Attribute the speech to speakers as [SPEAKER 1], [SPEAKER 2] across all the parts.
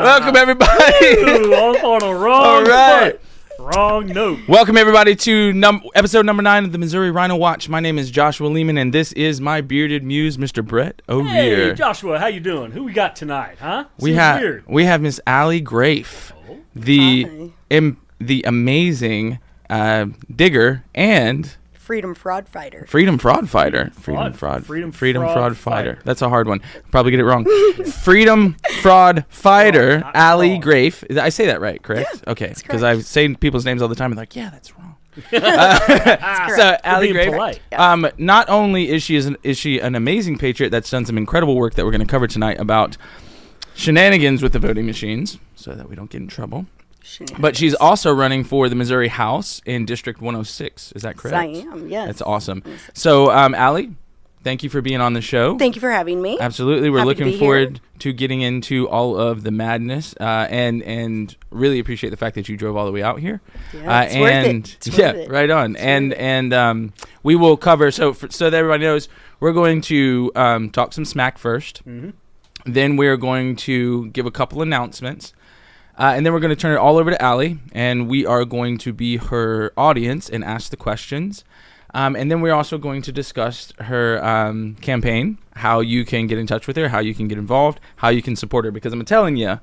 [SPEAKER 1] Welcome everybody.
[SPEAKER 2] Ooh, off on a wrong
[SPEAKER 1] All right.
[SPEAKER 2] foot. Wrong note.
[SPEAKER 1] Welcome everybody to num- episode number nine of the Missouri Rhino Watch. My name is Joshua Lehman, and this is my bearded muse, Mr. Brett
[SPEAKER 2] Hey,
[SPEAKER 1] O'Rear.
[SPEAKER 2] Joshua, how you doing? Who we got tonight, huh?
[SPEAKER 1] we
[SPEAKER 2] Seems
[SPEAKER 1] have
[SPEAKER 2] weird.
[SPEAKER 1] we have Miss Allie Grafe, the im- the amazing uh, digger and
[SPEAKER 3] Freedom Fraud Fighter.
[SPEAKER 1] freedom fraud fighter. Freedom
[SPEAKER 2] Fraud-
[SPEAKER 1] fraud.
[SPEAKER 2] freedom
[SPEAKER 1] freedom fraud,
[SPEAKER 2] fraud
[SPEAKER 1] fighter.
[SPEAKER 2] fighter.
[SPEAKER 1] That's a hard one. Probably get it wrong. freedom fraud fighter
[SPEAKER 2] not
[SPEAKER 1] Allie
[SPEAKER 2] fraud.
[SPEAKER 1] Grafe. I say that right, correct? okay, because I
[SPEAKER 3] correct.
[SPEAKER 1] say people's names all the time and they're like, yeah, that's wrong. Uh,
[SPEAKER 3] Correct.
[SPEAKER 1] So Allie
[SPEAKER 2] being
[SPEAKER 1] Grafe,
[SPEAKER 2] polite.
[SPEAKER 1] um, not only is she is an, is she an amazing patriot that's done some incredible work that we're going to cover tonight about shenanigans with the voting machines, so that we don't get in trouble.
[SPEAKER 3] Shenanigans.
[SPEAKER 1] But she's also running for the Missouri House in District 106. Is that correct?
[SPEAKER 3] I am, yes.
[SPEAKER 1] That's awesome. So, um, Allie, thank you for being on the show.
[SPEAKER 3] Thank you for having me.
[SPEAKER 1] Absolutely, we're
[SPEAKER 3] Happy to
[SPEAKER 1] looking
[SPEAKER 3] be here.
[SPEAKER 1] forward to getting into all of the madness, uh, and and really appreciate the fact that you drove all the way out here.
[SPEAKER 3] Yeah,
[SPEAKER 1] uh,
[SPEAKER 3] it's worth it.
[SPEAKER 1] and
[SPEAKER 3] It's worth
[SPEAKER 1] yeah,
[SPEAKER 3] it.
[SPEAKER 1] right on. and and um, we will cover so for, so that everybody knows we're going to um, talk some smack 1st
[SPEAKER 3] Mm-hmm.
[SPEAKER 1] Then we are going to give a couple announcements. Uh, and then we're going to turn it all over to Allie, and we are going to be her audience and ask the questions. Um, and then we're also going to discuss her um, campaign, how you can get in touch with her, how you can get involved, how you can support her. Because I'm telling you,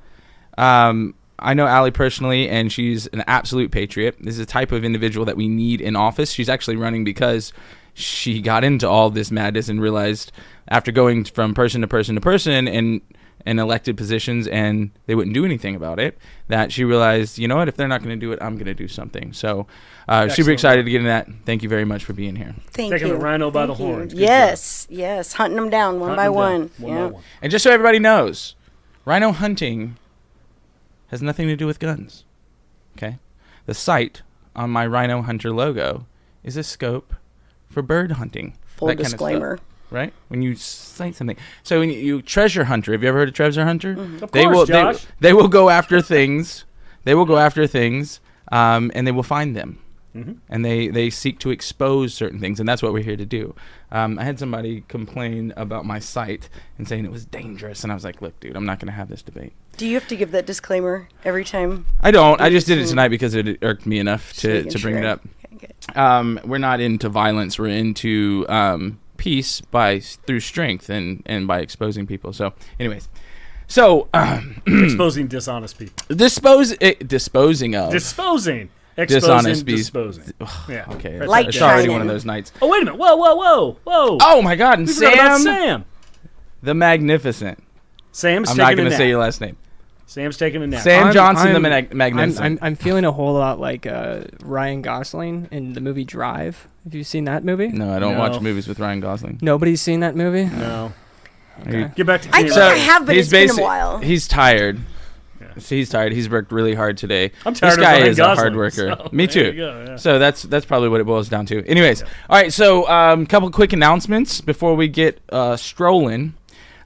[SPEAKER 1] um, I know Allie personally, and she's an absolute patriot. This is a type of individual that we need in office. She's actually running because she got into all this madness and realized after going from person to person to person and and elected positions and they wouldn't do anything about it that she realized you know what if they're not going to do it i'm going to do something so uh, super
[SPEAKER 2] Excellent.
[SPEAKER 1] excited to get in that thank you very much for being here
[SPEAKER 3] Thank
[SPEAKER 2] Taking
[SPEAKER 3] you.
[SPEAKER 2] the rhino by the
[SPEAKER 3] Thank you.
[SPEAKER 2] horns. Good
[SPEAKER 3] Yes, yes. Hunting them down one
[SPEAKER 2] Hunting
[SPEAKER 3] by
[SPEAKER 2] down,
[SPEAKER 3] one.
[SPEAKER 2] One
[SPEAKER 3] yeah.
[SPEAKER 2] by one.
[SPEAKER 1] and just so everybody knows rhino hunting has nothing to do with guns okay the sight on my rhino hunter logo is a scope for bird hunting
[SPEAKER 3] Full
[SPEAKER 1] that kinda stuff,
[SPEAKER 3] disclaimer.
[SPEAKER 1] right when you sight something so when you treasure hunter have you ever heard of treasure hunter
[SPEAKER 2] Mm-hmm. Of
[SPEAKER 1] they
[SPEAKER 2] course,
[SPEAKER 1] will
[SPEAKER 2] Josh.
[SPEAKER 1] They, they will go after things they will go after things um, and they will find them
[SPEAKER 2] Mm-hmm.
[SPEAKER 1] and they they seek to expose certain things and that's what we're here to do um, i had somebody complain about my site and saying it was dangerous and i was like look dude i'm not going to have this debate
[SPEAKER 3] Do you have to give that disclaimer every time?
[SPEAKER 1] i don't i just did
[SPEAKER 2] Mm-hmm.
[SPEAKER 1] it tonight because it irked me enough
[SPEAKER 3] Just
[SPEAKER 1] to,
[SPEAKER 3] making
[SPEAKER 1] to bring it
[SPEAKER 3] sure.
[SPEAKER 1] up
[SPEAKER 3] Okay, good.
[SPEAKER 1] um, we're not into violence. We're into um, peace by through strength and and by exposing people. So, anyways, so um,
[SPEAKER 2] Exposing dishonest people.
[SPEAKER 1] dispose eh, disposing of.
[SPEAKER 2] Disposing. Exposing.
[SPEAKER 1] Dishonest people.
[SPEAKER 2] disposing. Yeah.
[SPEAKER 1] okay,
[SPEAKER 2] That's
[SPEAKER 3] Like
[SPEAKER 2] right.
[SPEAKER 1] it's already
[SPEAKER 3] China.
[SPEAKER 1] one of those nights.
[SPEAKER 2] Oh wait a minute. Whoa, whoa, whoa, whoa.
[SPEAKER 1] Oh my God! And
[SPEAKER 2] we forgot about
[SPEAKER 1] Sam,
[SPEAKER 2] Sam.
[SPEAKER 1] the magnificent.
[SPEAKER 2] Sam's
[SPEAKER 1] I'm
[SPEAKER 2] taking
[SPEAKER 1] not
[SPEAKER 2] a
[SPEAKER 1] going to
[SPEAKER 2] nap.
[SPEAKER 1] say your last name.
[SPEAKER 2] Sam's taking a nap.
[SPEAKER 1] Sam
[SPEAKER 4] I'm-
[SPEAKER 1] Johnson, the
[SPEAKER 4] I'm-
[SPEAKER 1] mag-
[SPEAKER 4] I'm,
[SPEAKER 1] magnificent.
[SPEAKER 4] I'm, I'm feeling a whole lot like uh, Ryan Gosling in the movie Drive. Have you seen that movie?
[SPEAKER 1] no, I don't
[SPEAKER 2] No.
[SPEAKER 1] watch movies with Ryan Gosling.
[SPEAKER 4] Nobody's seen that movie.
[SPEAKER 2] No.
[SPEAKER 1] Are you-
[SPEAKER 2] Get back to
[SPEAKER 3] I
[SPEAKER 2] Kira.
[SPEAKER 3] think I have, but
[SPEAKER 1] he's
[SPEAKER 3] it's been a
[SPEAKER 1] basi-
[SPEAKER 3] while.
[SPEAKER 1] He's tired.
[SPEAKER 2] Yeah.
[SPEAKER 1] So he's tired. He's worked really hard today.
[SPEAKER 2] I'm tired
[SPEAKER 1] This
[SPEAKER 2] of
[SPEAKER 1] guy
[SPEAKER 2] Ryan
[SPEAKER 1] is a
[SPEAKER 2] Gosling,
[SPEAKER 1] hard worker.
[SPEAKER 2] so
[SPEAKER 1] Me
[SPEAKER 2] there
[SPEAKER 1] too.
[SPEAKER 2] you go, yeah.
[SPEAKER 1] So that's that's probably what it boils down to. Anyways, all right. So um, couple quick announcements before we get uh, strolling.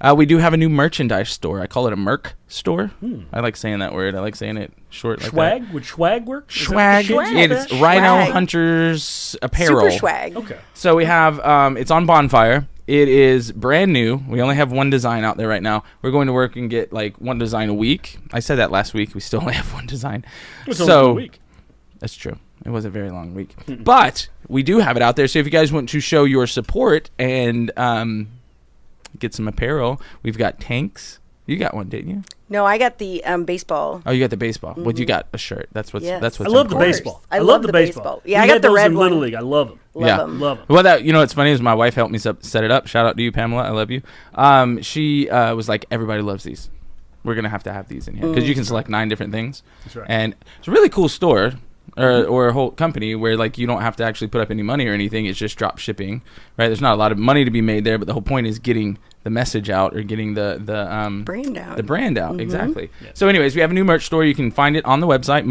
[SPEAKER 1] Uh, we do have a new merchandise store. I call it a Merc store. I like saying that word. I like saying it short. Like that.
[SPEAKER 2] Swag? Hmm. Would swag work? Is
[SPEAKER 1] Swag.
[SPEAKER 2] that the shit?
[SPEAKER 1] It is
[SPEAKER 2] Swag?
[SPEAKER 1] Rhino
[SPEAKER 3] Swag.
[SPEAKER 1] Hunters apparel.
[SPEAKER 3] Super swag.
[SPEAKER 2] Okay.
[SPEAKER 1] So we have um, it's on Bonfire. It is brand new. We only have one design out there right now. We're going to work and get like one design a week. I said that last week. We still only have one design.
[SPEAKER 2] It's only
[SPEAKER 1] so
[SPEAKER 2] a week.
[SPEAKER 1] that's true. It was a very long week,
[SPEAKER 2] Hmm.
[SPEAKER 1] but we do have it out there. So if you guys want to show your support and um, get some apparel, we've got tanks. You got one, didn't you?
[SPEAKER 3] No, I got the um, baseball.
[SPEAKER 1] Oh, you got the baseball. Well, you got a shirt. That's what's
[SPEAKER 3] Yes.
[SPEAKER 1] that's
[SPEAKER 2] Mm-hmm. I
[SPEAKER 1] what's
[SPEAKER 2] love the
[SPEAKER 1] important.
[SPEAKER 3] course.
[SPEAKER 2] baseball. I, love the baseball.
[SPEAKER 3] Yeah, I
[SPEAKER 2] We
[SPEAKER 3] got
[SPEAKER 2] had
[SPEAKER 3] the
[SPEAKER 2] those
[SPEAKER 3] red
[SPEAKER 2] in Little
[SPEAKER 3] one.
[SPEAKER 2] League. I love them.
[SPEAKER 3] Love
[SPEAKER 1] yeah.
[SPEAKER 3] 'em.
[SPEAKER 2] Love 'em.
[SPEAKER 1] Well, that you know, what's funny is my wife helped me sup- set it up. Shout out to you, Pamela. I love you. Um, she uh, was like, everybody loves these. We're gonna have to have these in here because you can select nine different things.
[SPEAKER 2] Mm. That's right.
[SPEAKER 1] And it's a really cool store. Or, or a whole company where like you don't have to actually put up any money or anything it's just drop shipping right there's not a lot of money to be made there but the whole point is getting the message out or getting the the um
[SPEAKER 3] Brand out.
[SPEAKER 1] the brand out exactly so anyways we have a new merch store you can find it on the website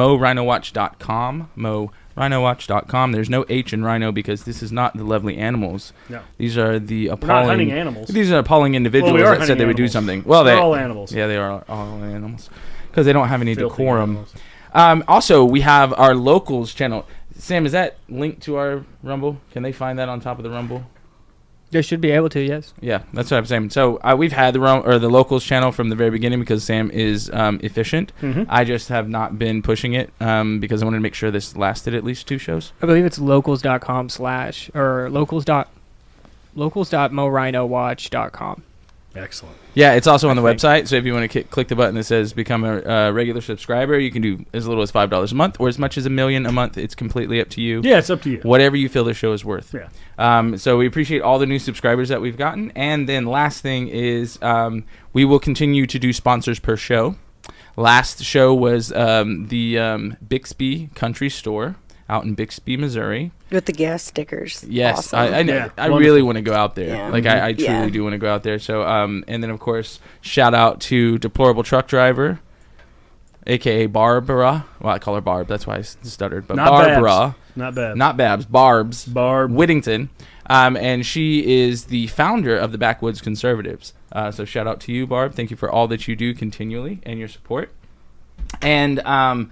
[SPEAKER 1] morhinowatch.com morhinowatch.com there's no h in rhino because this is not the lovely animals
[SPEAKER 2] No.
[SPEAKER 1] these are the appalling
[SPEAKER 2] not hunting animals.
[SPEAKER 1] these are appalling individuals
[SPEAKER 2] are
[SPEAKER 1] that said
[SPEAKER 2] hunting
[SPEAKER 1] they would do
[SPEAKER 2] animals.
[SPEAKER 1] something well
[SPEAKER 2] They're
[SPEAKER 1] they
[SPEAKER 2] all animals.
[SPEAKER 1] yeah they are all animals because they don't have any
[SPEAKER 2] Filthy
[SPEAKER 1] decorum
[SPEAKER 2] animals.
[SPEAKER 1] um, also we have our locals channel sam is that linked to our rumble can they find that on top of the rumble
[SPEAKER 4] They should be able to, yes.
[SPEAKER 1] Yeah, that's what I'm saying. So uh, we've had the Rome, or the locals channel from the very beginning because Sam is um, efficient.
[SPEAKER 2] Mhm.
[SPEAKER 1] I just have not been pushing it um, because I wanted to make sure this lasted at least two shows.
[SPEAKER 4] I believe it's locals.com slash or locals dot locals dot com.
[SPEAKER 2] Excellent.
[SPEAKER 1] Yeah, it's also on
[SPEAKER 2] I
[SPEAKER 1] the
[SPEAKER 2] think.
[SPEAKER 1] website. So if you want to ki- click the button that says become a uh, regular subscriber, you can do as little as five dollars a month or as much as a million a month. It's completely up to you.
[SPEAKER 2] Yeah, it's up to you.
[SPEAKER 1] Whatever you feel the show is worth.
[SPEAKER 2] Yeah.
[SPEAKER 1] Um, so we appreciate all the new subscribers that we've gotten. And then last thing is um, we will continue to do sponsors per show. Last show was um, the um, Bixby Country Store out in Bixby, Missouri.
[SPEAKER 3] with the gas stickers.
[SPEAKER 1] Yes,
[SPEAKER 3] Awesome.
[SPEAKER 1] I, I know.
[SPEAKER 2] Yeah,
[SPEAKER 1] I
[SPEAKER 2] wonderful.
[SPEAKER 1] really want to go out there.
[SPEAKER 3] Yeah. Mm-hmm.
[SPEAKER 1] Like I, I truly
[SPEAKER 3] Yeah.
[SPEAKER 1] do want to go out there. So, um, and then of course, shout out to deplorable truck driver, aka Barbara. Well, I call her Barb. That's why I s- stuttered. But
[SPEAKER 2] Not
[SPEAKER 1] Barbara,
[SPEAKER 2] Not bad.
[SPEAKER 1] not Babs, Barb's
[SPEAKER 2] Barb.
[SPEAKER 1] Whittington, um, and she is the founder of the Backwoods Conservatives. Uh, so shout out to you, Barb. Thank you for all that you do continually and your support. And um,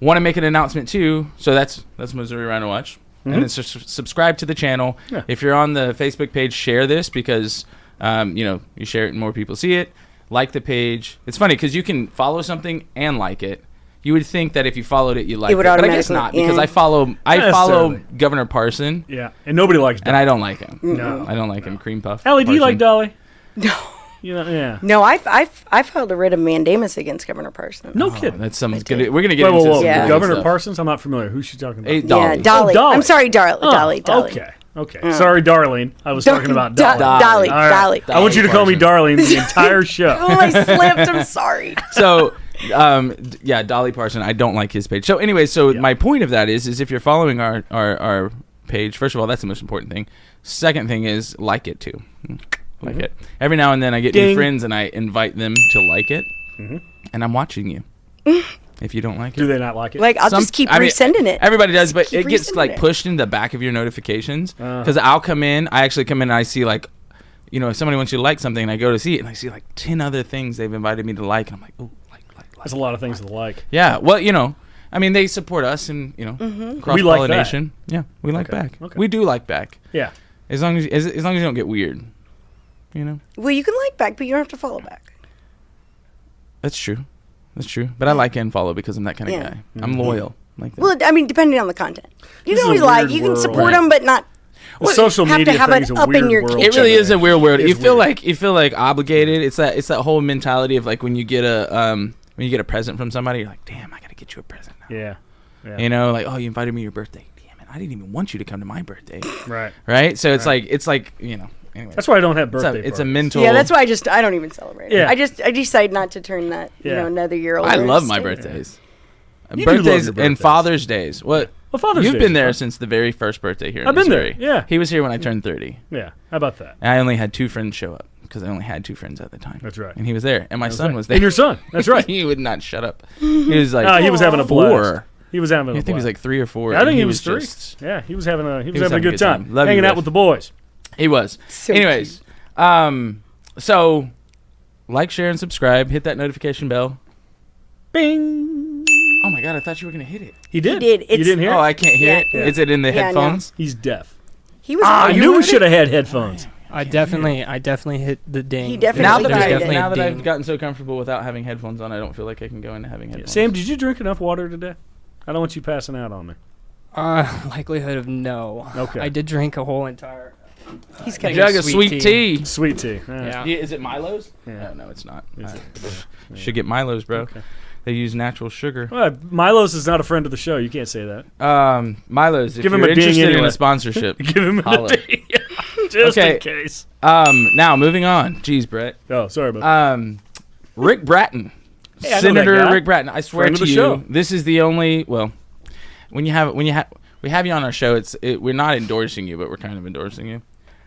[SPEAKER 1] want to make an announcement too. So that's that's Missouri Rhino Watch,
[SPEAKER 2] Mhm.
[SPEAKER 1] and then sus- subscribe to the channel.
[SPEAKER 2] Yeah.
[SPEAKER 1] If you're on the Facebook page, share this because um, you know you share it and more people see it. Like the page. It's funny because you can follow something and like it. You would think that if you followed it, you like it,
[SPEAKER 3] would
[SPEAKER 1] but I guess
[SPEAKER 3] automatically-
[SPEAKER 1] not because
[SPEAKER 3] yeah.
[SPEAKER 1] I follow I
[SPEAKER 2] Not
[SPEAKER 1] follow
[SPEAKER 2] necessarily.
[SPEAKER 1] Governor Parson
[SPEAKER 2] Yeah, and nobody likes.
[SPEAKER 1] and
[SPEAKER 2] Dolly.
[SPEAKER 1] I don't like him.
[SPEAKER 2] no.
[SPEAKER 1] I don't like him. Cream puff.
[SPEAKER 2] Allie, Mm-hmm. do you
[SPEAKER 1] Parson.
[SPEAKER 2] like Dolly?
[SPEAKER 3] No.
[SPEAKER 2] You know, yeah.
[SPEAKER 3] No, I, I, I filed a writ of mandamus against Governor Parsons.
[SPEAKER 2] No
[SPEAKER 1] Oh,
[SPEAKER 2] kidding.
[SPEAKER 1] that's some.
[SPEAKER 3] I
[SPEAKER 1] Gonna,
[SPEAKER 3] do.
[SPEAKER 1] we're gonna get
[SPEAKER 2] Whoa, whoa,
[SPEAKER 1] into
[SPEAKER 2] whoa.
[SPEAKER 1] some
[SPEAKER 3] Yeah.
[SPEAKER 1] good
[SPEAKER 2] Governor
[SPEAKER 1] stuff.
[SPEAKER 2] Parsons. I'm not familiar. Who's she talking about?
[SPEAKER 1] Hey,
[SPEAKER 3] Yeah,
[SPEAKER 1] Dolly.
[SPEAKER 3] Dolly.
[SPEAKER 2] Oh, Dolly.
[SPEAKER 3] I'm sorry, Dolly.
[SPEAKER 2] Oh,
[SPEAKER 3] Dolly. Dolly. Mm.
[SPEAKER 2] Okay. Okay. Sorry, darling. I was talking about Dolly.
[SPEAKER 1] Dolly.
[SPEAKER 3] Dolly.
[SPEAKER 2] All right.
[SPEAKER 3] Dolly.
[SPEAKER 2] I want you to call me darling the entire show.
[SPEAKER 3] Oh, I slipped. I'm sorry.
[SPEAKER 1] so um d- yeah dolly parson i don't like his page so anyway so
[SPEAKER 2] Yeah.
[SPEAKER 1] my point of that is is if you're following our, our our page first of all that's the most important thing second thing is like it too like it every now and then i get new
[SPEAKER 2] Mm-hmm. Ding. Mm-hmm.
[SPEAKER 1] friends and i invite them to like it and i'm watching you if you don't like it
[SPEAKER 2] Do they not like it?
[SPEAKER 3] Like I'll
[SPEAKER 1] Some-
[SPEAKER 3] just keep
[SPEAKER 1] I mean,
[SPEAKER 3] resending it.
[SPEAKER 1] Everybody does, but
[SPEAKER 3] keep
[SPEAKER 1] it gets
[SPEAKER 3] resending
[SPEAKER 1] like
[SPEAKER 3] it.
[SPEAKER 1] pushed in the back of your notifications
[SPEAKER 2] Uh.
[SPEAKER 1] because I'll come in. I actually come in and I see like, you know, if somebody wants you to like something, and I go to see it, and I see like ten other things they've invited me to like, and I'm like, oh, like, like, like.
[SPEAKER 2] There's a lot of things to like.
[SPEAKER 1] Yeah. Well, you know, I mean, they support us, and you know,
[SPEAKER 3] Mm-hmm.
[SPEAKER 1] cross pollination. Yeah, we like
[SPEAKER 2] Okay,
[SPEAKER 1] back.
[SPEAKER 2] okay.
[SPEAKER 1] We do like back
[SPEAKER 2] Yeah.
[SPEAKER 1] as long as, as as long as you don't get weird. You know,
[SPEAKER 3] well, you can like back, but you don't have to follow back.
[SPEAKER 1] that's true. That's true. But I like and follow because I'm that kind of
[SPEAKER 3] Yeah.
[SPEAKER 1] guy.
[SPEAKER 2] Mm-hmm.
[SPEAKER 1] I'm loyal. Like that.
[SPEAKER 3] Well, I mean, depending on the content, you
[SPEAKER 2] This is a
[SPEAKER 3] can always like.
[SPEAKER 2] weird
[SPEAKER 3] You can
[SPEAKER 2] world.
[SPEAKER 3] support
[SPEAKER 1] Right.
[SPEAKER 3] them, but not.
[SPEAKER 2] The social
[SPEAKER 3] have to
[SPEAKER 2] media
[SPEAKER 3] have
[SPEAKER 2] thing's
[SPEAKER 3] it
[SPEAKER 2] a
[SPEAKER 3] up in
[SPEAKER 2] weird
[SPEAKER 3] your
[SPEAKER 2] world.
[SPEAKER 3] kitchen.
[SPEAKER 1] It really is a weird world.
[SPEAKER 2] It's
[SPEAKER 1] you feel
[SPEAKER 2] weird.
[SPEAKER 1] like you feel like obligated. It's that it's that whole mentality of like when you get a um when you get a present from somebody, you're like, damn, I gotta get you a present now.
[SPEAKER 2] Yeah. Yeah.
[SPEAKER 1] You know, like oh, you invited me to your birthday. Damn it, I didn't even want you to come to my birthday.
[SPEAKER 2] right.
[SPEAKER 1] right? So it's like it's like you know. Anyway,
[SPEAKER 2] That's why I don't have
[SPEAKER 1] it's a,
[SPEAKER 2] birthday.
[SPEAKER 1] it's a
[SPEAKER 2] parties.
[SPEAKER 1] mental.
[SPEAKER 3] Yeah, that's why I just I don't even celebrate. it.
[SPEAKER 2] Yeah.
[SPEAKER 3] I just I decide not to turn that you
[SPEAKER 2] Yeah.
[SPEAKER 3] know another year old.
[SPEAKER 1] I love my birthdays.
[SPEAKER 2] You do love
[SPEAKER 1] birthdays,
[SPEAKER 2] your
[SPEAKER 1] and
[SPEAKER 2] birthdays.
[SPEAKER 1] Father's Days. What?
[SPEAKER 2] Well, Father's
[SPEAKER 1] You've
[SPEAKER 2] Day
[SPEAKER 1] been
[SPEAKER 2] is
[SPEAKER 1] there
[SPEAKER 2] fun.
[SPEAKER 1] since the very first birthday here. In
[SPEAKER 2] I've been there,
[SPEAKER 1] Missouri.
[SPEAKER 2] yeah.
[SPEAKER 1] he was here when I turned thirty.
[SPEAKER 2] Yeah. How about that?
[SPEAKER 1] And I only had two friends show up because I only had two friends at the time.
[SPEAKER 2] That's right.
[SPEAKER 1] And he was there, and my son was there.
[SPEAKER 2] And your son. That's right.
[SPEAKER 1] he would not shut up. He was like
[SPEAKER 2] Ah, he was having a blast.
[SPEAKER 1] four.
[SPEAKER 2] He was having.
[SPEAKER 1] I
[SPEAKER 2] a
[SPEAKER 1] think he was
[SPEAKER 2] blast.
[SPEAKER 1] like three or four.
[SPEAKER 2] I
[SPEAKER 1] and
[SPEAKER 2] think he was three.
[SPEAKER 1] just-
[SPEAKER 2] Yeah, he was having a he was,
[SPEAKER 1] was
[SPEAKER 2] having a good time,
[SPEAKER 1] Love you,
[SPEAKER 2] hanging
[SPEAKER 1] Griff.
[SPEAKER 2] out with the boys.
[SPEAKER 1] he was.
[SPEAKER 3] So
[SPEAKER 1] Anyways, um, so like, share, and subscribe. Hit that notification bell.
[SPEAKER 2] Bing.
[SPEAKER 1] Oh my god, I thought you were gonna hit it.
[SPEAKER 2] He did.
[SPEAKER 3] did.
[SPEAKER 2] you
[SPEAKER 3] It's-
[SPEAKER 2] didn't hear?
[SPEAKER 1] Oh,
[SPEAKER 2] it?
[SPEAKER 1] I can't hear
[SPEAKER 3] Yeah.
[SPEAKER 1] it. Is
[SPEAKER 2] Yeah.
[SPEAKER 1] it in the
[SPEAKER 3] Yeah, I know.
[SPEAKER 1] headphones?
[SPEAKER 2] He's deaf.
[SPEAKER 3] He was.
[SPEAKER 2] Ah, I
[SPEAKER 3] you
[SPEAKER 2] knew we
[SPEAKER 3] wanted-
[SPEAKER 2] should have had headphones.
[SPEAKER 4] I definitely I definitely hit the ding.
[SPEAKER 3] He definitely
[SPEAKER 1] Now
[SPEAKER 4] There's
[SPEAKER 1] that,
[SPEAKER 3] did.
[SPEAKER 1] I,
[SPEAKER 4] definitely
[SPEAKER 1] now
[SPEAKER 4] a
[SPEAKER 1] that I've
[SPEAKER 4] ding.
[SPEAKER 1] gotten so comfortable without having headphones on, I don't feel like I can go into having headphones.
[SPEAKER 2] Sam, did you drink enough water today? I don't want you passing out on me.
[SPEAKER 4] uh, likelihood of no.
[SPEAKER 2] Okay.
[SPEAKER 4] I did drink a whole entire
[SPEAKER 3] He's
[SPEAKER 1] A
[SPEAKER 3] cutting.
[SPEAKER 1] jug
[SPEAKER 4] a
[SPEAKER 1] of
[SPEAKER 4] sweet
[SPEAKER 1] sweet tea.
[SPEAKER 4] tea.
[SPEAKER 2] Sweet tea. Uh,
[SPEAKER 4] Yeah.
[SPEAKER 1] Yeah, Is it Milo's?
[SPEAKER 2] Yeah.
[SPEAKER 1] No, no, it's not.
[SPEAKER 2] Is
[SPEAKER 1] Uh,
[SPEAKER 2] it?
[SPEAKER 1] Should get Milo's, bro.
[SPEAKER 2] Okay.
[SPEAKER 1] They use natural sugar.
[SPEAKER 2] Well, Milos is not a friend of the show. You can't say that.
[SPEAKER 1] Um, Milo's. If
[SPEAKER 2] Give
[SPEAKER 1] you're
[SPEAKER 2] him a ding
[SPEAKER 1] interested in
[SPEAKER 2] anyway.
[SPEAKER 1] a sponsorship,
[SPEAKER 2] Give him
[SPEAKER 1] Holla.
[SPEAKER 2] a ding. Just
[SPEAKER 1] Okay.
[SPEAKER 2] in case.
[SPEAKER 1] um, now moving on. Jeez, Brett.
[SPEAKER 2] Oh, sorry about
[SPEAKER 1] Um, Rick Bratton,
[SPEAKER 2] Hey, I know that
[SPEAKER 1] Senator
[SPEAKER 2] guy.
[SPEAKER 1] Rick Bratton. I swear
[SPEAKER 2] Friend of
[SPEAKER 1] to
[SPEAKER 2] the
[SPEAKER 1] you,
[SPEAKER 2] show.
[SPEAKER 1] this is the only. Well, when you have when you have we have you on our show, it's it, we're not endorsing you, but we're kind of endorsing you.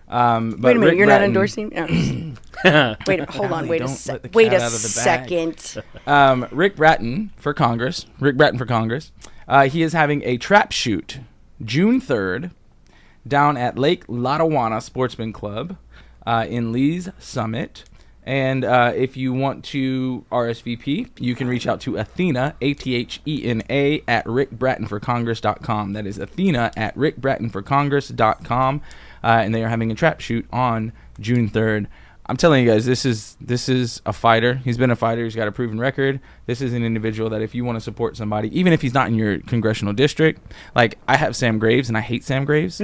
[SPEAKER 1] Um, but
[SPEAKER 3] Wait a minute,
[SPEAKER 1] Rick
[SPEAKER 3] you're not
[SPEAKER 1] Bratton-
[SPEAKER 3] endorsing. No. wait, a- hold on.
[SPEAKER 1] Allie,
[SPEAKER 3] Wait a
[SPEAKER 1] don't
[SPEAKER 3] sec.
[SPEAKER 1] let the
[SPEAKER 3] Wait
[SPEAKER 1] cat
[SPEAKER 3] a
[SPEAKER 1] out of the bag.
[SPEAKER 3] second.
[SPEAKER 1] um, Rick Bratton for Congress. Rick Bratton for Congress. Uh, he is having a trap shoot June 3rd down at Lake Lotawana Sportsman Club uh, in Lee's Summit. And uh, if you want to RSVP, you can reach out to Athena, A T H E N A, at rickbrattonforcongress.com. That is Athena at rickbrattonforcongress.com. Uh, and they are having a trap shoot on June 3rd. I'm telling you guys, this is this is a fighter. He's been a fighter. He's got a proven record. This is an individual that if you want to support somebody, even if he's not in your congressional district, like I have Sam Graves and I hate Sam Graves,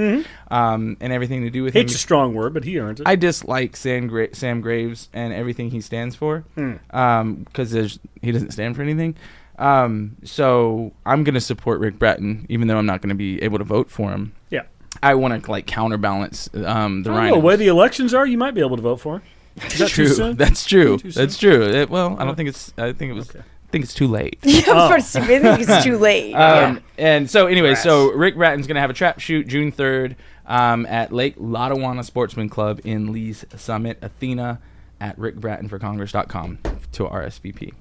[SPEAKER 1] um, and everything to do with him.
[SPEAKER 2] Mm-hmm. Hate's a strong word, but he earns it.
[SPEAKER 1] I dislike Sam, Gra- Sam Graves and everything he stands for
[SPEAKER 2] Hmm.
[SPEAKER 1] because there's he doesn't stand for anything. Um, so I'm going to support Rick Bratton, even though I'm not going to be able to vote for him.
[SPEAKER 2] yeah.
[SPEAKER 1] I want to like counterbalance um, the
[SPEAKER 2] I don't know.
[SPEAKER 1] Rhinos.
[SPEAKER 2] Where the elections are, you might be able to vote for him. Is that
[SPEAKER 1] true.
[SPEAKER 2] Too soon?
[SPEAKER 1] That's true.
[SPEAKER 2] Too soon?
[SPEAKER 1] That's true. It- well, I don't think it's. I think it was.
[SPEAKER 2] Okay.
[SPEAKER 1] I think it's too late.
[SPEAKER 3] Yeah, I was about to say, maybe it's too late.
[SPEAKER 1] Um, And so, anyway, so Rick Ratton's going to have a trap shoot June 3rd um, at Lake Lotawana Sportsman Club in Lee's Summit, Athena, at rickbrattonforcongress.com to RSVP.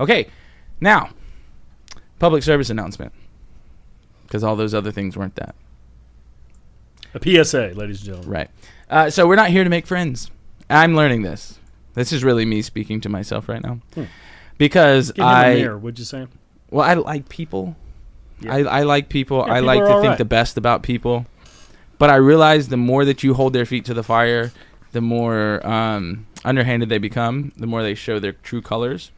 [SPEAKER 1] Okay, now, public service announcement, because all those other things weren't that.
[SPEAKER 2] A PSA, ladies and gentlemen.
[SPEAKER 1] Right. Uh, so we're not here to make friends. I'm learning this. This is really me speaking to myself right now. Because
[SPEAKER 2] Get him
[SPEAKER 1] I
[SPEAKER 2] in Hmm. the mirror, would you say?
[SPEAKER 1] well, I like people.
[SPEAKER 2] Yeah.
[SPEAKER 1] I, I like people.
[SPEAKER 2] Yeah,
[SPEAKER 1] I
[SPEAKER 2] people
[SPEAKER 1] like
[SPEAKER 2] are
[SPEAKER 1] to
[SPEAKER 2] all
[SPEAKER 1] think
[SPEAKER 2] right.
[SPEAKER 1] the best about people. But I realize the more that you hold their feet to the fire, the more um, underhanded they become, the more they show their true colors.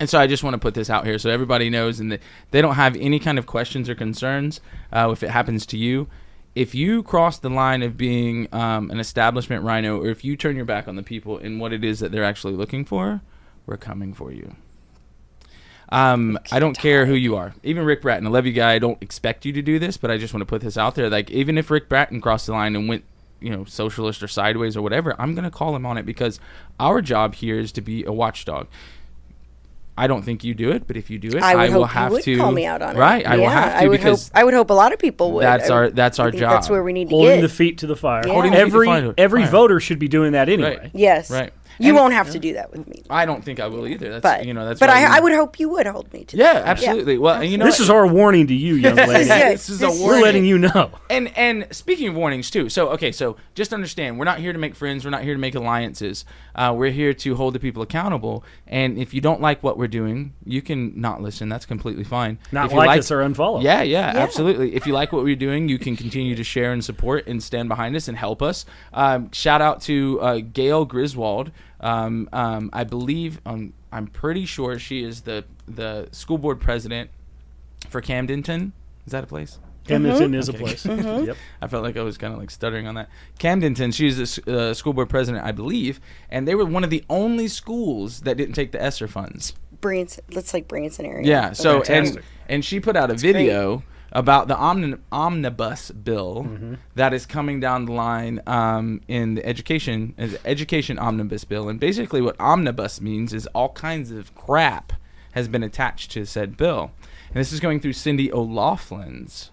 [SPEAKER 1] And so I just want to put this out here so everybody knows and that they don't have any kind of questions or concerns uh, if it happens to you. If you cross the line of being um, an establishment rhino or if you turn your back on the people and what it is that they're actually looking for, we're coming for you. Um, I don't care who you are. Even Rick Bratton, I love you, guy. I don't expect you to do this, but I just want to put this out there. Like, even if Rick Bratton crossed the line and went, you know, socialist or sideways or whatever, I'm going to call him on it because our job here is to be a watchdog. I don't think you do it, but if you do it,
[SPEAKER 3] I
[SPEAKER 1] I,
[SPEAKER 3] would
[SPEAKER 1] will
[SPEAKER 3] hope
[SPEAKER 1] have
[SPEAKER 3] you would
[SPEAKER 1] to
[SPEAKER 3] call me out on it.
[SPEAKER 1] Right, I will
[SPEAKER 3] Yeah,
[SPEAKER 1] have to
[SPEAKER 3] I would
[SPEAKER 1] because
[SPEAKER 3] hope, I would hope a lot of people would.
[SPEAKER 1] That's
[SPEAKER 3] I-
[SPEAKER 1] our- that's our
[SPEAKER 3] I think That's
[SPEAKER 1] job.
[SPEAKER 3] where we need to
[SPEAKER 2] Holding
[SPEAKER 3] get.
[SPEAKER 2] the feet to the fire.
[SPEAKER 3] Yeah. Holding
[SPEAKER 1] the feet to
[SPEAKER 2] every
[SPEAKER 1] fire.
[SPEAKER 2] every
[SPEAKER 1] Fire.
[SPEAKER 2] voter should be doing that anyway.
[SPEAKER 1] Right.
[SPEAKER 3] yes.
[SPEAKER 1] Right.
[SPEAKER 3] You
[SPEAKER 1] And-
[SPEAKER 3] won't have to do that with me.
[SPEAKER 1] I don't think I will either. That's
[SPEAKER 3] But
[SPEAKER 1] you know that's
[SPEAKER 3] But
[SPEAKER 1] why we-
[SPEAKER 3] I, I would hope you would hold me to.
[SPEAKER 1] yeah
[SPEAKER 3] that.
[SPEAKER 1] absolutely well and you know
[SPEAKER 2] this
[SPEAKER 1] what?
[SPEAKER 2] is our warning to you, young lady.
[SPEAKER 1] Yeah, this is a
[SPEAKER 2] We're letting you know.
[SPEAKER 3] Mm-hmm.
[SPEAKER 1] And and speaking of warnings too, so okay, so just understand, we're not here to make friends. We're not here to make alliances. Uh, we're here to hold the people accountable. And if you don't like what we're doing, you can not listen. That's completely fine.
[SPEAKER 2] Not
[SPEAKER 1] if you
[SPEAKER 2] like, us or unfollow.
[SPEAKER 1] yeah, yeah,
[SPEAKER 3] Yeah.
[SPEAKER 1] absolutely. If you like what we're doing, you can continue to share and support and stand behind us and help us. Um, shout out to uh, Gail Griswold. Um, um, I believe um, I'm pretty sure she is the the school board president for Camdenton. Is that a place?
[SPEAKER 2] Hamilton is a place.
[SPEAKER 3] Mm-hmm.
[SPEAKER 2] yep.
[SPEAKER 1] I felt like I was kind of like stuttering on that. Camdenton, she's the s- uh, school board president, I believe, and they were one of the only schools that didn't take the ESSER funds.
[SPEAKER 3] Branson, let's like Branson area.
[SPEAKER 1] Yeah. So and
[SPEAKER 2] Fantastic.
[SPEAKER 1] and she put out a video about the omni- omnibus bill that is coming down the line um, in the education is the education omnibus bill, and basically what omnibus means is all kinds of crap has been attached to said bill, and this is going through Cindy O'Loughlin's.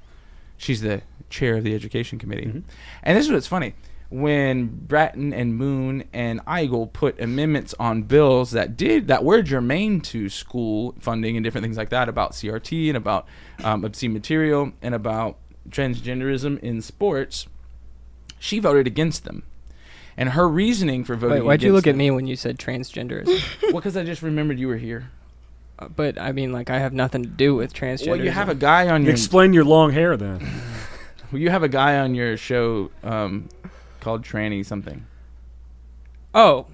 [SPEAKER 1] She's the chair of the education committee,
[SPEAKER 4] Mm-hmm.
[SPEAKER 1] and this is what's funny. When Bratton and Moon and Eigel put amendments on bills that did that were germane to school funding and different things like that about CRT and about um, obscene material and about transgenderism in sports, she voted against them. And her reasoning for voting
[SPEAKER 4] Wait, why'd you
[SPEAKER 1] against
[SPEAKER 4] look at
[SPEAKER 1] them-
[SPEAKER 4] me when you said transgenderism?
[SPEAKER 1] Well, because I just remembered you were here.
[SPEAKER 4] Uh, but I mean, like, I have nothing to do with transgenderism.
[SPEAKER 1] Well, you have a guy on your
[SPEAKER 2] Explain your long hair then.
[SPEAKER 1] you have a guy on your show um, called Tranny something.
[SPEAKER 4] Oh,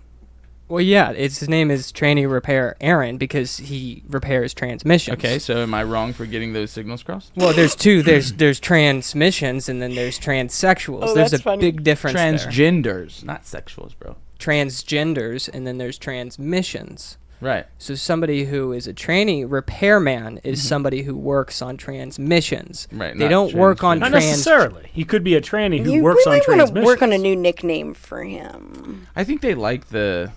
[SPEAKER 4] well, yeah. It's his name is Tranny Repair Aaron because he repairs transmissions.
[SPEAKER 1] Okay, so am I wrong for getting those signals crossed?
[SPEAKER 4] Well, there's two. There's there's transmissions and then there's transsexuals.
[SPEAKER 3] Oh,
[SPEAKER 4] there's
[SPEAKER 3] that's
[SPEAKER 4] a
[SPEAKER 3] funny.
[SPEAKER 4] big difference there.
[SPEAKER 1] Transgenders, not sexuals, bro.
[SPEAKER 4] Transgenders and then there's transmissions.
[SPEAKER 1] Right.
[SPEAKER 4] So somebody who is a tranny repairman is somebody who works on transmissions.
[SPEAKER 1] Mm-hmm. Right,
[SPEAKER 4] They
[SPEAKER 1] not
[SPEAKER 4] don't work on
[SPEAKER 2] Not
[SPEAKER 1] transmission.
[SPEAKER 4] trans.
[SPEAKER 2] necessarily. He could be a tranny who
[SPEAKER 3] you
[SPEAKER 2] works
[SPEAKER 3] really
[SPEAKER 2] on
[SPEAKER 3] want to
[SPEAKER 2] transmissions.
[SPEAKER 3] work on a new nickname for him.
[SPEAKER 1] I think they like the.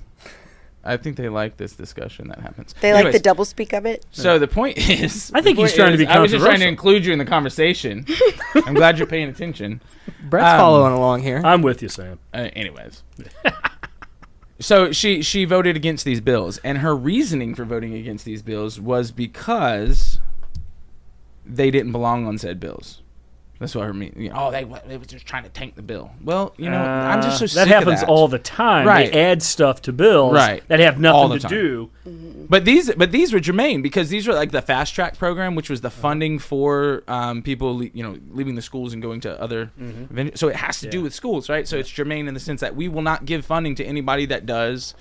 [SPEAKER 1] I think they like this discussion that happens.
[SPEAKER 3] They like the
[SPEAKER 1] Anyways,
[SPEAKER 3] double speak of it.
[SPEAKER 1] So the point is,
[SPEAKER 2] I think
[SPEAKER 1] the
[SPEAKER 2] he's
[SPEAKER 1] point
[SPEAKER 2] trying to
[SPEAKER 1] is,
[SPEAKER 2] be
[SPEAKER 1] I was just trying to
[SPEAKER 2] controversial.
[SPEAKER 1] include you in the conversation. I'm glad you're paying attention.
[SPEAKER 4] Brett's
[SPEAKER 1] Um,
[SPEAKER 4] following along here.
[SPEAKER 2] I'm with you, Sam.
[SPEAKER 1] Uh, anyways, so she she voted against these bills, and her reasoning for voting against these bills was because they didn't belong on said bills. That's what I mean. You know, oh, they they were just trying to tank the bill. Well, you know, I'm just so
[SPEAKER 2] Uh,
[SPEAKER 1] sick
[SPEAKER 2] that happens
[SPEAKER 1] of that.
[SPEAKER 2] all the time.
[SPEAKER 1] Right.
[SPEAKER 2] They add stuff to bills
[SPEAKER 1] Right.
[SPEAKER 2] that have
[SPEAKER 1] All
[SPEAKER 2] nothing
[SPEAKER 1] the
[SPEAKER 2] to
[SPEAKER 1] time.
[SPEAKER 2] do.
[SPEAKER 1] But these, but these were germane because these were like the fast track program, which was
[SPEAKER 2] Uh-huh.
[SPEAKER 1] the funding for um, people, le- you know, leaving the schools and going to other. ven- So it has to do
[SPEAKER 2] Mm-hmm. Yeah.
[SPEAKER 1] with schools, right? So it's germane in the sense that we will not give funding to anybody that does,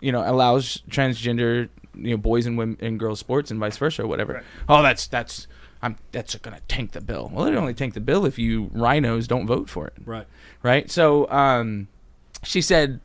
[SPEAKER 1] you know, allows transgender, you know, boys and women and girls sports and vice versa or whatever.
[SPEAKER 2] Right.
[SPEAKER 1] Oh, that's that's I'm that's gonna tank the bill. Well, it only tank the bill if you rhinos don't vote for it
[SPEAKER 2] Right.
[SPEAKER 1] right? So um, she said,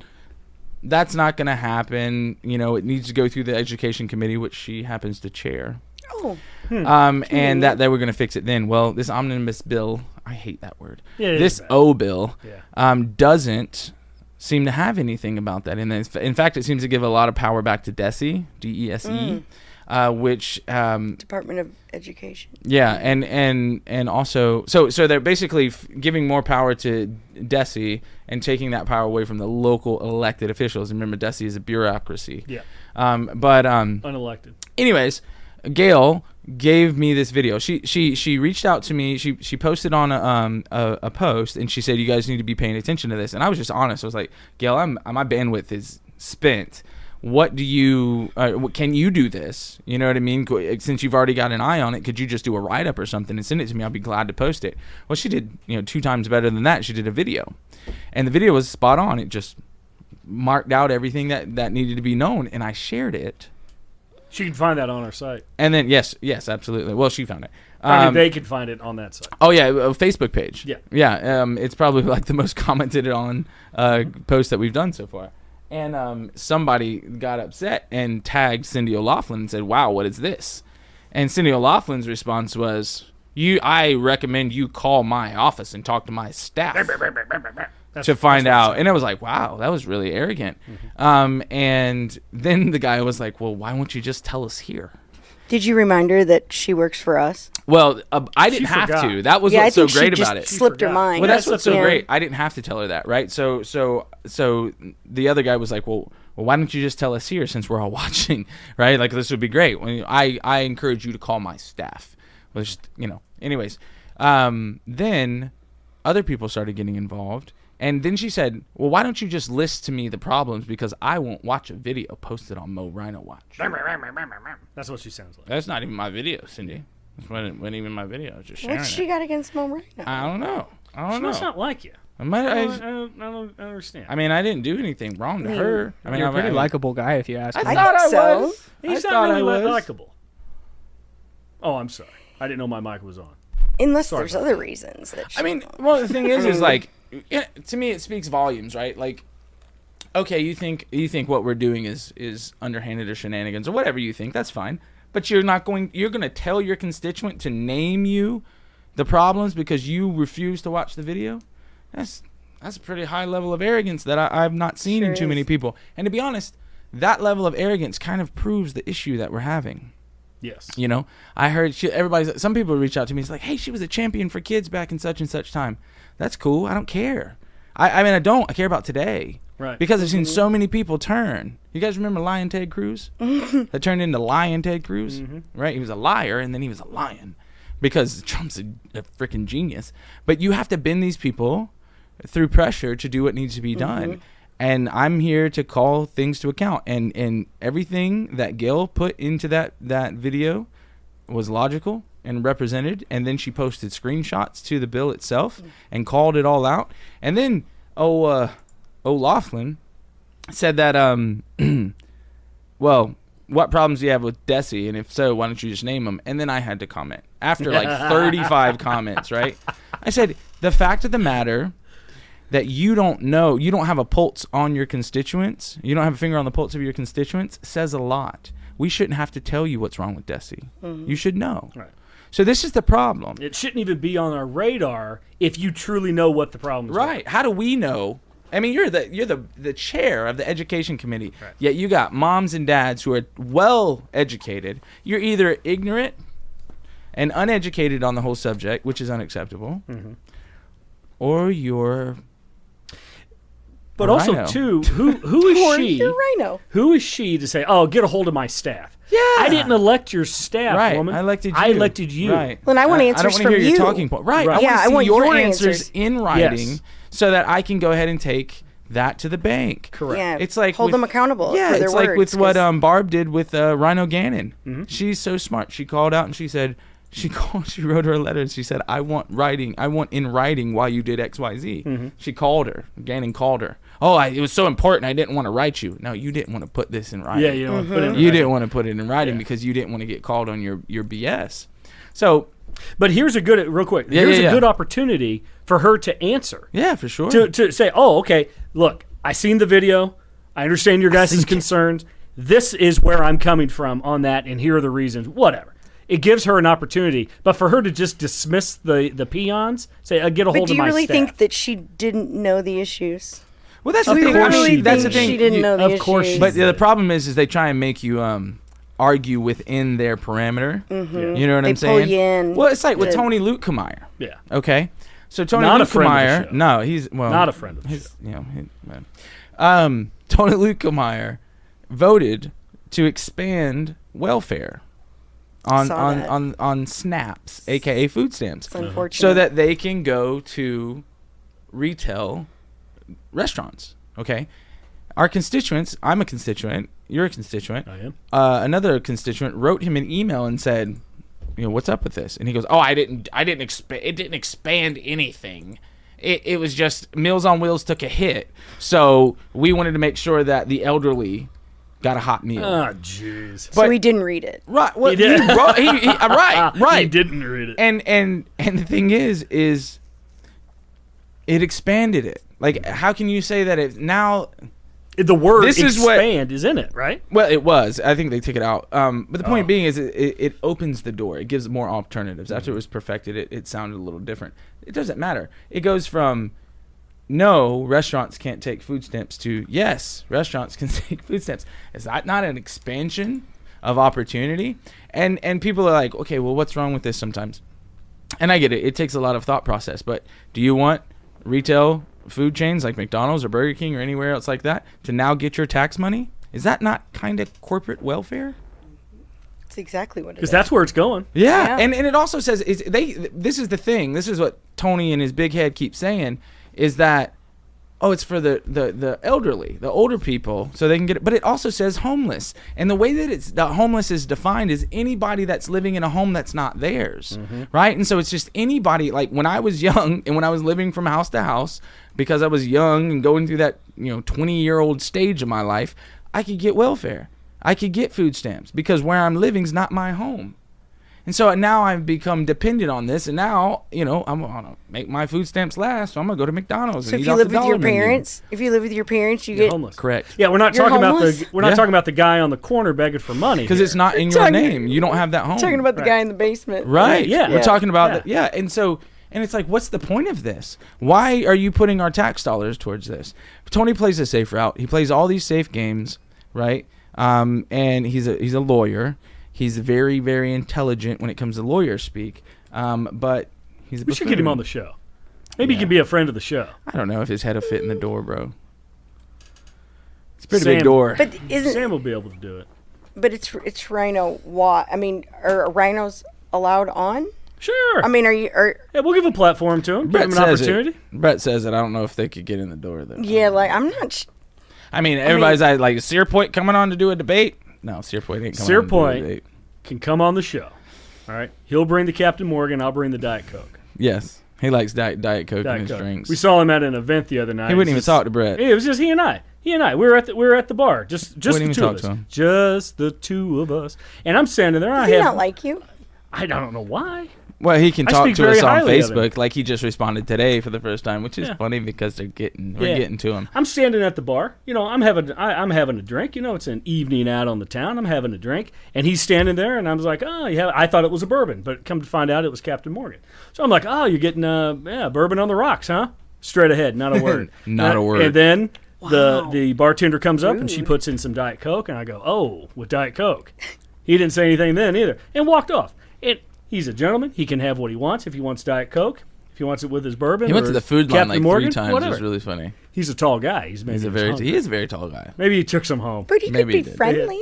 [SPEAKER 1] "That's not going to happen. You know, it needs to go through the education committee, which she happens to chair,
[SPEAKER 3] Oh,
[SPEAKER 2] Hmm.
[SPEAKER 1] um, and that they were going to fix it then." Well, this omnibus bill, I hate that word.
[SPEAKER 2] Yeah, it
[SPEAKER 1] this
[SPEAKER 2] is bad.
[SPEAKER 1] O bill
[SPEAKER 2] Yeah.
[SPEAKER 1] um, doesn't seem to have anything about that in it. In fact, it seems to give a lot of power back to DESE, D E S
[SPEAKER 2] Hmm.
[SPEAKER 1] E. Uh, which um,
[SPEAKER 3] Department of Education.
[SPEAKER 1] yeah, and and and also, so so they're basically f- giving more power to Desi and taking that power away from the local elected officials. And remember, Desi is a bureaucracy.
[SPEAKER 2] Yeah.
[SPEAKER 1] Um, but um,
[SPEAKER 2] Unelected.
[SPEAKER 1] anyways, Gail gave me this video. She she she reached out to me. She she posted on a, um a, a post and she said, "You guys need to be paying attention to this." And I was just honest. I was like, "Gail, I'm uh, my bandwidth is spent. What do you? Uh, what- can you do this? You know what I mean? Qu- Since you've already got an eye on it, could you just do a write up or something and send it to me? I'll be glad to post it." Well, she did you know two times better than that. She did a video, and the video was spot on. It just marked out everything that that needed to be known, and I shared it.
[SPEAKER 2] She can find that on our site.
[SPEAKER 1] And then yes, yes, absolutely. Well, she found it.
[SPEAKER 2] I mean,
[SPEAKER 1] Um,
[SPEAKER 2] they can find it on that site.
[SPEAKER 1] oh yeah, a Facebook page.
[SPEAKER 2] Yeah.
[SPEAKER 1] yeah. Um, it's probably like the most commented on uh, post that we've done so far. And um, somebody got upset and tagged Cindy O'Laughlin and said, "Wow, what is this?" And Cindy O'Loughlin's response was, "You, I recommend you call my office and talk to my staff."
[SPEAKER 2] That's-
[SPEAKER 1] to find
[SPEAKER 2] that's Mm-hmm. what
[SPEAKER 1] out. And I was like, wow, that was really arrogant. Um, and then the guy was like, well, why won't you just tell us here?
[SPEAKER 3] Did you remind her that she works for us?
[SPEAKER 1] Well, uh, I didn't have
[SPEAKER 2] forgot.
[SPEAKER 1] to. That was
[SPEAKER 3] yeah, I
[SPEAKER 1] what's so
[SPEAKER 3] think she
[SPEAKER 1] great
[SPEAKER 3] just
[SPEAKER 1] about it.
[SPEAKER 3] slipped her
[SPEAKER 2] forgot.
[SPEAKER 3] mind.
[SPEAKER 1] Well, that's what's so
[SPEAKER 3] yeah.
[SPEAKER 1] great. I didn't have to tell her that, right? So, so, so the other guy was like, "Well, well, why don't you just tell us here since we're all watching, right? Like this would be great. When I, I encourage you to call my staff, which you know. Anyways, um, then other people started getting involved, and then she said, "Well, why don't you just list to me the problems because I won't watch a video posted on Mo Rhino Watch.
[SPEAKER 2] That's what she sounds like.
[SPEAKER 1] That's not even my video, Cindy. That's not wasn't even my video. I was just sharing
[SPEAKER 3] What's she
[SPEAKER 1] it.
[SPEAKER 3] got against Mo Rhino?
[SPEAKER 1] I don't know." I
[SPEAKER 2] She
[SPEAKER 1] don't
[SPEAKER 2] must
[SPEAKER 1] know.
[SPEAKER 2] not like you.
[SPEAKER 1] I might-
[SPEAKER 2] I
[SPEAKER 1] I-
[SPEAKER 2] don't, I don't, I don't understand.
[SPEAKER 1] I mean, I didn't do anything wrong to her. I mean,
[SPEAKER 4] You're a
[SPEAKER 1] I,
[SPEAKER 4] pretty
[SPEAKER 1] I,
[SPEAKER 4] likable guy if you ask
[SPEAKER 1] I
[SPEAKER 4] me.
[SPEAKER 1] thought I
[SPEAKER 3] think so.
[SPEAKER 1] was.
[SPEAKER 2] He's
[SPEAKER 1] I
[SPEAKER 2] not
[SPEAKER 1] thought
[SPEAKER 2] really
[SPEAKER 1] I
[SPEAKER 2] li-
[SPEAKER 1] was.
[SPEAKER 2] likable. Oh, I'm sorry. I didn't know my mic was on.
[SPEAKER 3] Unless
[SPEAKER 2] Sorry
[SPEAKER 3] there's
[SPEAKER 2] about
[SPEAKER 3] other reasons that she
[SPEAKER 1] I mean, well, the thing is, is like, yeah, to me, it speaks volumes, right? Like, okay, you think you think what we're doing is is underhanded or shenanigans or whatever you think. That's fine, but you're not going. You're going to tell your constituent to name you the problems because you refuse to watch the video. That's that's a pretty high level of arrogance that I, I've not seen in
[SPEAKER 3] Sure
[SPEAKER 1] too many
[SPEAKER 3] is.
[SPEAKER 1] people. And to be honest, that level of arrogance kind of proves the issue that we're having.
[SPEAKER 2] Yes.
[SPEAKER 1] You know, I heard she, everybody's. Some people reach out to me. It's like, hey, she was a champion for kids back in such and such time. That's cool. I don't care. I, I mean, I don't. I care about today.
[SPEAKER 2] Right.
[SPEAKER 1] Because I've seen so many people turn. You guys remember Lion Ted Cruz? that turned into Lion Ted Cruz, right? He was a liar, and then he was a lion because Trump's a, a freaking genius. But you have to bend these people through pressure to do what needs to be done. And I'm here to call things to account. And and everything that Gail put into that that video was logical and represented. And then she posted screenshots to the bill itself and called it all out. And then oh uh, O'Laughlin said that um well, what problems do you have with Desi? And if so, why don't you just name them? And then I had to comment after like 35 comments, right? I said, the fact of the matter that you don't know, you don't have a pulse on your constituents, you don't have a finger on the pulse of your constituents says a lot. We shouldn't have to tell you what's wrong with Desi. You should know.
[SPEAKER 2] Right.
[SPEAKER 1] So this is the problem.
[SPEAKER 2] It shouldn't even be on our radar if you truly know what the problem is.
[SPEAKER 1] Right. How do we know? I mean, you're the you're the the chair of the education committee. Yet you got moms and dads who are well educated. You're either ignorant and uneducated on the whole subject, which is unacceptable, or you're
[SPEAKER 2] But
[SPEAKER 1] Or
[SPEAKER 2] also,
[SPEAKER 1] rhino.
[SPEAKER 2] too, who who is
[SPEAKER 3] Or
[SPEAKER 2] she?
[SPEAKER 3] your rhino.
[SPEAKER 2] Who is she to say, "Oh, get a hold of my staff"?
[SPEAKER 1] Yeah.
[SPEAKER 2] I didn't elect your staff,
[SPEAKER 1] Right.
[SPEAKER 2] woman.
[SPEAKER 1] I elected you.
[SPEAKER 2] I elected you.
[SPEAKER 1] Right.
[SPEAKER 3] Then I want
[SPEAKER 1] I
[SPEAKER 3] answers
[SPEAKER 1] don't wanna
[SPEAKER 3] from
[SPEAKER 1] hear your
[SPEAKER 3] you.
[SPEAKER 1] talking point. Right.
[SPEAKER 2] Right.
[SPEAKER 1] I
[SPEAKER 3] Yeah,
[SPEAKER 1] want to
[SPEAKER 3] I
[SPEAKER 1] see
[SPEAKER 3] want
[SPEAKER 1] your,
[SPEAKER 3] your
[SPEAKER 1] answers,
[SPEAKER 3] answers.
[SPEAKER 1] in writing
[SPEAKER 2] Yes.
[SPEAKER 1] so that I can go ahead and take that to the bank.
[SPEAKER 2] Correct.
[SPEAKER 3] Yeah,
[SPEAKER 1] It's like
[SPEAKER 3] hold
[SPEAKER 1] with-
[SPEAKER 3] them accountable.
[SPEAKER 1] Yeah,
[SPEAKER 3] for their
[SPEAKER 1] it's like
[SPEAKER 3] words,
[SPEAKER 1] with what
[SPEAKER 3] 'cause- Mm-hmm.
[SPEAKER 1] um, Barb did with uh, Rhino Gannon. She's so smart. She called out and she said she called. She wrote her a letter and she said, "I want writing. I want in writing why you did X, Y, Z."
[SPEAKER 3] Mm-hmm.
[SPEAKER 1] She called her. Gannon called her. Oh, I, it was so important. I didn't want to write you. No, you didn't want to put this in writing.
[SPEAKER 2] Yeah, you know, put in
[SPEAKER 1] Mm-hmm. You
[SPEAKER 2] writing.
[SPEAKER 1] didn't want to put it in writing because you didn't want to get called on your your BS. So
[SPEAKER 2] But here's a good real quick.
[SPEAKER 1] Yeah,
[SPEAKER 2] here's
[SPEAKER 1] yeah,
[SPEAKER 2] a
[SPEAKER 1] yeah.
[SPEAKER 2] good opportunity for her to answer.
[SPEAKER 1] yeah, for sure.
[SPEAKER 2] To to say, "Oh, okay. Look, I seen the video. I understand your guys' concerns. This is where I'm coming from on that and here are the reasons." Whatever. It gives her an opportunity, but for her to just dismiss the the peons, say, uh, "Get a
[SPEAKER 3] But
[SPEAKER 2] hold
[SPEAKER 3] do
[SPEAKER 2] of
[SPEAKER 3] you
[SPEAKER 2] my
[SPEAKER 3] really
[SPEAKER 2] staff."
[SPEAKER 3] think that she didn't know the issues?
[SPEAKER 1] well, that's
[SPEAKER 3] Do
[SPEAKER 1] the
[SPEAKER 3] you
[SPEAKER 1] thing.
[SPEAKER 2] course
[SPEAKER 1] I
[SPEAKER 3] really
[SPEAKER 1] mean,
[SPEAKER 2] she
[SPEAKER 1] that's
[SPEAKER 3] think
[SPEAKER 1] the thing.
[SPEAKER 3] She didn't
[SPEAKER 1] You-
[SPEAKER 3] know the
[SPEAKER 2] of course she
[SPEAKER 3] issues.
[SPEAKER 1] But
[SPEAKER 2] did.
[SPEAKER 1] yeah, the problem is, is they try and make you um, argue within their parameter. You know what
[SPEAKER 3] Mm-hmm. They
[SPEAKER 1] I'm
[SPEAKER 3] pull
[SPEAKER 1] saying?
[SPEAKER 3] you in.
[SPEAKER 1] Well, it's like with
[SPEAKER 3] Yeah.
[SPEAKER 1] Tony Lukemeyer.
[SPEAKER 2] Yeah.
[SPEAKER 1] Okay, so Tony
[SPEAKER 2] Not a friend of the
[SPEAKER 1] Lukemeyer.
[SPEAKER 2] show.
[SPEAKER 1] No, he's well,
[SPEAKER 2] Not a friend of the
[SPEAKER 1] his, you know, he- well. um, Tony Lukemeyer voted to expand welfare on
[SPEAKER 3] Saw
[SPEAKER 1] on,
[SPEAKER 3] that.
[SPEAKER 1] on on snaps, aka food stamps
[SPEAKER 3] It's
[SPEAKER 2] Uh-huh.
[SPEAKER 3] unfortunate.
[SPEAKER 1] so that they can go to retail restaurants. Okay, our constituents. I'm a constituent. You're a constituent.
[SPEAKER 2] I am.
[SPEAKER 1] Uh, another constituent wrote him an email and said, "You know what's up with this?" And he goes, "Oh, I didn't. I didn't expand. It didn't expand anything." It, it was just Meals on Wheels took a hit, so we wanted to make sure that the elderly got a hot meal.
[SPEAKER 2] Ah, jeez.
[SPEAKER 3] so
[SPEAKER 1] but-
[SPEAKER 3] he didn't read it.
[SPEAKER 1] right? Well,
[SPEAKER 2] He
[SPEAKER 1] he
[SPEAKER 2] did.
[SPEAKER 1] wrote, he, he, uh, right, right.
[SPEAKER 2] He didn't read it.
[SPEAKER 1] and and and the thing is is it expanded it like how can you say that it now
[SPEAKER 2] the word
[SPEAKER 1] This is what-
[SPEAKER 2] expand is in it, right?
[SPEAKER 1] well it was i think they took it out um, but the point being is it, it, it opens the door it gives more alternatives after it was perfected it, it sounded a little different it doesn't matter it goes from no restaurants can't take food stamps to yes restaurants can take food stamps is that not an expansion of opportunity and and people are like okay well what's wrong with this sometimes and I get it. It takes a lot of thought process, but do you want retail food chains like McDonald's or Burger King or anywhere else like that to now get your tax money? Is that not kind of corporate welfare?
[SPEAKER 3] It's exactly what it
[SPEAKER 2] Because
[SPEAKER 3] is.
[SPEAKER 2] that's where it's going.
[SPEAKER 1] Yeah.
[SPEAKER 3] Yeah.
[SPEAKER 1] And and it also says is they this is the thing. This is what Tony and his big head keep saying is that oh it's for the the the elderly, the older people so they can get it. But it also says homeless. And the way that it's that homeless is defined is anybody that's living in a home that's not theirs. Right? And so it's just anybody like when I was young and when I was living from house to house because I was young and going through that, you know, 20-year-old stage of my life, I could get welfare. I could get food stamps because where I'm living is not my home. And so now I've become dependent on this, and now you know I'm gonna make my food stamps last, so I'm gonna go to McDonald's. and
[SPEAKER 3] So if
[SPEAKER 1] eat
[SPEAKER 3] you
[SPEAKER 1] off
[SPEAKER 3] live
[SPEAKER 1] the
[SPEAKER 3] with your
[SPEAKER 1] dollar menu.
[SPEAKER 3] parents, if you live with your parents, you
[SPEAKER 2] You're
[SPEAKER 3] get
[SPEAKER 2] homeless.
[SPEAKER 1] correct?
[SPEAKER 2] Yeah, we're not
[SPEAKER 3] You're
[SPEAKER 2] talking about
[SPEAKER 3] homeless?
[SPEAKER 2] the we're not
[SPEAKER 1] Yeah.
[SPEAKER 2] talking about the guy on the corner begging for money
[SPEAKER 1] because it's
[SPEAKER 2] here.
[SPEAKER 1] not in your
[SPEAKER 3] Talking-
[SPEAKER 1] name. You don't have that home.
[SPEAKER 3] talking about the guy in the basement.
[SPEAKER 1] right?
[SPEAKER 2] Yeah.
[SPEAKER 1] we're talking about
[SPEAKER 2] Yeah.
[SPEAKER 1] that. Yeah, and so and it's like, what's the point of this? Why are you putting our tax dollars towards this? Tony plays a safe route. He plays all these safe games, right? Um, and he's a he's a lawyer. He's very very intelligent when it comes to lawyer speak. Um, but he's a
[SPEAKER 2] We should get him
[SPEAKER 1] buffoon.
[SPEAKER 2] on the show. Maybe he
[SPEAKER 1] Yeah.
[SPEAKER 2] can be a friend of the show.
[SPEAKER 1] I don't know if his head will fit in the door, bro. It's a pretty
[SPEAKER 2] Sam-
[SPEAKER 1] big door.
[SPEAKER 3] But isn't
[SPEAKER 2] Sam will be able to do it.
[SPEAKER 3] but it's it's rhino wa I mean, are rhinos allowed on?
[SPEAKER 2] Sure.
[SPEAKER 3] I mean, are you are
[SPEAKER 2] yeah, we'll give a platform to him. Give
[SPEAKER 1] Brett
[SPEAKER 2] him an
[SPEAKER 1] says
[SPEAKER 2] opportunity.
[SPEAKER 1] it. Brett says it. I don't know if they could get in the door though.
[SPEAKER 3] yeah, like I'm not sh-
[SPEAKER 1] I mean, everybody's like, like, is Searpoint coming on to do a debate? No, Searpoint ain't coming. On to do
[SPEAKER 2] Searpoint.
[SPEAKER 1] a debate.
[SPEAKER 2] Can come on the show. All right. He'll bring the Captain Morgan. I'll bring the Diet Coke.
[SPEAKER 1] Yes, he likes diet diet coke and
[SPEAKER 2] Diet
[SPEAKER 1] his
[SPEAKER 2] Coke.
[SPEAKER 1] drinks.
[SPEAKER 2] We saw him at an event the other night.
[SPEAKER 1] he wouldn't even
[SPEAKER 2] It's
[SPEAKER 1] talk
[SPEAKER 2] just-
[SPEAKER 1] to Brett.
[SPEAKER 2] It was just he and I. He and I. We were at the we were at the bar. Just just
[SPEAKER 1] Wouldn't
[SPEAKER 2] the
[SPEAKER 1] even
[SPEAKER 2] two of
[SPEAKER 1] talk
[SPEAKER 2] us.
[SPEAKER 1] to him.
[SPEAKER 2] Just the two of us. And I'm standing there. I
[SPEAKER 3] does he
[SPEAKER 2] have.
[SPEAKER 3] not like you?
[SPEAKER 2] I don't know why.
[SPEAKER 1] Well, he can
[SPEAKER 2] I
[SPEAKER 1] talk
[SPEAKER 2] speak
[SPEAKER 1] to us
[SPEAKER 2] very
[SPEAKER 1] on
[SPEAKER 2] highly of him.
[SPEAKER 1] Facebook. Like he just responded today for the first time, which is
[SPEAKER 2] Yeah.
[SPEAKER 1] funny because they're getting we're
[SPEAKER 2] Yeah.
[SPEAKER 1] getting to him.
[SPEAKER 2] I'm standing at the bar. You know, I'm having I, I'm having a drink. You know, it's an evening out on the town. I'm having a drink, and he's standing there, and I was like, oh, you have, I thought it was a bourbon, but come to find out, it was Captain Morgan. So I'm like, oh, you're getting uh, yeah, bourbon on the rocks, huh? Straight ahead, not a word,
[SPEAKER 1] Not a
[SPEAKER 2] And-
[SPEAKER 1] word.
[SPEAKER 2] And then the the bartender comes up and she puts in some Diet Coke, and I go, oh, with Diet Coke. He didn't say anything then either, and walked off. And he's a gentleman. He can have what he wants if he wants Diet Coke. If he wants it with his bourbon,
[SPEAKER 1] He went
[SPEAKER 2] or
[SPEAKER 1] to the food line
[SPEAKER 2] Captain
[SPEAKER 1] like
[SPEAKER 2] Morgan,
[SPEAKER 1] three times. It
[SPEAKER 2] Whatever.
[SPEAKER 1] was really funny.
[SPEAKER 2] He's a tall guy. He's maybe
[SPEAKER 1] He's a
[SPEAKER 2] just
[SPEAKER 1] very
[SPEAKER 2] hungry.
[SPEAKER 1] he is a very tall guy.
[SPEAKER 2] Maybe he took some home.
[SPEAKER 3] But he
[SPEAKER 1] Maybe he
[SPEAKER 3] could
[SPEAKER 1] did.
[SPEAKER 3] be friendly.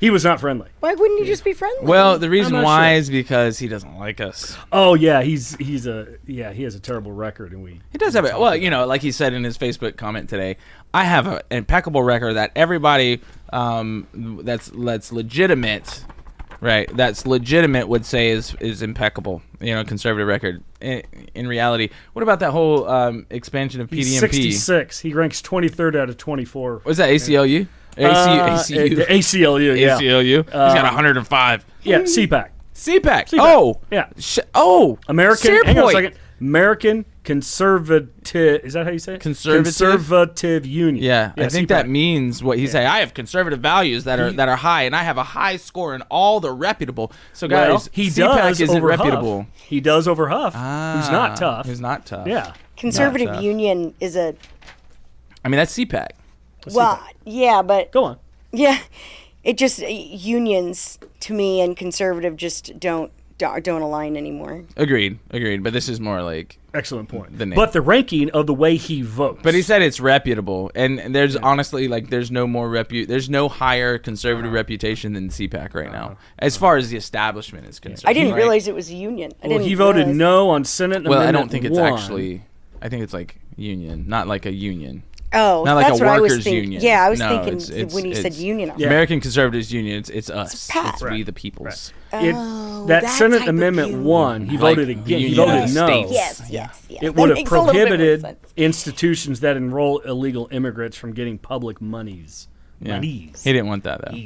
[SPEAKER 2] He was not friendly.
[SPEAKER 3] Why wouldn't you just be friendly?
[SPEAKER 1] Well, the reason
[SPEAKER 2] not
[SPEAKER 1] why
[SPEAKER 2] sure.
[SPEAKER 1] is because he doesn't like us.
[SPEAKER 2] Oh yeah, he's he's a yeah he has a terrible record, and we
[SPEAKER 1] He does have a well, you know, like he said in his Facebook comment today. I have a, an impeccable record that everybody um, that's that's legitimate, right? That's legitimate would say is is impeccable. You know, conservative record. In, in reality, what about that whole um, expansion of
[SPEAKER 2] he's
[SPEAKER 1] PDMP?
[SPEAKER 2] 66. He ranks 23rd out of 24.
[SPEAKER 1] Was that ACLU? ACU,
[SPEAKER 2] Uh, the
[SPEAKER 1] ACU,
[SPEAKER 2] ACLU, yeah,
[SPEAKER 1] ACLU. He's got 105.
[SPEAKER 2] yeah, CPAC,
[SPEAKER 1] CPAC. Oh,
[SPEAKER 2] yeah,
[SPEAKER 1] sh- oh,
[SPEAKER 2] American. Hang on a
[SPEAKER 1] Searpoint.
[SPEAKER 2] second. American Conservative. Is that how you say it?
[SPEAKER 1] Conservative?
[SPEAKER 2] Conservative Union.
[SPEAKER 1] Yeah, I think
[SPEAKER 2] CPAC.
[SPEAKER 1] that means what he's saying. I have conservative values that are that are high, and I have a high score in all the reputable. So guys,
[SPEAKER 2] Well, he
[SPEAKER 1] CPAC
[SPEAKER 2] does
[SPEAKER 1] isn't
[SPEAKER 2] over Huff.
[SPEAKER 1] reputable.
[SPEAKER 2] He does over Huff, who's
[SPEAKER 1] Ah,
[SPEAKER 2] not tough.
[SPEAKER 1] Who's not tough?
[SPEAKER 2] Yeah,
[SPEAKER 3] Conservative
[SPEAKER 1] Not, uh,
[SPEAKER 3] Union is a
[SPEAKER 1] I mean that's CPAC.
[SPEAKER 3] well, yeah, but
[SPEAKER 2] go on.
[SPEAKER 3] yeah, it just unions to me and conservative just don't don't don't align anymore.
[SPEAKER 1] Agreed, agreed. But this is more like.
[SPEAKER 2] Excellent point.
[SPEAKER 1] The name.
[SPEAKER 2] But the ranking of the way he votes.
[SPEAKER 1] But he said it's reputable, and and there's honestly like there's no more repu- there's no higher
[SPEAKER 2] Uh-huh.
[SPEAKER 1] conservative reputation than CPAC right now, as far as the establishment is concerned.
[SPEAKER 3] I didn't
[SPEAKER 1] right?
[SPEAKER 3] realize it was a union. I
[SPEAKER 2] well,
[SPEAKER 3] didn't
[SPEAKER 2] he voted
[SPEAKER 3] realize-
[SPEAKER 2] no on Senate.
[SPEAKER 1] Well, I don't
[SPEAKER 2] Amendment
[SPEAKER 1] think it's
[SPEAKER 2] one.
[SPEAKER 1] actually. I think it's like union, not like a union.
[SPEAKER 3] Oh,
[SPEAKER 1] Not like
[SPEAKER 3] that's
[SPEAKER 1] a
[SPEAKER 3] what I was
[SPEAKER 1] workers'
[SPEAKER 3] thinking.
[SPEAKER 1] union.
[SPEAKER 3] Yeah, I was
[SPEAKER 1] No,
[SPEAKER 3] thinking
[SPEAKER 1] it's- it's-
[SPEAKER 3] when you said
[SPEAKER 1] it's-
[SPEAKER 3] union.
[SPEAKER 2] Yeah.
[SPEAKER 1] American Conservatives Union, it's, it's us. It's,
[SPEAKER 3] PAC.
[SPEAKER 1] we
[SPEAKER 2] Right.
[SPEAKER 1] the peoples.
[SPEAKER 2] It-
[SPEAKER 3] Oh,
[SPEAKER 2] that
[SPEAKER 3] that
[SPEAKER 2] Senate
[SPEAKER 3] type of
[SPEAKER 2] Amendment
[SPEAKER 3] union.
[SPEAKER 2] one, he
[SPEAKER 1] Like
[SPEAKER 2] voted again. He
[SPEAKER 1] union
[SPEAKER 2] voted
[SPEAKER 1] of
[SPEAKER 2] no.
[SPEAKER 1] states.
[SPEAKER 3] Yes, yes, yes.
[SPEAKER 2] It
[SPEAKER 3] That
[SPEAKER 2] would have
[SPEAKER 3] makes a little bit more
[SPEAKER 2] prohibited
[SPEAKER 3] sense.
[SPEAKER 2] institutions that enroll illegal immigrants from getting public monies.
[SPEAKER 1] Yeah.
[SPEAKER 2] Monies.
[SPEAKER 1] He didn't want that though.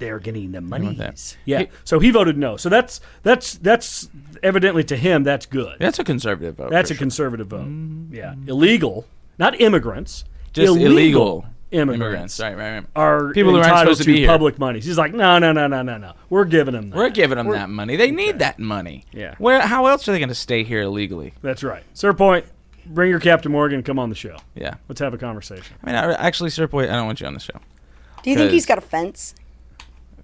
[SPEAKER 2] They're getting the
[SPEAKER 1] that.
[SPEAKER 2] monies. Yeah.
[SPEAKER 1] He-
[SPEAKER 2] so he voted no. So that's that's that's evidently to him that's good.
[SPEAKER 1] That's a conservative vote.
[SPEAKER 2] that's
[SPEAKER 1] for sure.
[SPEAKER 2] a
[SPEAKER 1] Mm-hmm.
[SPEAKER 2] conservative vote. Yeah. Illegal, not immigrants.
[SPEAKER 1] just illegal,
[SPEAKER 2] immigrants.
[SPEAKER 1] immigrants. Right, right, right.
[SPEAKER 2] Are
[SPEAKER 1] People who aren't
[SPEAKER 2] entitled
[SPEAKER 1] supposed to be here.
[SPEAKER 2] public monies. He's like, no, no, no, no, no, no. We're giving them. That.
[SPEAKER 1] We're giving them that money. They need that money.
[SPEAKER 2] Yeah.
[SPEAKER 1] Where? How else are they going to stay here illegally?
[SPEAKER 2] That's right. Sir Point, bring your Captain Morgan. Come on the show.
[SPEAKER 1] Yeah.
[SPEAKER 2] Let's have a conversation.
[SPEAKER 1] I mean, I, actually, Sir Boy, I don't want you on the show.
[SPEAKER 3] Do you think
[SPEAKER 1] Because-
[SPEAKER 3] he's got a fence?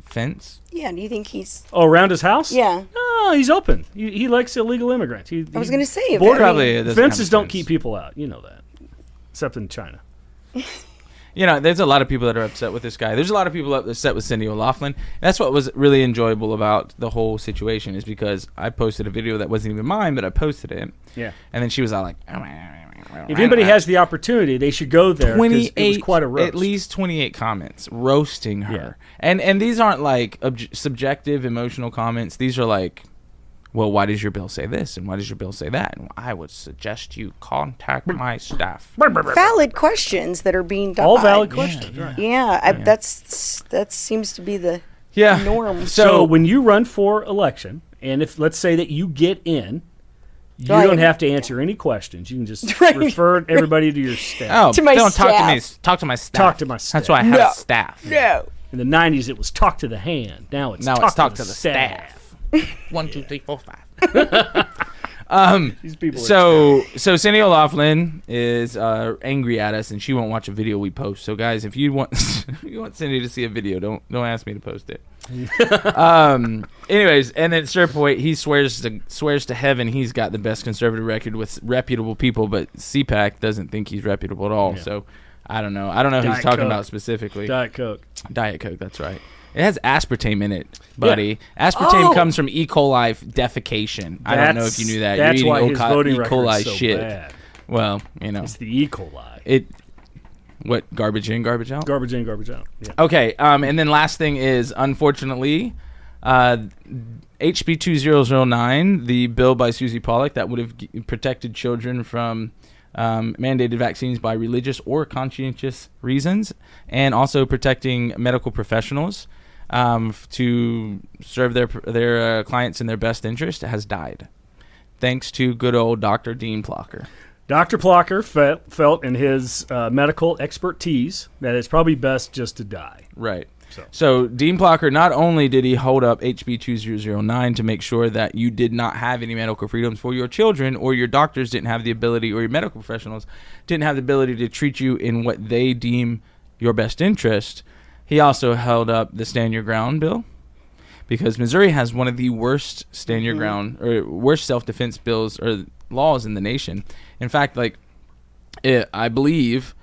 [SPEAKER 1] Fence.
[SPEAKER 3] Yeah. Do you think he's?
[SPEAKER 2] Oh, around his house?
[SPEAKER 3] Yeah.
[SPEAKER 2] Oh, he's open. He, he likes illegal immigrants. He,
[SPEAKER 3] I was gonna say. if-
[SPEAKER 2] Border-
[SPEAKER 3] I mean,
[SPEAKER 1] Probably doesn't have
[SPEAKER 2] fences
[SPEAKER 1] a
[SPEAKER 2] don't
[SPEAKER 1] fence.
[SPEAKER 2] keep people out. You know that, except in China.
[SPEAKER 1] You know, there's a lot of people that are upset with this guy. There's a lot of people upset with Cindy O'Laughlin. That's what was really enjoyable about the whole situation is because I posted a video that wasn't even mine, but I posted it.
[SPEAKER 2] Yeah.
[SPEAKER 1] And then she was all like, "Oh,
[SPEAKER 2] If anybody has the opportunity, they should go there. 'cause
[SPEAKER 1] twenty
[SPEAKER 2] It was
[SPEAKER 1] eight,
[SPEAKER 2] quite a roast.
[SPEAKER 1] at least twenty eight comments roasting her, and and these aren't like obj- subjective emotional comments. These are like, well, why does your bill say this, and why does your bill say that? And I would suggest you contact my staff.
[SPEAKER 3] valid questions that are being done.
[SPEAKER 2] All valid questions. right.
[SPEAKER 3] Yeah, I, that's that seems to be the
[SPEAKER 1] Yeah,
[SPEAKER 3] Norm.
[SPEAKER 1] So,
[SPEAKER 2] So, when you run for election, and if let's say that you get in, you
[SPEAKER 3] Right.
[SPEAKER 2] don't have to answer any questions. You can just
[SPEAKER 3] Right.
[SPEAKER 2] refer everybody to your staff.
[SPEAKER 1] oh,
[SPEAKER 3] To my
[SPEAKER 1] don't talk to
[SPEAKER 3] staff.
[SPEAKER 1] me. s- Talk to my staff.
[SPEAKER 2] Talk to my
[SPEAKER 1] That's
[SPEAKER 2] staff.
[SPEAKER 1] why I have
[SPEAKER 3] No.
[SPEAKER 1] a staff.
[SPEAKER 3] no.
[SPEAKER 2] In the '90s, it was talk to the hand. Now it's
[SPEAKER 1] Oh. Now
[SPEAKER 2] talk
[SPEAKER 1] it's talk
[SPEAKER 2] to the staff.
[SPEAKER 1] One, two, three, four, five.
[SPEAKER 2] These people. are
[SPEAKER 1] So, so Cindy O'Laughlin is uh, angry at us, and she won't watch a video we post. So, guys, if you want, if you want Cindy to see a video, don't don't ask me to post it. um. Anyways, and then Sir Point, he swears to swears to heaven he's got the best conservative record with reputable people, but CPAC doesn't think he's reputable at all. So, I don't know. I don't know who he's
[SPEAKER 2] Diet
[SPEAKER 1] talking
[SPEAKER 2] Coke.
[SPEAKER 1] about specifically.
[SPEAKER 2] Diet Coke.
[SPEAKER 1] Diet Coke. That's right. It has aspartame in it, buddy. Aspartame
[SPEAKER 2] Oh!
[SPEAKER 1] comes from E. coli f- defecation. I don't know if
[SPEAKER 2] That's-
[SPEAKER 1] you knew that.
[SPEAKER 2] That's
[SPEAKER 1] You're
[SPEAKER 2] why
[SPEAKER 1] eating
[SPEAKER 2] his
[SPEAKER 1] O-
[SPEAKER 2] voting
[SPEAKER 1] E.
[SPEAKER 2] record's
[SPEAKER 1] coli
[SPEAKER 2] so
[SPEAKER 1] shit.
[SPEAKER 2] bad.
[SPEAKER 1] Well, you know
[SPEAKER 2] It's the E. coli.
[SPEAKER 1] it. What garbage in, garbage out.
[SPEAKER 2] Garbage in, garbage out. Yeah.
[SPEAKER 1] okay. Um, and then last thing is, unfortunately, uh, HB two zero zero nine, the bill by Susie Pollock that would have g- protected children from. Um, mandated vaccines by religious or conscientious reasons, and also protecting medical professionals um, f- to serve their their uh, clients in their best interest, has died, thanks to good old Dr. Dean Plocker.
[SPEAKER 2] Dr. Plocker fe- felt in his uh, medical expertise that it's probably best just to die.
[SPEAKER 1] Right. So.
[SPEAKER 2] So-
[SPEAKER 1] Dean Plocker, not only did he hold up HB 2009 to make sure that you did not have any medical freedoms for your children, or your doctors didn't have the ability, or your medical professionals didn't have the ability to treat you in what they deem your best interest, he also held up the Stand Your Ground bill because Missouri has one of the worst stand your ground or worst self defense bills or laws in the nation. In fact, like it, I believe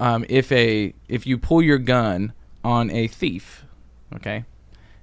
[SPEAKER 1] um, if a if you pull your gun on a thief, okay,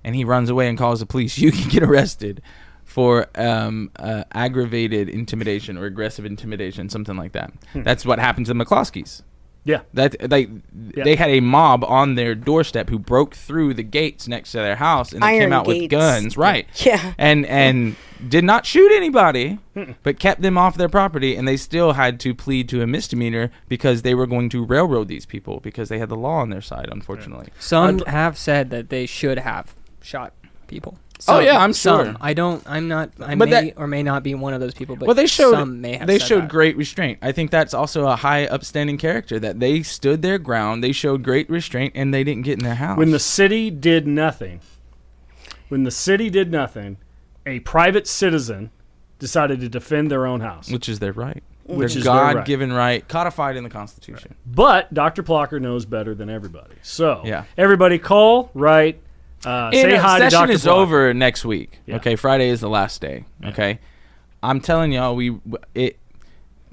[SPEAKER 1] and he runs away and calls the police, you can get arrested for um, uh, aggravated intimidation or aggressive intimidation, something like that. That's what happened to the McCloskeys.
[SPEAKER 2] Yeah.
[SPEAKER 1] That they
[SPEAKER 2] Yeah.
[SPEAKER 1] they had a mob on their doorstep who broke through the gates next to their house and they
[SPEAKER 3] Iron
[SPEAKER 1] came out with
[SPEAKER 3] gates.
[SPEAKER 1] guns, right?
[SPEAKER 3] Yeah.
[SPEAKER 1] And and did not shoot anybody, but kept them off their property, and they still had to plead to a misdemeanor because they were going to railroad these people because they had the law on their side, unfortunately.
[SPEAKER 4] Some have said that they should have shot people.
[SPEAKER 1] Oh,
[SPEAKER 4] Some-
[SPEAKER 1] yeah, I'm
[SPEAKER 4] some.
[SPEAKER 1] sure.
[SPEAKER 4] I don't. I'm not. I
[SPEAKER 1] But
[SPEAKER 4] may
[SPEAKER 1] that-
[SPEAKER 4] or may not be one of those people. But
[SPEAKER 1] well, they showed
[SPEAKER 4] Some may have
[SPEAKER 1] they
[SPEAKER 4] said
[SPEAKER 1] showed
[SPEAKER 4] that.
[SPEAKER 1] great restraint. I think that's also a high, upstanding character that they stood their ground. They showed great restraint, and they didn't get in their house.
[SPEAKER 2] When the city did nothing, when the city did nothing, a private citizen decided to defend their own house.
[SPEAKER 1] which is their right,
[SPEAKER 2] Which
[SPEAKER 1] their
[SPEAKER 2] is their right.
[SPEAKER 1] God-given right. codified in the Constitution.
[SPEAKER 2] But Dr. Plucker knows better than everybody. So
[SPEAKER 1] Yeah.
[SPEAKER 2] everybody call, write, uh,
[SPEAKER 1] And,
[SPEAKER 2] say
[SPEAKER 1] uh,
[SPEAKER 2] hi to
[SPEAKER 1] session
[SPEAKER 2] Dr.
[SPEAKER 1] is
[SPEAKER 2] Plucker.
[SPEAKER 1] over next week.
[SPEAKER 2] Yeah.
[SPEAKER 1] Okay, Friday is the last day. Okay, I'm telling y'all, we it.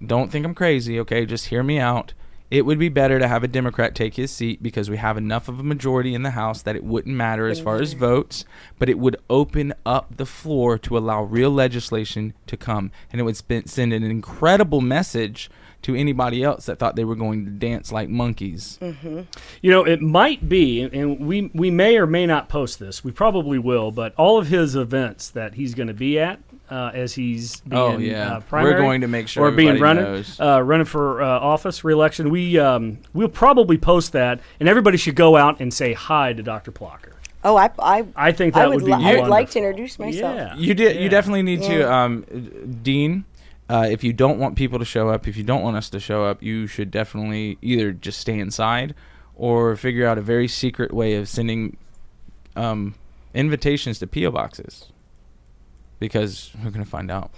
[SPEAKER 1] Don't think I'm crazy. Okay, just hear me out. It would be better to have a Democrat take his seat because we have enough of a majority in the House that it wouldn't matter as far as votes, but it would open up the floor to allow real legislation to come. And it would spin- send an incredible message to anybody else that thought they were going to dance like monkeys.
[SPEAKER 2] You know, it might be, and- and we we may or may not post this. We probably will, but all of his events that he's going to be at uh, as he's being
[SPEAKER 1] Oh, yeah.
[SPEAKER 2] uh, primary
[SPEAKER 1] We're going to make sure
[SPEAKER 2] or being
[SPEAKER 1] everybody
[SPEAKER 2] running
[SPEAKER 1] knows.
[SPEAKER 2] Uh, running for uh, office reelection. We um, we'll probably post that, and everybody should go out and say hi to Dr. Plucker.
[SPEAKER 3] Oh, I, I,
[SPEAKER 2] I think that
[SPEAKER 3] I would,
[SPEAKER 2] would be
[SPEAKER 3] li- I would like to
[SPEAKER 2] wonderful.
[SPEAKER 3] introduce myself.
[SPEAKER 2] Yeah,
[SPEAKER 1] You did.
[SPEAKER 2] Yeah.
[SPEAKER 1] You definitely need to,
[SPEAKER 3] Yeah.
[SPEAKER 1] um, uh, Dean. Uh, if you don't want people to show up, if you don't want us to show up, you should definitely either just stay inside or figure out a very secret way of sending um, invitations to PO boxes. Because we're gonna find out.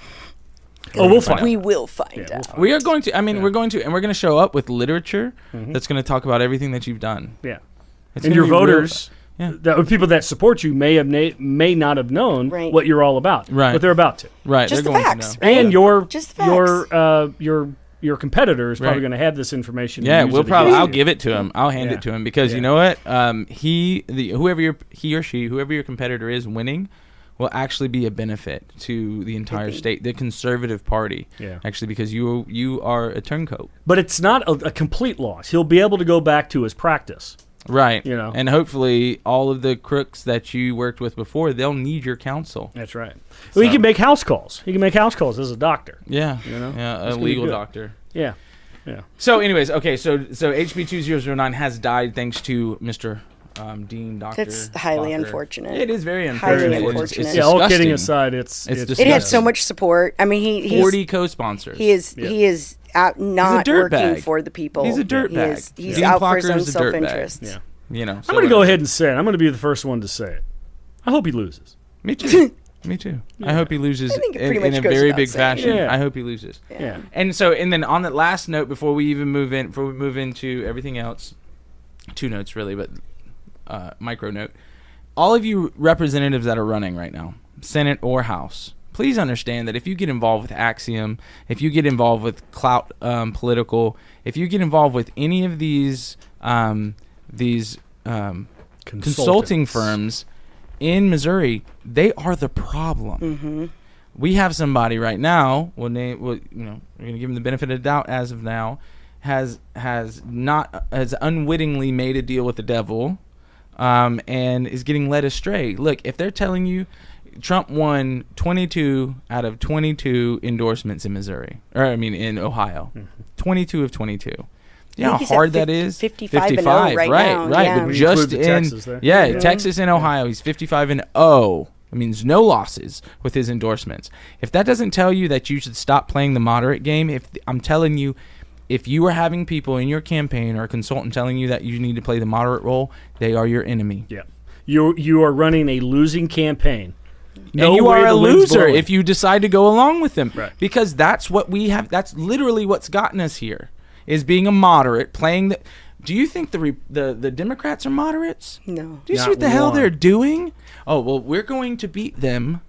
[SPEAKER 2] Oh, we'll find.
[SPEAKER 3] We will find
[SPEAKER 2] Yeah,
[SPEAKER 3] out.
[SPEAKER 2] we'll find.
[SPEAKER 1] We are going to. I mean,
[SPEAKER 2] Yeah.
[SPEAKER 1] we're going to, and we're going to show up with literature that's going to talk about everything that you've done.
[SPEAKER 2] yeah.
[SPEAKER 1] It's gonna
[SPEAKER 2] and your
[SPEAKER 1] be real-
[SPEAKER 2] voters,
[SPEAKER 1] Yeah.
[SPEAKER 2] the people that support you may have na- may not have known
[SPEAKER 3] Right.
[SPEAKER 2] what you're all about,
[SPEAKER 1] Right.
[SPEAKER 2] But they're about to,
[SPEAKER 1] right?
[SPEAKER 3] Just
[SPEAKER 1] they're
[SPEAKER 3] the
[SPEAKER 1] going
[SPEAKER 3] facts,
[SPEAKER 1] to know.
[SPEAKER 3] right?
[SPEAKER 2] and your
[SPEAKER 3] Just facts.
[SPEAKER 2] your uh, your your competitor is probably
[SPEAKER 1] Right.
[SPEAKER 2] going to have this information.
[SPEAKER 1] Yeah,
[SPEAKER 2] and use
[SPEAKER 1] we'll
[SPEAKER 2] it
[SPEAKER 1] probably.
[SPEAKER 2] against
[SPEAKER 1] I'll
[SPEAKER 2] you.
[SPEAKER 1] give it to him. I'll hand
[SPEAKER 2] Yeah.
[SPEAKER 1] it to him because
[SPEAKER 2] Yeah.
[SPEAKER 1] you know what? Um, he the whoever your he or she whoever your competitor is winning will actually be a benefit to the entire state, the conservative party.
[SPEAKER 2] Yeah.
[SPEAKER 1] actually, because you you are a turncoat,
[SPEAKER 2] But it's not a, a complete loss. He'll be able to go back to his practice.
[SPEAKER 1] right?
[SPEAKER 2] You know.
[SPEAKER 1] and hopefully all of the crooks that you worked with before, they'll need your counsel.
[SPEAKER 2] That's right. Well, he can make house calls. He can make house calls as a doctor.
[SPEAKER 1] Yeah,
[SPEAKER 2] know,
[SPEAKER 1] yeah, a
[SPEAKER 2] it's gonna be
[SPEAKER 1] legal
[SPEAKER 2] good.
[SPEAKER 1] doctor.
[SPEAKER 2] Yeah.
[SPEAKER 1] So, anyways, okay, so so HB two zero zero nine has died thanks to Mister. Um, Dean, Doctor.
[SPEAKER 3] That's highly
[SPEAKER 1] Walker.
[SPEAKER 3] unfortunate.
[SPEAKER 1] It is very unfortunate. It's,
[SPEAKER 3] Highly
[SPEAKER 1] it's
[SPEAKER 3] unfortunate.
[SPEAKER 2] yeah. All
[SPEAKER 1] disgusting.
[SPEAKER 2] kidding aside, it's
[SPEAKER 1] It's
[SPEAKER 3] It
[SPEAKER 1] Yeah.
[SPEAKER 3] had so much support. I mean, he he's,
[SPEAKER 1] 40 co-sponsors.
[SPEAKER 3] he is
[SPEAKER 2] Yeah.
[SPEAKER 3] he is out not working
[SPEAKER 1] dirtbag.
[SPEAKER 3] for the people.
[SPEAKER 1] He's a
[SPEAKER 3] He
[SPEAKER 1] dirtbag.
[SPEAKER 3] is- He's
[SPEAKER 1] Dean
[SPEAKER 3] out for his
[SPEAKER 1] Plocker
[SPEAKER 3] own
[SPEAKER 1] is a dirtbag.
[SPEAKER 3] self interest.
[SPEAKER 2] Yeah.
[SPEAKER 1] You know,
[SPEAKER 2] I'm going to go ahead and say it. I'm going to be the first one to say it. I hope he loses.
[SPEAKER 1] Me too. Me too. I hope he loses
[SPEAKER 3] think it
[SPEAKER 1] in,
[SPEAKER 3] pretty
[SPEAKER 1] in
[SPEAKER 3] much
[SPEAKER 1] a
[SPEAKER 3] goes
[SPEAKER 1] very
[SPEAKER 3] without
[SPEAKER 1] big
[SPEAKER 3] saying.
[SPEAKER 1] fashion.
[SPEAKER 2] Yeah.
[SPEAKER 1] I hope he loses.
[SPEAKER 2] Yeah.
[SPEAKER 1] And so, and then on that last note, before we even move in, before we move into everything else, two notes really, but uh, micro note. All of you representatives that are running right now, Senate or House, please understand that if you get involved with Axiom, if you get involved with Clout um, Political, if you get involved with any of these um, these um, consulting
[SPEAKER 2] Consultants.
[SPEAKER 1] firms in Missouri, they are the problem. We have somebody right now. We'll name. We'll, you know, we're going to give him the benefit of the doubt as of now. Has has not has unwittingly made a deal with the devil, um, and is getting led astray. Look, if they're telling you Trump won 22 out of 22 endorsements in Missouri, or I mean in Ohio,
[SPEAKER 2] Mm-hmm.
[SPEAKER 1] 22 of 22. You know
[SPEAKER 3] think
[SPEAKER 1] how
[SPEAKER 3] he's at
[SPEAKER 1] hard that
[SPEAKER 3] 50
[SPEAKER 1] is.
[SPEAKER 3] 55 and 0 right
[SPEAKER 1] right,
[SPEAKER 3] now,
[SPEAKER 1] right.
[SPEAKER 3] yeah.
[SPEAKER 1] But
[SPEAKER 2] We
[SPEAKER 1] just
[SPEAKER 2] include
[SPEAKER 1] in
[SPEAKER 2] the Texas there.
[SPEAKER 1] yeah, Texas and Ohio, he's 55 and 0. That means no losses with his endorsements. If that doesn't tell you that you should stop playing the moderate game, if I'm telling you, if you are having people in your campaign or a consultant telling you that you need to play the moderate role, they are your enemy.
[SPEAKER 2] Yeah. You you are running a losing campaign. No
[SPEAKER 1] and you
[SPEAKER 2] way
[SPEAKER 1] are a
[SPEAKER 2] the wind's
[SPEAKER 1] loser
[SPEAKER 2] blowing.
[SPEAKER 1] if you decide to go along with them
[SPEAKER 2] Right.
[SPEAKER 1] because that's what we have that's literally what's gotten us here is being a moderate playing the do you think the re, the, the democrats are moderates
[SPEAKER 3] No.
[SPEAKER 1] do you see
[SPEAKER 2] Not
[SPEAKER 1] what the hell
[SPEAKER 2] one.
[SPEAKER 1] they're doing oh well we're going to beat them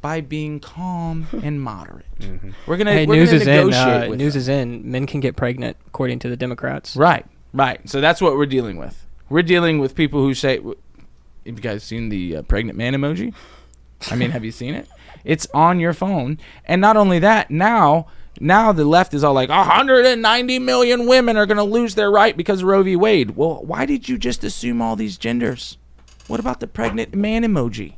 [SPEAKER 1] by being calm and moderate
[SPEAKER 2] Mm-hmm.
[SPEAKER 1] we're gonna
[SPEAKER 4] Hey,
[SPEAKER 1] we're
[SPEAKER 4] news
[SPEAKER 1] gonna
[SPEAKER 4] is in.
[SPEAKER 1] negotiate
[SPEAKER 4] Uh,
[SPEAKER 1] with
[SPEAKER 4] news
[SPEAKER 1] them.
[SPEAKER 4] is in. Men can get pregnant, according to the Democrats.
[SPEAKER 1] right right so that's what we're dealing with we're dealing with people who say Have you guys seen the uh, pregnant man emoji? I mean, have you seen it? It's on your phone. And not only that, now now the left is all like 190 million women are going to lose their right because of Roe v. Wade. Well, why did you just assume all these genders? What about the pregnant man emoji?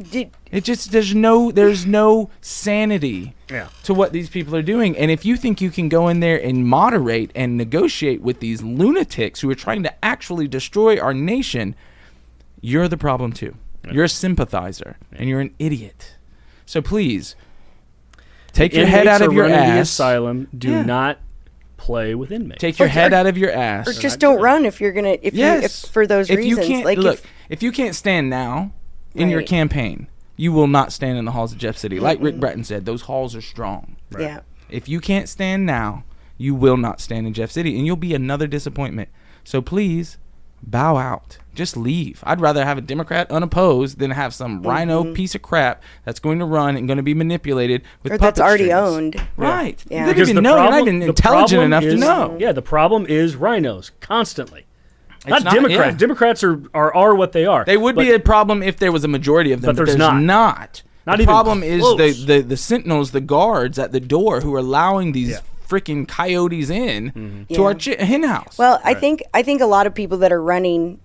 [SPEAKER 3] Did,
[SPEAKER 1] It just there's no there's no sanity
[SPEAKER 2] Yeah.
[SPEAKER 1] to what these people are doing. And if you think you can go in there and moderate and negotiate with these lunatics who are trying to actually destroy our nation, you're the problem too. You're a sympathizer and you're an idiot. So please take your head
[SPEAKER 2] Inmates
[SPEAKER 1] out of
[SPEAKER 2] are
[SPEAKER 1] your
[SPEAKER 2] running The
[SPEAKER 1] ass.
[SPEAKER 2] asylum. Do
[SPEAKER 1] Yeah.
[SPEAKER 2] not play with inmates.
[SPEAKER 1] Take your
[SPEAKER 3] Or-
[SPEAKER 1] head
[SPEAKER 3] or-
[SPEAKER 1] out of your
[SPEAKER 3] Oh, or
[SPEAKER 1] ass.
[SPEAKER 3] just don't run if you're gonna if you if,
[SPEAKER 1] yes.
[SPEAKER 3] for those
[SPEAKER 1] if
[SPEAKER 3] reasons.
[SPEAKER 1] You can't,
[SPEAKER 3] like
[SPEAKER 1] look,
[SPEAKER 3] if
[SPEAKER 1] if you can't stand now in your
[SPEAKER 3] Right.
[SPEAKER 1] campaign, you will not stand in the halls of Jeff City. Like Rick Breton said, those halls are strong.
[SPEAKER 3] yeah.
[SPEAKER 1] If you can't stand now, you will not stand in Jeff City, and you'll be another disappointment. So please, bow out. Just leave. I'd rather have a Democrat unopposed than have some
[SPEAKER 3] Mm-hmm.
[SPEAKER 1] rhino piece of crap that's going to run and going to be manipulated with
[SPEAKER 3] Or that's
[SPEAKER 1] puppet
[SPEAKER 3] already
[SPEAKER 1] strings.
[SPEAKER 3] owned.
[SPEAKER 1] Right. You
[SPEAKER 3] Yeah.
[SPEAKER 1] didn't
[SPEAKER 2] Because
[SPEAKER 1] even
[SPEAKER 2] the
[SPEAKER 1] know.
[SPEAKER 2] problem,
[SPEAKER 1] you're not even
[SPEAKER 2] the
[SPEAKER 1] intelligent
[SPEAKER 2] problem
[SPEAKER 1] enough to
[SPEAKER 2] is-
[SPEAKER 1] know.
[SPEAKER 2] Yeah, the problem is rhinos constantly. Not,
[SPEAKER 1] not-
[SPEAKER 2] Democrats.
[SPEAKER 1] yeah.
[SPEAKER 2] Democrats are, are are what they are.
[SPEAKER 1] They would
[SPEAKER 2] But-
[SPEAKER 1] be a problem if there was a majority of them, but, there's, not.
[SPEAKER 2] Not
[SPEAKER 1] the
[SPEAKER 2] even
[SPEAKER 1] problem is
[SPEAKER 2] close.
[SPEAKER 1] the, the the sentinels, the guards at the door who are allowing these
[SPEAKER 2] Yeah. Mm-hmm.
[SPEAKER 1] freaking coyotes in to our chi- hen house.
[SPEAKER 3] Well, I think I think a lot of people that are running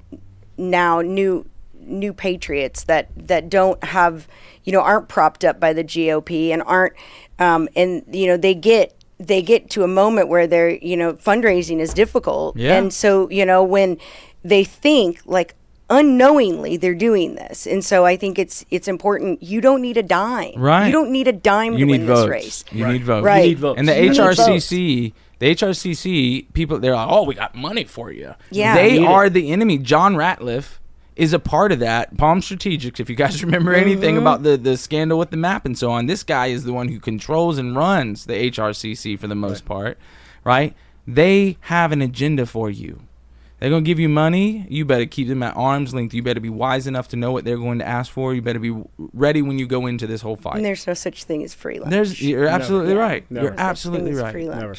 [SPEAKER 3] now new new patriots that that don't have you know aren't propped up by the GOP and aren't um, and you know they get they get to a moment where they're you know fundraising is difficult
[SPEAKER 1] Yeah.
[SPEAKER 3] and so you know when they think like unknowingly they're doing this and so i think it's it's important you don't need a dime
[SPEAKER 1] Right.
[SPEAKER 3] you don't need a dime
[SPEAKER 1] you
[SPEAKER 3] to
[SPEAKER 1] need
[SPEAKER 3] win
[SPEAKER 1] votes.
[SPEAKER 3] this race
[SPEAKER 1] You need votes.
[SPEAKER 3] Right.
[SPEAKER 2] need votes.
[SPEAKER 1] And the
[SPEAKER 2] You need
[SPEAKER 1] HRCC, the HRCC people, they're like, oh, we got money for you.
[SPEAKER 3] Yeah.
[SPEAKER 1] They
[SPEAKER 3] Need
[SPEAKER 1] are the enemy. John Ratliff is a part of that. Palm Strategics, if you guys remember
[SPEAKER 3] Mm-hmm.
[SPEAKER 1] anything about the, the scandal with the map and so on, this guy is the one who controls and runs the HRCC for the most part, right? They have an agenda for you. They're going to give you money. You better keep them at arm's length. You better be wise enough to know what they're going to ask for. You better be w- ready when you go into this whole fight.
[SPEAKER 3] and there's no such thing as free lunch
[SPEAKER 1] There's you're absolutely right.
[SPEAKER 2] Never.
[SPEAKER 1] You're absolutely
[SPEAKER 3] Things free
[SPEAKER 1] right.
[SPEAKER 3] lunch.
[SPEAKER 2] Never.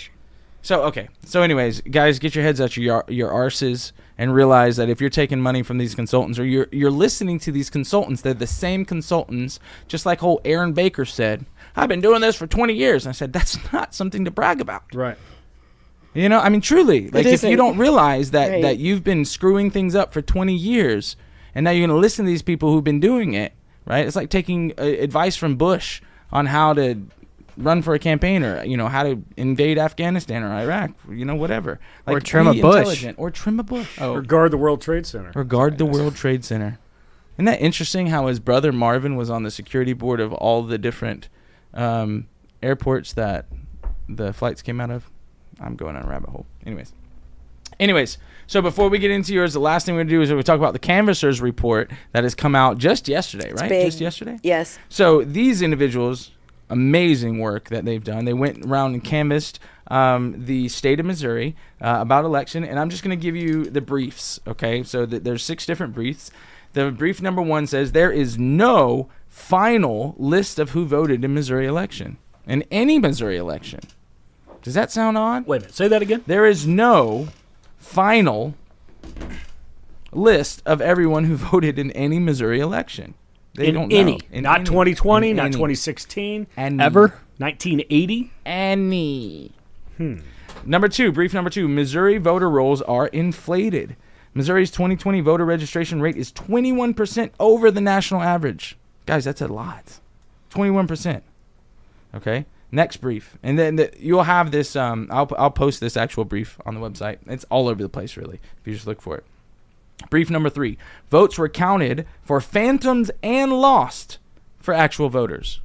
[SPEAKER 1] So okay. So anyways, guys, get your heads out your your arses and realize that if you're taking money from these consultants or you're you're listening to these consultants, they're the same consultants. Just like old Aaron Baker said, I've been doing this for 20 years. And I said that's not something to brag about.
[SPEAKER 2] Right.
[SPEAKER 1] You know, I mean, truly, like if you
[SPEAKER 3] isn't.
[SPEAKER 1] don't realize that
[SPEAKER 3] Right.
[SPEAKER 1] that you've been screwing things up for 20 years, and now you're going to listen to these people who've been doing it, right? It's like taking uh, advice from Bush on how to run for a campaign or you know how to invade Afghanistan or Iraq, you know, whatever. Like,
[SPEAKER 4] Or trim a
[SPEAKER 1] be
[SPEAKER 4] bush.
[SPEAKER 1] intelligent. or trim a bush,
[SPEAKER 4] Oh,
[SPEAKER 2] Regard the World Trade Center.
[SPEAKER 1] or guard the World Trade Center. Isn't that interesting? How his brother Marvin was on the security board of all the different um, airports that the flights came out of. I'm going on a rabbit hole. Anyways. Anyways, so before we get into yours, the last thing we're gonna do is we talk about the canvassers report that has come out just yesterday, right?
[SPEAKER 3] big.
[SPEAKER 1] Just yesterday.
[SPEAKER 3] yes
[SPEAKER 1] So these individuals, amazing work that they've done. They went around and canvassed um, the state of Missouri uh, about election, and I'm just going to give you the briefs. Okay, so th- there's six different briefs. The brief number one says there is no final list of who voted in Missouri election in any Missouri election. Does that sound odd?
[SPEAKER 2] Wait a minute. Say that again.
[SPEAKER 1] There is no final list of everyone who voted in any Missouri election. They
[SPEAKER 2] in
[SPEAKER 1] don't
[SPEAKER 2] any.
[SPEAKER 1] know. In
[SPEAKER 2] not
[SPEAKER 1] any.
[SPEAKER 2] 2020,
[SPEAKER 1] In
[SPEAKER 2] not
[SPEAKER 1] any.
[SPEAKER 2] 2016,
[SPEAKER 1] Any.
[SPEAKER 4] ever?
[SPEAKER 2] 1980.
[SPEAKER 1] Any. Number two, brief number two Missouri voter rolls are inflated. Missouri's 2020 voter registration rate is 21% over the national average. Guys, that's a lot. 21%. Okay. Next brief, and then the, you'll have this. Um, I'll I'll post this actual brief on the website. It's all over the place, really. If you just look for it. Brief number three: Votes were counted for phantoms and lost for actual voters.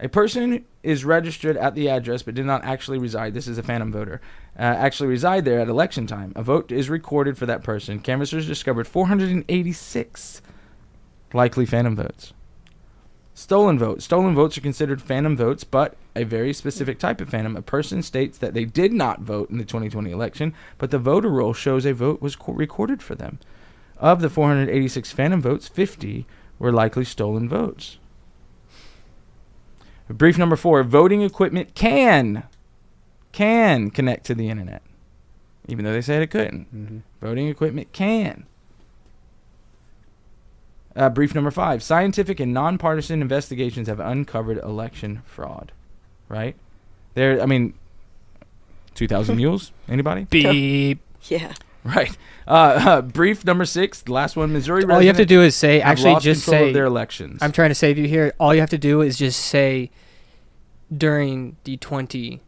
[SPEAKER 1] A person is registered at the address but did not actually reside. This is a phantom voter. Uh, actually reside there at election time. A vote is recorded for that person. Canvassers discovered 486 likely phantom votes. Stolen votes. Stolen votes are considered phantom votes, but a very specific type of phantom. A person states that they did not vote in the 2020 election, but the voter roll shows a vote was co- recorded for them. Of the 486 phantom votes, 50 were likely stolen votes. Brief number four: Voting equipment can can connect to the internet. even though they said it couldn't. Voting equipment can. Uh, brief number five scientific and nonpartisan investigations have uncovered election fraud. Right? There, I mean, 2,000 mules? Anybody?
[SPEAKER 4] Beep.
[SPEAKER 3] Yeah.
[SPEAKER 1] Right. Uh, uh, brief number six, the last one Missouri
[SPEAKER 4] All you have to
[SPEAKER 1] resident
[SPEAKER 4] do is say.
[SPEAKER 1] have
[SPEAKER 4] Actually,
[SPEAKER 1] lost
[SPEAKER 4] just
[SPEAKER 1] control
[SPEAKER 4] say.
[SPEAKER 1] of their elections.
[SPEAKER 4] I'm trying to save you here. All you have to do is just say during the 20. Is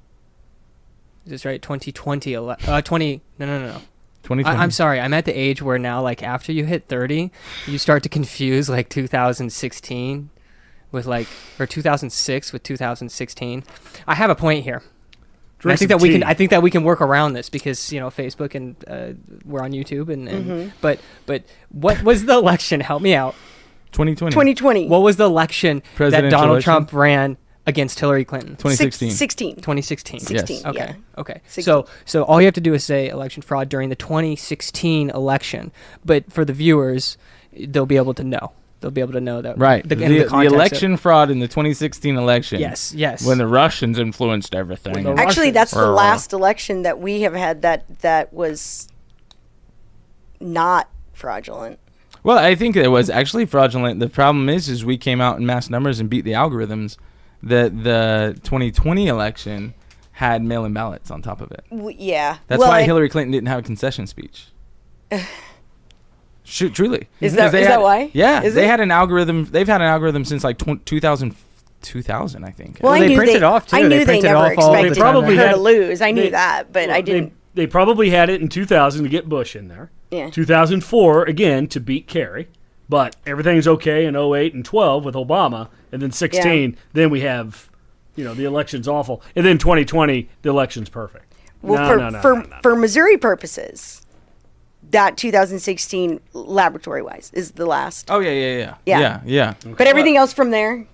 [SPEAKER 4] this right? 2020. ele- Uh, 20. No, no, no, no. I,
[SPEAKER 1] 2020.
[SPEAKER 4] I'm sorry. I'm at the age where now, like, after you hit 30, you start to confuse, like, 2016 with, like, or 2006 with 2016. I have a point here. And I
[SPEAKER 2] Drink
[SPEAKER 4] think
[SPEAKER 2] some
[SPEAKER 4] that we can.
[SPEAKER 2] tea.
[SPEAKER 4] I think that we can work around this because you know Facebook and uh, we're on YouTube and, and but but what was the election? Help me out.
[SPEAKER 1] 2020.
[SPEAKER 3] 2020.
[SPEAKER 4] What was the election that
[SPEAKER 1] Presidential
[SPEAKER 4] Donald
[SPEAKER 1] election?
[SPEAKER 4] Trump ran against Hillary Clinton?
[SPEAKER 3] Six-
[SPEAKER 1] 2016.
[SPEAKER 3] 16.
[SPEAKER 4] 2016.
[SPEAKER 3] 16,
[SPEAKER 4] Okay.
[SPEAKER 3] yeah.
[SPEAKER 4] Okay.
[SPEAKER 3] Six-
[SPEAKER 4] So so all you have to do is say election fraud during the 2016 election, but for the viewers, they'll be able to know. They'll be able to know that.
[SPEAKER 1] Right. The,
[SPEAKER 4] The, in the
[SPEAKER 1] the
[SPEAKER 4] context of-
[SPEAKER 1] election fraud in the 2016 election.
[SPEAKER 4] Yes. Yes.
[SPEAKER 1] When the Russians influenced everything.
[SPEAKER 2] When the Ru-
[SPEAKER 3] Actually,
[SPEAKER 2] Russians.
[SPEAKER 3] that's the
[SPEAKER 1] Brr.
[SPEAKER 3] last election that we have had that that was not fraudulent.
[SPEAKER 1] well, I think it was actually fraudulent. The problem is, is we came out in mass numbers and beat the algorithms. The the 2020 election had mail-in ballots on top of it.
[SPEAKER 3] W- yeah.
[SPEAKER 1] That's
[SPEAKER 3] Well,
[SPEAKER 1] why
[SPEAKER 3] and-
[SPEAKER 1] Hillary Clinton didn't have a concession speech. Shoot, truly.
[SPEAKER 3] Is
[SPEAKER 1] Because
[SPEAKER 3] that-
[SPEAKER 1] they
[SPEAKER 3] is
[SPEAKER 1] had-
[SPEAKER 3] that why?
[SPEAKER 1] Yeah,
[SPEAKER 3] Is
[SPEAKER 1] they
[SPEAKER 3] it?
[SPEAKER 1] had an algorithm. They've had an algorithm since like tw- 2000, 2000, I think.
[SPEAKER 3] Well,
[SPEAKER 4] Well,
[SPEAKER 3] I
[SPEAKER 4] they
[SPEAKER 3] knew
[SPEAKER 4] printed
[SPEAKER 3] they,
[SPEAKER 4] off, too.
[SPEAKER 3] I
[SPEAKER 4] They
[SPEAKER 3] knew they,
[SPEAKER 4] printed
[SPEAKER 3] never
[SPEAKER 4] off all the
[SPEAKER 3] expected
[SPEAKER 2] time. Probably
[SPEAKER 3] her
[SPEAKER 2] had-
[SPEAKER 3] to lose. I knew
[SPEAKER 2] they-
[SPEAKER 3] that, but
[SPEAKER 2] well,
[SPEAKER 3] I didn't.
[SPEAKER 2] They, they probably had it in 2000 to get Bush in there.
[SPEAKER 3] Yeah.
[SPEAKER 2] 2004 again to beat Kerry, but everything's okay in 08 and 12 with Obama, and then 16. Then we have, you know, the election's awful, and then 2020 the election's perfect.
[SPEAKER 3] well,
[SPEAKER 2] no,
[SPEAKER 3] for
[SPEAKER 2] no, no,
[SPEAKER 3] for
[SPEAKER 2] no, no.
[SPEAKER 3] for Missouri purposes, that 2016 laboratory wise is the last.
[SPEAKER 1] oh yeah, yeah, yeah,
[SPEAKER 3] Yeah.
[SPEAKER 1] yeah, yeah.
[SPEAKER 3] But everything else from there,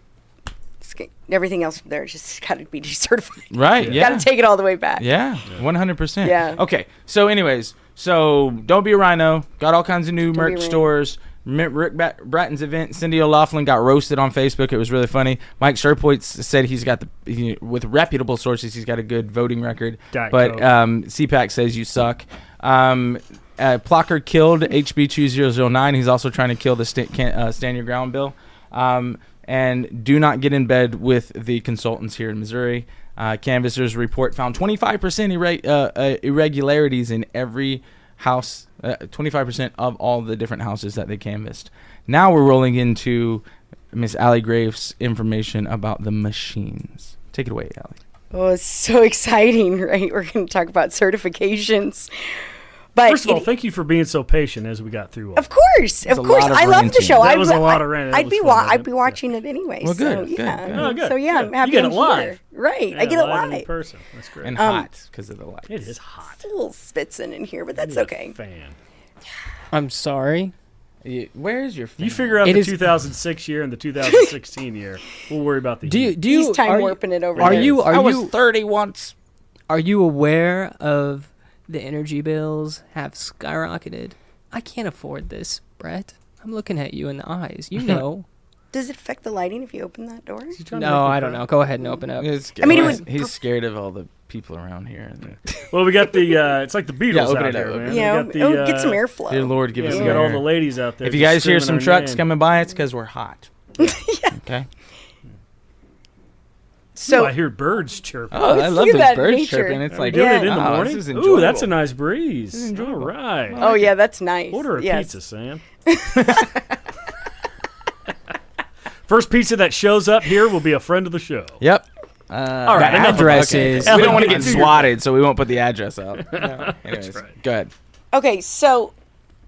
[SPEAKER 3] it's g- everything else from there just got to be decertified.
[SPEAKER 1] Right. Yeah.
[SPEAKER 3] Got to take it all the way back.
[SPEAKER 1] Yeah, one hundred percent.
[SPEAKER 3] Yeah.
[SPEAKER 1] Okay. So, anyways, so don't be a rhino. Got all kinds of new
[SPEAKER 3] a
[SPEAKER 1] merch
[SPEAKER 3] rhino.
[SPEAKER 1] stores. M- Rick Bat- Bratton's event. Cindy O'Laughlin got roasted on Facebook. It was really funny. Mike Sherpoint said he's got the he, with reputable sources he's got a good voting record.
[SPEAKER 2] Diet
[SPEAKER 1] but
[SPEAKER 2] Coke.
[SPEAKER 1] um, CPAC says you suck. Um, uh, Plocker killed HB two zero zero nine. He's also trying to kill the sta- can, uh, stand your ground bill. Um, and do not get in bed with the consultants here in Missouri. Uh, canvassers report found 25% irre- uh, uh, irregularities in every house, uh, 25% of all the different houses that they canvassed. Now we're rolling into Miss Allie Graves' information about the machines. Take it away, Allie.
[SPEAKER 3] Oh, it's so exciting, right? We're going to talk about certifications. But
[SPEAKER 2] First of all,
[SPEAKER 3] it-
[SPEAKER 2] thank you for being so patient as we got through. All.
[SPEAKER 3] of course, of
[SPEAKER 1] a
[SPEAKER 3] course,
[SPEAKER 1] lot of
[SPEAKER 3] I love the
[SPEAKER 1] ranting.
[SPEAKER 3] show.
[SPEAKER 2] That
[SPEAKER 3] I
[SPEAKER 2] was a lot of ranting. That
[SPEAKER 3] I'd
[SPEAKER 2] was
[SPEAKER 3] be
[SPEAKER 2] fun,
[SPEAKER 3] wa-
[SPEAKER 2] wasn't
[SPEAKER 3] I'd
[SPEAKER 2] it?
[SPEAKER 3] be
[SPEAKER 2] Yeah.
[SPEAKER 3] watching it anyway.
[SPEAKER 1] Well,
[SPEAKER 3] so,
[SPEAKER 1] good, good,
[SPEAKER 3] yeah.
[SPEAKER 1] good.
[SPEAKER 2] Oh, good,
[SPEAKER 3] So yeah,
[SPEAKER 2] good.
[SPEAKER 3] I'm
[SPEAKER 2] You
[SPEAKER 3] happy
[SPEAKER 2] get
[SPEAKER 3] I'm
[SPEAKER 2] it live.
[SPEAKER 3] here. Right, I
[SPEAKER 2] Yeah,
[SPEAKER 3] get it
[SPEAKER 2] live in
[SPEAKER 3] live.
[SPEAKER 2] person. That's great.
[SPEAKER 1] And
[SPEAKER 3] Um,
[SPEAKER 1] hot because of the lights.
[SPEAKER 2] it is hot.
[SPEAKER 3] Little spits in, in here, but that's
[SPEAKER 2] You're a
[SPEAKER 3] okay.
[SPEAKER 2] Fan.
[SPEAKER 4] I'm sorry.
[SPEAKER 1] Y- Where is your?
[SPEAKER 2] You figure out
[SPEAKER 4] It
[SPEAKER 2] the
[SPEAKER 4] is-
[SPEAKER 2] 2006 year and the 2016 year. We'll worry about the.
[SPEAKER 4] Do you
[SPEAKER 2] heat.
[SPEAKER 4] do you
[SPEAKER 3] He's time
[SPEAKER 4] are you-
[SPEAKER 3] warping it over
[SPEAKER 4] Are
[SPEAKER 3] there.
[SPEAKER 4] you are
[SPEAKER 1] I
[SPEAKER 4] you
[SPEAKER 1] was thirty once.
[SPEAKER 4] Are you aware of the energy bills have skyrocketed? I can't afford this, Brett. I'm looking at you in the eyes. You know.
[SPEAKER 3] Does it affect the lighting if you open that door?
[SPEAKER 2] You trying to
[SPEAKER 4] no,
[SPEAKER 2] make me
[SPEAKER 4] I don't
[SPEAKER 2] cry?
[SPEAKER 4] know. Go ahead and open up.
[SPEAKER 1] He's,
[SPEAKER 3] I mean, it
[SPEAKER 1] he's-
[SPEAKER 3] would-
[SPEAKER 1] he's scared of all the people around here.
[SPEAKER 2] Well, we got the. Uh, it's like the Beatles
[SPEAKER 1] Yeah, open
[SPEAKER 2] out
[SPEAKER 1] it up,
[SPEAKER 2] there,
[SPEAKER 1] open it
[SPEAKER 2] man.
[SPEAKER 1] up.
[SPEAKER 2] We
[SPEAKER 3] Yeah,
[SPEAKER 2] got
[SPEAKER 3] oh,
[SPEAKER 2] the,
[SPEAKER 3] get some
[SPEAKER 2] uh,
[SPEAKER 3] airflow.
[SPEAKER 1] Dear Lord, give
[SPEAKER 2] Yeah,
[SPEAKER 1] us
[SPEAKER 2] we
[SPEAKER 1] some
[SPEAKER 2] got all
[SPEAKER 1] air.
[SPEAKER 2] the ladies out there.
[SPEAKER 1] if you
[SPEAKER 2] just
[SPEAKER 1] guys hear
[SPEAKER 2] screaming
[SPEAKER 1] some
[SPEAKER 2] our
[SPEAKER 1] trucks
[SPEAKER 2] name.
[SPEAKER 1] coming by, it's because we're hot. Okay.
[SPEAKER 2] Ooh,
[SPEAKER 3] so
[SPEAKER 2] Oh, I hear birds chirping.
[SPEAKER 1] Oh, I love
[SPEAKER 3] Let's look at
[SPEAKER 1] those
[SPEAKER 3] that
[SPEAKER 1] birds
[SPEAKER 3] nature.
[SPEAKER 1] chirping. It's like
[SPEAKER 2] doing
[SPEAKER 3] yeah.
[SPEAKER 2] it in the
[SPEAKER 1] wow,
[SPEAKER 2] morning.
[SPEAKER 1] This is
[SPEAKER 2] Ooh, that's a
[SPEAKER 1] enjoyable.
[SPEAKER 2] nice breeze. All right.
[SPEAKER 3] oh yeah, that's nice.
[SPEAKER 2] Order a
[SPEAKER 3] Yes.
[SPEAKER 2] pizza, Sam. First pizza that shows up here will be a friend of the show.
[SPEAKER 1] Yep. Uh,
[SPEAKER 2] All right,
[SPEAKER 4] The
[SPEAKER 2] enough
[SPEAKER 4] address
[SPEAKER 1] okay.
[SPEAKER 4] is.
[SPEAKER 1] we don't want to get
[SPEAKER 2] Let's do your-
[SPEAKER 1] swatted, so we won't put the address up. Anyways,
[SPEAKER 2] right.
[SPEAKER 1] Go ahead.
[SPEAKER 3] Okay, so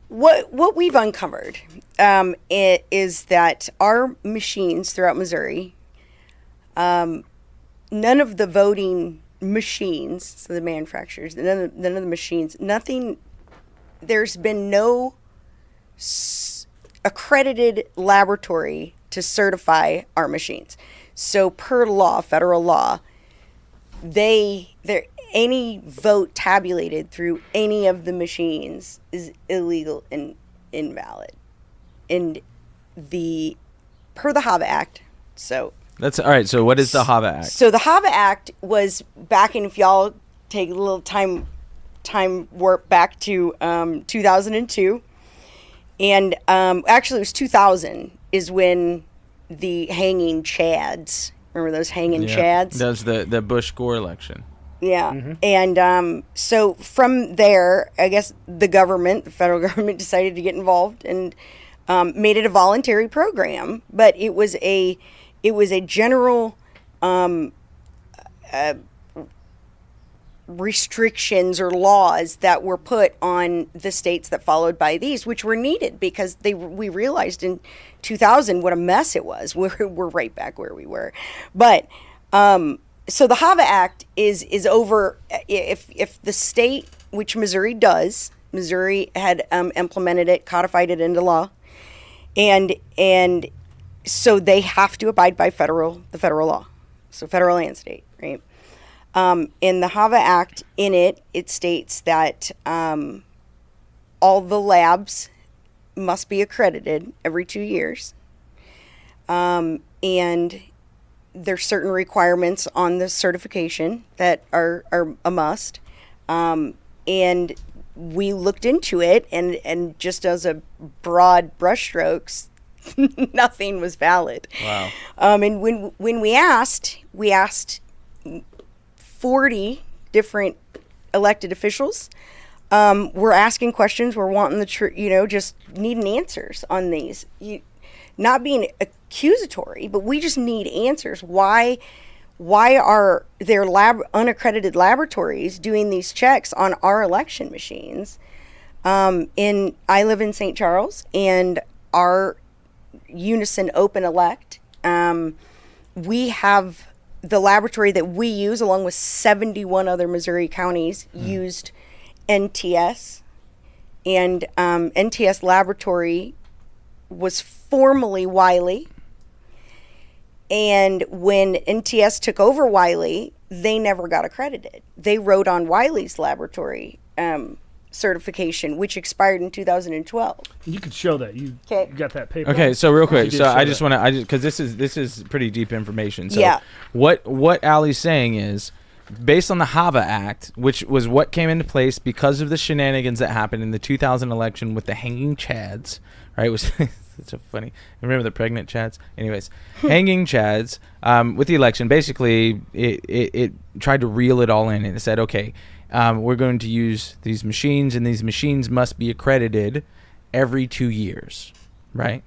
[SPEAKER 3] what what we've uncovered um, i- is that our machines throughout Missouri, um, none of the voting machines, so the manufacturers, none of, none of the machines, nothing. There's been no s- accredited laboratory to certify our machines. So per law, federal law, they there any vote tabulated through any of the machines is illegal and invalid and the per the hava act so
[SPEAKER 1] That's all right. So, what is the Hava Act?
[SPEAKER 3] so the hava act was back in if y'all take a little time time warp back to um, 2002, and um, actually it was 2000 is when the hanging chads. Remember those hanging chads?
[SPEAKER 1] That was the, the Bush Gore election.
[SPEAKER 3] Yeah. And um, so from there, I guess the government, the federal government, decided to get involved and um, made it a voluntary program. But it was a it was a general um, uh, restrictions or laws that were put on the states that followed by these, which were needed because they we realized in 2000 what a mess it was. We're, we're right back where we were, but Um, so the Hava Act is is over if if the state, which Missouri does, Missouri had um, implemented it, codified it into law, and and so they have to abide by federal the federal law, so federal and state, right? Um, in the Hava Act, in it, it states that um, all the labs must be accredited every two years, um, and there's certain requirements on the certification that are, are a must. Um, and we looked into it and, and just as a broad brushstrokes, nothing was valid.
[SPEAKER 1] Wow.
[SPEAKER 3] Um, and when, when we asked, we asked 40 different elected officials. Um, we're asking questions. We're wanting the truth, you know, just needing answers on these. You, not being accusatory, but we just need answers. Why, why are their lab unaccredited laboratories doing these checks on our election machines? Um, in I live in St. Charles, and our Unison Open Elect, um, we have the laboratory that we use, along with 71 other Missouri counties, used NTS. And um, NTS Laboratory was formerly Wiley. And when NTS took over Wiley, they never got accredited. They rode on Wiley's laboratory um, certification, which expired in 2012.
[SPEAKER 2] You could show that. You,
[SPEAKER 3] Okay.
[SPEAKER 2] you got that paper.
[SPEAKER 1] Okay, so real
[SPEAKER 2] You
[SPEAKER 1] quick,
[SPEAKER 2] did
[SPEAKER 1] so
[SPEAKER 2] show
[SPEAKER 1] I just
[SPEAKER 2] that.
[SPEAKER 1] want to, I just because this is this is pretty deep information. So
[SPEAKER 3] Yeah.
[SPEAKER 1] what what Ali's saying is based on the Hava Act, which was what came into place because of the shenanigans that happened in the 2000 election with the hanging chads. Right, it was it's so funny. Remember the pregnant chads? Anyways, hanging chads um, with the election. Basically, it, it it tried to reel it all in and it said, okay, um, we're going to use these machines, and these machines must be accredited every two years, right?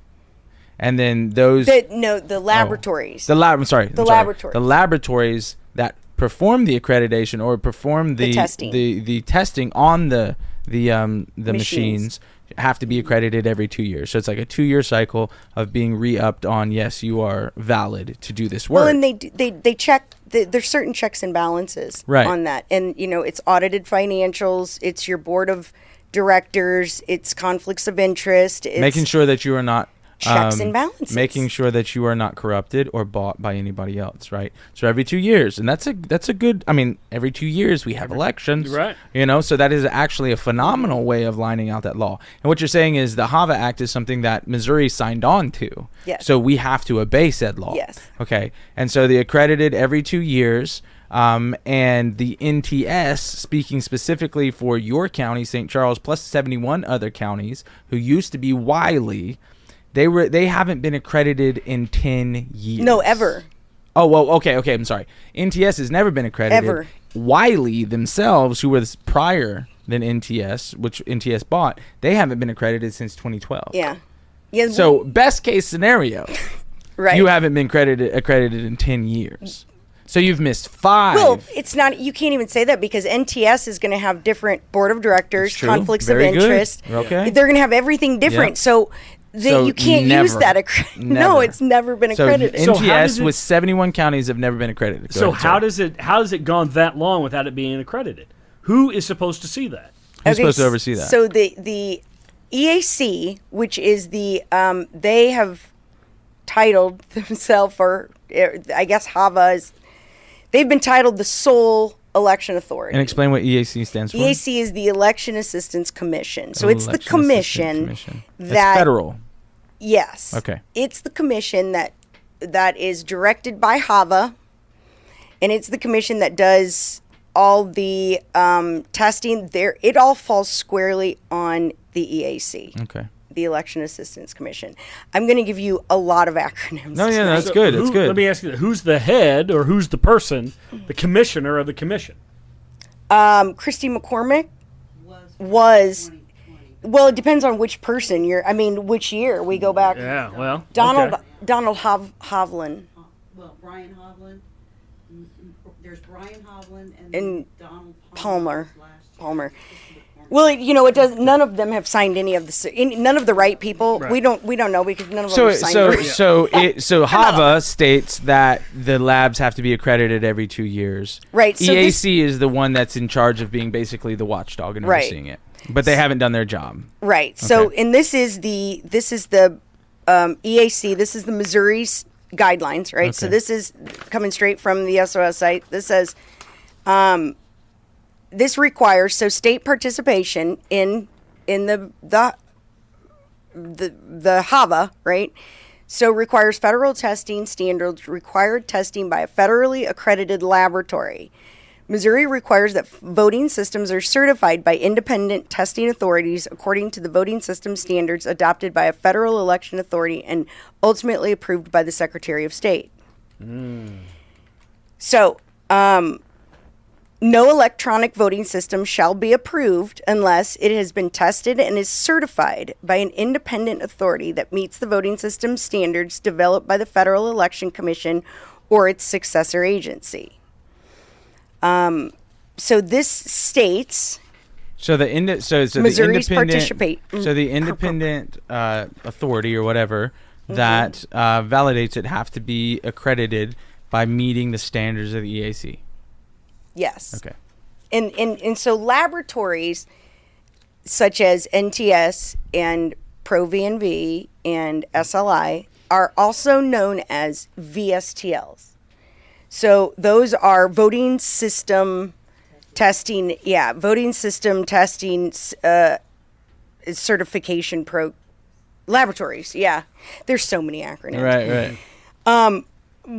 [SPEAKER 1] And then those
[SPEAKER 3] The, no, the laboratories.
[SPEAKER 1] the lab. I'm sorry.
[SPEAKER 3] The
[SPEAKER 1] I'm sorry.
[SPEAKER 3] laboratories.
[SPEAKER 1] The laboratories that perform the accreditation or perform the
[SPEAKER 3] The testing.
[SPEAKER 1] the, the testing on the the um the machines.
[SPEAKER 3] Machines.
[SPEAKER 1] have to be accredited every two years. So it's like a two year cycle of being re upped on. Yes, you are valid to do this work.
[SPEAKER 3] Well, and they do- they they check. th there's certain checks and balances
[SPEAKER 1] Right.
[SPEAKER 3] on that, and you know it's audited financials. It's your board of directors. It's conflicts of interest. It's,
[SPEAKER 1] making sure that you are not um,
[SPEAKER 3] Checks and balances.
[SPEAKER 1] Making sure that you are not corrupted or bought by anybody else, right? So every two years, and that's a that's a good. I mean, every two years we have elections,
[SPEAKER 2] Right.
[SPEAKER 1] You know, so that is actually a phenomenal way of lining out that law. And what you're saying is the Hava Act is something that Missouri signed on to.
[SPEAKER 3] Yes.
[SPEAKER 1] So we have to obey said law.
[SPEAKER 3] Yes.
[SPEAKER 1] Okay. And so the accredited every two years. Um, and the NTS, speaking specifically for your county, St. Charles, plus 71 other counties who used to be Wiley, they were they haven't been accredited in 10 years.
[SPEAKER 3] no ever.
[SPEAKER 1] Oh well, okay, okay. I'm sorry. NTS has never been accredited.
[SPEAKER 3] Ever.
[SPEAKER 1] Wiley themselves, who was prior than NTS, which NTS bought, they haven't been accredited since 2012.
[SPEAKER 3] Yeah. Yeah.
[SPEAKER 1] So best case scenario,
[SPEAKER 3] right.
[SPEAKER 1] you haven't been credited accredited in 10 years. So you've missed five.
[SPEAKER 3] Well, it's not. You can't even say that because NTS is going to have different board of directors,
[SPEAKER 1] It's true.
[SPEAKER 3] conflicts
[SPEAKER 1] Very
[SPEAKER 3] of
[SPEAKER 1] good.
[SPEAKER 3] interest.
[SPEAKER 1] Okay.
[SPEAKER 3] They're going to have everything different.
[SPEAKER 1] Yeah.
[SPEAKER 3] So. That
[SPEAKER 1] So
[SPEAKER 3] you can't use
[SPEAKER 1] never.
[SPEAKER 3] that. Accre- no,
[SPEAKER 1] Never.
[SPEAKER 3] it's never been
[SPEAKER 1] so
[SPEAKER 3] accredited.
[SPEAKER 2] So how
[SPEAKER 1] NTS
[SPEAKER 2] did it-
[SPEAKER 1] with 71 counties have never been accredited. Go
[SPEAKER 2] So
[SPEAKER 1] ahead,
[SPEAKER 2] how
[SPEAKER 1] sorry.
[SPEAKER 2] does it how does it gone that long without it being accredited? Who is supposed to see that?
[SPEAKER 1] who's supposed to
[SPEAKER 3] s-
[SPEAKER 1] oversee that?
[SPEAKER 3] So the the EAC, which is the um, they have titled themselves, or er, I guess Hava is, they've been titled the sole election authority.
[SPEAKER 1] and explain what EAC stands for.
[SPEAKER 3] EAC is the Election Assistance Commission. E So it's the
[SPEAKER 1] Oh, Election Assistant
[SPEAKER 3] commission,
[SPEAKER 1] It's
[SPEAKER 3] that
[SPEAKER 1] federal.
[SPEAKER 3] Yes.
[SPEAKER 1] Okay.
[SPEAKER 3] It's the commission that that is directed by Hava, and it's the commission that does all the um, testing there, it all falls squarely on the EAC,
[SPEAKER 1] Okay.
[SPEAKER 3] the Election Assistance Commission. I'm going to give you a lot of acronyms.
[SPEAKER 1] No, yeah,
[SPEAKER 3] tonight.
[SPEAKER 1] no, that's good. That's
[SPEAKER 2] Who-
[SPEAKER 1] good.
[SPEAKER 2] Let me ask you: Who's the head, or who's the person, the commissioner of the commission?
[SPEAKER 3] Um, Christy McCormick was. Well, it depends on which person you're. I mean, which year we go back.
[SPEAKER 2] Yeah, well,
[SPEAKER 3] Donald
[SPEAKER 2] okay.
[SPEAKER 3] Donald Hov, Hovland.
[SPEAKER 5] well, Brian Hovland, m- m- there's Brian Hovland and, then
[SPEAKER 3] And
[SPEAKER 5] Donald
[SPEAKER 3] Palmer.
[SPEAKER 5] Palmer. was last year.
[SPEAKER 3] Palmer.
[SPEAKER 5] Christopher Palmer.
[SPEAKER 3] Well, you know, it does. None of them have signed any of the s- any, none of the right people. We don't we don't know because none of
[SPEAKER 1] So
[SPEAKER 3] them have
[SPEAKER 1] it-
[SPEAKER 3] signed.
[SPEAKER 1] so
[SPEAKER 3] the-
[SPEAKER 1] so it so Hava states that the labs have to be accredited every two years.
[SPEAKER 3] Right, so this-
[SPEAKER 1] EAC is the one that's in charge of being basically the watchdog and
[SPEAKER 3] Right.
[SPEAKER 1] overseeing it, but they haven't done their job.
[SPEAKER 3] Right. So,
[SPEAKER 1] Okay.
[SPEAKER 3] and this is the this is the um, EAC. This is the Missouri's guidelines, right? So
[SPEAKER 1] Okay.
[SPEAKER 3] this is coming straight from the SOS site. This says, um, this requires so state participation in in the the the the HAVA, right? So requires federal testing standards, required testing by a federally accredited laboratory. Missouri requires that voting systems are certified by independent testing authorities according to the voting system standards adopted by a federal election authority and ultimately approved by the Secretary of State. So, um, no electronic voting system shall be approved unless it has been tested and is certified by an independent authority that meets the voting system standards developed by the Federal Election Commission or its successor agency. Um, so this states
[SPEAKER 1] So the inde- so, so
[SPEAKER 3] Missouri's
[SPEAKER 1] the independent
[SPEAKER 3] participate-
[SPEAKER 1] so the independent uh, authority or whatever
[SPEAKER 3] Mm-hmm.
[SPEAKER 1] that uh, validates it have to be accredited by meeting the standards of the EAC.
[SPEAKER 3] yes.
[SPEAKER 1] Okay.
[SPEAKER 3] and, and, and so laboratories such as NTS and ProVNV and SLI are also known as VSTLs. So those are voting system testing, yeah, voting system testing uh, certification pro laboratories. Yeah, there's so many acronyms
[SPEAKER 1] Right. Right.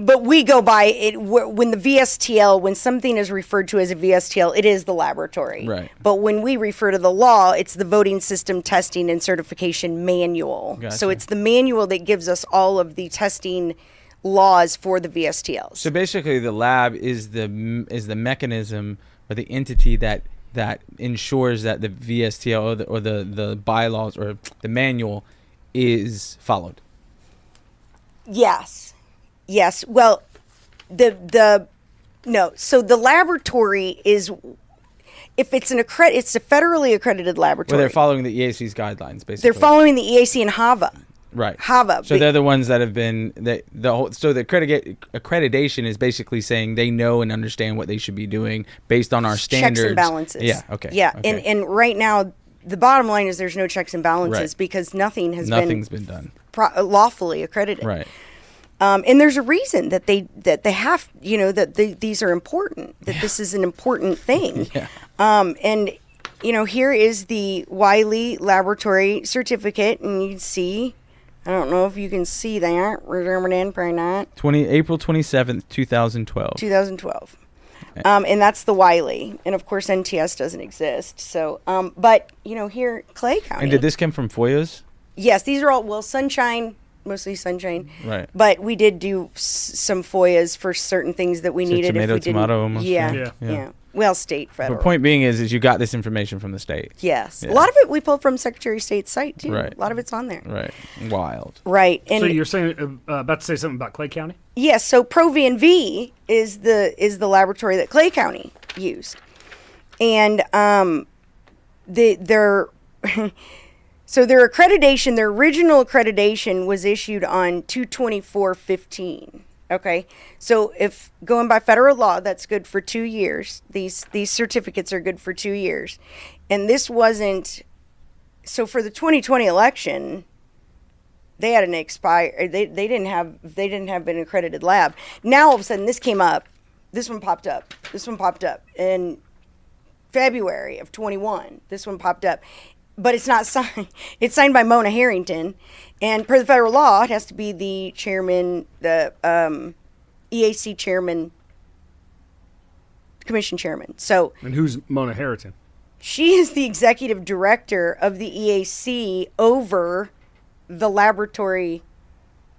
[SPEAKER 3] but we go by it wh- when the VSTL when something is referred to as a VSTL it is the laboratory
[SPEAKER 1] Right.
[SPEAKER 3] but when we refer to the law it's the voting system testing and certification manual so
[SPEAKER 1] Gotcha.
[SPEAKER 3] it's the manual that gives us all of the testing laws for the VSTLs
[SPEAKER 1] So basically, the lab is the m- is the mechanism or the entity that that ensures that the VSTL or the or the, the bylaws or the manual is followed.
[SPEAKER 3] Yes. Yes. Well, the the no. So the laboratory is if it's an accredit, it's a federally accredited
[SPEAKER 1] Where
[SPEAKER 3] laboratory.
[SPEAKER 1] they're following the EAC's guidelines, basically.
[SPEAKER 3] They're following the E EAC and HAVA.
[SPEAKER 1] right.
[SPEAKER 3] HAVA.
[SPEAKER 1] So
[SPEAKER 3] but-
[SPEAKER 1] they're the ones that have been that the whole. So the accredit, accreditation is basically saying they know and understand what they should be doing based on our standards.
[SPEAKER 3] checks and balances.
[SPEAKER 1] Yeah. Okay.
[SPEAKER 3] Yeah,
[SPEAKER 1] okay.
[SPEAKER 3] and and right now the bottom line is there's no checks and balances
[SPEAKER 1] Right.
[SPEAKER 3] because nothing has
[SPEAKER 1] nothing's
[SPEAKER 3] been,
[SPEAKER 1] been done.
[SPEAKER 3] pro- uh, lawfully accredited.
[SPEAKER 1] Right.
[SPEAKER 3] Um, and there's a reason that they that they have you know that they, these are important that this is an important thing. Um, and you know here is the Wiley Laboratory certificate, and you see. I don't know if you can see that. We're zooming in, probably not.
[SPEAKER 1] Twenty April twenty seventh, two thousand twelve.
[SPEAKER 3] 2012. Um, and that's the Wiley. And of course, NTS doesn't exist. So, um, but, you know, here, Clay County.
[SPEAKER 1] And did this come from FOIAs?
[SPEAKER 3] Yes, these are all, well, Sunshine, mostly Sunshine.
[SPEAKER 1] Right.
[SPEAKER 3] But we did do s- some FOIAs for certain things that we
[SPEAKER 1] So
[SPEAKER 3] needed.
[SPEAKER 1] tomato,
[SPEAKER 3] if we didn't,
[SPEAKER 1] tomato almost,
[SPEAKER 3] Yeah,
[SPEAKER 2] yeah.
[SPEAKER 3] yeah.
[SPEAKER 1] Yeah.
[SPEAKER 3] Well, state, federal.
[SPEAKER 1] But point being is, is you got this information from the state.
[SPEAKER 3] Yes.
[SPEAKER 1] Yeah.
[SPEAKER 3] A lot of it we pulled from Secretary of State's site, too.
[SPEAKER 1] Right.
[SPEAKER 3] A lot of it's on there.
[SPEAKER 1] Right. Wild.
[SPEAKER 3] Right. And
[SPEAKER 2] so you're saying uh, about to say something about Clay County?
[SPEAKER 3] Yes, so ProVNV is the is the laboratory that Clay County used, and um, the their so their accreditation, their original accreditation was issued on two twenty four fifteen. Okay, so if going by federal law, that's good for two years. These these certificates are good for two years, and this wasn't. So for the twenty twenty election, they had an expire they, they didn't have they didn't have an accredited lab now all of a sudden this came up this one popped up this one popped up in february of 21 this one popped up but it's not signed it's signed by mona harrington and per the federal law it has to be the E chairman the um, eac chairman commission chairman. So
[SPEAKER 2] And who's Mona Harrington?
[SPEAKER 3] she is the executive director of the EAC over the laboratory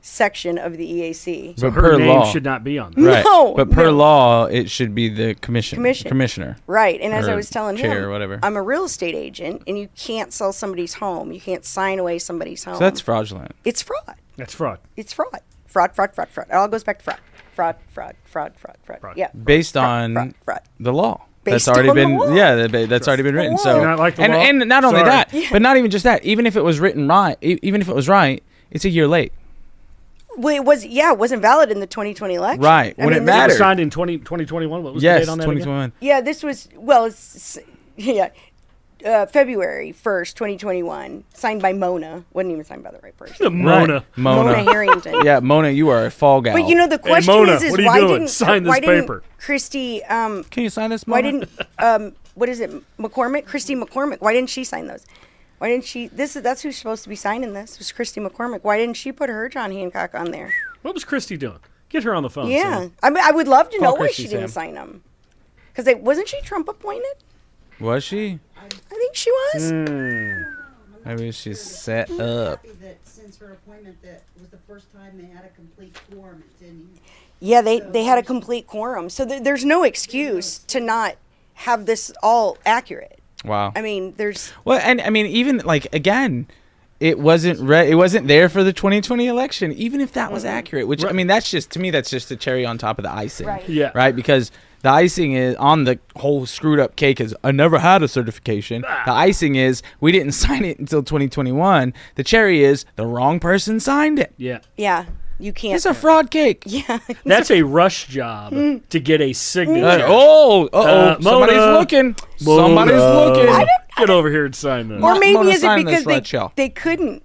[SPEAKER 3] section of the E EAC.
[SPEAKER 2] So
[SPEAKER 1] But
[SPEAKER 2] her
[SPEAKER 1] per
[SPEAKER 2] name
[SPEAKER 1] law.
[SPEAKER 2] should not be on there.
[SPEAKER 1] Right.
[SPEAKER 3] No,
[SPEAKER 1] but per
[SPEAKER 3] no.
[SPEAKER 1] law, it should be the commission,
[SPEAKER 3] Commission.
[SPEAKER 1] commissioner.
[SPEAKER 3] Right. And as I
[SPEAKER 1] Or
[SPEAKER 3] was telling
[SPEAKER 1] chair
[SPEAKER 3] him,
[SPEAKER 1] or whatever.
[SPEAKER 3] I'm a real estate agent and you can't sell somebody's home. You can't sign away somebody's home.
[SPEAKER 1] So that's fraudulent.
[SPEAKER 3] it's fraud.
[SPEAKER 2] That's fraud.
[SPEAKER 3] It's fraud. Fraud, fraud, fraud, fraud. It all goes back to fraud. Fraud, fraud, fraud, fraud, fraud.
[SPEAKER 2] Fraud.
[SPEAKER 3] Yeah.
[SPEAKER 1] Based on
[SPEAKER 3] fraud, fraud.
[SPEAKER 1] the law.
[SPEAKER 3] Based
[SPEAKER 1] that's already
[SPEAKER 3] on the
[SPEAKER 1] been
[SPEAKER 3] law.
[SPEAKER 1] yeah. that- That's already been
[SPEAKER 3] the
[SPEAKER 1] written.
[SPEAKER 3] law.
[SPEAKER 1] So
[SPEAKER 3] You
[SPEAKER 2] not like the
[SPEAKER 1] and
[SPEAKER 2] law?
[SPEAKER 1] and not only
[SPEAKER 2] Sorry.
[SPEAKER 1] that, but not even just that. Even if it was written right, e- even if it was right, it's a year late.
[SPEAKER 3] Well, it was, yeah, it wasn't valid in the 2020 election.
[SPEAKER 1] Right, when it
[SPEAKER 3] this
[SPEAKER 2] It
[SPEAKER 3] was-
[SPEAKER 2] was
[SPEAKER 1] Matter.
[SPEAKER 2] signed in 20, 2021. What was the
[SPEAKER 1] Yes,
[SPEAKER 2] date on that?
[SPEAKER 1] twenty
[SPEAKER 2] again?
[SPEAKER 1] twenty one.
[SPEAKER 3] Yeah, this was well, it's, yeah, uh, February first, twenty twenty one, signed by Mona. wasn't even signed by the right person.
[SPEAKER 2] Mona.
[SPEAKER 1] Mona.
[SPEAKER 3] Harrington.
[SPEAKER 1] Yeah, Mona, you are a fall gal.
[SPEAKER 3] But you know the question
[SPEAKER 2] Mona,
[SPEAKER 3] is, is
[SPEAKER 2] what are you
[SPEAKER 3] why
[SPEAKER 2] doing?
[SPEAKER 3] didn't
[SPEAKER 2] Sign this
[SPEAKER 3] why
[SPEAKER 2] paper.
[SPEAKER 3] didn't Christy? Um,
[SPEAKER 1] can you sign this? Mona?
[SPEAKER 3] why didn't um, what is it McCormick? Christy McCormick. Why didn't she sign those? Why didn't she? This is that's who's supposed to be signing this. Was Christy McCormick? Why didn't she put her John Hancock on there?
[SPEAKER 2] What was Christy doing? Get her on the phone.
[SPEAKER 3] yeah,
[SPEAKER 2] Sam.
[SPEAKER 3] I mean, I would love to know why
[SPEAKER 1] Christie,
[SPEAKER 3] she didn't
[SPEAKER 1] Sam.
[SPEAKER 3] sign them. Because wasn't she Trump appointed?
[SPEAKER 1] Was she?
[SPEAKER 3] I think she
[SPEAKER 2] Hmm.
[SPEAKER 3] was.
[SPEAKER 1] Maybe she's set up.
[SPEAKER 5] Happy that since her appointment, that was the first time they had a complete quorum, it didn't.
[SPEAKER 3] Yeah, they, they had a complete quorum. So there there's no excuse to not have this all accurate.
[SPEAKER 1] Wow.
[SPEAKER 3] I mean, there's
[SPEAKER 1] Well, and I mean, even like again, it wasn't re- it wasn't there for the 2020 election, even if that was
[SPEAKER 3] Mm-hmm.
[SPEAKER 1] accurate. Which I mean, that's just to me, that's just the cherry on top of the icing.
[SPEAKER 3] Right.
[SPEAKER 2] Yeah.
[SPEAKER 1] Right. Because the icing is on the whole screwed up cake is I never had a certification.
[SPEAKER 2] Ah.
[SPEAKER 1] The icing is we didn't sign it until 2021. The cherry is the wrong person signed it.
[SPEAKER 2] Yeah.
[SPEAKER 3] yeah, you can't.
[SPEAKER 1] It's a fraud cake.
[SPEAKER 3] yeah,
[SPEAKER 2] That's a rush job to get a signature.
[SPEAKER 1] Uh, oh, uh-oh,
[SPEAKER 2] Uh,
[SPEAKER 1] somebody's
[SPEAKER 2] Mona.
[SPEAKER 1] looking.
[SPEAKER 2] Mona.
[SPEAKER 1] Somebody's looking.
[SPEAKER 2] Get over here and sign this.
[SPEAKER 3] or
[SPEAKER 1] Not
[SPEAKER 3] maybe
[SPEAKER 1] Mona
[SPEAKER 3] is it
[SPEAKER 1] Simon,
[SPEAKER 3] because
[SPEAKER 1] that's
[SPEAKER 3] they
[SPEAKER 1] right, y'all.
[SPEAKER 3] they couldn't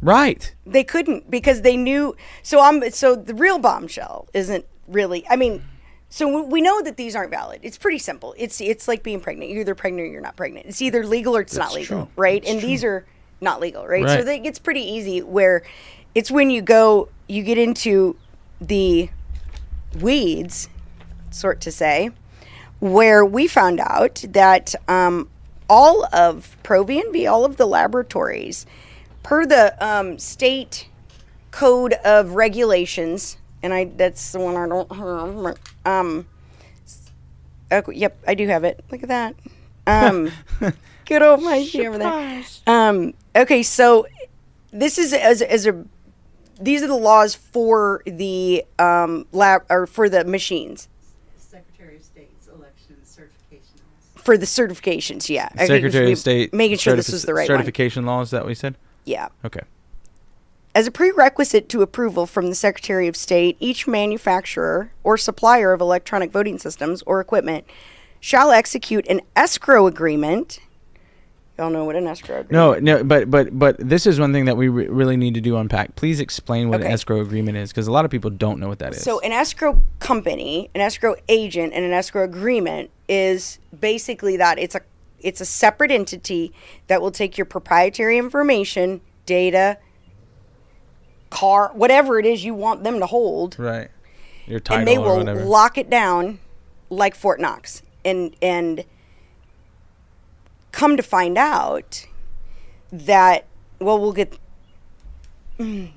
[SPEAKER 1] Right.
[SPEAKER 3] they couldn't because they knew. So I'm so the real bombshell isn't really. I mean, so we, we know that these aren't valid. It's pretty simple. It's it's like being pregnant. You're either pregnant or you're not pregnant. It's either legal or it's not legal,
[SPEAKER 1] true.
[SPEAKER 3] right? and these are not legal, right? So
[SPEAKER 1] Right.
[SPEAKER 3] they, it's pretty easy. Where it's when you go, you get into the weeds, sort to say, where we found out that um, all of ProVNV, all of the laboratories, per the um, state code of regulations, and I that's the one I don't remember. Um, okay, yep, I do have it. Look at that. Um, good old my over there. Um, okay, so this is as, as a these are the laws for the um, lab or for the machines
[SPEAKER 5] Secretary of State's election certification. laws.
[SPEAKER 3] for the certifications. Yeah, Okay, 'cause
[SPEAKER 1] Secretary
[SPEAKER 3] we-
[SPEAKER 1] of State.
[SPEAKER 3] making sure this
[SPEAKER 1] certifi-
[SPEAKER 3] was the right one.
[SPEAKER 1] certification laws that we said.
[SPEAKER 3] Yeah.
[SPEAKER 1] Okay.
[SPEAKER 3] As a prerequisite to approval from the Secretary of State, each manufacturer or supplier of electronic voting systems or equipment shall execute an escrow agreement. Y'all know what an escrow agreement
[SPEAKER 1] No, no, but but but this is one thing that we re- really need to do unpack. Please explain what an
[SPEAKER 3] Okay.
[SPEAKER 1] escrow agreement is, because a lot of people don't know what that is.
[SPEAKER 3] So, an escrow company, an escrow agent, and an escrow agreement is basically that it's a it's a separate entity that will take your proprietary information, data, car, whatever it is you want them to hold,
[SPEAKER 1] right, your title
[SPEAKER 3] and they
[SPEAKER 1] or
[SPEAKER 3] will
[SPEAKER 1] whatever.
[SPEAKER 3] lock it down like Fort Knox. And and come to find out that well, we'll get mm,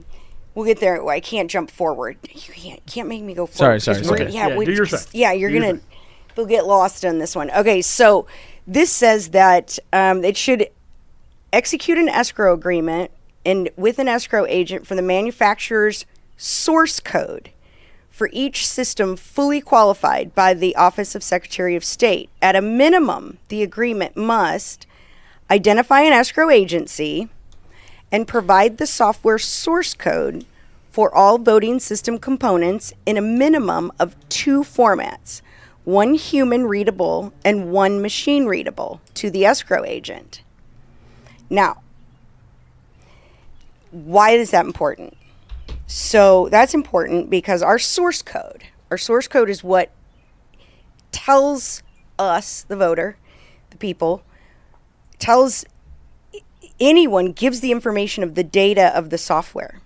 [SPEAKER 3] we'll get there. I can't jump forward. You can't can't make me go
[SPEAKER 1] Sorry,
[SPEAKER 3] forward.
[SPEAKER 1] sorry,
[SPEAKER 3] because we're-
[SPEAKER 1] sorry.
[SPEAKER 3] Yeah,
[SPEAKER 2] Yeah,
[SPEAKER 3] we-
[SPEAKER 2] do your
[SPEAKER 3] because-
[SPEAKER 2] thing.
[SPEAKER 3] yeah, you're
[SPEAKER 2] Do your
[SPEAKER 3] gonna
[SPEAKER 2] thing.
[SPEAKER 3] they'll get lost on this one. Okay, so this says that um, it should execute an escrow agreement and with an escrow agent for the manufacturer's source code for each system fully qualified by the Office of Secretary of State. At a minimum, the agreement must identify an escrow agency and provide the software source code for all voting system components in a minimum of two formats one human readable and one machine readable to the escrow agent. Now, why is that important? So that's important because our source code, our source code is what tells us, the voter, the people, tells anyone gives the information of the data of the software.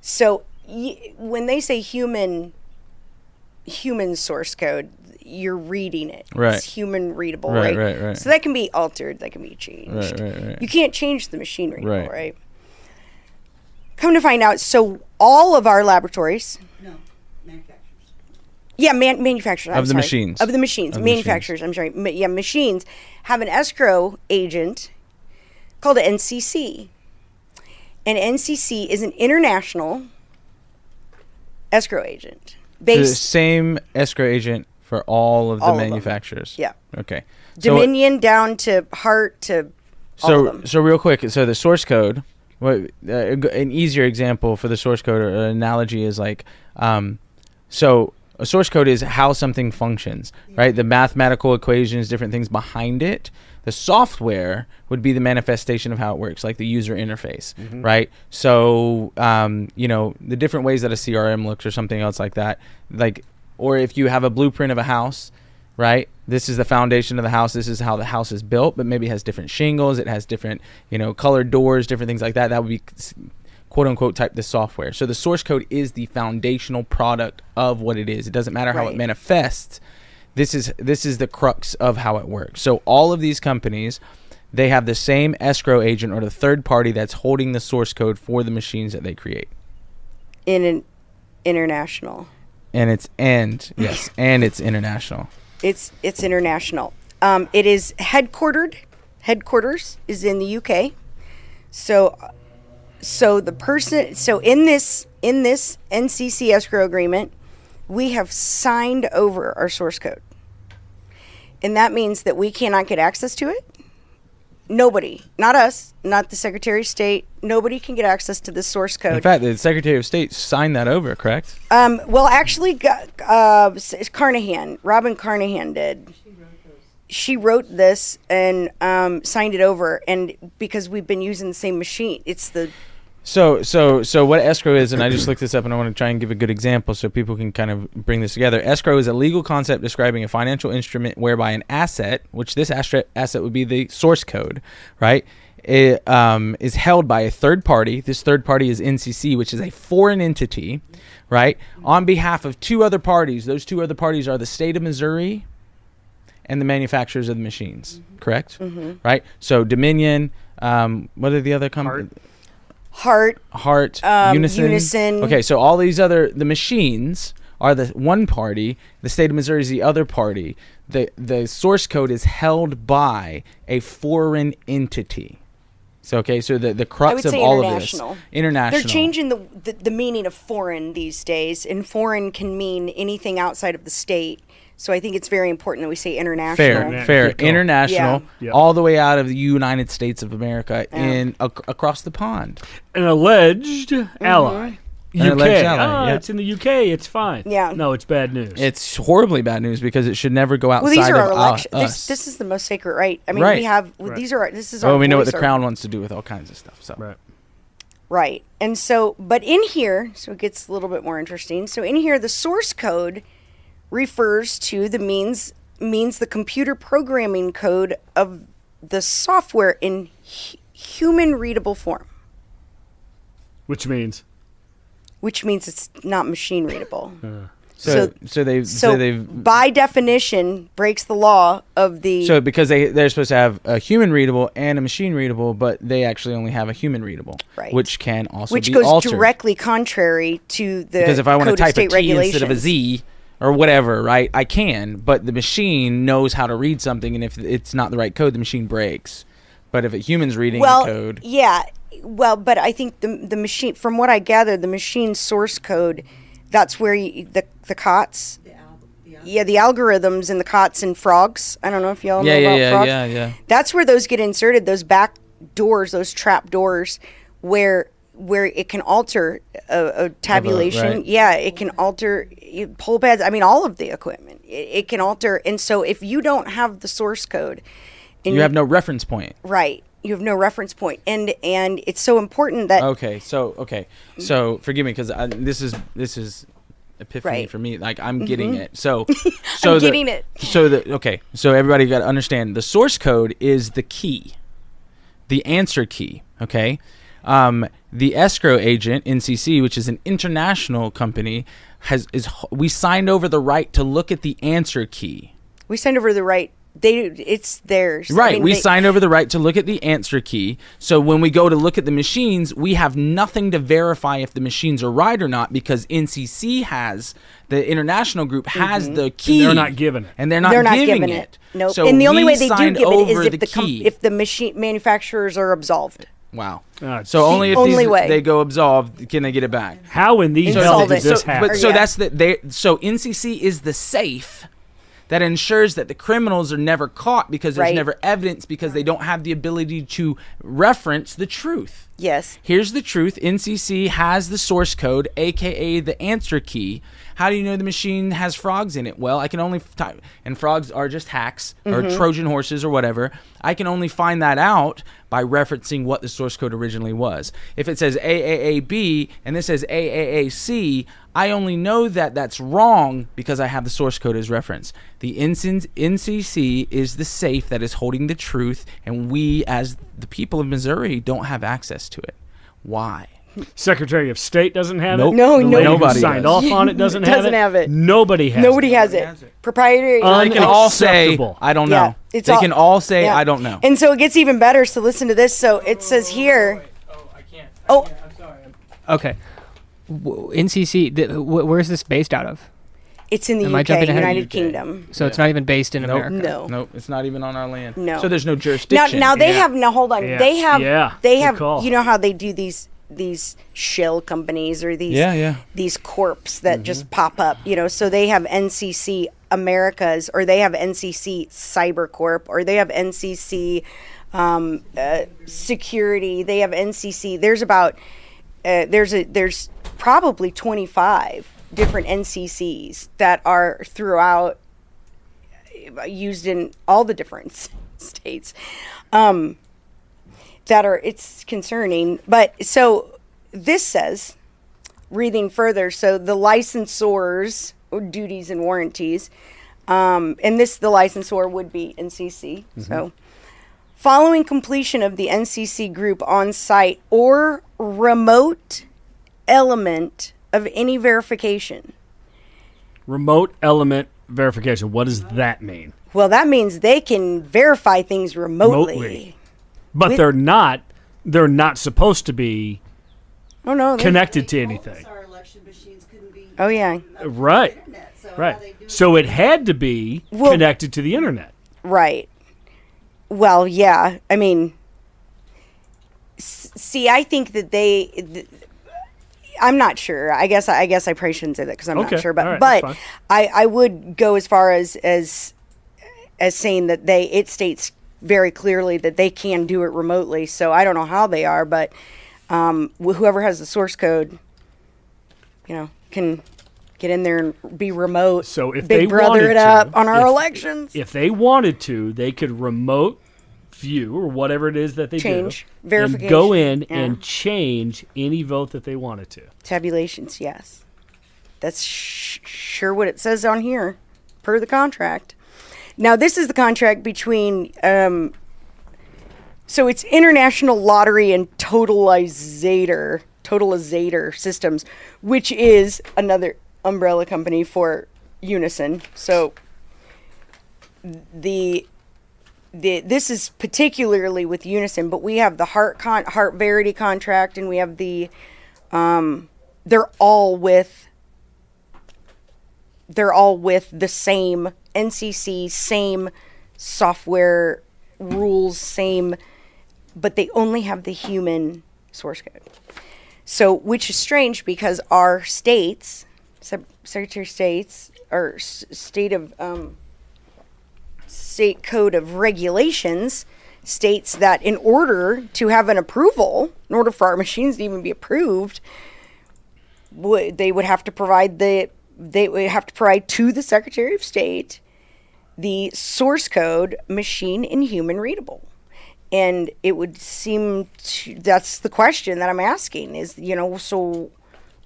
[SPEAKER 3] So y- when they say human human source code, you're reading it.
[SPEAKER 1] Right.
[SPEAKER 3] It's human readable,
[SPEAKER 1] Right,
[SPEAKER 3] right?
[SPEAKER 1] right, right.
[SPEAKER 3] So that can be altered, that can be changed.
[SPEAKER 1] Right, right, right.
[SPEAKER 3] You can't change the machinery, though,
[SPEAKER 1] Right.
[SPEAKER 3] right. Come to find out, so all of our laboratories,
[SPEAKER 5] No, manufacturers.
[SPEAKER 3] yeah, man, manufacturers I'm
[SPEAKER 1] Of the
[SPEAKER 3] sorry.
[SPEAKER 1] machines.
[SPEAKER 3] of the machines,
[SPEAKER 1] Of the
[SPEAKER 3] manufacturers. I'm sorry, ma- yeah, machines have an escrow agent called an NCC, and NCC is an international escrow agent
[SPEAKER 1] The
[SPEAKER 3] based
[SPEAKER 1] same escrow agent for all of the
[SPEAKER 3] All of them.
[SPEAKER 1] manufacturers.
[SPEAKER 3] Yeah.
[SPEAKER 1] Okay. So-
[SPEAKER 3] Dominion down to Heart to all
[SPEAKER 1] so
[SPEAKER 3] of them.
[SPEAKER 1] so real quick so the source code what uh, a g- an easier example for the source code or an analogy is like um, so a source code is how something functions right the mathematical equations different things behind it the software would be the manifestation of how it works like the user interface right so um, you know the different ways that a crm looks or something else like that like or if you have a blueprint of a house right? This is the foundation of the house. This is how the house is built, but maybe it has different shingles. It has different, you know, colored doors, different things like that. That would be s- quote unquote type the software. So the source code is the foundational product of what it is. It doesn't matter how it
[SPEAKER 3] Right.
[SPEAKER 1] manifests. This is this is the crux of how it works. So all of these companies they have the same escrow agent or the third party that's holding the source code for the machines that they create.
[SPEAKER 3] in an international.
[SPEAKER 1] And it's and yes, and it's international.
[SPEAKER 3] It's it's international. Um, it is headquartered. Headquarters is in the UK. So, so the person. So in this in this NCC escrow agreement, we have signed over our source code, and that means that we cannot get access to it. Nobody, not us, not the Secretary of State. Nobody can get access to this source code.
[SPEAKER 1] In fact, the Secretary of State signed that over, correct?
[SPEAKER 3] Um, well, actually, g- uh, s- Carnahan, Robin Carnahan did. She wrote this and um, signed it over, and because we've been using the same machine, it's the
[SPEAKER 1] So, so, so what escrow is, and I just looked this up, and I want to try and give a good example so people can kind of bring this together. Escrow is a legal concept describing a financial instrument whereby an asset, which this astra- asset would be the source code, right, it, um, is held by a third party. This third party is NCC, which is a foreign entity, right, on behalf of two other parties. Those two other parties are the state of Missouri and the manufacturers of the machines, correct? Right. So Dominion. Um, what are the other companies?
[SPEAKER 4] Hart.
[SPEAKER 3] heart.
[SPEAKER 1] Heart,
[SPEAKER 3] Um,
[SPEAKER 1] Unison.
[SPEAKER 3] Unison.
[SPEAKER 1] Okay, so all these other the machines are the one party. The state of Missouri is the other party. The the source code is held by a foreign entity. So okay, so the the crux
[SPEAKER 3] would
[SPEAKER 1] of
[SPEAKER 3] say
[SPEAKER 1] all of this
[SPEAKER 3] international.
[SPEAKER 1] international.
[SPEAKER 3] They're changing the, the the meaning of foreign these days, and foreign can mean anything outside of the state. So I think it's very important that we say international.
[SPEAKER 1] Fair,
[SPEAKER 2] Interna-
[SPEAKER 1] fair,
[SPEAKER 2] good call.
[SPEAKER 1] international,
[SPEAKER 2] Yeah. Yeah.
[SPEAKER 1] all the way out of the United States of America
[SPEAKER 3] Yeah.
[SPEAKER 1] in ac- across the pond.
[SPEAKER 2] An alleged ally. UK.
[SPEAKER 1] Mm-hmm. alleged ally,
[SPEAKER 2] ah,
[SPEAKER 1] yeah.
[SPEAKER 2] it's in the UK. It's fine.
[SPEAKER 3] Yeah.
[SPEAKER 2] No, it's bad news.
[SPEAKER 1] It's horribly bad news because it should never go outside
[SPEAKER 3] Well, these are
[SPEAKER 1] of
[SPEAKER 3] our
[SPEAKER 1] uh,
[SPEAKER 3] elections. This,
[SPEAKER 1] us.
[SPEAKER 3] this is the most sacred right. I mean,
[SPEAKER 1] Right.
[SPEAKER 3] we have
[SPEAKER 2] Right.
[SPEAKER 3] these are our, this is our.
[SPEAKER 1] oh, we know what
[SPEAKER 3] voice,
[SPEAKER 1] the
[SPEAKER 3] our
[SPEAKER 1] crown wants to do with all kinds of stuff. So
[SPEAKER 2] right.
[SPEAKER 3] Right. And so, but in here, so it gets a little bit more interesting. So in here, the source code refers to the means means the computer programming code of the software in hu- human readable form,
[SPEAKER 2] Which means
[SPEAKER 3] which means it's not machine readable.
[SPEAKER 1] so,
[SPEAKER 3] So-
[SPEAKER 1] so they so,
[SPEAKER 3] so
[SPEAKER 1] they've
[SPEAKER 3] by definition, breaks the law of the
[SPEAKER 1] So because they they're supposed to have a human readable and a machine readable, but they actually only have a human readable,
[SPEAKER 3] Right.
[SPEAKER 1] which can also
[SPEAKER 3] which
[SPEAKER 1] be
[SPEAKER 3] goes
[SPEAKER 1] altered.
[SPEAKER 3] directly contrary to the
[SPEAKER 1] because if I want to
[SPEAKER 3] Code of
[SPEAKER 1] type a
[SPEAKER 3] state
[SPEAKER 1] T instead of a
[SPEAKER 3] regulations.
[SPEAKER 1] Z or whatever, right? I can, but the machine knows how to read something, and if it's not the right code, the machine breaks. But if a human's reading
[SPEAKER 3] well,
[SPEAKER 1] the code,
[SPEAKER 3] Yeah. Well, but I think the the machine, from what I gather, the machine source code, that's where you, the the cots.
[SPEAKER 5] The album, the album.
[SPEAKER 3] Yeah, the algorithms and the cots and frogs. I don't know if y'all
[SPEAKER 1] yeah,
[SPEAKER 3] know
[SPEAKER 1] yeah,
[SPEAKER 3] about
[SPEAKER 1] yeah,
[SPEAKER 3] frogs.
[SPEAKER 1] yeah, yeah.
[SPEAKER 3] That's where those get inserted. Those back doors, those trap doors, where where it can alter a, a tabulation.
[SPEAKER 1] right.
[SPEAKER 3] Yeah, it can alter y- pull pads. I mean, all of the equipment. It, it can alter. And so, if you don't have the source code, and
[SPEAKER 1] You have no reference point.
[SPEAKER 3] right you have no reference point and and it's so important that
[SPEAKER 1] Okay, so okay, so forgive me because this is this is epiphany
[SPEAKER 3] Right. Mm-hmm.
[SPEAKER 1] for me. Like I'm getting it. So, so the-
[SPEAKER 3] getting it.
[SPEAKER 1] So the okay, so everybody got to understand the source code is the key, the answer key. Okay, Um, the escrow agent, NCC, which is an international company, has is h- we signed over the right to look at the answer key.
[SPEAKER 3] We send over the right. They it's theirs. I
[SPEAKER 1] Right.
[SPEAKER 3] mean,
[SPEAKER 1] we
[SPEAKER 3] they-
[SPEAKER 1] signed over the right to look at the answer key. So when we go to look at the machines, we have nothing to verify if the machines are right or not because NCC has the international group has the key.
[SPEAKER 2] they're not giving it.
[SPEAKER 1] And they're not,
[SPEAKER 3] Mm-hmm. they're not
[SPEAKER 1] giving,
[SPEAKER 3] giving
[SPEAKER 1] it.
[SPEAKER 3] it. No,
[SPEAKER 1] So
[SPEAKER 3] and the only
[SPEAKER 1] we
[SPEAKER 3] way they do
[SPEAKER 1] signed
[SPEAKER 3] give it
[SPEAKER 1] over
[SPEAKER 3] is if the, com-
[SPEAKER 1] key.
[SPEAKER 3] if the machine manufacturers are absolved.
[SPEAKER 1] wow.
[SPEAKER 2] Ah,
[SPEAKER 1] so only if
[SPEAKER 3] only
[SPEAKER 1] these,
[SPEAKER 3] way.
[SPEAKER 1] they go absolved can they get it back.
[SPEAKER 2] How in these hell did
[SPEAKER 3] Insolvent.
[SPEAKER 2] this
[SPEAKER 1] so,
[SPEAKER 2] happen?
[SPEAKER 1] But so
[SPEAKER 3] Yeah.
[SPEAKER 1] that's the they so NCC is the safe that ensures that the criminals are never caught because there's
[SPEAKER 3] Right.
[SPEAKER 1] never evidence because they don't have the ability to reference the truth.
[SPEAKER 3] Yes.
[SPEAKER 1] Here's the truth. NCC has the source code, aka the answer key. How do you know the machine has frogs in it? Well, I can only f- type, and frogs are just hacks
[SPEAKER 3] Mm-hmm.
[SPEAKER 1] or Trojan horses or whatever. I can only find that out by referencing what the source code originally was. If it says AAAB and this says AAAC, I only know that that's wrong because I have the source code as reference. The NCC NCC is the safe that is holding the truth, and we, as the people of Missouri, don't have access to it. Why?
[SPEAKER 2] Secretary of State doesn't have
[SPEAKER 1] Nope.
[SPEAKER 2] it.
[SPEAKER 3] No,
[SPEAKER 2] the
[SPEAKER 3] no-
[SPEAKER 2] lady who
[SPEAKER 1] Nobody
[SPEAKER 2] signed
[SPEAKER 1] does.
[SPEAKER 2] off on it doesn't, have, it.
[SPEAKER 3] Doesn't have it.
[SPEAKER 2] Nobody has.
[SPEAKER 3] Nobody
[SPEAKER 2] it.
[SPEAKER 3] has it. Proprietary.
[SPEAKER 1] They can all say,
[SPEAKER 2] Unacceptable.
[SPEAKER 1] "I don't
[SPEAKER 3] Yeah,
[SPEAKER 1] know."
[SPEAKER 3] it's
[SPEAKER 1] they
[SPEAKER 3] all-
[SPEAKER 1] can all say,
[SPEAKER 3] yeah.
[SPEAKER 1] "I don't know."
[SPEAKER 3] And so it gets even better. So listen to this. So it says here.
[SPEAKER 4] Oh, I can't.
[SPEAKER 3] Oh,
[SPEAKER 4] I'm sorry. okay. W- NCC. Th- wh- where's this based out of?
[SPEAKER 3] it's in the
[SPEAKER 4] Am I
[SPEAKER 3] UK,
[SPEAKER 4] jumping ahead?
[SPEAKER 3] United
[SPEAKER 1] UK.
[SPEAKER 3] Kingdom.
[SPEAKER 4] So it's not even based in
[SPEAKER 1] Nope.
[SPEAKER 4] America.
[SPEAKER 3] No.
[SPEAKER 1] Nope, it's not even on our land.
[SPEAKER 3] No.
[SPEAKER 1] So there's no
[SPEAKER 3] Now,
[SPEAKER 1] jurisdiction.
[SPEAKER 3] now they
[SPEAKER 2] Yeah.
[SPEAKER 3] have now. Hold on.
[SPEAKER 2] Yeah.
[SPEAKER 3] They have.
[SPEAKER 2] Yeah,
[SPEAKER 3] They
[SPEAKER 2] good
[SPEAKER 3] have.
[SPEAKER 2] call.
[SPEAKER 3] You know how they do these these shell companies or these
[SPEAKER 1] Yeah, yeah. Mm-hmm.
[SPEAKER 3] these corps that just pop up. You know, so they have NCC Americas or they have NCC CyberCorp or they have NCC um, uh, Security. They have NCC. There's about uh, there's a there's probably 25 different NCCs that are throughout uh, used in all the different s- states um, that are it's concerning but so this says reading further so the licensors duties and warranties um, and this the licensor would be ncc so following completion of the ncc group on site or remote element of any verification
[SPEAKER 2] Remote element verification. What does that mean?
[SPEAKER 3] well that means they can verify things remotely.
[SPEAKER 2] Remotely. But
[SPEAKER 3] Wait.
[SPEAKER 2] they're not. They're not supposed to be
[SPEAKER 3] Oh no, they-
[SPEAKER 2] connected to
[SPEAKER 5] Most
[SPEAKER 2] anything.
[SPEAKER 5] of Our election machines couldn't be.
[SPEAKER 3] Oh yeah,
[SPEAKER 2] Right.
[SPEAKER 5] Internet, so how they
[SPEAKER 2] Right.
[SPEAKER 5] do
[SPEAKER 2] So it had to be
[SPEAKER 3] Well-
[SPEAKER 2] connected to the internet.
[SPEAKER 3] right. Well, yeah. I mean, s- see, I think that they. Th- I'm not sure. I guess I guess I probably shouldn't say that because I'm
[SPEAKER 2] Okay,
[SPEAKER 3] not sure. But
[SPEAKER 2] all right, that's
[SPEAKER 3] but
[SPEAKER 2] fine.
[SPEAKER 3] I I would go as far as as as saying that they it states very clearly that they can do it remotely. So I don't know how they are, but um, wh- whoever has the source code, you know, can get in there and be remote.
[SPEAKER 2] So if
[SPEAKER 3] Big
[SPEAKER 2] they
[SPEAKER 3] Brother
[SPEAKER 2] wanted
[SPEAKER 3] it
[SPEAKER 2] to,
[SPEAKER 3] up on our
[SPEAKER 2] if-
[SPEAKER 3] elections.
[SPEAKER 2] If they wanted to, they could remote view or whatever it is that they
[SPEAKER 3] Change.
[SPEAKER 2] do,
[SPEAKER 3] Verification.
[SPEAKER 2] and go in
[SPEAKER 3] Yeah.
[SPEAKER 2] and change any vote that they wanted to.
[SPEAKER 3] Tabulations, yes. That's sh- sure what it says on here, per the contract. Now, this is the contract between, um, so it's International Lottery and Totalizator, Totalizator Systems, which is another umbrella company for Unison. So the the, this is particularly with Unison, but we have the Heart con- Heart Verity contract, and we have the they're all with they're all with the same NCC, same software rules, same but they only have the human source code. So which is strange because our states, Sec- Secretary of States or s- state of um, state code of regulations states that in order to have an approval, in order for our machines to even be approved, would they would have to provide the they would have to provide to the Secretary of State the source code machine and human readable. And it would seem to, that's the question that I'm asking is you know so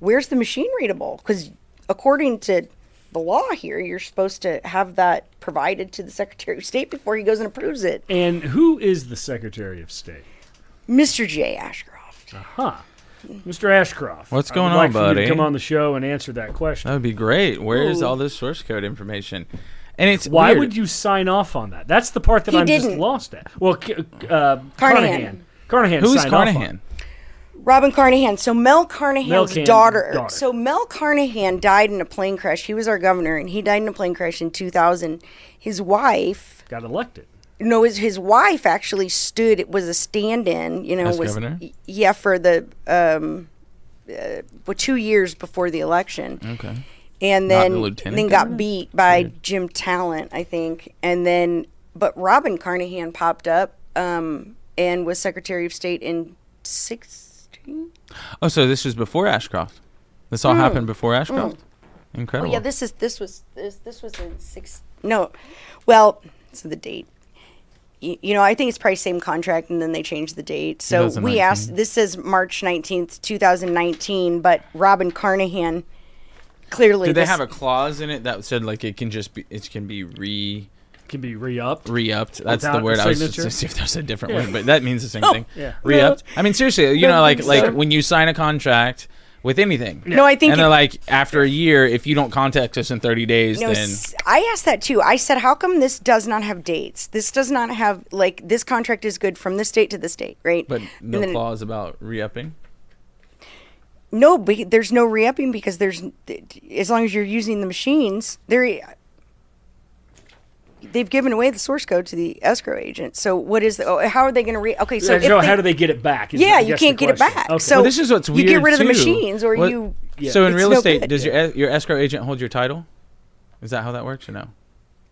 [SPEAKER 3] where's the machine readable cuz according to the law here you're supposed to have that provided to the Secretary of State before he goes and approves it.
[SPEAKER 2] And who is the Secretary of State?
[SPEAKER 3] Mr. J. Ashcroft.
[SPEAKER 2] Huh. Mr. Ashcroft.
[SPEAKER 1] What's
[SPEAKER 2] I
[SPEAKER 1] going on,
[SPEAKER 2] would like for you to
[SPEAKER 1] buddy?
[SPEAKER 2] come on the show and answer that question.
[SPEAKER 1] That would be great. Where is
[SPEAKER 2] Ooh.
[SPEAKER 1] all this source code information? And it's
[SPEAKER 2] Why
[SPEAKER 1] weird.
[SPEAKER 2] would you sign off on that? That's the part that
[SPEAKER 3] He
[SPEAKER 2] I'm just
[SPEAKER 3] didn't.
[SPEAKER 2] lost at. Well, C- uh, Carnahan.
[SPEAKER 3] Carnahan.
[SPEAKER 2] Carnahan.
[SPEAKER 1] Who's
[SPEAKER 2] signed off on it.
[SPEAKER 1] Carnahan?
[SPEAKER 3] Robin Carnahan. So Mel Carnahan's
[SPEAKER 2] Mel Can-
[SPEAKER 3] daughter,
[SPEAKER 2] daughter.
[SPEAKER 3] So Mel Carnahan died in a plane crash. He was our governor, and he died in a plane crash in 2000. His wife,
[SPEAKER 2] Got elected.
[SPEAKER 3] no, his his wife actually stood. It was a stand-in. You know,
[SPEAKER 1] As
[SPEAKER 3] was
[SPEAKER 1] governor?
[SPEAKER 3] y- yeah for the um, uh, well, two years before the election
[SPEAKER 1] Okay.
[SPEAKER 3] and
[SPEAKER 1] Mm. Not
[SPEAKER 3] then
[SPEAKER 1] the lieutenant
[SPEAKER 3] then got
[SPEAKER 1] governor?
[SPEAKER 3] beat by Jim Talent, I think. And then, but Robin Carnahan popped up um, and was Secretary of State in sixteen.
[SPEAKER 1] Oh, so this was before Ashcroft. This all happened before Ashcroft.
[SPEAKER 3] Oh
[SPEAKER 1] Incredible.
[SPEAKER 3] yeah, this is this was this this was in six. No, well, so the date. Y- You know, I think it's probably same contract, and then they changed the date. So we
[SPEAKER 1] 2019.
[SPEAKER 3] asked. This says March nineteenth, two thousand nineteen, but Robin Carnahan clearly.
[SPEAKER 1] Did they
[SPEAKER 3] this-
[SPEAKER 1] have a clause in it that said like it can just be it can be re
[SPEAKER 2] Can be re-upped.
[SPEAKER 1] re-upped? That's
[SPEAKER 2] Without
[SPEAKER 1] the word. I was just
[SPEAKER 2] signature?
[SPEAKER 1] to see if there's a different
[SPEAKER 2] Yeah.
[SPEAKER 1] word, but that means the same
[SPEAKER 3] Oh.
[SPEAKER 1] thing.
[SPEAKER 2] yeah.
[SPEAKER 1] Re-upped. I mean, seriously, you know, like
[SPEAKER 2] think so.
[SPEAKER 1] like when you sign a contract with anything.
[SPEAKER 3] No, I think
[SPEAKER 1] and
[SPEAKER 3] it-
[SPEAKER 1] they're like, after a year, if you don't contact us in 30 days,
[SPEAKER 3] No,
[SPEAKER 1] then
[SPEAKER 3] s- I asked that too. I said, "How come this does not have dates? This does not have like this contract is good from this date to this date, right?"
[SPEAKER 1] but
[SPEAKER 3] And
[SPEAKER 1] no
[SPEAKER 3] then-
[SPEAKER 1] clause about re-upping.
[SPEAKER 3] No, be- there's no re-upping because there's as long as you're using the machines, there. They've given away the source code to the escrow agent. So what is the? Oh, how are they going to re? Okay, so
[SPEAKER 2] So,
[SPEAKER 3] if they,
[SPEAKER 2] how do they get it back? is
[SPEAKER 3] Yeah,
[SPEAKER 2] I
[SPEAKER 3] you
[SPEAKER 2] guess
[SPEAKER 3] can't
[SPEAKER 2] the
[SPEAKER 3] get it
[SPEAKER 2] question.
[SPEAKER 3] back.
[SPEAKER 2] Okay.
[SPEAKER 3] So
[SPEAKER 1] Well, this is what's
[SPEAKER 3] you
[SPEAKER 1] weird.
[SPEAKER 3] get rid of the
[SPEAKER 1] too.
[SPEAKER 3] machines or
[SPEAKER 1] What-
[SPEAKER 3] you.
[SPEAKER 1] So in
[SPEAKER 3] it's
[SPEAKER 1] real
[SPEAKER 3] no
[SPEAKER 1] estate,
[SPEAKER 3] good.
[SPEAKER 1] does your es- your escrow agent hold your title? Is that how that works or no?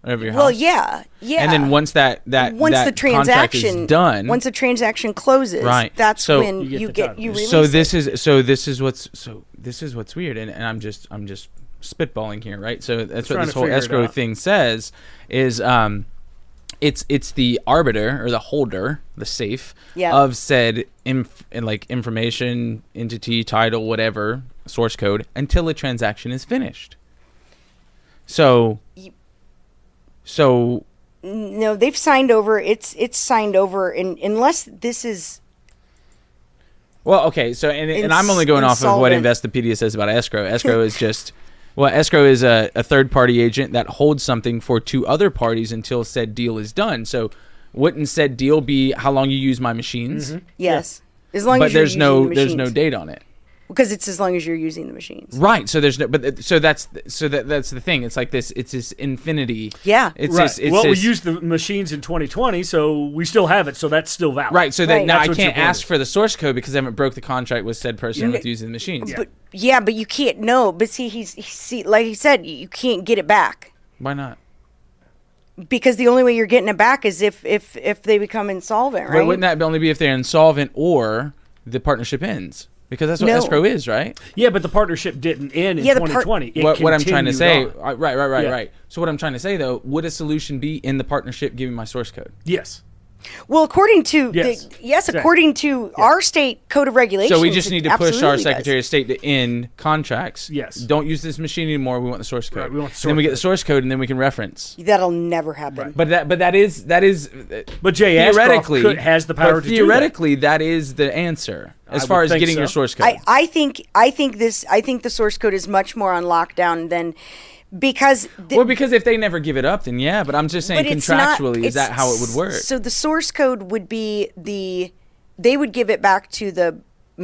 [SPEAKER 1] Over your
[SPEAKER 3] Well,
[SPEAKER 1] house?
[SPEAKER 3] yeah, yeah.
[SPEAKER 1] And then once that that
[SPEAKER 3] once
[SPEAKER 1] that
[SPEAKER 3] the
[SPEAKER 1] contract is
[SPEAKER 3] transaction
[SPEAKER 1] done,
[SPEAKER 3] once the transaction closes,
[SPEAKER 1] Right.
[SPEAKER 3] That's
[SPEAKER 1] So-
[SPEAKER 3] when
[SPEAKER 2] You get
[SPEAKER 3] you
[SPEAKER 2] the
[SPEAKER 3] get
[SPEAKER 2] title.
[SPEAKER 3] you release.
[SPEAKER 1] so
[SPEAKER 3] it.
[SPEAKER 1] this is so this is what's so this is what's weird and, and i'm just i'm just spitballing here right so that's what
[SPEAKER 2] Trying
[SPEAKER 1] this
[SPEAKER 2] to
[SPEAKER 1] whole
[SPEAKER 2] figure it
[SPEAKER 1] escrow
[SPEAKER 2] out.
[SPEAKER 1] thing says is um it's it's the arbiter or the holder the safe
[SPEAKER 3] Yeah.
[SPEAKER 1] of said inf- and like information entity title whatever source code until a transaction is finished so
[SPEAKER 3] You-
[SPEAKER 1] so
[SPEAKER 3] No, they've signed over. It's it's signed over, and unless this is
[SPEAKER 1] Well, okay, so and, and I'm
[SPEAKER 3] Ins-
[SPEAKER 1] only going off of what
[SPEAKER 3] insolvent.
[SPEAKER 1] Investopedia says about escrow. Escrow is just well, escrow is a, a third party agent that holds something for two other parties until said deal is done. So wouldn't said deal be how long you use my machines?
[SPEAKER 3] yes, as Mm-hmm. long
[SPEAKER 1] But
[SPEAKER 3] as you're
[SPEAKER 1] there's
[SPEAKER 3] using
[SPEAKER 1] no
[SPEAKER 3] the
[SPEAKER 1] there's no
[SPEAKER 3] machines.
[SPEAKER 1] date on it.
[SPEAKER 3] because it's as long as you're using the machines.
[SPEAKER 1] Right. So there's no but th- so that's th- so that that's the thing. It's like this it's this infinity.
[SPEAKER 3] Yeah.
[SPEAKER 1] It's
[SPEAKER 2] right.
[SPEAKER 1] this it's
[SPEAKER 2] well,
[SPEAKER 1] this-
[SPEAKER 2] we used the machines in 2020, so we still have it. So that's still valid.
[SPEAKER 1] Right, so that
[SPEAKER 3] Right.
[SPEAKER 1] now
[SPEAKER 2] That's
[SPEAKER 1] I
[SPEAKER 2] what your
[SPEAKER 1] can't
[SPEAKER 2] point
[SPEAKER 1] ask
[SPEAKER 2] is.
[SPEAKER 1] for the source code because I haven't broke the contract with said person with using the machines.
[SPEAKER 3] But yeah, but you can't know. But see, he's he, see, like he said, you- you can't get it back
[SPEAKER 1] Why not?
[SPEAKER 3] because the only way you're getting it back is if if if they become insolvent,
[SPEAKER 1] But
[SPEAKER 3] right?
[SPEAKER 1] wouldn't that only be if they're insolvent or the partnership ends? Because that's what
[SPEAKER 3] No.
[SPEAKER 1] escrow is, right?
[SPEAKER 2] Yeah, but the partnership didn't end in
[SPEAKER 3] Yeah, the part-
[SPEAKER 2] 2020. It
[SPEAKER 1] What, what I'm trying to
[SPEAKER 2] continued
[SPEAKER 1] say,
[SPEAKER 2] on.
[SPEAKER 1] uh, right, right, right,
[SPEAKER 2] Yeah.
[SPEAKER 1] right. So what I'm trying to say though, would a solution be in the partnership giving my source code?
[SPEAKER 2] Yes.
[SPEAKER 3] well, according to
[SPEAKER 2] Yes.
[SPEAKER 3] the, yes,
[SPEAKER 2] Exactly.
[SPEAKER 3] according to our state code of regulations,
[SPEAKER 1] So we just need to
[SPEAKER 3] it
[SPEAKER 1] push our
[SPEAKER 3] absolutely does.
[SPEAKER 1] Secretary of State to end contracts.
[SPEAKER 2] Yes.
[SPEAKER 1] Don't use this machine anymore. We want the source code.
[SPEAKER 2] Right, we want the
[SPEAKER 1] And then we
[SPEAKER 2] source
[SPEAKER 1] get the
[SPEAKER 2] code.
[SPEAKER 1] source code, and then we can reference.
[SPEAKER 3] That'll never happen.
[SPEAKER 1] But that, but that is that is. uh,
[SPEAKER 2] But Jay Ashcroft
[SPEAKER 1] theoretically
[SPEAKER 2] could- has the
[SPEAKER 1] but
[SPEAKER 2] power to do that.
[SPEAKER 1] Theoretically, that is the answer as
[SPEAKER 2] I
[SPEAKER 1] far
[SPEAKER 2] would
[SPEAKER 1] as
[SPEAKER 2] think
[SPEAKER 1] getting
[SPEAKER 2] so.
[SPEAKER 1] your source code.
[SPEAKER 3] I, I think I think this I think the source code is much more on lockdown than because the,
[SPEAKER 1] Well, because if they never give it up, then yeah. But I'm just saying,
[SPEAKER 3] but it's not-
[SPEAKER 1] contractually, is
[SPEAKER 3] it's-
[SPEAKER 1] that how it would work?
[SPEAKER 3] So the source code would be the they would give it back to the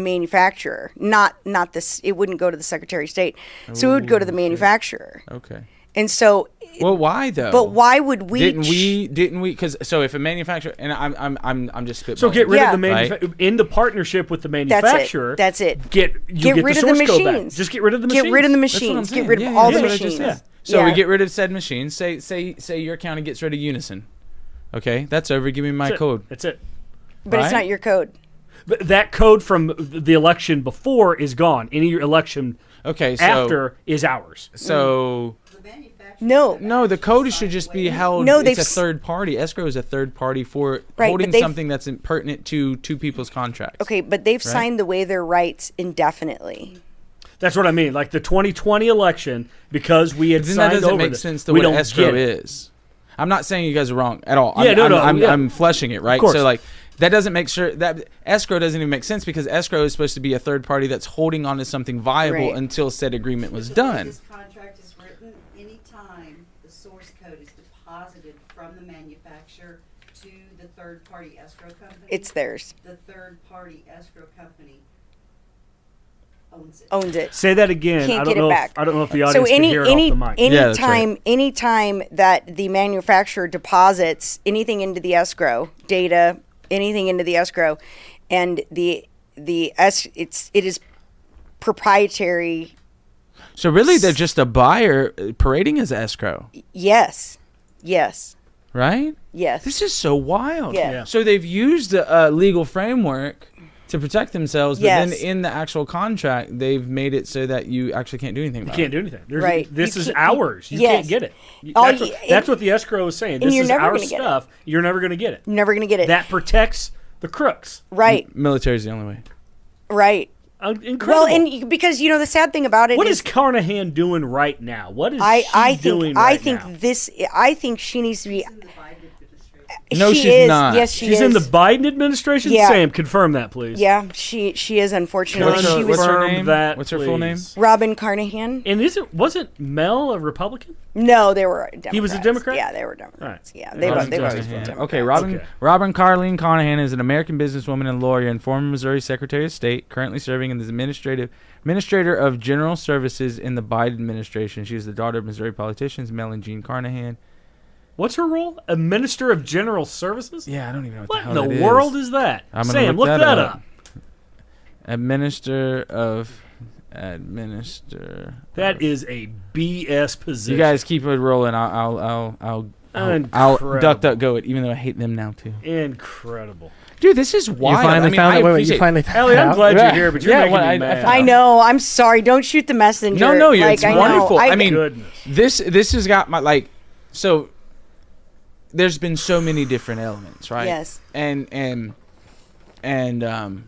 [SPEAKER 3] manufacturer, not not this. It wouldn't go to the Secretary of State, so it would go to the manufacturer.
[SPEAKER 1] okay.
[SPEAKER 3] And so,
[SPEAKER 1] Well, why though?
[SPEAKER 3] but why would we?
[SPEAKER 1] Oh. didn't
[SPEAKER 3] ch-
[SPEAKER 1] we? Didn't we? Because so if a manufacturer and I'm I'm I'm I'm just spitballing.
[SPEAKER 2] So get rid
[SPEAKER 3] Yeah.
[SPEAKER 2] of the manufa- in the partnership with the
[SPEAKER 3] That's
[SPEAKER 2] manufacturer.
[SPEAKER 3] it. That's it.
[SPEAKER 2] Get you get,
[SPEAKER 3] rid
[SPEAKER 2] the
[SPEAKER 3] of
[SPEAKER 2] source
[SPEAKER 3] the
[SPEAKER 2] code back.
[SPEAKER 3] machines.
[SPEAKER 2] Just get rid of the
[SPEAKER 3] Get
[SPEAKER 2] machines.
[SPEAKER 3] rid of the
[SPEAKER 1] That's what I'm
[SPEAKER 3] machines. Get
[SPEAKER 1] saying.
[SPEAKER 3] rid of
[SPEAKER 1] Yeah,
[SPEAKER 3] all
[SPEAKER 1] yeah, yeah. That's
[SPEAKER 3] the
[SPEAKER 1] what I
[SPEAKER 3] machines.
[SPEAKER 1] just said. So we get rid of said machines. Say say say your county gets rid of Unison. Okay, that's over. Give me my
[SPEAKER 2] That's it.
[SPEAKER 1] code.
[SPEAKER 2] That's it.
[SPEAKER 3] but
[SPEAKER 1] right?
[SPEAKER 3] it's not your code.
[SPEAKER 2] But that code from the election before is gone. Any election
[SPEAKER 1] Okay, so
[SPEAKER 2] after is ours.
[SPEAKER 1] so
[SPEAKER 5] The manufacturer.
[SPEAKER 3] No.
[SPEAKER 1] no, the code should just be held.
[SPEAKER 3] No,
[SPEAKER 1] it's
[SPEAKER 3] they've
[SPEAKER 1] a
[SPEAKER 3] s-
[SPEAKER 1] third party. Escrow is a third party for
[SPEAKER 3] but
[SPEAKER 1] holding
[SPEAKER 3] they've-
[SPEAKER 1] something that's impertinent to two people's contracts.
[SPEAKER 3] Okay, but they've signed away their rights indefinitely.
[SPEAKER 2] That's what I mean. Like the 2020 election, because we had
[SPEAKER 1] Then that
[SPEAKER 2] signed
[SPEAKER 1] doesn't
[SPEAKER 2] over
[SPEAKER 1] make
[SPEAKER 2] this,
[SPEAKER 1] sense to
[SPEAKER 2] we
[SPEAKER 1] what
[SPEAKER 2] don't
[SPEAKER 1] escrow
[SPEAKER 2] get it.
[SPEAKER 1] is. I'm not saying you guys are wrong at all.
[SPEAKER 2] Yeah,
[SPEAKER 1] I'm,
[SPEAKER 2] no,
[SPEAKER 1] I'm,
[SPEAKER 2] no,
[SPEAKER 1] I'm,
[SPEAKER 2] yeah.
[SPEAKER 1] I'm fleshing it right.
[SPEAKER 2] course.
[SPEAKER 1] So like That doesn't make sure that escrow doesn't even make sense because escrow is supposed to be a third party that's holding on to something viable
[SPEAKER 3] Right.
[SPEAKER 1] until said agreement was
[SPEAKER 5] With the way
[SPEAKER 1] done.
[SPEAKER 5] This contract is written, anytime the source code is deposited from the manufacturer to the third-party escrow company.
[SPEAKER 3] It's theirs.
[SPEAKER 5] The third-party escrow company owns it.
[SPEAKER 3] Owns it.
[SPEAKER 2] Say that again.
[SPEAKER 3] Can't
[SPEAKER 2] I
[SPEAKER 3] get
[SPEAKER 2] don't
[SPEAKER 3] it
[SPEAKER 2] know.
[SPEAKER 3] back.
[SPEAKER 2] If, I don't know if the
[SPEAKER 3] So
[SPEAKER 2] audience can
[SPEAKER 3] any
[SPEAKER 2] hear
[SPEAKER 3] any
[SPEAKER 2] it off the mic.
[SPEAKER 3] any
[SPEAKER 1] Yeah, that's right.
[SPEAKER 3] time any time that the manufacturer deposits anything into the escrow data, anything into the escrow, and the the es it's it is proprietary.
[SPEAKER 1] So really, they're just a buyer uh, parading as escrow,
[SPEAKER 3] Yes, yes,
[SPEAKER 1] right?
[SPEAKER 3] yes.
[SPEAKER 1] This is so wild.
[SPEAKER 3] Yeah. Yeah.
[SPEAKER 1] So they've used a, a legal framework to protect themselves, but then
[SPEAKER 3] Yes.
[SPEAKER 1] in the actual contract, they've made it so that you actually can't do anything. About
[SPEAKER 2] can't do anything. There's,
[SPEAKER 3] Right.
[SPEAKER 2] This
[SPEAKER 3] You
[SPEAKER 2] is
[SPEAKER 3] can't- you-
[SPEAKER 2] ours. You
[SPEAKER 3] yes.
[SPEAKER 2] can't get it. You-
[SPEAKER 3] All
[SPEAKER 2] That's,
[SPEAKER 3] you-
[SPEAKER 2] what, that's
[SPEAKER 3] it-
[SPEAKER 2] what the escrow is saying. This
[SPEAKER 3] you're
[SPEAKER 2] is
[SPEAKER 3] never
[SPEAKER 2] our
[SPEAKER 3] gonna get it.
[SPEAKER 2] stuff. You're never going to get it.
[SPEAKER 3] Never gonna get it.
[SPEAKER 2] That protects the crooks. Uh,
[SPEAKER 3] right,
[SPEAKER 1] it. Military's the only way.
[SPEAKER 3] right.
[SPEAKER 2] Un- Incredible.
[SPEAKER 3] Well, and you- because you know the sad thing about it
[SPEAKER 2] what
[SPEAKER 3] is
[SPEAKER 2] is Carnahan doing right now? What is
[SPEAKER 3] I
[SPEAKER 2] she
[SPEAKER 3] I
[SPEAKER 2] doing
[SPEAKER 3] think
[SPEAKER 2] right
[SPEAKER 3] I think
[SPEAKER 2] now?
[SPEAKER 3] this I think she needs to be.
[SPEAKER 5] In the Biden administration.
[SPEAKER 1] No,
[SPEAKER 3] she
[SPEAKER 1] she's
[SPEAKER 3] is.
[SPEAKER 1] not.
[SPEAKER 3] Yes, she
[SPEAKER 2] She's
[SPEAKER 3] is.
[SPEAKER 2] in the Biden administration.
[SPEAKER 3] Yeah.
[SPEAKER 2] Sam, confirm that, please.
[SPEAKER 3] Yeah, she she is. Unfortunately,
[SPEAKER 2] What's her-
[SPEAKER 3] she was
[SPEAKER 2] what's her- that,
[SPEAKER 1] what's her full name?
[SPEAKER 2] please.
[SPEAKER 3] Robin Carnahan.
[SPEAKER 2] And is it wasn't Mel a Republican?
[SPEAKER 3] No, they were. Democrats.
[SPEAKER 2] was a Democrat?
[SPEAKER 3] Yeah, they were Democrats.
[SPEAKER 2] Right.
[SPEAKER 3] Yeah, they
[SPEAKER 2] Robin
[SPEAKER 3] were. They were always
[SPEAKER 1] Carnahan.
[SPEAKER 3] been Democrats.
[SPEAKER 1] Okay, Robin
[SPEAKER 2] Okay.
[SPEAKER 1] Robin Carleen Conahan is an American businesswoman and lawyer and former Missouri Secretary of State, currently serving in the administrative administrator of general services in the Biden administration. She is the daughter of Missouri politicians Mel and Jean Carnahan.
[SPEAKER 2] What's her role? A minister of general services?
[SPEAKER 1] Yeah, I don't even know what,
[SPEAKER 2] What
[SPEAKER 1] the,
[SPEAKER 2] in the
[SPEAKER 1] hell that
[SPEAKER 2] world
[SPEAKER 1] is.
[SPEAKER 2] is that?
[SPEAKER 1] I'm gonna
[SPEAKER 2] Sam,
[SPEAKER 1] look
[SPEAKER 2] look,
[SPEAKER 1] that
[SPEAKER 2] that,
[SPEAKER 1] up.
[SPEAKER 2] up.
[SPEAKER 1] a minister of administer.
[SPEAKER 2] That is a BS position.
[SPEAKER 1] You guys keep it rolling. I'll I'll I'll I'll, I'll,
[SPEAKER 2] Incredible.
[SPEAKER 1] duck duck go it. Even though I hate them now too.
[SPEAKER 2] incredible.
[SPEAKER 1] Dude, this is wild.
[SPEAKER 4] You finally
[SPEAKER 1] I mean,
[SPEAKER 4] found
[SPEAKER 1] I
[SPEAKER 4] it. Wait, wait,
[SPEAKER 1] appreciate-
[SPEAKER 4] you finally found
[SPEAKER 2] Ellie,
[SPEAKER 4] it
[SPEAKER 2] I'm
[SPEAKER 4] out?
[SPEAKER 2] glad
[SPEAKER 1] Yeah.
[SPEAKER 2] you're here, but you're
[SPEAKER 1] Yeah,
[SPEAKER 2] making
[SPEAKER 1] well,
[SPEAKER 2] me
[SPEAKER 1] I- I
[SPEAKER 2] mad.
[SPEAKER 1] found-
[SPEAKER 3] I know. I'm sorry. Don't shoot the messenger.
[SPEAKER 1] No, no,
[SPEAKER 3] like,
[SPEAKER 1] it's
[SPEAKER 3] I know.
[SPEAKER 1] wonderful. I mean,
[SPEAKER 2] Goodness.
[SPEAKER 1] this this has got my like so there's been so many different elements right
[SPEAKER 3] Yes.
[SPEAKER 1] and and and um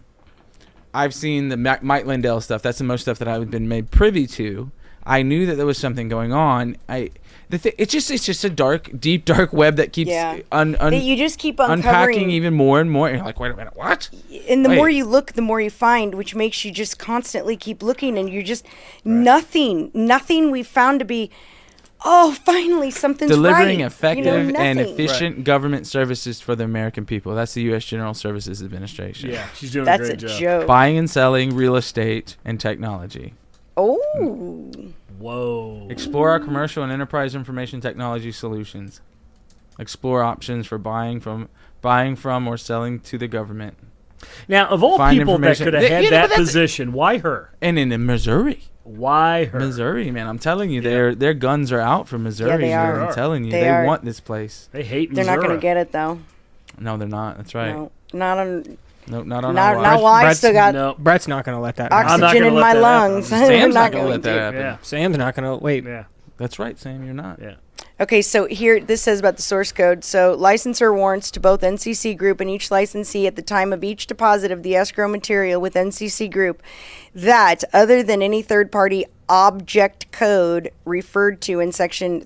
[SPEAKER 1] i've seen the Ma- mike lindell stuff that's the most stuff that i've been made privy to i knew that there was something going on i the thi- it's just it's just a dark deep dark web that keeps
[SPEAKER 3] Yeah.
[SPEAKER 1] un, un,
[SPEAKER 3] that you just keep
[SPEAKER 1] unpacking
[SPEAKER 3] uncovering.
[SPEAKER 1] even more and more and you're like wait a minute what
[SPEAKER 3] and the
[SPEAKER 1] Wait.
[SPEAKER 3] more you look, the more you find, which makes you just constantly keep looking, and you're just nothing, nothing we found to be. Oh, finally, something's
[SPEAKER 1] delivering
[SPEAKER 3] right.
[SPEAKER 1] effective
[SPEAKER 3] you know,
[SPEAKER 1] and
[SPEAKER 3] nothing.
[SPEAKER 1] efficient government services for the american people that's the u.s general services administration
[SPEAKER 2] Yeah, she's doing
[SPEAKER 3] That's
[SPEAKER 2] a
[SPEAKER 3] a
[SPEAKER 2] great job.
[SPEAKER 3] joke.
[SPEAKER 1] buying and selling real estate and technology.
[SPEAKER 3] Oh,
[SPEAKER 2] Whoa.
[SPEAKER 1] Explore our commercial and enterprise information technology solutions. Explore options for buying from buying from or selling to the government.
[SPEAKER 2] Now, of all
[SPEAKER 1] Find
[SPEAKER 2] people that
[SPEAKER 1] information-
[SPEAKER 2] could have
[SPEAKER 1] Th-
[SPEAKER 2] had
[SPEAKER 1] you know,
[SPEAKER 2] that
[SPEAKER 1] that's-
[SPEAKER 2] position, why her?
[SPEAKER 1] And in, in Missouri.
[SPEAKER 2] Why her?
[SPEAKER 1] Missouri, man, I'm telling you, their their guns are out for Missouri.
[SPEAKER 3] they
[SPEAKER 1] man,
[SPEAKER 2] are.
[SPEAKER 1] I'm telling you,
[SPEAKER 3] They
[SPEAKER 1] they,
[SPEAKER 3] are.
[SPEAKER 1] want this place.
[SPEAKER 2] They hate
[SPEAKER 3] they're
[SPEAKER 2] Missouri.
[SPEAKER 3] not going to get it though.
[SPEAKER 1] No, they're not. That's right.
[SPEAKER 3] No, not on,
[SPEAKER 1] No, not on
[SPEAKER 3] not
[SPEAKER 1] our
[SPEAKER 3] not
[SPEAKER 1] watch.
[SPEAKER 3] while I
[SPEAKER 4] Brett's-
[SPEAKER 3] still got
[SPEAKER 2] No.
[SPEAKER 4] Brett's not gonna let that.
[SPEAKER 2] I'm
[SPEAKER 4] happen.
[SPEAKER 2] not
[SPEAKER 3] oxygen
[SPEAKER 2] gonna
[SPEAKER 3] in
[SPEAKER 2] let
[SPEAKER 3] my
[SPEAKER 2] that happen.
[SPEAKER 3] lungs. I'm
[SPEAKER 1] Sam's not gonna
[SPEAKER 3] gonna
[SPEAKER 1] let
[SPEAKER 3] do
[SPEAKER 1] that
[SPEAKER 3] it.
[SPEAKER 1] happen.
[SPEAKER 2] Yeah.
[SPEAKER 4] Sam's not gonna wait.
[SPEAKER 2] Yeah.
[SPEAKER 1] That's right, Sam. You're not.
[SPEAKER 2] Yeah.
[SPEAKER 3] Okay, so here this says about the source code. So licensor warrants to both NCC Group and each licensee at the time of each deposit of the escrow material with NCC Group that, other than any third party object code referred to in section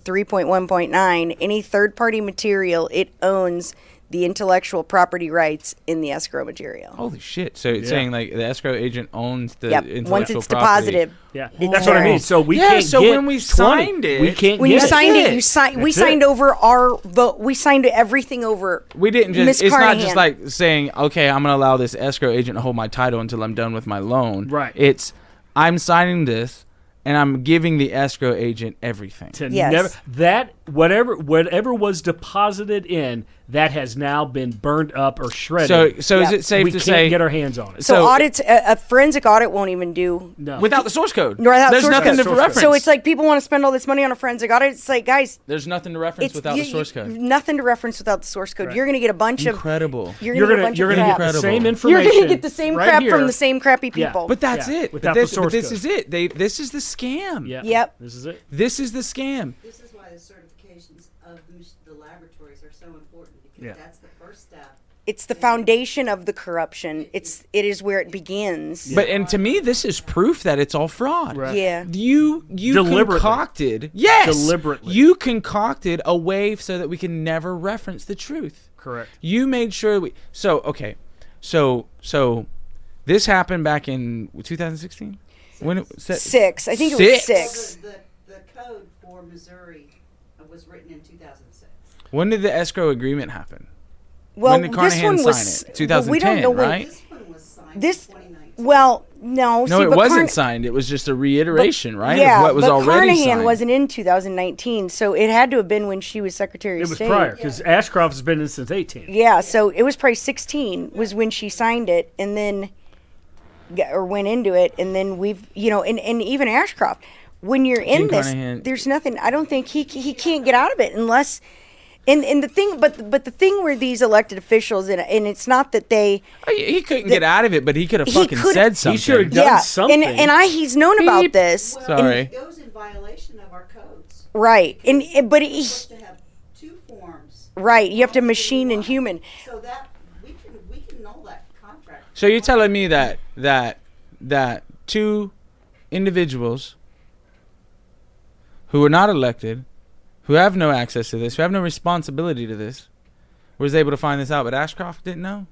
[SPEAKER 3] 3.1.9, any third party material it owns the intellectual property rights in the escrow material.
[SPEAKER 1] Holy shit! So it's
[SPEAKER 2] Yeah.
[SPEAKER 1] saying like the escrow agent owns Oh, the
[SPEAKER 3] Yep.
[SPEAKER 1] intellectual
[SPEAKER 3] Once it's
[SPEAKER 1] property.
[SPEAKER 3] deposited,
[SPEAKER 2] Yeah. That's what I
[SPEAKER 3] theirs.
[SPEAKER 2] mean. So we
[SPEAKER 1] Yeah,
[SPEAKER 2] can't
[SPEAKER 1] so
[SPEAKER 2] get
[SPEAKER 1] when we
[SPEAKER 2] 20.
[SPEAKER 1] signed it-
[SPEAKER 2] we can't
[SPEAKER 3] when you
[SPEAKER 2] get it.
[SPEAKER 3] signed it,
[SPEAKER 1] it.
[SPEAKER 3] you signed. We
[SPEAKER 2] That's it.
[SPEAKER 3] signed over our vote. We signed everything over.
[SPEAKER 1] We didn't just.
[SPEAKER 3] Miss
[SPEAKER 1] it's not
[SPEAKER 3] Carnahan.
[SPEAKER 1] just like saying, okay, I'm going to allow this escrow agent to hold my title until I'm done with my loan.
[SPEAKER 2] Right.
[SPEAKER 1] It's, I'm signing this, and I'm giving the escrow agent everything.
[SPEAKER 2] to
[SPEAKER 3] Yes.
[SPEAKER 2] never that whatever whatever was deposited in that has now been burned up or shredded.
[SPEAKER 1] So, so is
[SPEAKER 3] Yeah.
[SPEAKER 1] it safe
[SPEAKER 2] we
[SPEAKER 1] to
[SPEAKER 2] can't
[SPEAKER 1] say
[SPEAKER 2] get our hands on it.
[SPEAKER 3] So,
[SPEAKER 1] So-
[SPEAKER 3] audits, a, a forensic audit won't even do.
[SPEAKER 2] no.
[SPEAKER 1] without the source code?
[SPEAKER 3] Nor without
[SPEAKER 1] There's
[SPEAKER 3] source
[SPEAKER 1] nothing
[SPEAKER 3] code.
[SPEAKER 1] to
[SPEAKER 2] Source code.
[SPEAKER 1] reference.
[SPEAKER 3] So it's like people want to spend all this money on a forensic audit. It's like, guys,
[SPEAKER 1] there's nothing to reference
[SPEAKER 3] it's
[SPEAKER 1] without
[SPEAKER 3] you-
[SPEAKER 1] the source
[SPEAKER 3] you-
[SPEAKER 1] code.
[SPEAKER 3] nothing to reference without the source code. You're going to get a bunch
[SPEAKER 1] Incredible.
[SPEAKER 3] of you're
[SPEAKER 2] you're
[SPEAKER 3] going to get a
[SPEAKER 2] gonna
[SPEAKER 3] bunch
[SPEAKER 2] you're
[SPEAKER 3] of
[SPEAKER 2] gonna
[SPEAKER 3] crap.
[SPEAKER 2] get the
[SPEAKER 1] Incredible.
[SPEAKER 2] same
[SPEAKER 1] You're
[SPEAKER 2] information.
[SPEAKER 3] You're going to get the same
[SPEAKER 2] right
[SPEAKER 3] crap
[SPEAKER 2] here.
[SPEAKER 3] from the same crappy
[SPEAKER 2] Yeah.
[SPEAKER 3] people.
[SPEAKER 1] But that's it.
[SPEAKER 2] Yeah,
[SPEAKER 1] But
[SPEAKER 2] without the
[SPEAKER 1] this, but
[SPEAKER 2] source
[SPEAKER 1] this
[SPEAKER 2] code.
[SPEAKER 1] is it. They this is the scam.
[SPEAKER 2] Yeah.
[SPEAKER 3] Yep.
[SPEAKER 2] This is it.
[SPEAKER 1] This is the scam.
[SPEAKER 5] This is why the certifications of the mach- the laboratories are so important,
[SPEAKER 2] Yeah.
[SPEAKER 5] because that's the first step
[SPEAKER 3] it's the foundation of the corruption. It's it is where it begins.
[SPEAKER 1] But and to me, this is proof that it's all fraud.
[SPEAKER 2] Right.
[SPEAKER 3] yeah.
[SPEAKER 1] You you
[SPEAKER 2] Deliberately.
[SPEAKER 1] concocted yes
[SPEAKER 2] Deliberately.
[SPEAKER 1] you concocted a wave so that we can never reference the truth.
[SPEAKER 2] Correct.
[SPEAKER 1] You made sure we so okay, so so this happened back in 2016 when it se-
[SPEAKER 3] Six. I think it was six.
[SPEAKER 5] The, the, the code for Missouri was written in 2006.
[SPEAKER 1] When did the escrow agreement happen?
[SPEAKER 3] Well,
[SPEAKER 1] did
[SPEAKER 3] this
[SPEAKER 1] Carnahan
[SPEAKER 3] one was
[SPEAKER 1] sign it?
[SPEAKER 3] well, we don't
[SPEAKER 1] 2010,
[SPEAKER 3] know when-
[SPEAKER 1] right?
[SPEAKER 5] This one was signed in
[SPEAKER 3] This
[SPEAKER 5] 2019.
[SPEAKER 3] well, no.
[SPEAKER 1] No,
[SPEAKER 3] see,
[SPEAKER 1] it
[SPEAKER 3] but
[SPEAKER 1] wasn't
[SPEAKER 3] Carn-
[SPEAKER 1] signed. It was just a reiteration, right? of
[SPEAKER 3] Yeah,
[SPEAKER 1] what was
[SPEAKER 3] but
[SPEAKER 1] already
[SPEAKER 3] Carnahan
[SPEAKER 1] signed.
[SPEAKER 3] wasn't in 2019, so it had to have been when she was Secretary
[SPEAKER 2] It
[SPEAKER 3] of
[SPEAKER 2] was
[SPEAKER 3] State.
[SPEAKER 2] prior because Ashcroft has been in since 18.
[SPEAKER 3] Yeah, so it was probably 16 was when she signed it, and then g- or went into it, and then we've you know, and, and even Ashcroft, when you're in
[SPEAKER 1] Gene
[SPEAKER 3] this,
[SPEAKER 1] Carnahan-
[SPEAKER 3] there's nothing. I don't think he c- he can't get out of it unless. And, and the thing, but but the thing where these elected officials, and, and it's not that they
[SPEAKER 1] Oh, yeah, He couldn't get out of it, but he could have
[SPEAKER 3] He
[SPEAKER 1] fucking
[SPEAKER 3] could've-
[SPEAKER 1] said
[SPEAKER 2] He
[SPEAKER 1] something.
[SPEAKER 2] should have done
[SPEAKER 3] yeah,
[SPEAKER 2] something.
[SPEAKER 3] and and I he's known about
[SPEAKER 1] Beep.
[SPEAKER 3] this,
[SPEAKER 5] Well,
[SPEAKER 1] Sorry.
[SPEAKER 5] It goes in violation of our codes.
[SPEAKER 3] right? And, and but he,
[SPEAKER 5] We're supposed to have two forms.
[SPEAKER 3] right, you have to machine and human.
[SPEAKER 5] So that, we can, we can null that contract.
[SPEAKER 1] So you're telling me that that that two individuals who were not elected, who have no access to this, who have no responsibility to this, was able to find this out, but Ashcroft didn't know.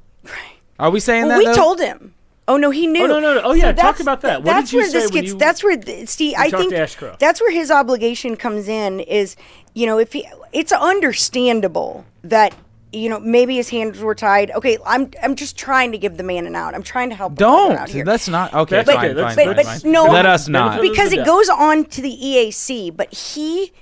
[SPEAKER 1] Are we saying that?
[SPEAKER 3] Well, we
[SPEAKER 1] though?
[SPEAKER 3] told him. Oh no, he knew.
[SPEAKER 2] no, no, no. Oh, yeah, talk
[SPEAKER 3] that's-
[SPEAKER 2] about that. What
[SPEAKER 3] that's
[SPEAKER 2] did you
[SPEAKER 3] where
[SPEAKER 2] say
[SPEAKER 3] this
[SPEAKER 2] when
[SPEAKER 3] gets.
[SPEAKER 2] you-
[SPEAKER 3] that's where the, see. I
[SPEAKER 2] talked
[SPEAKER 3] think
[SPEAKER 2] to Ashcroft?
[SPEAKER 3] that's where his obligation comes in. Is you know if he, it's understandable that you know maybe his hands were tied. Okay, I'm I'm just trying to give the man an out. I'm trying to help. the man out
[SPEAKER 1] Don't.
[SPEAKER 3] here.
[SPEAKER 1] That's not okay.
[SPEAKER 2] That's okay,
[SPEAKER 1] fine,
[SPEAKER 2] that's-
[SPEAKER 1] fine,
[SPEAKER 3] but,
[SPEAKER 1] fine,
[SPEAKER 3] but
[SPEAKER 1] fine.
[SPEAKER 3] no,
[SPEAKER 1] let us not.
[SPEAKER 2] Benefit-
[SPEAKER 3] because
[SPEAKER 2] Yeah.
[SPEAKER 3] it goes on to the EAC. But he,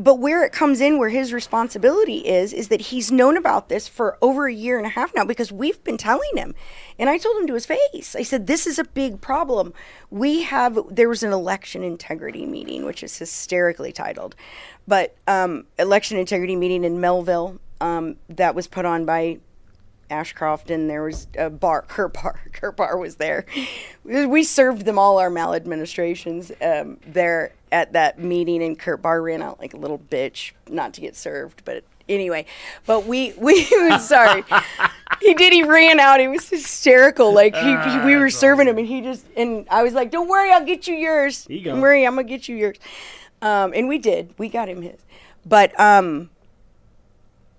[SPEAKER 3] but where it comes in, where his responsibility is, is that he's known about this for over a year and a half now because we've been telling him, and I told him to his face. I said, "This is a big problem. We have there was an election integrity meeting, which is hysterically titled, but um, election integrity meeting in Melville um, that was put on by Ashcroft and there was a bar, Kurt Bar, Kurt Bar was there. We served them all our maladministrations um, there at that meeting, and Kurt Bar ran out like a little bitch not to get served. But anyway, but we we was sorry. He did. He ran out. He was hysterical. Like he,
[SPEAKER 2] Ah,
[SPEAKER 3] he we were serving him, and he just and I was like, "Don't worry, I'll get you yours.
[SPEAKER 2] He gone.
[SPEAKER 3] Don't worry, I'm gonna get you yours." Um, and we did. We got him his. But um,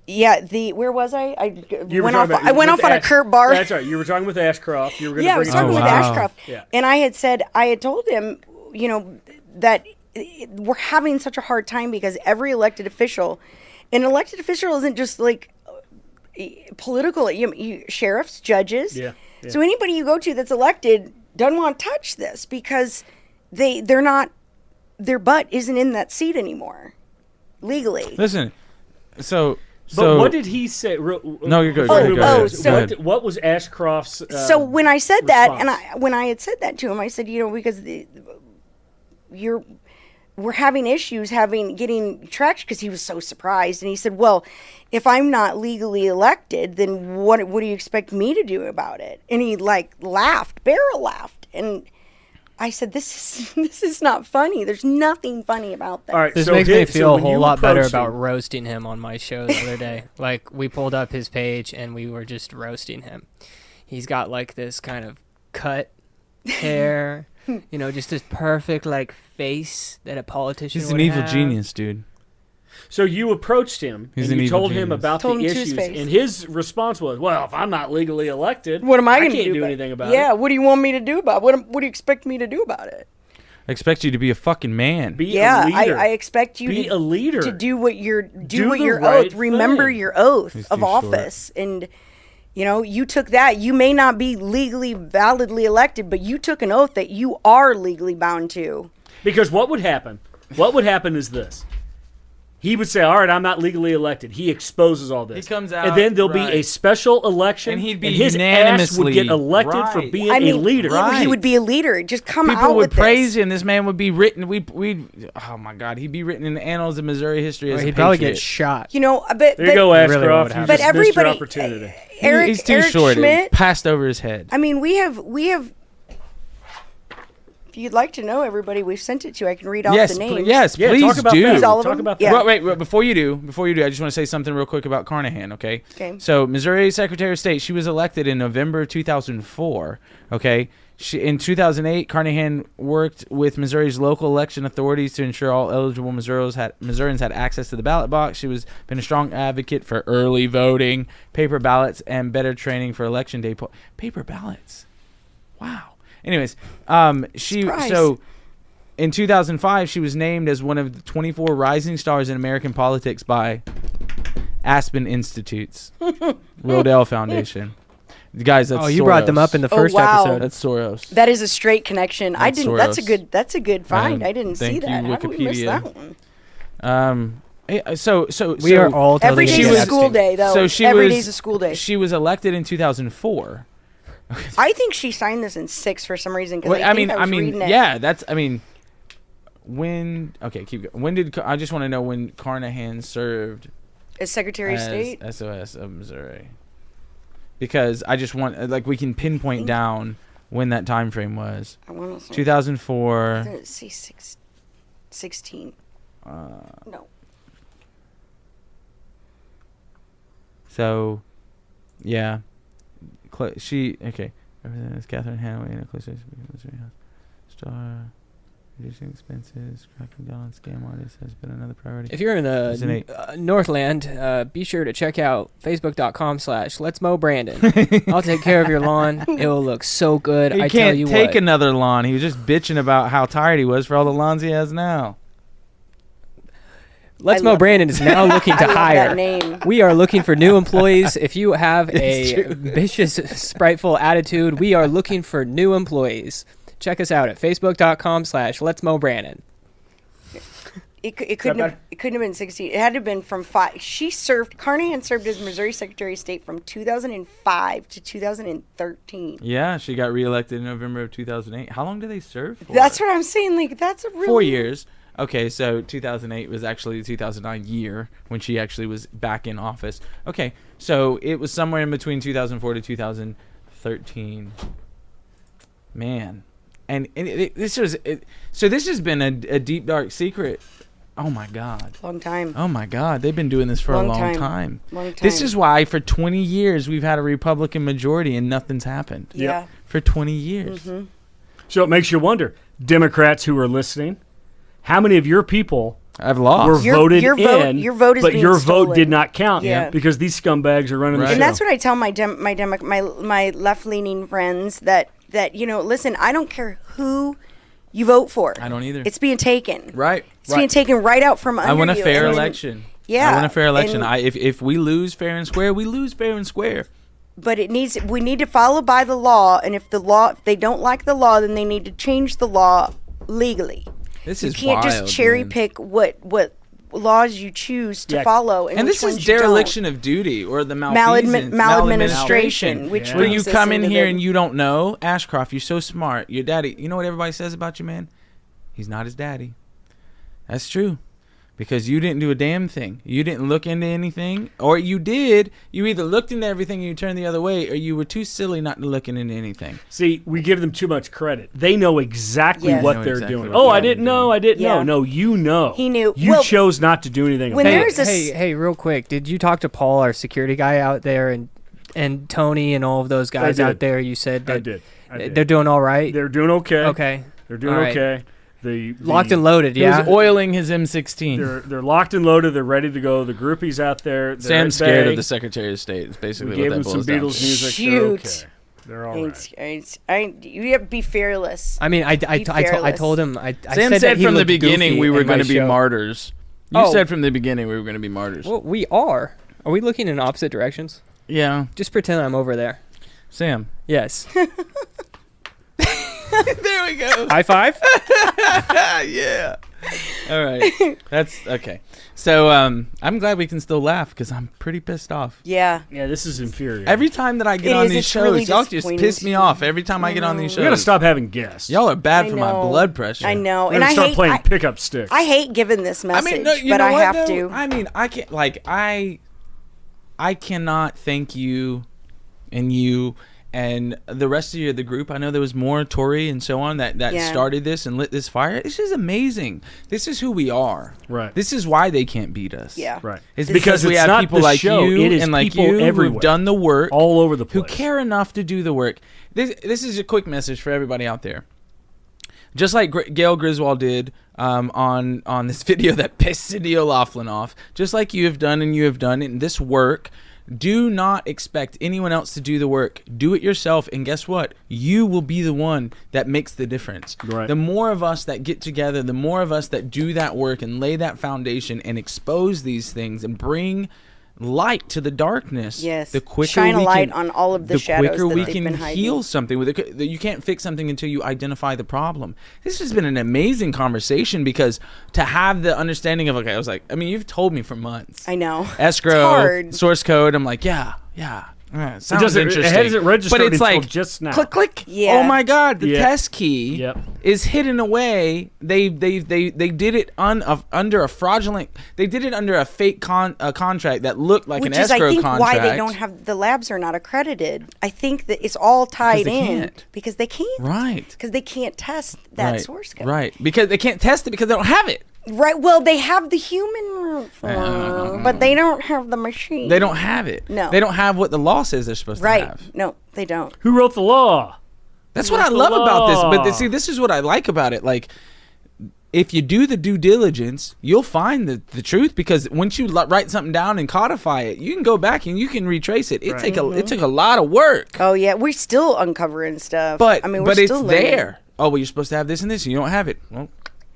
[SPEAKER 3] yeah. The where was I? I g-
[SPEAKER 2] You were
[SPEAKER 3] went off.
[SPEAKER 2] talking about-
[SPEAKER 3] I went
[SPEAKER 2] with
[SPEAKER 3] off on a
[SPEAKER 2] Ash-
[SPEAKER 3] Kurt Bar.
[SPEAKER 2] That's right. You were talking with Ashcroft. You were going to
[SPEAKER 3] Yeah, I
[SPEAKER 2] bring
[SPEAKER 3] was
[SPEAKER 2] it
[SPEAKER 3] talking
[SPEAKER 1] Oh,
[SPEAKER 2] up.
[SPEAKER 3] with
[SPEAKER 1] wow.
[SPEAKER 3] Ashcroft,
[SPEAKER 2] Yeah.
[SPEAKER 3] and I had said I had told him, you know, that it- we're having such a hard time because every elected official, an elected official isn't just like uh, political. You, you sheriffs, judges.
[SPEAKER 2] Yeah, yeah.
[SPEAKER 3] So anybody you go to that's elected doesn't want to touch this because they they're not their butt isn't in that seat anymore legally.
[SPEAKER 1] Listen. So.
[SPEAKER 2] But
[SPEAKER 1] So
[SPEAKER 2] what did he say? Real-
[SPEAKER 1] No, you're good,
[SPEAKER 2] before
[SPEAKER 3] you're
[SPEAKER 2] we
[SPEAKER 3] good,
[SPEAKER 2] go
[SPEAKER 3] you're
[SPEAKER 2] to
[SPEAKER 3] good.
[SPEAKER 2] this,
[SPEAKER 3] Oh, so-
[SPEAKER 2] what, did- what was Ashcroft's? Uh,
[SPEAKER 3] so when I said that, and
[SPEAKER 2] response.
[SPEAKER 3] I when I had said that to him, I said, you know, because the, you're we're having issues having getting traction because he was so surprised, and he said, well, if I'm not legally elected, then what what do you expect me to do about it? And he like laughed, barrel laughed, and. I said, "This is this is not funny. There's nothing funny about this."
[SPEAKER 2] all right,
[SPEAKER 4] This
[SPEAKER 2] so
[SPEAKER 4] makes me
[SPEAKER 2] hit- so
[SPEAKER 4] feel a
[SPEAKER 2] when
[SPEAKER 4] whole
[SPEAKER 2] you
[SPEAKER 4] lot better
[SPEAKER 2] approached
[SPEAKER 4] about
[SPEAKER 2] him-
[SPEAKER 4] roasting him on my show the other day. like we pulled up his page and we were just roasting him. He's got like this kind of cut hair, you know, just this perfect like face that a politician.
[SPEAKER 1] He's an
[SPEAKER 4] would
[SPEAKER 1] evil
[SPEAKER 4] have.
[SPEAKER 1] genius, dude.
[SPEAKER 2] So you approached him
[SPEAKER 1] He's
[SPEAKER 2] and
[SPEAKER 1] an
[SPEAKER 2] you
[SPEAKER 1] evil
[SPEAKER 2] told him
[SPEAKER 1] genius.
[SPEAKER 2] about
[SPEAKER 3] Told
[SPEAKER 2] the
[SPEAKER 3] him to his
[SPEAKER 2] issues,
[SPEAKER 3] face.
[SPEAKER 2] and his response was, "Well, if I'm not legally elected,
[SPEAKER 3] What am I going
[SPEAKER 2] can't
[SPEAKER 3] to
[SPEAKER 2] do
[SPEAKER 3] do?
[SPEAKER 2] anything about
[SPEAKER 3] yeah,
[SPEAKER 2] it?
[SPEAKER 3] what do you want me to do about? It? What am- What do you expect me to do about it?
[SPEAKER 1] I expect you to be a fucking man.
[SPEAKER 2] Be a
[SPEAKER 3] yeah, I,
[SPEAKER 2] leader.
[SPEAKER 3] I expect you
[SPEAKER 2] Be
[SPEAKER 3] to,
[SPEAKER 2] a leader.
[SPEAKER 3] to do what your do,
[SPEAKER 2] Do
[SPEAKER 3] what
[SPEAKER 2] the
[SPEAKER 3] your
[SPEAKER 2] right
[SPEAKER 3] oath. Remember
[SPEAKER 2] thing.
[SPEAKER 3] your oath
[SPEAKER 1] He's
[SPEAKER 3] of
[SPEAKER 1] too short.
[SPEAKER 3] office, and you know you took that. You may not be legally validly elected, but you took an oath that you are legally bound to.
[SPEAKER 2] Because what would happen? What would happen is this. He would say, "All right, I'm not legally elected." He exposes all this.
[SPEAKER 1] He comes
[SPEAKER 2] and
[SPEAKER 1] out,
[SPEAKER 2] then there'll
[SPEAKER 1] right.
[SPEAKER 2] be a special election,
[SPEAKER 1] And he'd be
[SPEAKER 2] his ass would get
[SPEAKER 1] unanimously-
[SPEAKER 2] elected for
[SPEAKER 1] right.
[SPEAKER 2] being
[SPEAKER 3] I mean,
[SPEAKER 2] a leader.
[SPEAKER 3] he- he would be a leader. Just come
[SPEAKER 1] people
[SPEAKER 3] out
[SPEAKER 1] would
[SPEAKER 3] with
[SPEAKER 1] praise
[SPEAKER 3] this.
[SPEAKER 1] him. This man would be written. We we oh my god, he'd be written in the annals of Missouri history as
[SPEAKER 4] Or
[SPEAKER 1] a
[SPEAKER 4] he'd probably
[SPEAKER 1] patriot.
[SPEAKER 4] get shot.
[SPEAKER 3] You know, but
[SPEAKER 2] There
[SPEAKER 3] but
[SPEAKER 2] you go,
[SPEAKER 4] really what
[SPEAKER 2] Ashcroft.
[SPEAKER 4] would
[SPEAKER 2] you
[SPEAKER 3] But
[SPEAKER 4] happen.
[SPEAKER 2] just missed your
[SPEAKER 3] everybody-
[SPEAKER 2] opportunity.
[SPEAKER 1] He-
[SPEAKER 3] Eric,
[SPEAKER 1] he's too
[SPEAKER 3] Eric
[SPEAKER 1] short. It
[SPEAKER 3] Schmidt.
[SPEAKER 1] passed over his head.
[SPEAKER 3] I mean, we have we have. If you'd like to know everybody we've sent it to, I can read off
[SPEAKER 1] yes,
[SPEAKER 3] the
[SPEAKER 1] pl-
[SPEAKER 3] names.
[SPEAKER 1] yes,
[SPEAKER 2] Yeah,
[SPEAKER 1] please
[SPEAKER 2] talk about
[SPEAKER 1] do.
[SPEAKER 2] that.
[SPEAKER 3] All of
[SPEAKER 2] talk
[SPEAKER 3] them?
[SPEAKER 2] about
[SPEAKER 3] Yeah.
[SPEAKER 2] that.
[SPEAKER 1] Well, wait, wait, before you do, before you do, I just want to say something real quick about Carnahan, okay?
[SPEAKER 3] Okay.
[SPEAKER 1] So, Missouri Secretary of State, she was elected in November 2004, okay? She, in 2008, Carnahan worked with Missouri's local election authorities to ensure all eligible Missourians had, Missourians had access to the ballot box. She was been a strong advocate for early voting, paper ballots, and better training for election day. Po- paper ballots. Wow. Anyways, um, she
[SPEAKER 3] Surprise.
[SPEAKER 1] so in 2005 she was named as one of the 24 rising stars in American politics by Aspen Institutes, Rodell Foundation. Guys, that's
[SPEAKER 4] oh, you brought them
[SPEAKER 1] Soros.
[SPEAKER 4] up in the
[SPEAKER 3] Oh,
[SPEAKER 4] first
[SPEAKER 3] wow.
[SPEAKER 4] episode.
[SPEAKER 1] That's Soros.
[SPEAKER 3] That is a straight connection. I
[SPEAKER 1] That's
[SPEAKER 3] didn't. That's a
[SPEAKER 1] Soros.
[SPEAKER 3] good. That's a good find.
[SPEAKER 1] Um,
[SPEAKER 3] I didn't see
[SPEAKER 1] thank
[SPEAKER 3] that.
[SPEAKER 1] you,
[SPEAKER 3] How did we miss
[SPEAKER 1] Wikipedia.
[SPEAKER 3] that one?
[SPEAKER 1] um, eh, so so
[SPEAKER 4] We
[SPEAKER 1] so-
[SPEAKER 4] are all
[SPEAKER 3] Every
[SPEAKER 4] totally
[SPEAKER 3] day's
[SPEAKER 1] she
[SPEAKER 3] a
[SPEAKER 1] was-
[SPEAKER 3] school day, though.
[SPEAKER 1] So she
[SPEAKER 3] Every
[SPEAKER 1] was-
[SPEAKER 3] day's a school day.
[SPEAKER 1] She was elected in 2004.
[SPEAKER 3] I think she signed this in six for some reason. 'cause
[SPEAKER 1] Well,
[SPEAKER 3] I,
[SPEAKER 1] I mean,
[SPEAKER 3] think I,
[SPEAKER 1] I,
[SPEAKER 3] was
[SPEAKER 1] mean,
[SPEAKER 3] reading it.
[SPEAKER 1] yeah, that's. I mean, when? Okay, keep going. When did Car- I just want to know when Carnahan served
[SPEAKER 3] As Secretary of
[SPEAKER 1] as
[SPEAKER 3] State.
[SPEAKER 1] SOS of Missouri? Because I just want, like, we can pinpoint down when that time frame was.
[SPEAKER 3] I want to say.
[SPEAKER 1] 2004.
[SPEAKER 3] Let's see, six, 16.
[SPEAKER 1] Uh,
[SPEAKER 3] No.
[SPEAKER 1] so, yeah, Cl- she okay. Represented as Catherine Hanway in a close Missouri House. Star. Reducing expenses, cracking down on scam artists has been another priority.
[SPEAKER 4] If you're in
[SPEAKER 1] It's an
[SPEAKER 4] the
[SPEAKER 1] eight.
[SPEAKER 4] uh, Northland, uh, be sure to check out facebook.com slash let's mow Brandon. I'll take care of your lawn. It will look so good.
[SPEAKER 1] He
[SPEAKER 4] I
[SPEAKER 1] can't
[SPEAKER 4] tell you
[SPEAKER 1] take
[SPEAKER 4] what.
[SPEAKER 1] another lawn. He was just bitching about how tired he was for all the lawns he has now.
[SPEAKER 4] let's
[SPEAKER 3] I
[SPEAKER 4] mow
[SPEAKER 3] love-
[SPEAKER 4] Brandon is now looking
[SPEAKER 3] I
[SPEAKER 4] to
[SPEAKER 3] love
[SPEAKER 4] hire.
[SPEAKER 3] that name.
[SPEAKER 4] We are looking for new employees. If you have a ambitious, spriteful attitude, we are looking for new employees. Check us out at facebook.com slash let's mow Brandon.
[SPEAKER 3] It, cou- it couldn't have,
[SPEAKER 2] better?
[SPEAKER 3] it couldn't have been 16. It had to have been from five. She served. Carnahan served as Missouri Secretary of State from 2005 to 2013.
[SPEAKER 1] Yeah, she got reelected in November of 2008. How long did they serve for?
[SPEAKER 3] That's what I'm saying. Like that's a really
[SPEAKER 1] Four years. Okay, so 2008 was actually the 2009 year when she actually was back in office. Okay, so it was somewhere in between 2004 to 2013. Man, and, and it, it- this was it, so. This has been a, a deep dark secret. Oh my god.
[SPEAKER 3] long time.
[SPEAKER 1] Oh my God, they've been doing this for
[SPEAKER 3] Long
[SPEAKER 1] a long
[SPEAKER 3] time.
[SPEAKER 1] time.
[SPEAKER 3] Long time.
[SPEAKER 1] This is why for 20 years we've had a Republican majority and nothing's happened.
[SPEAKER 3] yeah. Mm-hmm.
[SPEAKER 1] For 20 years.
[SPEAKER 2] So it makes you wonder, Democrats who are listening, how many of your people
[SPEAKER 1] I've
[SPEAKER 2] were
[SPEAKER 1] lost.
[SPEAKER 3] Your-
[SPEAKER 2] voted
[SPEAKER 3] your vote-
[SPEAKER 2] in,
[SPEAKER 3] your vote is
[SPEAKER 2] but
[SPEAKER 3] being
[SPEAKER 2] your vote
[SPEAKER 3] stolen.
[SPEAKER 2] did not count
[SPEAKER 3] Yeah.
[SPEAKER 2] because these scumbags are running
[SPEAKER 1] Right.
[SPEAKER 2] the show.
[SPEAKER 3] and that's what I tell my dem- my demo- my my left leaning friends that that you know listen I don't care who you vote for
[SPEAKER 1] I don't either.
[SPEAKER 3] it's being taken
[SPEAKER 1] right.
[SPEAKER 3] it's being taken right out from under
[SPEAKER 1] I want a
[SPEAKER 3] you,
[SPEAKER 1] fair
[SPEAKER 3] and then-
[SPEAKER 1] election.
[SPEAKER 3] Yeah,
[SPEAKER 1] I want a fair election.
[SPEAKER 3] and-
[SPEAKER 1] I, if, if we lose fair and square, we lose fair and square.
[SPEAKER 3] but it needs we need to follow by the law and if the law if they don't like the law then they need to change the law legally
[SPEAKER 1] This
[SPEAKER 3] you
[SPEAKER 1] is wild,
[SPEAKER 3] can't just cherry
[SPEAKER 1] man.
[SPEAKER 3] pick what what laws you choose to
[SPEAKER 2] Yeah.
[SPEAKER 3] follow and,
[SPEAKER 1] And
[SPEAKER 3] which
[SPEAKER 1] this is
[SPEAKER 3] ones you don't.
[SPEAKER 1] dereliction of duty or the
[SPEAKER 3] Maladmi-
[SPEAKER 1] maladministration.
[SPEAKER 3] maladministration, which
[SPEAKER 1] where you
[SPEAKER 3] brings us
[SPEAKER 1] come in
[SPEAKER 3] into
[SPEAKER 1] here
[SPEAKER 3] the-
[SPEAKER 1] and you don't know Ashcroft. You're so smart. Your daddy. You know what everybody says about you, man? He's not his daddy. That's true. Because you didn't do a damn thing. You didn't look into anything, or you did. You either looked into everything and you turned the other way, or you were too silly not to look into anything.
[SPEAKER 2] See, we give them too much credit. They know exactly
[SPEAKER 3] Yes.
[SPEAKER 2] what
[SPEAKER 1] They know
[SPEAKER 2] they're
[SPEAKER 1] exactly
[SPEAKER 2] doing.
[SPEAKER 1] what
[SPEAKER 2] oh,
[SPEAKER 1] they're
[SPEAKER 2] I didn't
[SPEAKER 1] doing.
[SPEAKER 2] know. I didn't know.
[SPEAKER 3] Yeah.
[SPEAKER 2] No, you know.
[SPEAKER 3] He knew.
[SPEAKER 2] You
[SPEAKER 3] Well,
[SPEAKER 2] chose not to do anything.
[SPEAKER 3] when
[SPEAKER 2] about
[SPEAKER 3] there
[SPEAKER 2] it.
[SPEAKER 3] is a s-
[SPEAKER 4] hey, hey, real quick, did you talk to Paul, our security guy out there, and and Tony and all of those guys
[SPEAKER 2] did.
[SPEAKER 4] out there? You said that
[SPEAKER 2] I did. I did.
[SPEAKER 4] they're doing all right.
[SPEAKER 2] They're doing okay.
[SPEAKER 4] okay,
[SPEAKER 2] They're doing
[SPEAKER 4] All right.
[SPEAKER 2] okay. The, the
[SPEAKER 4] locked and loaded.
[SPEAKER 1] He
[SPEAKER 4] Yeah,
[SPEAKER 1] was oiling his M16.
[SPEAKER 2] They're they're locked and loaded. They're ready to go. The groupies out there. they're
[SPEAKER 1] Sam's
[SPEAKER 2] at
[SPEAKER 1] scared
[SPEAKER 2] bay.
[SPEAKER 1] of the Secretary of State. It's basically what
[SPEAKER 2] We gave
[SPEAKER 1] that
[SPEAKER 2] them some
[SPEAKER 1] boils down
[SPEAKER 2] Beatles
[SPEAKER 1] to.
[SPEAKER 2] music.
[SPEAKER 3] Shoot.
[SPEAKER 2] They're okay. They're all right.
[SPEAKER 3] it's, it's, I, you have to be fearless
[SPEAKER 4] I mean, I, I,
[SPEAKER 3] Be
[SPEAKER 4] t- I, to- I
[SPEAKER 3] fearless.
[SPEAKER 4] told him. I, I
[SPEAKER 1] Sam said,
[SPEAKER 4] said, that he
[SPEAKER 1] from the
[SPEAKER 4] looked
[SPEAKER 1] beginning
[SPEAKER 4] goofy
[SPEAKER 1] we were
[SPEAKER 4] in my
[SPEAKER 1] going to be
[SPEAKER 4] show.
[SPEAKER 1] martyrs. You
[SPEAKER 4] Oh.
[SPEAKER 1] said from the beginning we were going to be martyrs.
[SPEAKER 4] Well, we are. Are we looking in opposite directions?
[SPEAKER 1] yeah,
[SPEAKER 4] Just pretend I'm over there.
[SPEAKER 1] Sam.
[SPEAKER 4] Yes.
[SPEAKER 1] there we go.
[SPEAKER 4] High five. ah,
[SPEAKER 1] yeah. All right. That's okay. So um, I'm glad we can still laugh because I'm pretty pissed off.
[SPEAKER 3] yeah
[SPEAKER 2] Yeah, this is infuriating.
[SPEAKER 1] Every time that I get
[SPEAKER 3] It
[SPEAKER 1] on
[SPEAKER 3] is,
[SPEAKER 1] these
[SPEAKER 3] it's
[SPEAKER 1] shows,
[SPEAKER 3] really
[SPEAKER 1] y'all just
[SPEAKER 3] disappointing.
[SPEAKER 1] piss me off every time I get on these
[SPEAKER 2] we
[SPEAKER 1] shows.
[SPEAKER 2] gotta stop having guests.
[SPEAKER 1] Y'all are bad
[SPEAKER 3] I
[SPEAKER 1] for my
[SPEAKER 3] know.
[SPEAKER 1] blood pressure.
[SPEAKER 3] I know
[SPEAKER 2] We're
[SPEAKER 3] and
[SPEAKER 2] gonna
[SPEAKER 3] I
[SPEAKER 2] start
[SPEAKER 3] hate
[SPEAKER 2] playing
[SPEAKER 3] I,
[SPEAKER 2] pickup sticks.
[SPEAKER 3] I hate giving this
[SPEAKER 1] I
[SPEAKER 3] message
[SPEAKER 1] mean, no, you
[SPEAKER 3] but
[SPEAKER 1] know
[SPEAKER 3] I
[SPEAKER 1] what,
[SPEAKER 3] have
[SPEAKER 1] though?
[SPEAKER 3] to
[SPEAKER 1] I mean, I can't. Like, I, I cannot thank you, and you, and the rest of you, the group, I know there was more Tory and so on that that
[SPEAKER 3] Yeah.
[SPEAKER 1] started this and lit this fire. This is amazing. This is who we are.
[SPEAKER 2] Right.
[SPEAKER 1] This is why they can't beat us.
[SPEAKER 3] Yeah.
[SPEAKER 2] Right.
[SPEAKER 1] It's
[SPEAKER 2] This
[SPEAKER 1] because
[SPEAKER 2] is-
[SPEAKER 1] we
[SPEAKER 2] it's
[SPEAKER 1] have
[SPEAKER 2] not
[SPEAKER 1] people
[SPEAKER 2] the
[SPEAKER 1] like
[SPEAKER 2] show,
[SPEAKER 1] you
[SPEAKER 2] it is
[SPEAKER 1] and like
[SPEAKER 2] people
[SPEAKER 1] you
[SPEAKER 2] everywhere.
[SPEAKER 1] who've done the work
[SPEAKER 2] all over the
[SPEAKER 1] who
[SPEAKER 2] place.
[SPEAKER 1] care enough to do the work. This this is a quick message for everybody out there. Just like Gr- Gail Griswold did um, on on this video that pissed Cindy O'Laughlin off, just like you have done and you have done in this work, do not expect anyone else to do the work. Do it yourself, and guess what? You will be the one that makes the difference.
[SPEAKER 2] Right.
[SPEAKER 1] The more of us that get together, the more of us that do that work and lay that foundation and expose these things and bring light to the darkness.
[SPEAKER 3] Yes.
[SPEAKER 1] The quicker
[SPEAKER 3] Shine a
[SPEAKER 1] we
[SPEAKER 3] light
[SPEAKER 1] can-
[SPEAKER 3] on all of the shadows
[SPEAKER 1] quicker
[SPEAKER 3] that
[SPEAKER 1] we
[SPEAKER 3] they've
[SPEAKER 1] can
[SPEAKER 3] been hiding.
[SPEAKER 1] heal something with it you can't fix something until you identify the problem this has been an amazing conversation because to have the understanding of okay i was like i mean you've told me for months
[SPEAKER 3] I know. It's
[SPEAKER 1] escrow
[SPEAKER 3] hard.
[SPEAKER 1] source code i'm like yeah yeah uh, it sounds
[SPEAKER 2] doesn't- it
[SPEAKER 1] interesting.
[SPEAKER 2] hasn't registered
[SPEAKER 1] but it's
[SPEAKER 2] until
[SPEAKER 1] like
[SPEAKER 2] just now.
[SPEAKER 1] Click, click.
[SPEAKER 3] Yeah.
[SPEAKER 1] Oh my God, the
[SPEAKER 2] Yeah.
[SPEAKER 1] test key
[SPEAKER 2] Yep.
[SPEAKER 1] is hidden away. They they they they did it un, of under a fraudulent. They did it under a fake con a contract that looked like
[SPEAKER 3] Which
[SPEAKER 1] an
[SPEAKER 3] is,
[SPEAKER 1] escrow
[SPEAKER 3] I think,
[SPEAKER 1] contract.
[SPEAKER 3] why they don't have the labs are not accredited. I think that it's all tied
[SPEAKER 1] they
[SPEAKER 3] in
[SPEAKER 1] can't.
[SPEAKER 3] because they can't.
[SPEAKER 1] Right.
[SPEAKER 3] Because they can't test that
[SPEAKER 1] right.
[SPEAKER 3] source code.
[SPEAKER 1] Right, because they can't test it because they don't have it.
[SPEAKER 3] Right. Well, they have the human form, but they don't have the machine.
[SPEAKER 1] They don't have it.
[SPEAKER 3] No.
[SPEAKER 1] they don't have what the law says they're supposed to
[SPEAKER 3] Right.
[SPEAKER 1] have.
[SPEAKER 3] No, they don't.
[SPEAKER 2] Who wrote the law?
[SPEAKER 1] That's what I
[SPEAKER 2] the
[SPEAKER 1] love about this. But
[SPEAKER 2] law.
[SPEAKER 1] th- see, this is what I like about it. Like, if you do the due diligence, you'll find the, the truth because once you lo- write something down and codify it, you can go back and you can retrace it. It
[SPEAKER 2] Right.
[SPEAKER 1] take a it took a lot of work,
[SPEAKER 3] Oh yeah, we're still uncovering stuff.
[SPEAKER 1] but
[SPEAKER 3] I mean, we're
[SPEAKER 1] but it's
[SPEAKER 3] still learning.
[SPEAKER 1] there. Oh well, you're supposed to have this and this, and you don't have it. Well.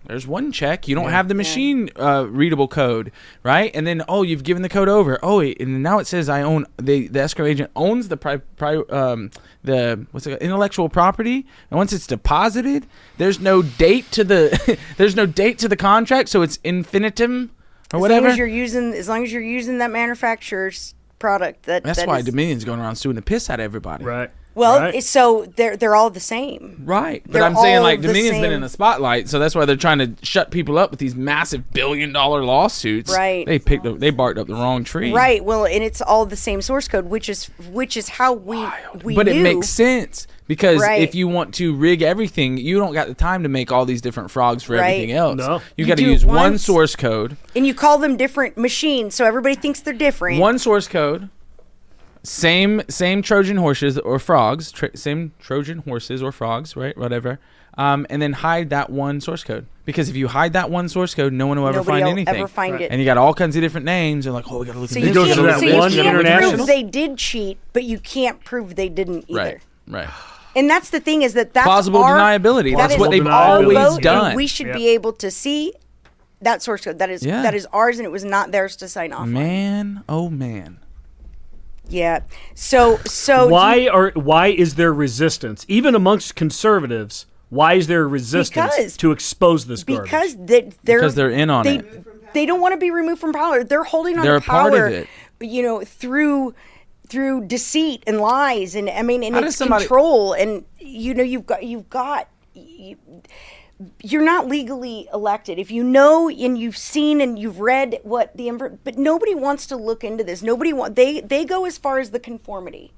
[SPEAKER 1] There's one check. You don't have the machine uh, readable code, right? And then oh, you've given the code over. Oh, wait, and now it says I own the the escrow agent owns the pri- pri- um the what's it called? intellectual property. And once it's deposited, there's no date to the there's no date to the contract, so it's infinitum or
[SPEAKER 3] As
[SPEAKER 1] whatever.
[SPEAKER 3] long as you're using, as long as you're using that manufacturer's product, that
[SPEAKER 1] That's
[SPEAKER 3] that
[SPEAKER 1] why
[SPEAKER 3] is-
[SPEAKER 1] Dominion's going around suing the piss out of everybody.
[SPEAKER 2] Right.
[SPEAKER 3] Well,
[SPEAKER 2] Right.
[SPEAKER 3] it's so they're they're all the same.
[SPEAKER 1] Right. But
[SPEAKER 3] They're
[SPEAKER 1] I'm saying
[SPEAKER 3] all
[SPEAKER 1] like
[SPEAKER 3] the
[SPEAKER 1] Dominion's been
[SPEAKER 3] same.
[SPEAKER 1] in the spotlight, so that's why they're trying to shut people up with these massive billion dollar lawsuits.
[SPEAKER 3] Right.
[SPEAKER 1] They picked up they barked up the wrong tree.
[SPEAKER 3] Right. Well, and it's all the same source code, which is which is how we we
[SPEAKER 1] but it
[SPEAKER 3] knew.
[SPEAKER 1] makes sense because
[SPEAKER 3] Right.
[SPEAKER 1] if you want to rig everything, you don't got the time to make all these different frogs for
[SPEAKER 3] Right.
[SPEAKER 1] everything else.
[SPEAKER 2] No.
[SPEAKER 1] You,
[SPEAKER 3] You
[SPEAKER 1] got to
[SPEAKER 3] do it
[SPEAKER 1] use one
[SPEAKER 3] once.
[SPEAKER 1] source code,
[SPEAKER 3] And you call them different machines, so everybody thinks they're different.
[SPEAKER 1] one source code, same same Trojan horses or frogs, tr- same Trojan horses or frogs, right? Whatever. Um, and then hide that one source code because if you hide that one source code, no one will ever
[SPEAKER 3] Nobody
[SPEAKER 1] find
[SPEAKER 3] will
[SPEAKER 1] anything.
[SPEAKER 3] ever find it.
[SPEAKER 1] And you got all kinds of different names, and like, oh, we got to look
[SPEAKER 3] so
[SPEAKER 1] at
[SPEAKER 3] you
[SPEAKER 1] this.
[SPEAKER 2] goes
[SPEAKER 3] can't,
[SPEAKER 2] to that
[SPEAKER 3] so you
[SPEAKER 2] one
[SPEAKER 3] can't
[SPEAKER 2] international-
[SPEAKER 3] prove they did cheat, but you can't prove they didn't either.
[SPEAKER 1] Right, right.
[SPEAKER 3] And that's the thing is that that's
[SPEAKER 1] Plausible
[SPEAKER 3] our,
[SPEAKER 1] deniability.
[SPEAKER 3] that
[SPEAKER 1] That's
[SPEAKER 3] is
[SPEAKER 1] what they've
[SPEAKER 3] our
[SPEAKER 2] always
[SPEAKER 3] vote, and
[SPEAKER 1] done.
[SPEAKER 3] We should
[SPEAKER 2] Yep.
[SPEAKER 3] be able to see that source code. That is
[SPEAKER 1] Yeah.
[SPEAKER 3] that is ours, and it was not theirs to sign off. on.
[SPEAKER 1] Man, oh man.
[SPEAKER 3] Yeah. So so do
[SPEAKER 2] Why are why is there resistance even amongst conservatives? Why is there resistance
[SPEAKER 3] Because-
[SPEAKER 2] to expose this
[SPEAKER 3] you-
[SPEAKER 2] garbage?
[SPEAKER 3] because they, they're
[SPEAKER 1] Because they're in on
[SPEAKER 3] they,
[SPEAKER 1] it.
[SPEAKER 3] They don't want to be removed from power. They're holding on
[SPEAKER 1] They're a
[SPEAKER 3] to power.
[SPEAKER 1] part of it.
[SPEAKER 3] You know through through deceit and lies and I mean and
[SPEAKER 1] How does
[SPEAKER 3] it's
[SPEAKER 1] somebody-
[SPEAKER 3] control and you know you've got you've got. You, you're not legally elected if you know and you've seen and you've read what the inver- but nobody wants to look into this nobody want they they go as far as the conformity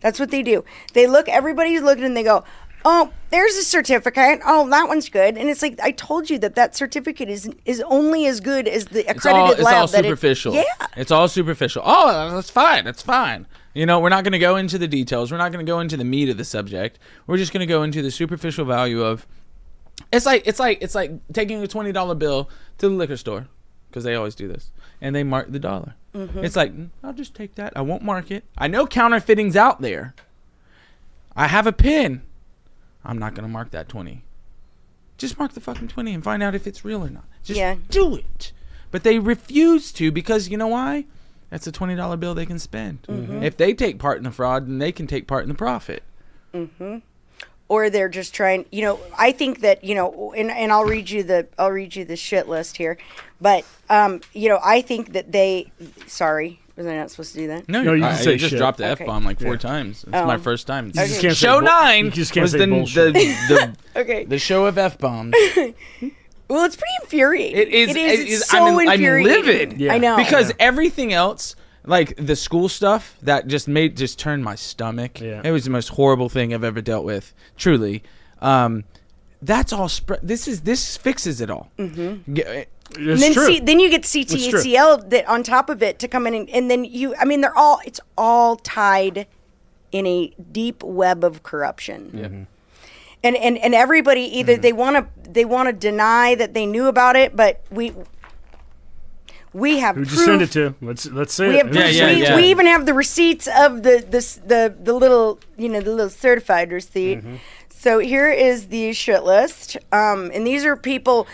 [SPEAKER 3] that's what they do they look everybody's looking and they go oh there's a certificate oh that one's good and it's like i told you that that certificate is is only as good as the
[SPEAKER 1] It's all,
[SPEAKER 3] accredited
[SPEAKER 1] it's
[SPEAKER 3] lab
[SPEAKER 1] all
[SPEAKER 3] that it-
[SPEAKER 1] superficial.
[SPEAKER 3] yeah
[SPEAKER 1] It's all superficial. Oh, that's fine. That's fine. You know, we're not going to go into the details. We're not going to go into the meat of the subject. We're just going to go into the superficial value of It's like it's like it's like taking a twenty dollar bill to the liquor store because they always do this, and they mark the dollar.
[SPEAKER 3] Mm-hmm.
[SPEAKER 1] It's like "Mm, I'll just take that. I won't mark it. I know counterfeiting's out there. I have a pin. I'm not gonna mark that twenty. Just mark the fucking twenty and find out if it's real or not. Just
[SPEAKER 3] Yeah.
[SPEAKER 1] do it. But they refuse to because you know why? That's a twenty dollar bill they can spend.
[SPEAKER 3] Mm-hmm.
[SPEAKER 1] If they take part in the fraud, then they can take part in the profit.
[SPEAKER 3] or they're just trying you know i think that you know and, and i'll read you the i'll read you the shit list here but um you know i think that they sorry was i not supposed to do that
[SPEAKER 1] No,
[SPEAKER 2] No,
[SPEAKER 1] you
[SPEAKER 2] you
[SPEAKER 1] I,
[SPEAKER 2] can
[SPEAKER 1] I
[SPEAKER 2] say
[SPEAKER 1] just
[SPEAKER 2] shit.
[SPEAKER 1] dropped the
[SPEAKER 3] Okay. Oh.
[SPEAKER 1] f bomb like four times. It's my first time.
[SPEAKER 2] You just can't say
[SPEAKER 1] show
[SPEAKER 2] bull-
[SPEAKER 1] nine
[SPEAKER 2] you just can't
[SPEAKER 1] was
[SPEAKER 2] say
[SPEAKER 1] the, the
[SPEAKER 2] bullshit.
[SPEAKER 1] the
[SPEAKER 3] okay
[SPEAKER 1] the show of f bombs.
[SPEAKER 3] well it's pretty infuriating
[SPEAKER 1] It is.
[SPEAKER 3] it is,
[SPEAKER 1] it
[SPEAKER 3] it's
[SPEAKER 1] is-
[SPEAKER 3] so
[SPEAKER 1] I'm, I'm
[SPEAKER 3] infuriating
[SPEAKER 1] livid.
[SPEAKER 2] Yeah.
[SPEAKER 3] i know
[SPEAKER 1] Because everything else, like the school stuff that just made just turned my stomach.
[SPEAKER 2] Yeah.
[SPEAKER 1] It was the most horrible thing I've ever dealt with. Truly, um, that's all. Spread. This is this fixes it all. Mm-hmm.
[SPEAKER 2] It's
[SPEAKER 3] and then
[SPEAKER 2] true.
[SPEAKER 3] C- then you get
[SPEAKER 2] It's true.
[SPEAKER 3] CTACL that on top of it to come in and, and then you I mean they're all it's all tied in a deep web of corruption.
[SPEAKER 2] Mm-hmm.
[SPEAKER 3] And and and everybody either they want to they want to deny that they knew about it but we we have
[SPEAKER 2] Who'd you
[SPEAKER 3] proof.
[SPEAKER 2] send it to? Let's let's see.
[SPEAKER 3] We
[SPEAKER 2] it.
[SPEAKER 3] have
[SPEAKER 1] Yeah,
[SPEAKER 3] proof.
[SPEAKER 1] yeah,
[SPEAKER 3] we,
[SPEAKER 1] yeah.
[SPEAKER 3] we even have the receipts of the this the the little you know the little certified receipt.
[SPEAKER 1] Mm-hmm.
[SPEAKER 3] So here is the shit list, um, and these are people.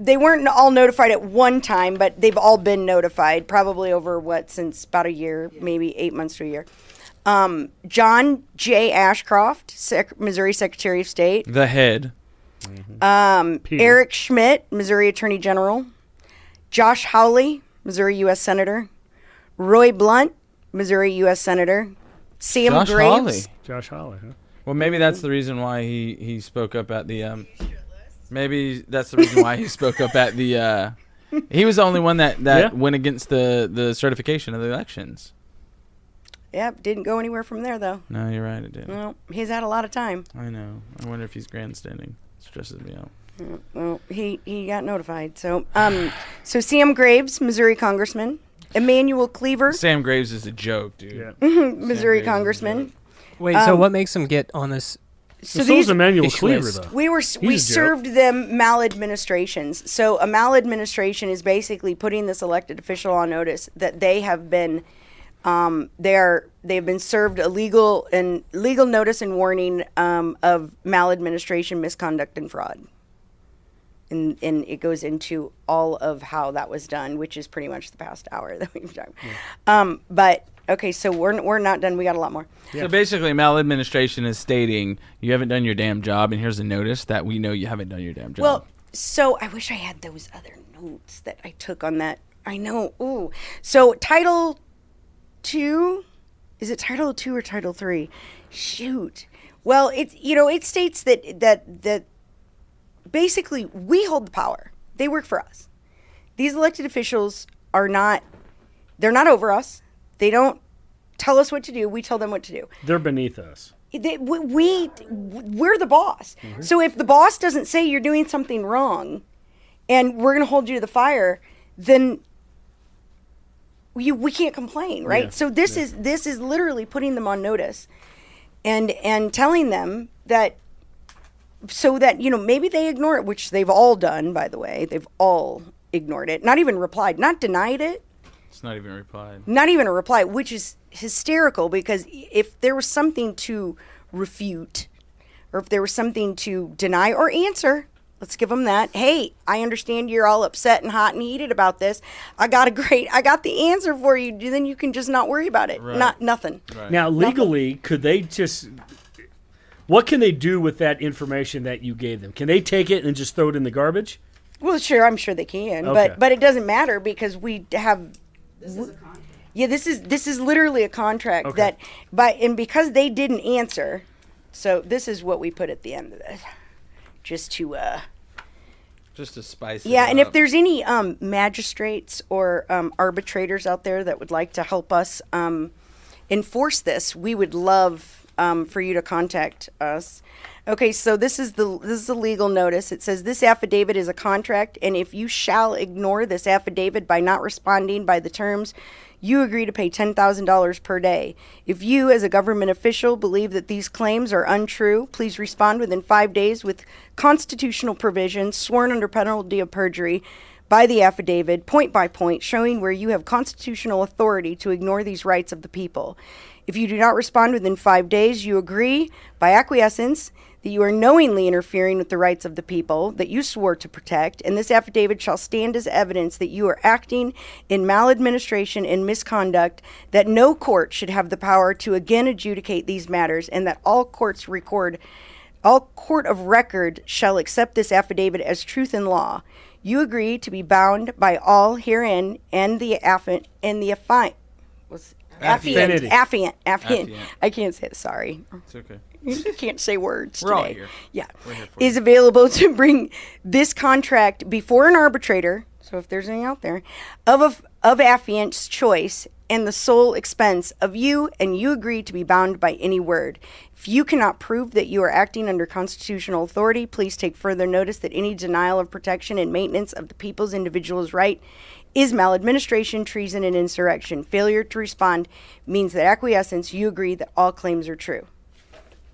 [SPEAKER 3] They weren't all notified at one time, but they've all been notified probably over what since about a year, maybe eight months to a year. Um, John J. Ashcroft, Sec- Missouri Secretary of State.
[SPEAKER 1] The head.
[SPEAKER 2] Peter.
[SPEAKER 3] Eric Schmidt, Missouri Attorney General. Josh Howley, Missouri U.S. Senator. Roy Blunt, Missouri U.S. Senator. Sam
[SPEAKER 1] Josh
[SPEAKER 3] Graves.
[SPEAKER 1] Hawley.
[SPEAKER 2] Josh Holly. Huh?
[SPEAKER 1] Well, maybe that's the reason why he he spoke up at the um. Maybe that's the reason why he spoke up at the. uh He was the only one that that
[SPEAKER 2] Yeah.
[SPEAKER 1] went against the the certification of the elections.
[SPEAKER 3] Yep, didn't go anywhere from there though.
[SPEAKER 1] No, you're right. It did. not
[SPEAKER 3] Well, he's had a lot of time.
[SPEAKER 1] I know. I wonder if he's grandstanding. Stresses me out.
[SPEAKER 3] Well, he he got notified. So um, so Sam Graves, Missouri Congressman. Emmanuel Cleaver,
[SPEAKER 1] Sam Graves is a joke, dude.
[SPEAKER 2] Yeah.
[SPEAKER 3] Missouri
[SPEAKER 1] Graves is a
[SPEAKER 3] Congressman.
[SPEAKER 4] Wait, so what makes them get on this?
[SPEAKER 2] So,
[SPEAKER 3] So
[SPEAKER 2] so
[SPEAKER 3] these
[SPEAKER 2] is Emmanuel
[SPEAKER 4] Ish
[SPEAKER 2] Cleaver
[SPEAKER 4] list.
[SPEAKER 2] though.
[SPEAKER 3] we were s we
[SPEAKER 2] He's a joke.
[SPEAKER 3] served them maladministrations. So a maladministration is basically putting this elected official on notice that they have been um, they are they have been served a legal and legal notice and warning um, of maladministration, misconduct, and fraud. And, and it goes into all of how that was done, which is pretty much the past hour that we've done. Um, but okay, so we're, n- we're not done. We got a lot more.
[SPEAKER 1] So basically, maladministration is stating you haven't done your damn job, and here's a notice that we know you haven't done your damn job.
[SPEAKER 3] Well, so I wish I had those other notes that I took on that. I know. Ooh. So Title Two, is it Title Two or Title Three? Shoot. Well, it you know it states that that that basically we hold the power. They work for us. These elected officials are not. They're not over us. They don't tell us what to do. We tell them what to do
[SPEAKER 2] They're beneath us.
[SPEAKER 3] they, we, we we're the boss.
[SPEAKER 2] Mm-hmm.
[SPEAKER 3] So if the boss doesn't say you're doing something wrong, and we're going to hold you to the fire, then you we can't complain, right?
[SPEAKER 2] Yeah,
[SPEAKER 3] So this is this is literally putting them on notice, and and telling them that so that you know maybe they ignore it, which they've all done, by the way. They've all ignored it, not even replied, not denied it
[SPEAKER 1] it's not even replied.
[SPEAKER 3] not even a reply, which is hysterical because if there was something to refute or if there was something to deny or answer, let's give them that. Hey, I understand you're all upset and hot and heated about this. I got a great, I got the answer for you. Then you can just not worry about it.
[SPEAKER 1] Right.
[SPEAKER 3] Not nothing.
[SPEAKER 2] Now legally, could they just? What can they do with that information that you gave them? Can they take it and just throw it in the garbage?
[SPEAKER 3] Well, sure, I'm sure they can,
[SPEAKER 2] Okay.
[SPEAKER 3] but but it doesn't matter because we have
[SPEAKER 5] This is a contract.
[SPEAKER 3] Yeah, this is this is literally a contract
[SPEAKER 2] Okay.
[SPEAKER 3] that by and because they didn't answer, so this is what we put at the end of this. Just to uh
[SPEAKER 1] Just to spice.
[SPEAKER 3] Yeah,
[SPEAKER 1] it
[SPEAKER 3] and if
[SPEAKER 1] up.
[SPEAKER 3] there's any um, magistrates or um, arbitrators out there that would like to help us um, enforce this, we would love um, for you to contact us. Okay, so this is the this is the legal notice. It says this affidavit is a contract, and if you shall ignore this affidavit by not responding by the terms. You agree to pay $10,000 per day. If you, as a government official, believe that these claims are untrue, please respond within five days with constitutional provisions sworn under penalty of perjury by the affidavit, point by point, showing where you have constitutional authority to ignore these rights of the people. If you do not respond within five days, you agree by acquiescence that you are knowingly interfering with the rights of the people that you swore to protect, and this affidavit shall stand as evidence that you are acting in maladministration and misconduct, that no court should have the power to again adjudicate these matters, and that all courts record all court of record shall accept this affidavit as truth in law. You agree to be bound by all herein and the affi- and the affi- was affiant,
[SPEAKER 2] Affinity.
[SPEAKER 3] affiant, affiant.
[SPEAKER 1] Affiant.
[SPEAKER 3] I can't say it. Sorry,
[SPEAKER 1] it's okay.
[SPEAKER 3] you can't say words
[SPEAKER 1] We're all
[SPEAKER 3] today.
[SPEAKER 1] here.
[SPEAKER 3] Yeah.
[SPEAKER 1] here for
[SPEAKER 3] is available to bring this contract before an arbitrator. So if there's any out there, of a, of affiant's choice and the sole expense of you, and you agree to be bound by any word. If you cannot prove that you are acting under constitutional authority, please take further notice that any denial of protection and maintenance of the people's individual's right is maladministration, treason, and insurrection. Failure to respond means that acquiescence, you agree that all claims are true.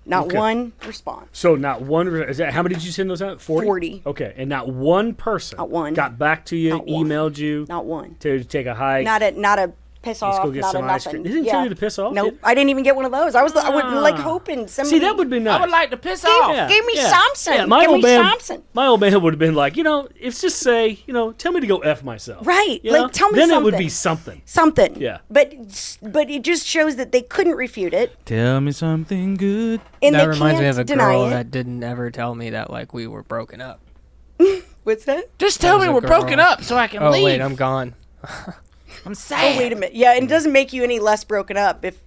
[SPEAKER 3] Not
[SPEAKER 2] Okay.
[SPEAKER 3] one response.
[SPEAKER 2] So not one. re- Is that, how many did you send those out? Forty.
[SPEAKER 3] 40.
[SPEAKER 2] Okay, and not one person.
[SPEAKER 3] Not one.
[SPEAKER 2] Got back to you.
[SPEAKER 3] Not one.
[SPEAKER 2] emailed you.
[SPEAKER 3] Not one.
[SPEAKER 2] To take a hike.
[SPEAKER 3] Not a not a piss
[SPEAKER 2] Let's
[SPEAKER 3] off.
[SPEAKER 2] go get
[SPEAKER 3] not
[SPEAKER 2] some
[SPEAKER 3] a
[SPEAKER 2] ice
[SPEAKER 3] nothing.
[SPEAKER 2] cream. They didn't tell you to piss off,
[SPEAKER 3] Nope.
[SPEAKER 2] did-
[SPEAKER 3] I didn't even get one of those. I was I was like hoping somebody.
[SPEAKER 2] See, that would be nice.
[SPEAKER 1] I would like to piss off.
[SPEAKER 3] Give, give me Samson.
[SPEAKER 2] my
[SPEAKER 3] give
[SPEAKER 2] old
[SPEAKER 3] me
[SPEAKER 2] man,
[SPEAKER 3] Samson.
[SPEAKER 2] My old man would have been like, you know, it's just say, you know, tell me to go f myself.
[SPEAKER 3] Right,
[SPEAKER 2] You
[SPEAKER 3] like,
[SPEAKER 2] know?
[SPEAKER 3] tell me
[SPEAKER 2] Then it would
[SPEAKER 3] something.
[SPEAKER 2] be something.
[SPEAKER 3] Something.
[SPEAKER 2] Yeah.
[SPEAKER 3] But s- but it just shows that they couldn't refute it,
[SPEAKER 1] Tell me something good.
[SPEAKER 3] and
[SPEAKER 4] that
[SPEAKER 3] they
[SPEAKER 4] reminds
[SPEAKER 3] can't
[SPEAKER 4] me of a
[SPEAKER 3] deny
[SPEAKER 4] girl
[SPEAKER 3] it.
[SPEAKER 4] that didn't ever tell me that like we were broken up.
[SPEAKER 3] What's that?
[SPEAKER 1] Just tell
[SPEAKER 4] was
[SPEAKER 1] me
[SPEAKER 4] a
[SPEAKER 1] we're
[SPEAKER 4] girl.
[SPEAKER 1] broken up so I can
[SPEAKER 4] Oh
[SPEAKER 1] leave.
[SPEAKER 4] wait, I'm gone.
[SPEAKER 1] I'm sad.
[SPEAKER 3] Oh wait a minute. Yeah,
[SPEAKER 2] Mm.
[SPEAKER 3] and it doesn't make you any less broken up if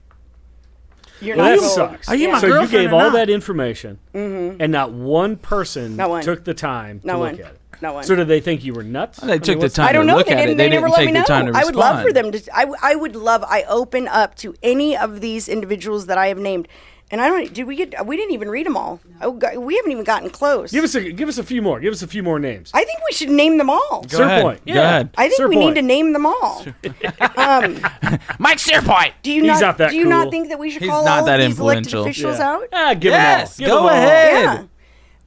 [SPEAKER 3] you're
[SPEAKER 2] Well,
[SPEAKER 3] not.
[SPEAKER 2] that
[SPEAKER 3] told.
[SPEAKER 2] sucks.
[SPEAKER 1] Are you
[SPEAKER 3] Yeah.
[SPEAKER 1] my
[SPEAKER 2] so you
[SPEAKER 1] girlfriend
[SPEAKER 2] gave
[SPEAKER 1] or
[SPEAKER 2] all
[SPEAKER 1] not?
[SPEAKER 2] that information, and not one person
[SPEAKER 3] Mm-hmm. Not one.
[SPEAKER 2] took the time
[SPEAKER 3] Not
[SPEAKER 2] to
[SPEAKER 3] one.
[SPEAKER 2] look at it.
[SPEAKER 3] Not one.
[SPEAKER 2] So did they think you were nuts? I
[SPEAKER 1] They
[SPEAKER 2] mean,
[SPEAKER 1] took the
[SPEAKER 2] what's-
[SPEAKER 1] time
[SPEAKER 3] I don't
[SPEAKER 1] to
[SPEAKER 3] know.
[SPEAKER 1] look
[SPEAKER 3] they
[SPEAKER 1] at
[SPEAKER 3] didn't.
[SPEAKER 1] it. They,
[SPEAKER 3] never
[SPEAKER 1] didn't
[SPEAKER 3] let
[SPEAKER 1] take
[SPEAKER 3] me
[SPEAKER 1] the
[SPEAKER 3] know.
[SPEAKER 1] time to respond.
[SPEAKER 3] I would love for them to. I, w- I would love. I open up to any of these individuals that I have named, and I don't. Did we get? We didn't even read them all. Oh, go- we haven't even gotten close.
[SPEAKER 2] Give us a give us a few more. Give us a few more names.
[SPEAKER 3] I think we should name them all.
[SPEAKER 1] Go ahead.
[SPEAKER 2] Point.
[SPEAKER 1] Go
[SPEAKER 2] Yeah.
[SPEAKER 1] ahead.
[SPEAKER 3] I think
[SPEAKER 2] Sir
[SPEAKER 3] we
[SPEAKER 2] Point.
[SPEAKER 3] need to name them all. um,
[SPEAKER 1] Mike Searpoint.
[SPEAKER 3] do you
[SPEAKER 2] He's
[SPEAKER 3] not,
[SPEAKER 2] not that
[SPEAKER 3] do you
[SPEAKER 2] cool.
[SPEAKER 3] not think that we should
[SPEAKER 1] He's
[SPEAKER 3] call
[SPEAKER 1] not
[SPEAKER 3] all
[SPEAKER 1] that
[SPEAKER 3] of these elected
[SPEAKER 1] influential.
[SPEAKER 3] officials
[SPEAKER 2] Yeah.
[SPEAKER 3] out?
[SPEAKER 2] Ah, give 'em all.
[SPEAKER 1] Yes.
[SPEAKER 2] Give 'em
[SPEAKER 1] Go
[SPEAKER 2] all.
[SPEAKER 1] ahead.
[SPEAKER 3] Yeah.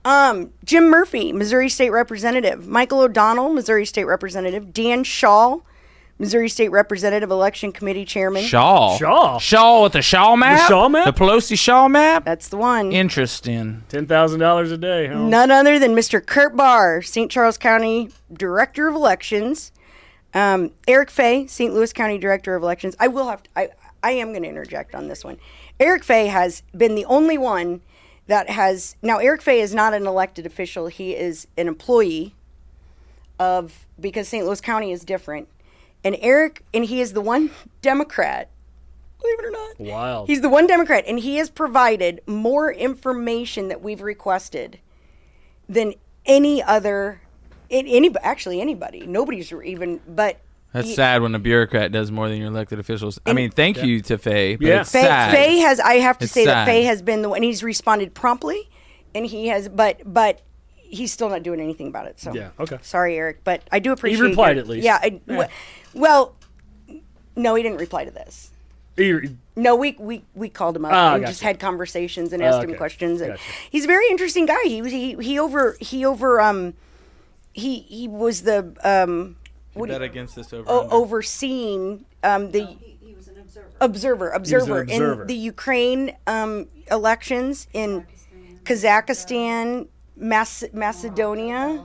[SPEAKER 3] Um, Jim Murphy, Missouri State Representative. Michael O'Donnell, Missouri State Representative. Dan Shaw, Missouri State Representative Election Committee Chairman.
[SPEAKER 1] Shaw.
[SPEAKER 2] Shaw.
[SPEAKER 1] Shaw with the Shaw map.
[SPEAKER 2] Shaw map?
[SPEAKER 1] The Pelosi Shaw map.
[SPEAKER 3] That's the one.
[SPEAKER 1] Interesting.
[SPEAKER 2] Ten thousand dollars a day. Huh?
[SPEAKER 3] None other than Mr. Kurt Barr, St. Charles County Director of Elections. Um, Eric Fay, St. Louis County Director of Elections. I will have to, I, I am going to interject on this one. Eric Fay has been the only one that has, now Eric Fay is not an elected official. He is an employee of, because St. Louis County is different. And Eric, and he is the one Democrat, believe it or not.
[SPEAKER 2] Wild.
[SPEAKER 3] He's the one Democrat, and he has provided more information that we've requested than any other, in, any actually anybody. Nobody's even, but
[SPEAKER 1] That's sad when a bureaucrat does more than your elected officials. I mean, thank you to Faye, but
[SPEAKER 2] Yeah.
[SPEAKER 1] it's
[SPEAKER 3] Faye,
[SPEAKER 1] sad.
[SPEAKER 3] Faye has. I have to
[SPEAKER 1] It's
[SPEAKER 3] say
[SPEAKER 1] sad.
[SPEAKER 3] that Faye has been the one. and He's responded promptly, and he has, but but he's still not doing anything about it. So
[SPEAKER 2] Yeah, okay.
[SPEAKER 3] Sorry, Eric, but I do appreciate.
[SPEAKER 2] replied
[SPEAKER 3] your-
[SPEAKER 2] at least.
[SPEAKER 3] Yeah. I, w- well, no, he didn't reply to this.
[SPEAKER 2] He-
[SPEAKER 3] No, we we, we called him up
[SPEAKER 2] Ah,
[SPEAKER 3] and
[SPEAKER 2] gotcha.
[SPEAKER 3] just had conversations and asked
[SPEAKER 2] okay.
[SPEAKER 3] him questions. And
[SPEAKER 2] Gotcha.
[SPEAKER 3] he's a very interesting guy. He was he he over he over um he he was the um what do
[SPEAKER 1] Bet
[SPEAKER 3] you,
[SPEAKER 1] against this over.
[SPEAKER 3] o-
[SPEAKER 1] under.
[SPEAKER 3] overseeing um the
[SPEAKER 5] He, he was an observer.
[SPEAKER 3] observer observer,
[SPEAKER 2] observer.
[SPEAKER 3] in the Ukraine um elections in Kazakhstan, Mas- Macedonia,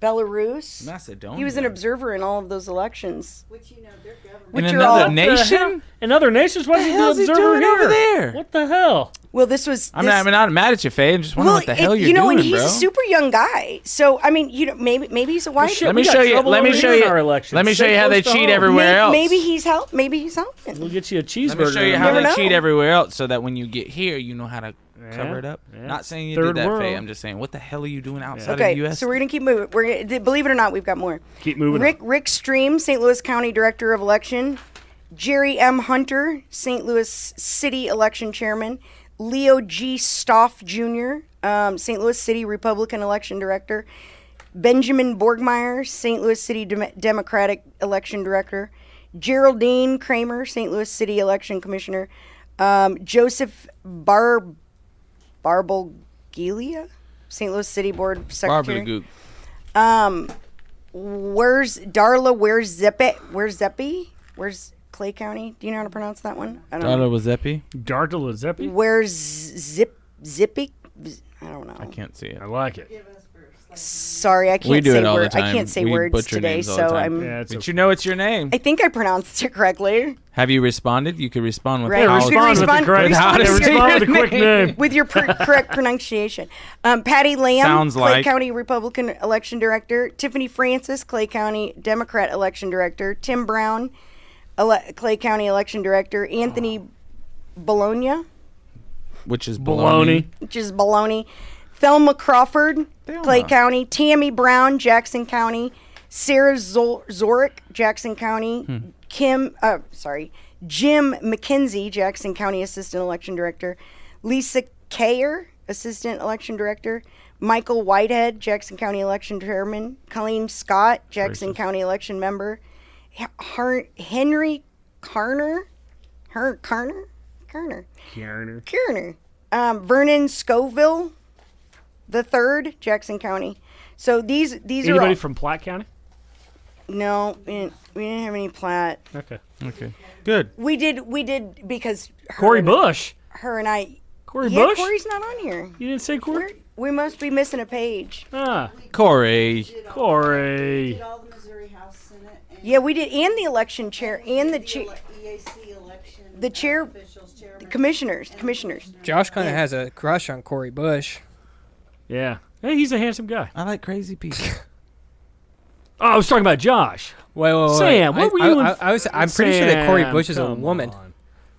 [SPEAKER 3] Belarus.
[SPEAKER 1] Macedonia.
[SPEAKER 3] He was an observer in all of those elections.
[SPEAKER 5] Which, you know, their government.
[SPEAKER 1] in
[SPEAKER 3] which are
[SPEAKER 1] another
[SPEAKER 3] all-
[SPEAKER 1] nation.
[SPEAKER 2] In other nations, why did you
[SPEAKER 1] hell's
[SPEAKER 2] do
[SPEAKER 1] he
[SPEAKER 2] observer
[SPEAKER 1] doing
[SPEAKER 2] here?
[SPEAKER 1] over there?
[SPEAKER 2] What the hell?
[SPEAKER 3] Well, this was
[SPEAKER 1] I'm
[SPEAKER 3] this,
[SPEAKER 1] not, I'm not mad at you, Faye. I'm just wondering what the hell
[SPEAKER 3] it-
[SPEAKER 1] you're
[SPEAKER 3] you know,
[SPEAKER 1] doing,
[SPEAKER 3] and he's
[SPEAKER 1] bro.
[SPEAKER 3] a super young guy. So I mean, you know, maybe maybe he's a white.
[SPEAKER 2] shit,
[SPEAKER 1] let
[SPEAKER 2] we
[SPEAKER 1] me
[SPEAKER 2] got
[SPEAKER 1] show you.
[SPEAKER 2] trouble
[SPEAKER 1] Let me
[SPEAKER 2] over
[SPEAKER 1] show
[SPEAKER 2] here in
[SPEAKER 1] you.
[SPEAKER 2] our elections.
[SPEAKER 1] Let me show
[SPEAKER 2] Stay
[SPEAKER 1] you how they
[SPEAKER 2] close to
[SPEAKER 1] cheat
[SPEAKER 2] home.
[SPEAKER 1] everywhere else.
[SPEAKER 3] Maybe he's help. Maybe he's helping.
[SPEAKER 2] We'll get you a
[SPEAKER 1] Let
[SPEAKER 2] cheeseburger.
[SPEAKER 1] me show you how
[SPEAKER 3] Never
[SPEAKER 1] they
[SPEAKER 3] know.
[SPEAKER 1] cheat everywhere else, so that when you get here, you know how to cover it up.
[SPEAKER 2] yeah.
[SPEAKER 1] Not saying you
[SPEAKER 2] Third
[SPEAKER 1] did that,
[SPEAKER 2] world.
[SPEAKER 1] Faye. I'm just saying, what the hell are you doing outside of the
[SPEAKER 3] Okay,
[SPEAKER 1] U.S.?
[SPEAKER 3] so we're gonna keep moving. We're gonna, th- believe it or not, we've got more.
[SPEAKER 2] Keep moving
[SPEAKER 3] Rick Rick Stream, St. Louis County Director of Election. Jerry M. Hunter, St. Louis City Election Chairman. Leo G. Stoff Jr., um, St. Louis City Republican Election Director. Benjamin Borgmeyer, St. Louis City Dem- Democratic Election Director. Geraldine Kramer, St. Louis City Election Commissioner. Um, Joseph Bar Barbogilia, St. Louis City Board
[SPEAKER 1] Barbara
[SPEAKER 3] Secretary.
[SPEAKER 1] Goop.
[SPEAKER 3] Where's Darla? Where's Zippy? Where's Zippy? Where's Clay County? Do you know how to pronounce that one? I don't know.
[SPEAKER 1] Darla Wazzepi?
[SPEAKER 2] Darta Lazeppi?
[SPEAKER 3] Where's Zip Zippy? Z- I don't know.
[SPEAKER 1] Can't see it.
[SPEAKER 2] I like it.
[SPEAKER 5] Give us for a slave.
[SPEAKER 3] Sorry, I can't
[SPEAKER 1] We do
[SPEAKER 3] say
[SPEAKER 1] it all
[SPEAKER 3] word.
[SPEAKER 1] the time.
[SPEAKER 3] I can't say
[SPEAKER 1] we
[SPEAKER 3] words
[SPEAKER 1] butcher
[SPEAKER 3] today,
[SPEAKER 1] names all
[SPEAKER 3] so
[SPEAKER 1] the time.
[SPEAKER 3] I'm.
[SPEAKER 2] Yeah, it's
[SPEAKER 1] but
[SPEAKER 2] okay.
[SPEAKER 1] you know it's your name.
[SPEAKER 3] I think I pronounced it correctly.
[SPEAKER 1] Have you responded? You could respond with
[SPEAKER 3] Right.
[SPEAKER 2] Yeah,
[SPEAKER 1] how-
[SPEAKER 2] respond with
[SPEAKER 3] Respond
[SPEAKER 2] the
[SPEAKER 3] Respond-
[SPEAKER 2] correct
[SPEAKER 3] respond
[SPEAKER 2] yeah,
[SPEAKER 3] with your
[SPEAKER 2] respond with a quick
[SPEAKER 1] name.
[SPEAKER 2] name.
[SPEAKER 3] with your per- correct pronunciation. Um, Patty Lamb,
[SPEAKER 1] Sounds
[SPEAKER 3] Clay
[SPEAKER 1] like-
[SPEAKER 3] County Republican Election Director. Tiffany Francis, Clay County Democrat Election Director. Tim Brown, ele- Clay County Election Director. Anthony Bologna,
[SPEAKER 1] which is baloney.
[SPEAKER 2] Baloney.
[SPEAKER 3] which is Baloney. Thelma Crawford, Clay
[SPEAKER 1] Thelma.
[SPEAKER 3] County. Tammy Brown, Jackson
[SPEAKER 1] Hmm.
[SPEAKER 3] County. Sarah Zol- Zorik, Jackson County. Kim, uh, sorry, Jim McKenzie, Jackson County Assistant Election Director, Lisa Kayer, Assistant Election Director, Michael Whitehead, Jackson County Election Chairman, Colleen Scott, Jackson
[SPEAKER 1] Gracious.
[SPEAKER 3] County Election Member, H- Har- Henry Carner, Her Carner, Carner, Kierner. Um, Vernon Scoville, the third, Jackson County. So these these are
[SPEAKER 2] Anybody
[SPEAKER 3] all,
[SPEAKER 2] from Platte County?
[SPEAKER 3] no, we didn't, we didn't have any plat.
[SPEAKER 2] Okay.
[SPEAKER 1] Okay. Good.
[SPEAKER 3] We did we did because her
[SPEAKER 2] Corey
[SPEAKER 3] and,
[SPEAKER 2] Bush.
[SPEAKER 3] her and I.
[SPEAKER 2] Corey
[SPEAKER 3] yeah,
[SPEAKER 2] Bush.
[SPEAKER 3] Corey's not on here.
[SPEAKER 2] you didn't say
[SPEAKER 3] We're,
[SPEAKER 2] Corey.
[SPEAKER 3] we must be missing a page.
[SPEAKER 2] Ah,
[SPEAKER 1] Corey.
[SPEAKER 5] Did all-
[SPEAKER 2] Corey.
[SPEAKER 5] Did all the Missouri House, Senate, and.
[SPEAKER 3] Yeah, we did, and the election chair, and the chair,
[SPEAKER 5] ele- EAC election.
[SPEAKER 3] the
[SPEAKER 5] uh,
[SPEAKER 3] chair-
[SPEAKER 5] Officials, chairman.
[SPEAKER 3] commissioners, commissioners.
[SPEAKER 4] Josh kind of has a crush on Corey Bush.
[SPEAKER 2] Yeah. Hey, he's a handsome guy.
[SPEAKER 1] I like crazy people.
[SPEAKER 2] Oh, I was talking about Josh.
[SPEAKER 4] Wait, wait, wait.
[SPEAKER 2] Sam,
[SPEAKER 4] I-
[SPEAKER 2] what were
[SPEAKER 4] I,
[SPEAKER 2] you
[SPEAKER 4] I,
[SPEAKER 2] in-
[SPEAKER 4] I was, I'm pretty sure that Corey
[SPEAKER 2] Sam,
[SPEAKER 4] Bush is a
[SPEAKER 2] come
[SPEAKER 4] woman.
[SPEAKER 2] on.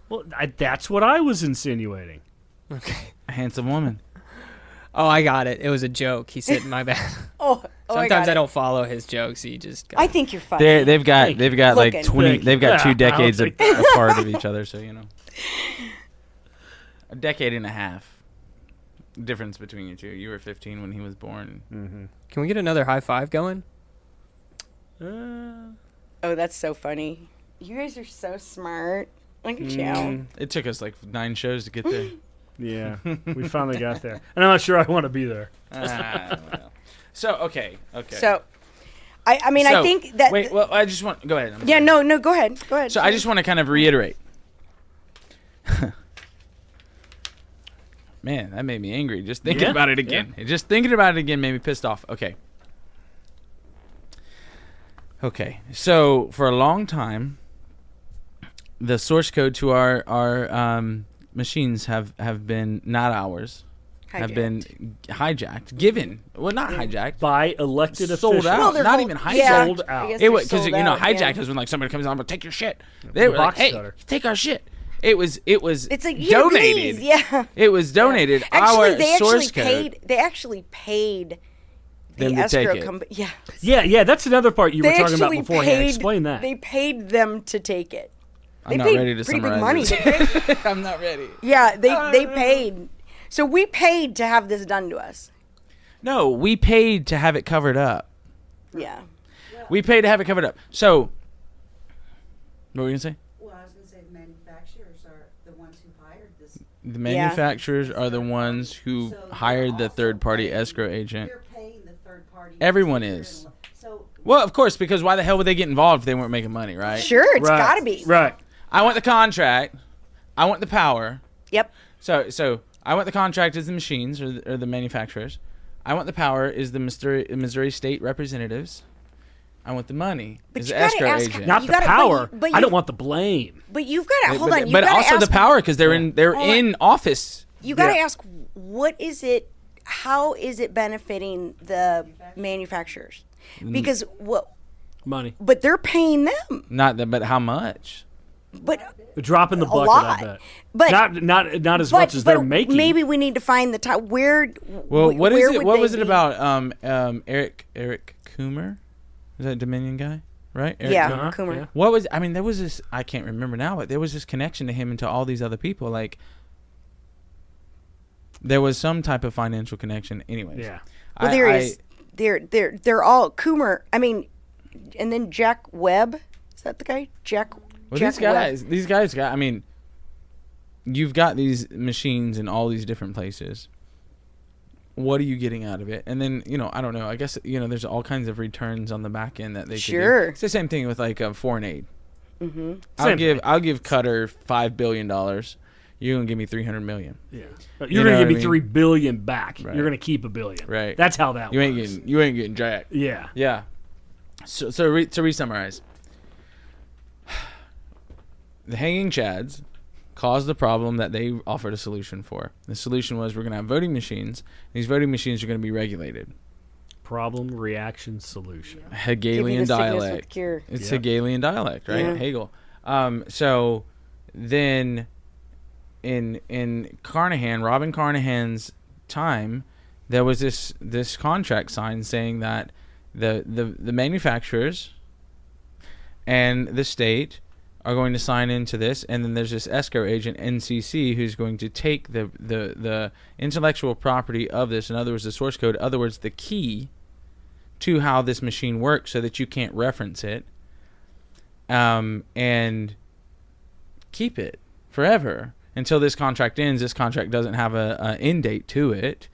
[SPEAKER 2] Well, I, that's what I was insinuating.
[SPEAKER 1] A handsome woman.
[SPEAKER 4] Oh, I got it. It was a joke. He said, "My bad."
[SPEAKER 3] Oh, oh I, got
[SPEAKER 4] Sometimes I,
[SPEAKER 3] it.
[SPEAKER 4] don't follow his jokes. He just.
[SPEAKER 3] I think you're fine.
[SPEAKER 1] They they've got
[SPEAKER 2] Thank
[SPEAKER 1] they've got
[SPEAKER 3] Looking.
[SPEAKER 1] like twenty.
[SPEAKER 2] Thank
[SPEAKER 1] They've got
[SPEAKER 2] you.
[SPEAKER 1] two
[SPEAKER 2] Yeah, I'll
[SPEAKER 1] decades a-
[SPEAKER 2] take
[SPEAKER 1] apart of each other, so you know, a decade and a half difference between you two. You were 15 when he was born.
[SPEAKER 4] Can we get another high five going?
[SPEAKER 2] Uh,
[SPEAKER 3] Oh, that's so funny. You guys are so smart. Look at you.
[SPEAKER 1] It took us like nine shows to get there.
[SPEAKER 2] yeah, we finally got there, and I'm not sure I want to be there.
[SPEAKER 1] Ah, well. So okay, okay.
[SPEAKER 3] So, I, I mean, I
[SPEAKER 1] So,
[SPEAKER 3] think that.
[SPEAKER 1] Wait, well, I just want go ahead. I'm
[SPEAKER 3] yeah,
[SPEAKER 1] sorry.
[SPEAKER 3] no, no. Go ahead. Go ahead.
[SPEAKER 1] So I just want to kind of reiterate. Man, that made me angry just thinking
[SPEAKER 2] Yeah,
[SPEAKER 1] about it again. Just thinking about it again made me pissed off. Okay. Okay. So for a long time, the source code to our our um, machines have have been not ours, have
[SPEAKER 3] Hijacked.
[SPEAKER 1] been hijacked, given. Well, not hijacked.
[SPEAKER 2] By elected
[SPEAKER 1] Sold
[SPEAKER 2] officials.
[SPEAKER 1] out.
[SPEAKER 3] they're
[SPEAKER 1] not
[SPEAKER 3] hol-
[SPEAKER 1] even hijacked.
[SPEAKER 3] yeah,
[SPEAKER 2] Sold
[SPEAKER 3] I
[SPEAKER 2] out.
[SPEAKER 3] guess
[SPEAKER 1] It
[SPEAKER 3] they're
[SPEAKER 1] was because you
[SPEAKER 3] sold
[SPEAKER 1] know
[SPEAKER 3] out, yeah.
[SPEAKER 1] hijacked is when like somebody comes on, I'm gonna take your shit. They were
[SPEAKER 2] box
[SPEAKER 1] like, hey,
[SPEAKER 2] cutter.
[SPEAKER 1] take our shit. It was it was
[SPEAKER 3] It's like yeah,
[SPEAKER 1] donated.
[SPEAKER 3] please, yeah.
[SPEAKER 1] It was donated.
[SPEAKER 3] Actually,
[SPEAKER 1] our
[SPEAKER 3] they actually
[SPEAKER 1] source
[SPEAKER 3] paid.
[SPEAKER 1] code.
[SPEAKER 3] They actually paid the
[SPEAKER 1] Them to take
[SPEAKER 3] escrow
[SPEAKER 1] it.
[SPEAKER 3] company. Yeah,
[SPEAKER 2] Yeah, yeah, that's another part you
[SPEAKER 3] they
[SPEAKER 2] were talking about
[SPEAKER 3] actually
[SPEAKER 2] beforehand.
[SPEAKER 3] paid.
[SPEAKER 2] Explain that.
[SPEAKER 3] They paid them to take it. They
[SPEAKER 1] I'm not
[SPEAKER 3] paid
[SPEAKER 1] ready to
[SPEAKER 3] pretty big
[SPEAKER 1] summarize
[SPEAKER 3] money.
[SPEAKER 1] this.
[SPEAKER 3] didn't they?
[SPEAKER 1] I'm not ready.
[SPEAKER 3] yeah, they they paid. So we paid to have this done to us.
[SPEAKER 1] No, we paid to have it covered up.
[SPEAKER 3] Yeah.
[SPEAKER 1] We paid to have it covered up. So, what were you gonna say?
[SPEAKER 5] Well, I was gonna say the manufacturers are the ones who hired this.
[SPEAKER 1] The manufacturers are the ones who
[SPEAKER 5] So they're
[SPEAKER 1] hired the
[SPEAKER 5] also
[SPEAKER 1] third party
[SPEAKER 5] paying-
[SPEAKER 1] escrow agent.
[SPEAKER 5] You're paying the third party.
[SPEAKER 1] Everyone
[SPEAKER 5] to do it.
[SPEAKER 1] is.
[SPEAKER 5] So.
[SPEAKER 1] Well, of course, because why the hell would they get involved if they weren't making money, right?
[SPEAKER 3] Sure, it's
[SPEAKER 2] right.
[SPEAKER 3] got to be.
[SPEAKER 2] Right.
[SPEAKER 1] I want the contract. I want the power.
[SPEAKER 3] Yep.
[SPEAKER 1] So so I want the contract is the machines or the, or the manufacturers. I want the power is the Missouri, Missouri state representatives. I want the money
[SPEAKER 3] But
[SPEAKER 1] is
[SPEAKER 3] you
[SPEAKER 1] the
[SPEAKER 3] gotta
[SPEAKER 1] escrow
[SPEAKER 3] ask-
[SPEAKER 1] agent.
[SPEAKER 2] Not
[SPEAKER 3] You
[SPEAKER 2] the
[SPEAKER 3] gotta- but you-
[SPEAKER 2] power.
[SPEAKER 3] but
[SPEAKER 2] I don't
[SPEAKER 3] you-
[SPEAKER 2] want the blame.
[SPEAKER 3] But you've got to
[SPEAKER 1] but
[SPEAKER 3] hold
[SPEAKER 1] but-
[SPEAKER 3] on. You
[SPEAKER 1] but
[SPEAKER 3] gotta
[SPEAKER 1] also the
[SPEAKER 3] ask-
[SPEAKER 1] power because they're in they're
[SPEAKER 3] Hold on.
[SPEAKER 1] in office.
[SPEAKER 3] You got to
[SPEAKER 2] Yeah.
[SPEAKER 3] ask what is it how is it benefiting the manufacturers? Because what
[SPEAKER 2] Money.
[SPEAKER 3] but they're paying them.
[SPEAKER 1] Not that, but how much?
[SPEAKER 3] But
[SPEAKER 2] A drop in the bucket.
[SPEAKER 3] lot.
[SPEAKER 2] I bet.
[SPEAKER 3] But-
[SPEAKER 2] not not not as
[SPEAKER 3] but,
[SPEAKER 2] much as
[SPEAKER 3] but
[SPEAKER 2] they're making.
[SPEAKER 3] maybe we need to find the time where
[SPEAKER 1] Well, what is
[SPEAKER 3] where
[SPEAKER 1] it?
[SPEAKER 3] would
[SPEAKER 1] What
[SPEAKER 3] they
[SPEAKER 1] was it
[SPEAKER 3] be?
[SPEAKER 1] about? Um, um, Eric Eric Coomer, is that Dominion guy? Right? Eric
[SPEAKER 3] Yeah,
[SPEAKER 2] Uh-huh,
[SPEAKER 3] Coomer.
[SPEAKER 2] yeah.
[SPEAKER 1] what was I mean there was this I can't remember now but there was this connection to him and to all these other people like there was some type of financial connection anyways
[SPEAKER 2] Yeah.
[SPEAKER 1] I-
[SPEAKER 3] Well, there
[SPEAKER 1] I-
[SPEAKER 3] is- They're they're they're all Coomer. I mean, and then Jack Webb. Is that the guy? Jack.
[SPEAKER 1] well,
[SPEAKER 3] Jack
[SPEAKER 1] these
[SPEAKER 3] Webb.
[SPEAKER 1] guys these guys got I mean you've got these machines in all these different places what are you getting out of it and then you know I don't know I guess you know there's all kinds of returns on the back end that they could do.
[SPEAKER 3] Sure.
[SPEAKER 1] it's the same thing with like uh, foreign aid mm-hmm. I'll
[SPEAKER 2] Same
[SPEAKER 1] give I'll give Cutter five billion dollars you're gonna give me three hundred million
[SPEAKER 2] Yeah. You're
[SPEAKER 1] You know
[SPEAKER 2] gonna
[SPEAKER 1] what
[SPEAKER 2] give
[SPEAKER 1] I
[SPEAKER 2] me
[SPEAKER 1] mean?
[SPEAKER 2] three billion back.
[SPEAKER 1] Right.
[SPEAKER 2] You're gonna keep a billion.
[SPEAKER 1] Right.
[SPEAKER 2] That's how that
[SPEAKER 1] you ain't
[SPEAKER 2] works.
[SPEAKER 1] getting you ain't getting jack
[SPEAKER 2] Yeah.
[SPEAKER 1] Yeah. So so re- to re-summarize, the hanging chads caused the problem that they offered a solution for. The solution was we're going to have voting machines. These voting machines are going to be regulated.
[SPEAKER 2] Problem, reaction, solution.
[SPEAKER 3] Give me
[SPEAKER 1] Hegelian
[SPEAKER 3] the sickness with
[SPEAKER 1] dialect.
[SPEAKER 3] cure.
[SPEAKER 1] It's
[SPEAKER 2] Yeah.
[SPEAKER 1] Hegelian dialect, right?
[SPEAKER 3] Yeah.
[SPEAKER 1] Hegel. Um, so then in in Carnahan, Robin Carnahan's time, there was this this contract signed saying that the the, the manufacturers and the state are going to sign into this, and then there's this escrow agent NCC who's going to take the the the intellectual property of this, in other words, the source code, in other words, the key to how this machine works, so that you can't reference it, um, and keep it forever until this contract ends. This contract doesn't have a, a end date to it,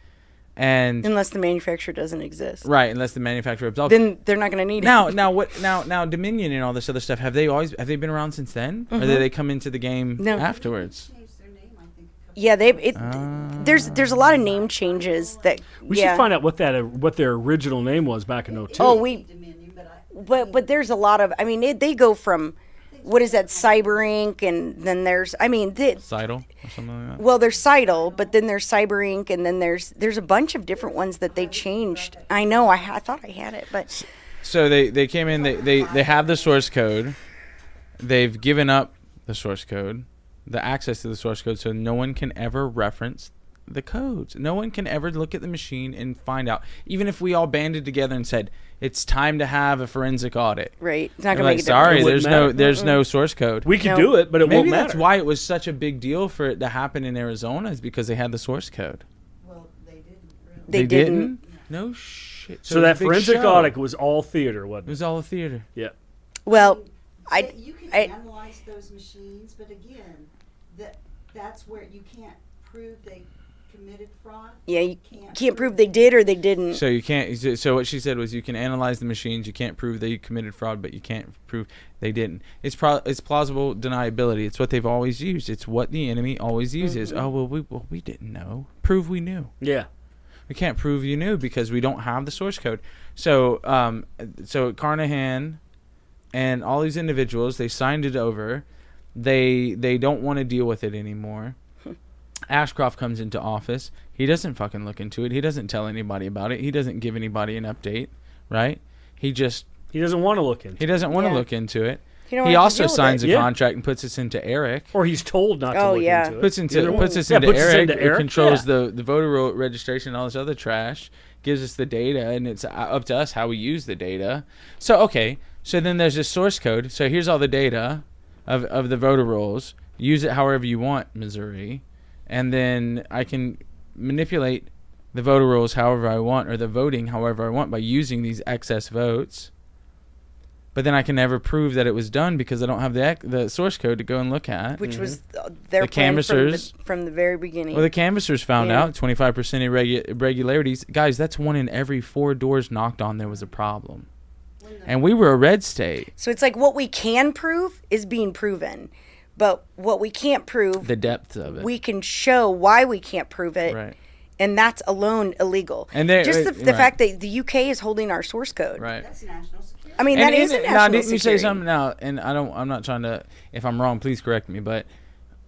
[SPEAKER 1] and
[SPEAKER 3] unless the manufacturer doesn't exist.
[SPEAKER 1] right unless the manufacturer absolves.
[SPEAKER 3] Then they're not going to need
[SPEAKER 1] now,
[SPEAKER 3] it.
[SPEAKER 1] now what? Now, now Dominion and all this other stuff. Have they always? Have they been around since then, or did they come into the game
[SPEAKER 3] Mm-hmm. No.
[SPEAKER 1] afterwards?
[SPEAKER 5] Changed their name, I think, a couple
[SPEAKER 3] Yeah, they it,
[SPEAKER 1] Ah.
[SPEAKER 3] there's there's a lot of name changes that
[SPEAKER 2] We
[SPEAKER 3] yeah.
[SPEAKER 2] should find out what that uh, what their original name was back in 02.
[SPEAKER 3] Oh, we
[SPEAKER 5] Dominion, but I,
[SPEAKER 3] but but there's a lot of I mean it, they go from what is that Cyber Inc. and then there's I mean the,
[SPEAKER 1] Seidel or something like that.
[SPEAKER 3] well there's Seidel but then there's Cyber Inc. and then there's there's a bunch of different ones that they changed. I know I, ha- I thought I had it but
[SPEAKER 1] So they they came in. They they they have the source code. They've given up the source code, the access to the source code, so no one can ever reference the codes. No one can ever look at the machine and find out. Even if we all banded together and said it's time to have a forensic audit,
[SPEAKER 3] right it's
[SPEAKER 1] They're
[SPEAKER 3] not going to
[SPEAKER 1] like,
[SPEAKER 3] make a
[SPEAKER 1] sorry,
[SPEAKER 2] It
[SPEAKER 3] difference.
[SPEAKER 1] there's
[SPEAKER 2] wouldn't
[SPEAKER 1] no
[SPEAKER 2] matter.
[SPEAKER 1] there's no source code.
[SPEAKER 2] we could
[SPEAKER 3] No.
[SPEAKER 2] do it, but it
[SPEAKER 1] Maybe
[SPEAKER 2] won't matter.
[SPEAKER 1] that's why it was such a big deal for it to happen in Arizona is because they had the source code.
[SPEAKER 5] well, they didn't really.
[SPEAKER 3] They didn't.
[SPEAKER 1] No shit. it
[SPEAKER 2] so
[SPEAKER 1] was a
[SPEAKER 2] that
[SPEAKER 1] big
[SPEAKER 2] forensic
[SPEAKER 1] show.
[SPEAKER 2] audit was all theater,
[SPEAKER 1] It
[SPEAKER 2] wasn't it?
[SPEAKER 1] was all a theater.
[SPEAKER 2] Yeah.
[SPEAKER 3] Well, I
[SPEAKER 5] But you can
[SPEAKER 3] I-
[SPEAKER 5] analyze those machines, but again, that, that's where you can't prove they committed fraud.
[SPEAKER 3] yeah you
[SPEAKER 5] Can't
[SPEAKER 3] can't prove they did or they didn't.
[SPEAKER 1] So you can't. So what she said was, you can analyze the machines. You can't prove they committed fraud, but you can't prove they didn't. It's pro- it's plausible deniability. It's what they've always used. It's what the enemy always uses.
[SPEAKER 3] Mm-hmm.
[SPEAKER 1] Oh well, we well we didn't know. Prove we knew.
[SPEAKER 2] Yeah.
[SPEAKER 1] we can't prove you knew because we don't have the source code. So, um, so Carnahan and all these individuals, they signed it over. They they don't want to deal with it anymore. Ashcroft comes into office. He doesn't fucking look into it. He doesn't tell anybody about it. He doesn't give anybody an update, right? He just
[SPEAKER 2] He doesn't want to look in.
[SPEAKER 1] he doesn't want to
[SPEAKER 3] Yeah.
[SPEAKER 1] look into it.
[SPEAKER 3] You don't
[SPEAKER 1] He
[SPEAKER 3] have to
[SPEAKER 1] also
[SPEAKER 3] deal with
[SPEAKER 1] signs
[SPEAKER 3] it.
[SPEAKER 1] a
[SPEAKER 2] Yeah.
[SPEAKER 1] contract and puts us into Eric.
[SPEAKER 2] Or he's told not to
[SPEAKER 3] Oh,
[SPEAKER 2] look
[SPEAKER 3] yeah.
[SPEAKER 2] into it.
[SPEAKER 1] Puts
[SPEAKER 2] Either
[SPEAKER 1] into
[SPEAKER 2] one.
[SPEAKER 1] puts us
[SPEAKER 2] Yeah,
[SPEAKER 1] into
[SPEAKER 2] puts us
[SPEAKER 1] Eric.
[SPEAKER 2] into
[SPEAKER 1] it
[SPEAKER 2] Eric,
[SPEAKER 1] controls
[SPEAKER 2] yeah.
[SPEAKER 1] the the voter ro- registration and all this other trash. Gives us the data, and it's uh, up to us how we use the data. So okay, so then there's this source code. So here's all the data of of the voter rolls. Use it however you want, Missouri, and then I can manipulate the voter rolls however I want or the voting however I want by using these excess votes. But then I can never prove that it was done because I don't have the ec- the source code to go and look at.
[SPEAKER 3] which was th- their
[SPEAKER 1] mm-hmm. The
[SPEAKER 3] plan from the,
[SPEAKER 1] canvassers.
[SPEAKER 3] from the very beginning.
[SPEAKER 1] Well, the canvassers found
[SPEAKER 3] Yeah.
[SPEAKER 1] out 25% irregu- irregularities. Guys, that's one in every four doors knocked on there was a problem. And we were a red state.
[SPEAKER 3] so it's like what we can prove is being proven, but what we can't prove,
[SPEAKER 1] The depth of it.
[SPEAKER 3] we can show why we can't prove it,
[SPEAKER 1] right.
[SPEAKER 3] and that's alone illegal.
[SPEAKER 1] And there-
[SPEAKER 3] just the,
[SPEAKER 1] right,
[SPEAKER 3] the
[SPEAKER 1] right.
[SPEAKER 3] fact that the UK is holding our source code.
[SPEAKER 1] Right.
[SPEAKER 5] That's national security.
[SPEAKER 3] I mean, that is a national
[SPEAKER 1] now, didn't you say
[SPEAKER 3] security.
[SPEAKER 1] something now? And I don't. I'm not trying to. If I'm wrong, please correct me. But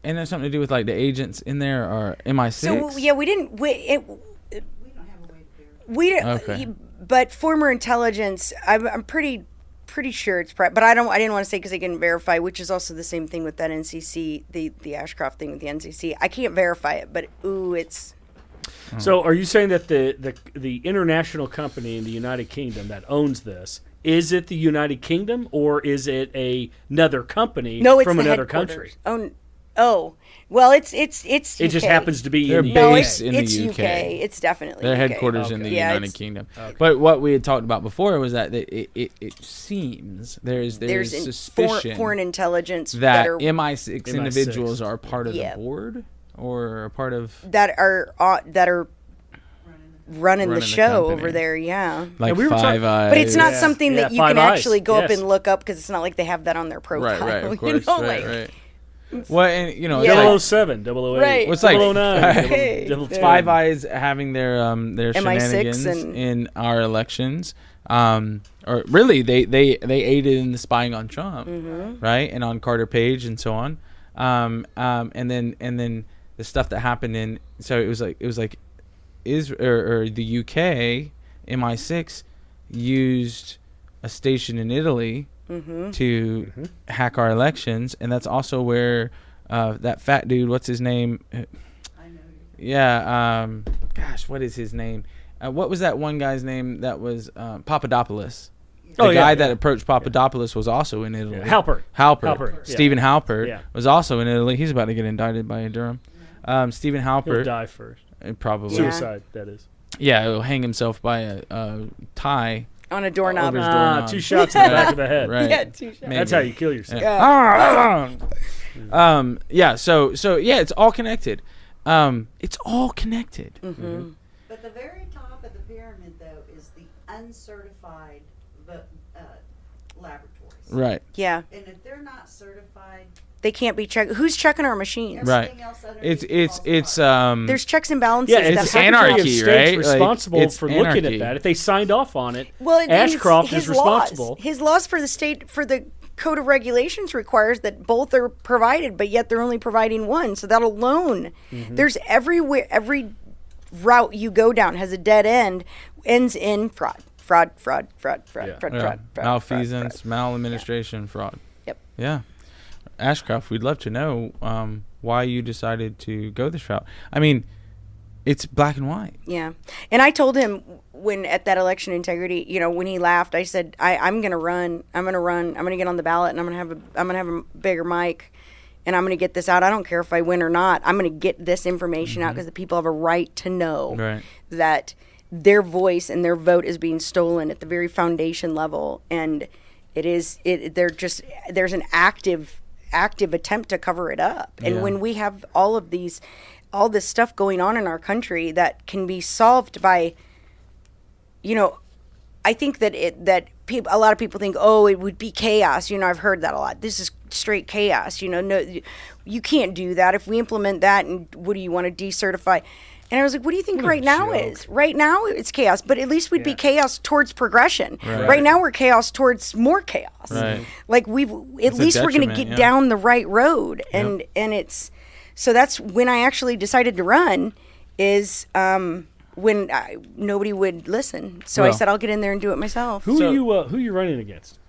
[SPEAKER 1] and there's something to do with like the agents in there or MI6.
[SPEAKER 3] So w- yeah, we didn't. We, it,
[SPEAKER 5] We don't have a way to verify.
[SPEAKER 3] We don't.
[SPEAKER 1] Okay.
[SPEAKER 3] But former intelligence, I'm, I'm pretty pretty sure it's pri But I don't. I didn't want to say because I couldn't verify, which is also the same thing with that NCC, the the Ashcroft thing with the NCC. I can't verify it, but ooh, it's
[SPEAKER 2] So are you saying that the, the the international company in the United Kingdom that owns this is it the United Kingdom or is it a, another company
[SPEAKER 3] no, it's
[SPEAKER 2] from
[SPEAKER 3] the
[SPEAKER 2] another country?
[SPEAKER 3] headquarters. Oh, n- oh, well, it's it's it's.
[SPEAKER 2] It just
[SPEAKER 3] UK.
[SPEAKER 2] happens to be
[SPEAKER 1] They're
[SPEAKER 2] in the
[SPEAKER 1] big.
[SPEAKER 3] No,
[SPEAKER 2] UK.
[SPEAKER 3] it's,
[SPEAKER 1] Based in the
[SPEAKER 3] it's UK.
[SPEAKER 1] UK.
[SPEAKER 3] It's definitely
[SPEAKER 1] Their
[SPEAKER 3] UK.
[SPEAKER 1] headquarters in the
[SPEAKER 2] Okay.
[SPEAKER 3] Yeah,
[SPEAKER 1] United
[SPEAKER 3] it's-
[SPEAKER 1] Kingdom. But what we had talked about before was that it it, it, it seems there is there
[SPEAKER 3] There's
[SPEAKER 1] is
[SPEAKER 3] in, for,
[SPEAKER 1] suspicion
[SPEAKER 3] foreign intelligence
[SPEAKER 1] that
[SPEAKER 3] are
[SPEAKER 1] MI6 individuals are part of
[SPEAKER 3] Yeah.
[SPEAKER 1] the board or a part of
[SPEAKER 3] that are uh, that are running
[SPEAKER 1] Running
[SPEAKER 3] the
[SPEAKER 1] the
[SPEAKER 3] show over
[SPEAKER 1] company.
[SPEAKER 3] there. Yeah.
[SPEAKER 1] like
[SPEAKER 2] we were
[SPEAKER 1] Five
[SPEAKER 2] talking-
[SPEAKER 1] Eyes.
[SPEAKER 3] But it's not
[SPEAKER 2] Yeah.
[SPEAKER 3] something
[SPEAKER 2] Yeah,
[SPEAKER 3] that you
[SPEAKER 2] Five
[SPEAKER 3] can
[SPEAKER 2] Eyes,
[SPEAKER 3] actually go up
[SPEAKER 2] yes.
[SPEAKER 3] and look up because it's not like they have that on their profile.
[SPEAKER 1] right, right, of course,
[SPEAKER 3] you know,
[SPEAKER 1] right,
[SPEAKER 3] like
[SPEAKER 1] right. Well, and you know, it's
[SPEAKER 3] Yeah.
[SPEAKER 1] like-
[SPEAKER 2] 007, 008,
[SPEAKER 3] Right.
[SPEAKER 1] What's like-
[SPEAKER 2] 009,
[SPEAKER 3] Hey,
[SPEAKER 2] 010.
[SPEAKER 1] Five Eyes having their um their
[SPEAKER 3] MI6
[SPEAKER 1] shenanigans
[SPEAKER 3] and-
[SPEAKER 1] in our elections. Um, or really, they they they aided in the spying on Trump, right, and on Carter Page and so on. Um, um, and then and then the stuff that happened in so it was like it was like is or, or the UK MI6 used a station in Italy to hack our elections, and that's also where uh, that fat dude, what's his name?
[SPEAKER 5] I know you.
[SPEAKER 1] Yeah. Um, gosh, what is his name? Uh, what was that one guy's name that was uh, um, Papadopoulos? The
[SPEAKER 2] Oh, yeah,
[SPEAKER 1] guy
[SPEAKER 2] yeah.
[SPEAKER 1] that approached Papadopoulos was also in Italy.
[SPEAKER 2] Halpert.
[SPEAKER 1] Halpert.
[SPEAKER 2] Halpert, yeah.
[SPEAKER 1] Stephen Halpert
[SPEAKER 2] Yeah.
[SPEAKER 1] was also in Italy. He's about to get indicted by Durham. Um, Stephen
[SPEAKER 2] He'll
[SPEAKER 1] Halpert
[SPEAKER 2] die first.
[SPEAKER 1] uh, probably.
[SPEAKER 3] Yeah.
[SPEAKER 1] Yeah,
[SPEAKER 2] Suicide, that is.
[SPEAKER 1] he'll hang himself by a, a tie.
[SPEAKER 3] on a doorknob.
[SPEAKER 1] Over his door.
[SPEAKER 2] Ah,
[SPEAKER 1] doorknob.
[SPEAKER 2] two shots in the back of the head.
[SPEAKER 1] Right.
[SPEAKER 3] Yeah, two shots.
[SPEAKER 1] Maybe.
[SPEAKER 2] That's how you kill yourself.
[SPEAKER 1] Yeah. Ah, um, yeah. So so yeah, it's all connected. Um, it's all connected.
[SPEAKER 3] Mm-hmm.
[SPEAKER 5] But the very top of the pyramid, though, is the uncertified vo- uh, laboratories.
[SPEAKER 1] Right.
[SPEAKER 3] Yeah,
[SPEAKER 5] And if they're not certified,
[SPEAKER 3] they can't be checked. Who's checking our machines?
[SPEAKER 1] Right.
[SPEAKER 5] everything else underneath
[SPEAKER 1] It's it's
[SPEAKER 5] falls
[SPEAKER 1] it's
[SPEAKER 5] apart.
[SPEAKER 1] um.
[SPEAKER 3] There's checks and balances.
[SPEAKER 2] Yeah,
[SPEAKER 1] It's
[SPEAKER 2] it's
[SPEAKER 3] that
[SPEAKER 2] the
[SPEAKER 3] happen.
[SPEAKER 1] anarchy,
[SPEAKER 2] Secretary of
[SPEAKER 1] right?
[SPEAKER 2] State's
[SPEAKER 1] Like,
[SPEAKER 2] responsible
[SPEAKER 1] it's
[SPEAKER 2] for looking
[SPEAKER 1] anarchy.
[SPEAKER 2] at that. If they signed off on it,
[SPEAKER 3] Well, and his-
[SPEAKER 2] Ashcroft is
[SPEAKER 3] his
[SPEAKER 2] responsible.
[SPEAKER 3] Laws, his laws for the state for the code of regulations requires that both are provided, but yet they're only providing one. So that alone,
[SPEAKER 2] Mm-hmm.
[SPEAKER 3] there's everywhere every route you go down has a dead end, ends in fraud, fraud, fraud, fraud, fraud,
[SPEAKER 2] Yeah.
[SPEAKER 3] fraud,
[SPEAKER 1] yeah,
[SPEAKER 3] fraud, fraud, fraud,
[SPEAKER 1] malfeasance,
[SPEAKER 3] fraud.
[SPEAKER 1] maladministration, fraud.
[SPEAKER 3] Yep.
[SPEAKER 1] Yeah. Ashcroft, we'd love to know um, why you decided to go this route. I mean, it's black and white.
[SPEAKER 3] Yeah. And I told him when at that election integrity, you know, when he laughed, I said, I, I'm gonna run. I'm gonna run. I'm gonna get on the ballot and I'm gonna have a I'm gonna have a bigger mic and I'm gonna get this out. I don't care if I win or not. I'm gonna get this information out 'cause out because the people have a right to know
[SPEAKER 1] Right.
[SPEAKER 3] that their voice and their vote is being stolen at the very foundation level and it is it they're just there's an active active attempt to cover it up and
[SPEAKER 1] Yeah.
[SPEAKER 3] when we have all of these all this stuff going on in our country that can be solved by you know i think that it that people a lot of people think oh it would be chaos you know i've heard that a lot this is straight chaos you know no you- you can't do that if we implement that and what do you want to decertify and i was like what do you think right now
[SPEAKER 2] joke.
[SPEAKER 3] is right now it's chaos but at least we'd be
[SPEAKER 2] Yeah.
[SPEAKER 3] chaos towards progression
[SPEAKER 1] Right.
[SPEAKER 3] right. now we're chaos towards more chaos
[SPEAKER 1] Right.
[SPEAKER 3] like we've at
[SPEAKER 1] a
[SPEAKER 3] least we're going to
[SPEAKER 1] detriment,
[SPEAKER 3] get
[SPEAKER 1] yeah.
[SPEAKER 3] down the right road and and it's so that's when i actually decided to run is um when I, nobody would listen so i
[SPEAKER 1] Well.
[SPEAKER 3] said i'll get in there and do it myself
[SPEAKER 2] who
[SPEAKER 1] So-
[SPEAKER 2] are you? Uh, who are you running against?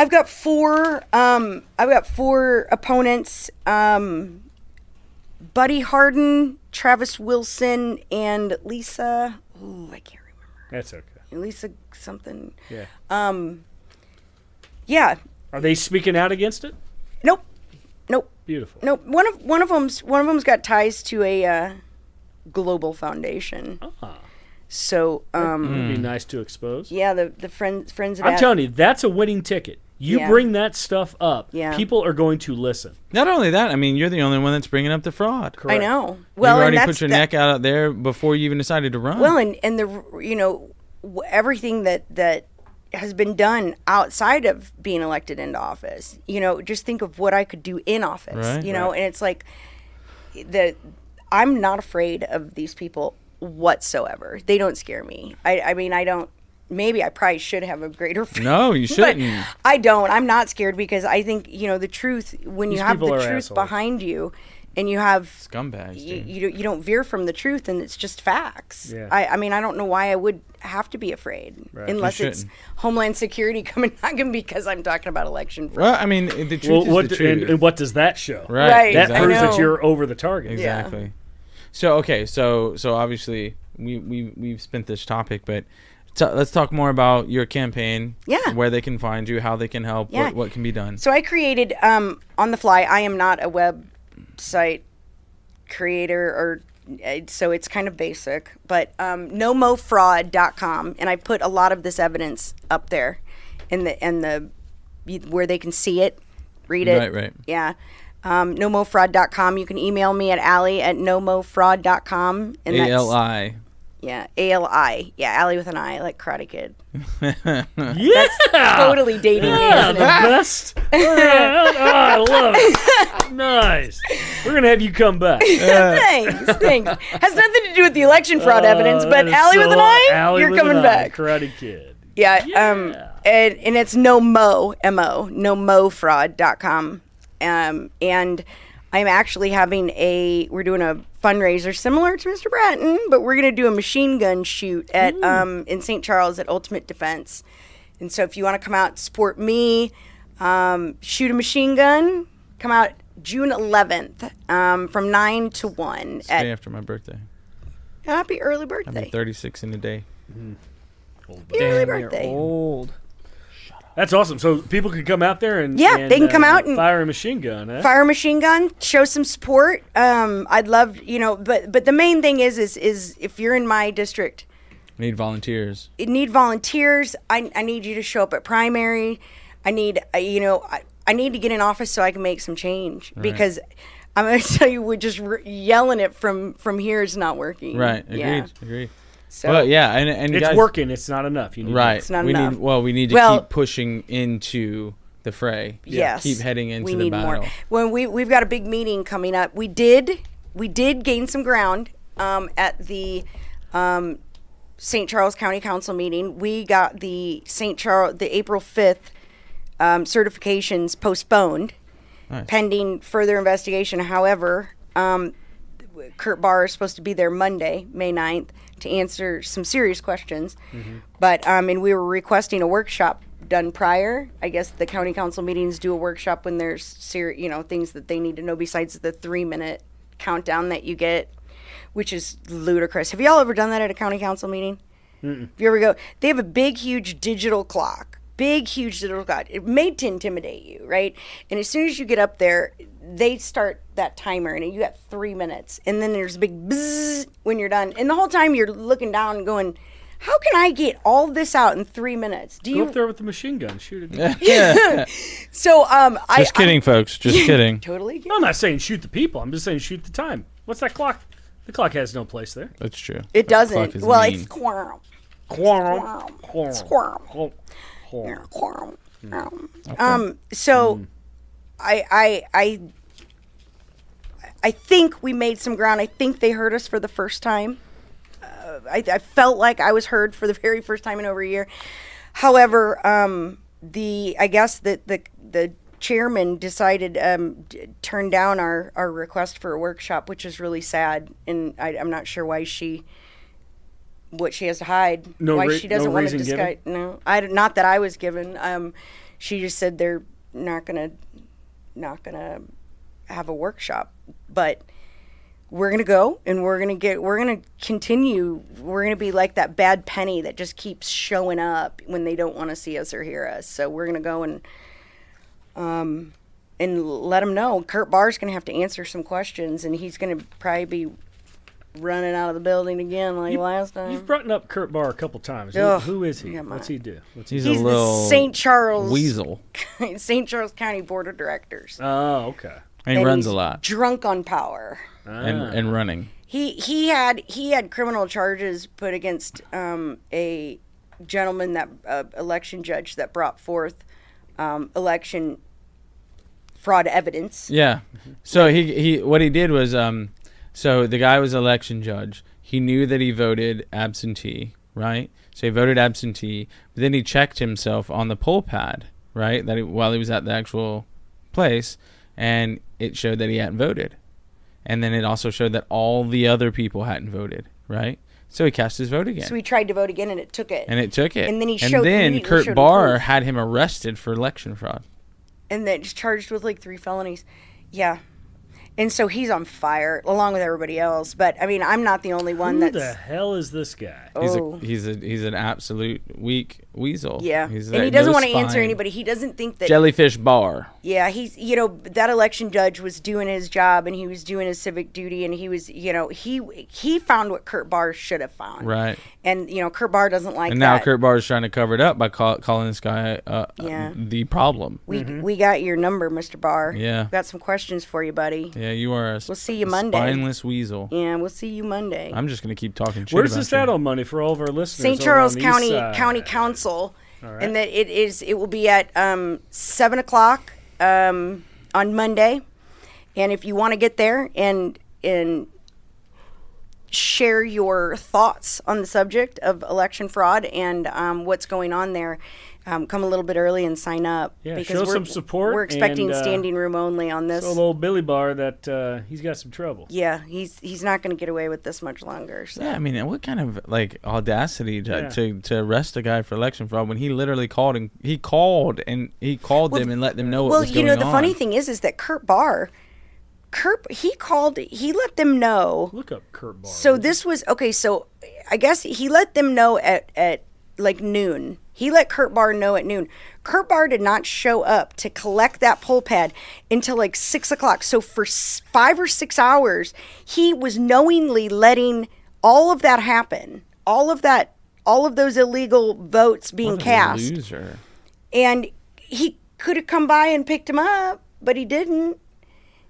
[SPEAKER 3] i've got four um i've got four opponents um buddy harden travis wilson and lisa oh i can't remember
[SPEAKER 2] That's okay.
[SPEAKER 3] lisa something
[SPEAKER 2] Yeah.
[SPEAKER 3] yeah
[SPEAKER 2] Are they speaking out against it?
[SPEAKER 3] nope nope
[SPEAKER 2] Beautiful.
[SPEAKER 3] No, one of one of them's one of them's got ties to a uh, global foundation.
[SPEAKER 2] Ah,
[SPEAKER 3] So,
[SPEAKER 1] Mm-hmm.
[SPEAKER 3] um,
[SPEAKER 2] would be nice to expose.
[SPEAKER 3] yeah, the the friends friends of
[SPEAKER 2] I'm
[SPEAKER 3] Ad-
[SPEAKER 2] telling you, that's a winning ticket. You
[SPEAKER 3] Yeah.
[SPEAKER 2] bring that stuff up,
[SPEAKER 3] Yeah.
[SPEAKER 2] people are going to listen.
[SPEAKER 1] Not only that, I mean, you're the only one that's bringing up the fraud.
[SPEAKER 3] I
[SPEAKER 2] Correct.
[SPEAKER 3] know. Well,
[SPEAKER 1] You've
[SPEAKER 3] and
[SPEAKER 1] already
[SPEAKER 3] that's
[SPEAKER 1] put your
[SPEAKER 3] the-
[SPEAKER 1] neck out there before you even decided to run.
[SPEAKER 3] Well, and and the you know w- everything that that has been done outside of being elected into office. You know, just think of what I could do in office.
[SPEAKER 1] Right.
[SPEAKER 3] you know, and it's like the I'm not afraid of these people whatsoever. They don't scare me. I I mean, I don't. Maybe I probably should have a greater fear.
[SPEAKER 1] no, you
[SPEAKER 3] But
[SPEAKER 1] shouldn't.
[SPEAKER 3] I don't. I'm not scared because I think you know the truth. When
[SPEAKER 2] These
[SPEAKER 3] you have the
[SPEAKER 2] people
[SPEAKER 3] truth
[SPEAKER 2] are assholes.
[SPEAKER 3] behind you, and you have
[SPEAKER 1] Scumbags,
[SPEAKER 3] you,
[SPEAKER 1] dude.
[SPEAKER 3] you don't- you don't veer from the truth, and it's just facts.
[SPEAKER 2] Yeah.
[SPEAKER 3] I, I mean, I don't know why I would have to be afraid
[SPEAKER 2] Right.
[SPEAKER 3] unless it's
[SPEAKER 1] shouldn't.
[SPEAKER 3] Homeland Security coming knocking because I'm talking about election. fraud.
[SPEAKER 1] well, I mean, the truth
[SPEAKER 2] Well,
[SPEAKER 1] is
[SPEAKER 2] what
[SPEAKER 1] the
[SPEAKER 2] d- and,
[SPEAKER 1] truth.
[SPEAKER 2] and what does that show?
[SPEAKER 1] right.
[SPEAKER 3] Right,
[SPEAKER 2] That
[SPEAKER 1] exactly.
[SPEAKER 2] proves
[SPEAKER 3] know.
[SPEAKER 2] that you're over the target.
[SPEAKER 1] Exactly. So okay, so so obviously we we we've spent this topic, but t- let's talk more about your campaign.
[SPEAKER 3] Yeah.
[SPEAKER 1] Where they can find you, how they can help,
[SPEAKER 3] Yeah.
[SPEAKER 1] what, what can be done.
[SPEAKER 3] So I created um, on the fly. I am not a website creator or uh, so it's kind of basic, but um, nomofraud.com, and I put a lot of this evidence up there, and the and the you- where they can see it, read it,
[SPEAKER 1] Right, right.
[SPEAKER 3] yeah. Um, nomofraud.com. You can email me at Allie at nomofraud.com. And
[SPEAKER 1] A
[SPEAKER 3] that's-
[SPEAKER 1] L I.
[SPEAKER 3] Yeah, A-L-I. Yeah, Allie with an I, like Karate Kid.
[SPEAKER 2] Yeah.
[SPEAKER 3] Totally dating me,
[SPEAKER 2] Yeah,
[SPEAKER 3] isn't
[SPEAKER 2] the
[SPEAKER 3] it?
[SPEAKER 2] best. Oh, I love it. Nice. We're gonna have you come back.
[SPEAKER 3] thanks, thanks. Has nothing to do with the election fraud evidence,
[SPEAKER 2] Uh,
[SPEAKER 3] but
[SPEAKER 2] that is
[SPEAKER 3] Allie with
[SPEAKER 2] so
[SPEAKER 3] an eye,
[SPEAKER 2] Ally
[SPEAKER 3] you're
[SPEAKER 2] with an
[SPEAKER 3] coming
[SPEAKER 2] eye,
[SPEAKER 3] back.
[SPEAKER 2] Karate Kid.
[SPEAKER 3] Yeah, um,
[SPEAKER 2] Yeah.
[SPEAKER 3] and, and it's no mo mo no mo fraud.com. Um, and I'm actually having a we're doing a fundraiser similar to Mr. Bratton, but we're gonna do a machine gun shoot at um, in St. Charles at Ultimate Defense. And so if you want to come out and support me, um, shoot a machine gun, come out June 11th um, from 9 to 1 at
[SPEAKER 1] Day after my birthday.
[SPEAKER 3] Happy early
[SPEAKER 1] I'm
[SPEAKER 3] birthday.
[SPEAKER 1] 36 in a day.
[SPEAKER 3] Happy early
[SPEAKER 4] Damn, you're
[SPEAKER 3] birthday.
[SPEAKER 4] old.
[SPEAKER 2] That's awesome. So people can come out there and
[SPEAKER 3] Yeah,
[SPEAKER 2] and,
[SPEAKER 3] they can come
[SPEAKER 2] uh,
[SPEAKER 3] out and-
[SPEAKER 2] fire a machine gun. eh? Huh?
[SPEAKER 3] fire a machine gun show some support um, i'd love you know but but the main thing is is is if you're in my district
[SPEAKER 1] We need volunteers.
[SPEAKER 3] you need volunteers i, I need you to show up at primary i need uh, you know I, I need to get in office so i can make some change because i'm going to tell you we're just re- yelling it from from here is not working
[SPEAKER 1] Right. Agreed.
[SPEAKER 3] yeah
[SPEAKER 1] Agreed.
[SPEAKER 3] so
[SPEAKER 1] well, yeah, and and
[SPEAKER 2] It's
[SPEAKER 1] guys,
[SPEAKER 2] working. It's not enough. You need
[SPEAKER 1] Right.
[SPEAKER 3] It's not
[SPEAKER 1] we
[SPEAKER 3] enough.
[SPEAKER 1] need well, we need to
[SPEAKER 3] Well-
[SPEAKER 1] keep pushing into the fray.
[SPEAKER 3] yes
[SPEAKER 1] Keep heading into
[SPEAKER 3] we
[SPEAKER 1] the
[SPEAKER 3] need
[SPEAKER 1] battle.
[SPEAKER 3] more when we we've got a big meeting coming up we did we did gain some ground um, at the um, st charles county council meeting we got the st charles the april 5th um, certifications postponed pending further investigation however um, Kurt Barr is supposed to be there Monday, May 9th, to answer some serious questions. But, um, and we were requesting a workshop done prior. I guess the county council meetings do a workshop when there's ser- you know, things that they need to know besides the three minute countdown that you get, which is ludicrous. Have y'all ever done that at a county council meeting? If you ever go, they have a big, huge digital clock. Big, huge digital clock. It made to intimidate you, right? And as soon as you get up there, they start that timer, and you got three minutes. And then there's a big bzzz when you're done. And the whole time you're looking down and going, "How can I get all this out in three minutes?" Do
[SPEAKER 2] Go up
[SPEAKER 3] you?
[SPEAKER 2] there with the machine gun. Shoot it.
[SPEAKER 3] So, um, I
[SPEAKER 1] Just kidding, folks. Just kidding.
[SPEAKER 3] I, totally.
[SPEAKER 2] No, I'm not saying shoot the people. I'm just saying shoot the time. What's that clock? The clock has no place there.
[SPEAKER 1] That's true. Clock
[SPEAKER 3] It doesn't.
[SPEAKER 1] is
[SPEAKER 3] Well,
[SPEAKER 1] mean.
[SPEAKER 3] it's quorum,
[SPEAKER 2] Quorum. Quorum.
[SPEAKER 3] quorum.
[SPEAKER 2] Quorum.
[SPEAKER 3] Yeah, quorum. Um, Um, so I, I, I, I think we made some ground. I think they heard us for the first time. Uh, I, I felt like I was heard for the very first time in over a year. However, um, the I guess that the the chairman decided um, d- turned down our our request for a workshop, which is really sad, and I, I'm not sure why she. What she has to hide,
[SPEAKER 2] No
[SPEAKER 3] why
[SPEAKER 2] rea-
[SPEAKER 3] she doesn't
[SPEAKER 2] no
[SPEAKER 3] want to
[SPEAKER 2] reason given?
[SPEAKER 3] discuss. No, I not that I was given. Um, she just said they're not gonna, not gonna have a workshop, but we're gonna go and we're gonna get, we're gonna continue. We're gonna be like that bad penny that just keeps showing up when they don't want to see us or hear us. So we're gonna go and, um, and let them know. Kurt Barr's gonna have to answer some questions, and he's gonna probably be running out of the building again like last time.
[SPEAKER 2] You've brought up Kurt Barr a couple times. Who-
[SPEAKER 3] Ugh,
[SPEAKER 2] who is he?
[SPEAKER 3] yeah,
[SPEAKER 2] What's
[SPEAKER 3] my-
[SPEAKER 2] he do? What's he?
[SPEAKER 1] He's,
[SPEAKER 3] He's
[SPEAKER 1] a little
[SPEAKER 3] the St. Charles
[SPEAKER 1] weasel.
[SPEAKER 3] St. Charles County Board of Directors.
[SPEAKER 2] Oh, okay. Ah.
[SPEAKER 1] And he
[SPEAKER 3] And
[SPEAKER 1] runs a
[SPEAKER 3] he's
[SPEAKER 1] lot.
[SPEAKER 3] Drunk on power.
[SPEAKER 1] And
[SPEAKER 3] Ah.
[SPEAKER 1] and running.
[SPEAKER 3] He he had he had criminal charges put against um, a gentleman that uh, election judge that brought forth um, election fraud evidence.
[SPEAKER 1] Yeah. So he he what he did was um so the guy was election judge. He knew that he voted absentee, right? So he voted absentee, but then he checked himself on the poll pad, right? That he, while he was at the actual place and it showed that he hadn't voted. And then it also showed that all the other people hadn't voted, right? So he cast his vote again.
[SPEAKER 3] So he tried to vote again and it took it.
[SPEAKER 1] and it took it.
[SPEAKER 3] And then he showed-
[SPEAKER 1] then
[SPEAKER 3] immediately
[SPEAKER 1] Kurt
[SPEAKER 3] showed him
[SPEAKER 1] Barr
[SPEAKER 3] proof.
[SPEAKER 1] had him arrested for election fraud.
[SPEAKER 3] and then he's charged with like three felonies. Yeah. And so he's on fire along with everybody else. But I mean, I'm not the only one
[SPEAKER 2] Who
[SPEAKER 3] that's
[SPEAKER 2] the hell is this guy?
[SPEAKER 1] He's
[SPEAKER 3] Oh.
[SPEAKER 1] a, he's a he's an absolute weak weasel.
[SPEAKER 3] yeah.
[SPEAKER 1] He's
[SPEAKER 3] And he
[SPEAKER 1] like, no
[SPEAKER 3] doesn't want to answer
[SPEAKER 1] spine.
[SPEAKER 3] anybody. He doesn't think that
[SPEAKER 1] Jellyfish bar.
[SPEAKER 3] Yeah, he's you know that election judge was doing his job and he was doing his civic duty and he was you know he he found what Kurt Barr should have found.
[SPEAKER 1] Right.
[SPEAKER 3] And you know Kurt Barr doesn't like
[SPEAKER 1] And now
[SPEAKER 3] that.
[SPEAKER 1] Kurt Barr is trying to cover it up by call, calling this guy uh,
[SPEAKER 3] Yeah.
[SPEAKER 1] the problem.
[SPEAKER 3] we we got your number, Mr. Barr.
[SPEAKER 1] Yeah.
[SPEAKER 3] Got some questions for you, buddy.
[SPEAKER 1] Yeah, you are a s-
[SPEAKER 3] We'll see you Monday.
[SPEAKER 1] spineless weasel.
[SPEAKER 3] Yeah, we'll see you Monday.
[SPEAKER 1] I'm just gonna keep talking shit
[SPEAKER 2] Where's
[SPEAKER 1] about
[SPEAKER 2] this
[SPEAKER 1] you.
[SPEAKER 2] at on money for all of our listeners?
[SPEAKER 3] St.
[SPEAKER 2] over
[SPEAKER 3] Charles
[SPEAKER 2] on the
[SPEAKER 3] County
[SPEAKER 2] east side?
[SPEAKER 3] County Council,
[SPEAKER 2] right.
[SPEAKER 3] and that it is it will be at um, seven o'clock um, on Monday, and if you want to get there and and share your thoughts on the subject of election fraud and um, what's going on there. Um, come a little bit early and sign up.
[SPEAKER 2] Yeah, show some support
[SPEAKER 3] We're expecting
[SPEAKER 2] and, uh,
[SPEAKER 3] standing room only on this.
[SPEAKER 2] So little Billy Barr that uh, he's got some trouble.
[SPEAKER 3] yeah, he's he's not going to get away with this much longer. So.
[SPEAKER 1] Yeah, I mean, what kind of like audacity to,
[SPEAKER 2] Yeah.
[SPEAKER 1] to, to arrest a guy for election fraud when he literally called and he called and he called them and let them know what
[SPEAKER 3] well
[SPEAKER 1] was
[SPEAKER 3] you
[SPEAKER 1] going
[SPEAKER 3] know the
[SPEAKER 1] on.
[SPEAKER 3] funny thing is is that kurt barr kurt he called he let them know
[SPEAKER 2] Look up Kurt Barr.
[SPEAKER 3] so this was okay so i guess he let them know at at like noon. He let Kurt Barr know at noon. Kurt Barr did not show up to collect that pull pad until like six o'clock. So for s- five or six hours, he was knowingly letting all of that happen. All of that, all of those illegal votes being cast
[SPEAKER 1] Loser.
[SPEAKER 3] and he could have come by and picked him up, but he didn't.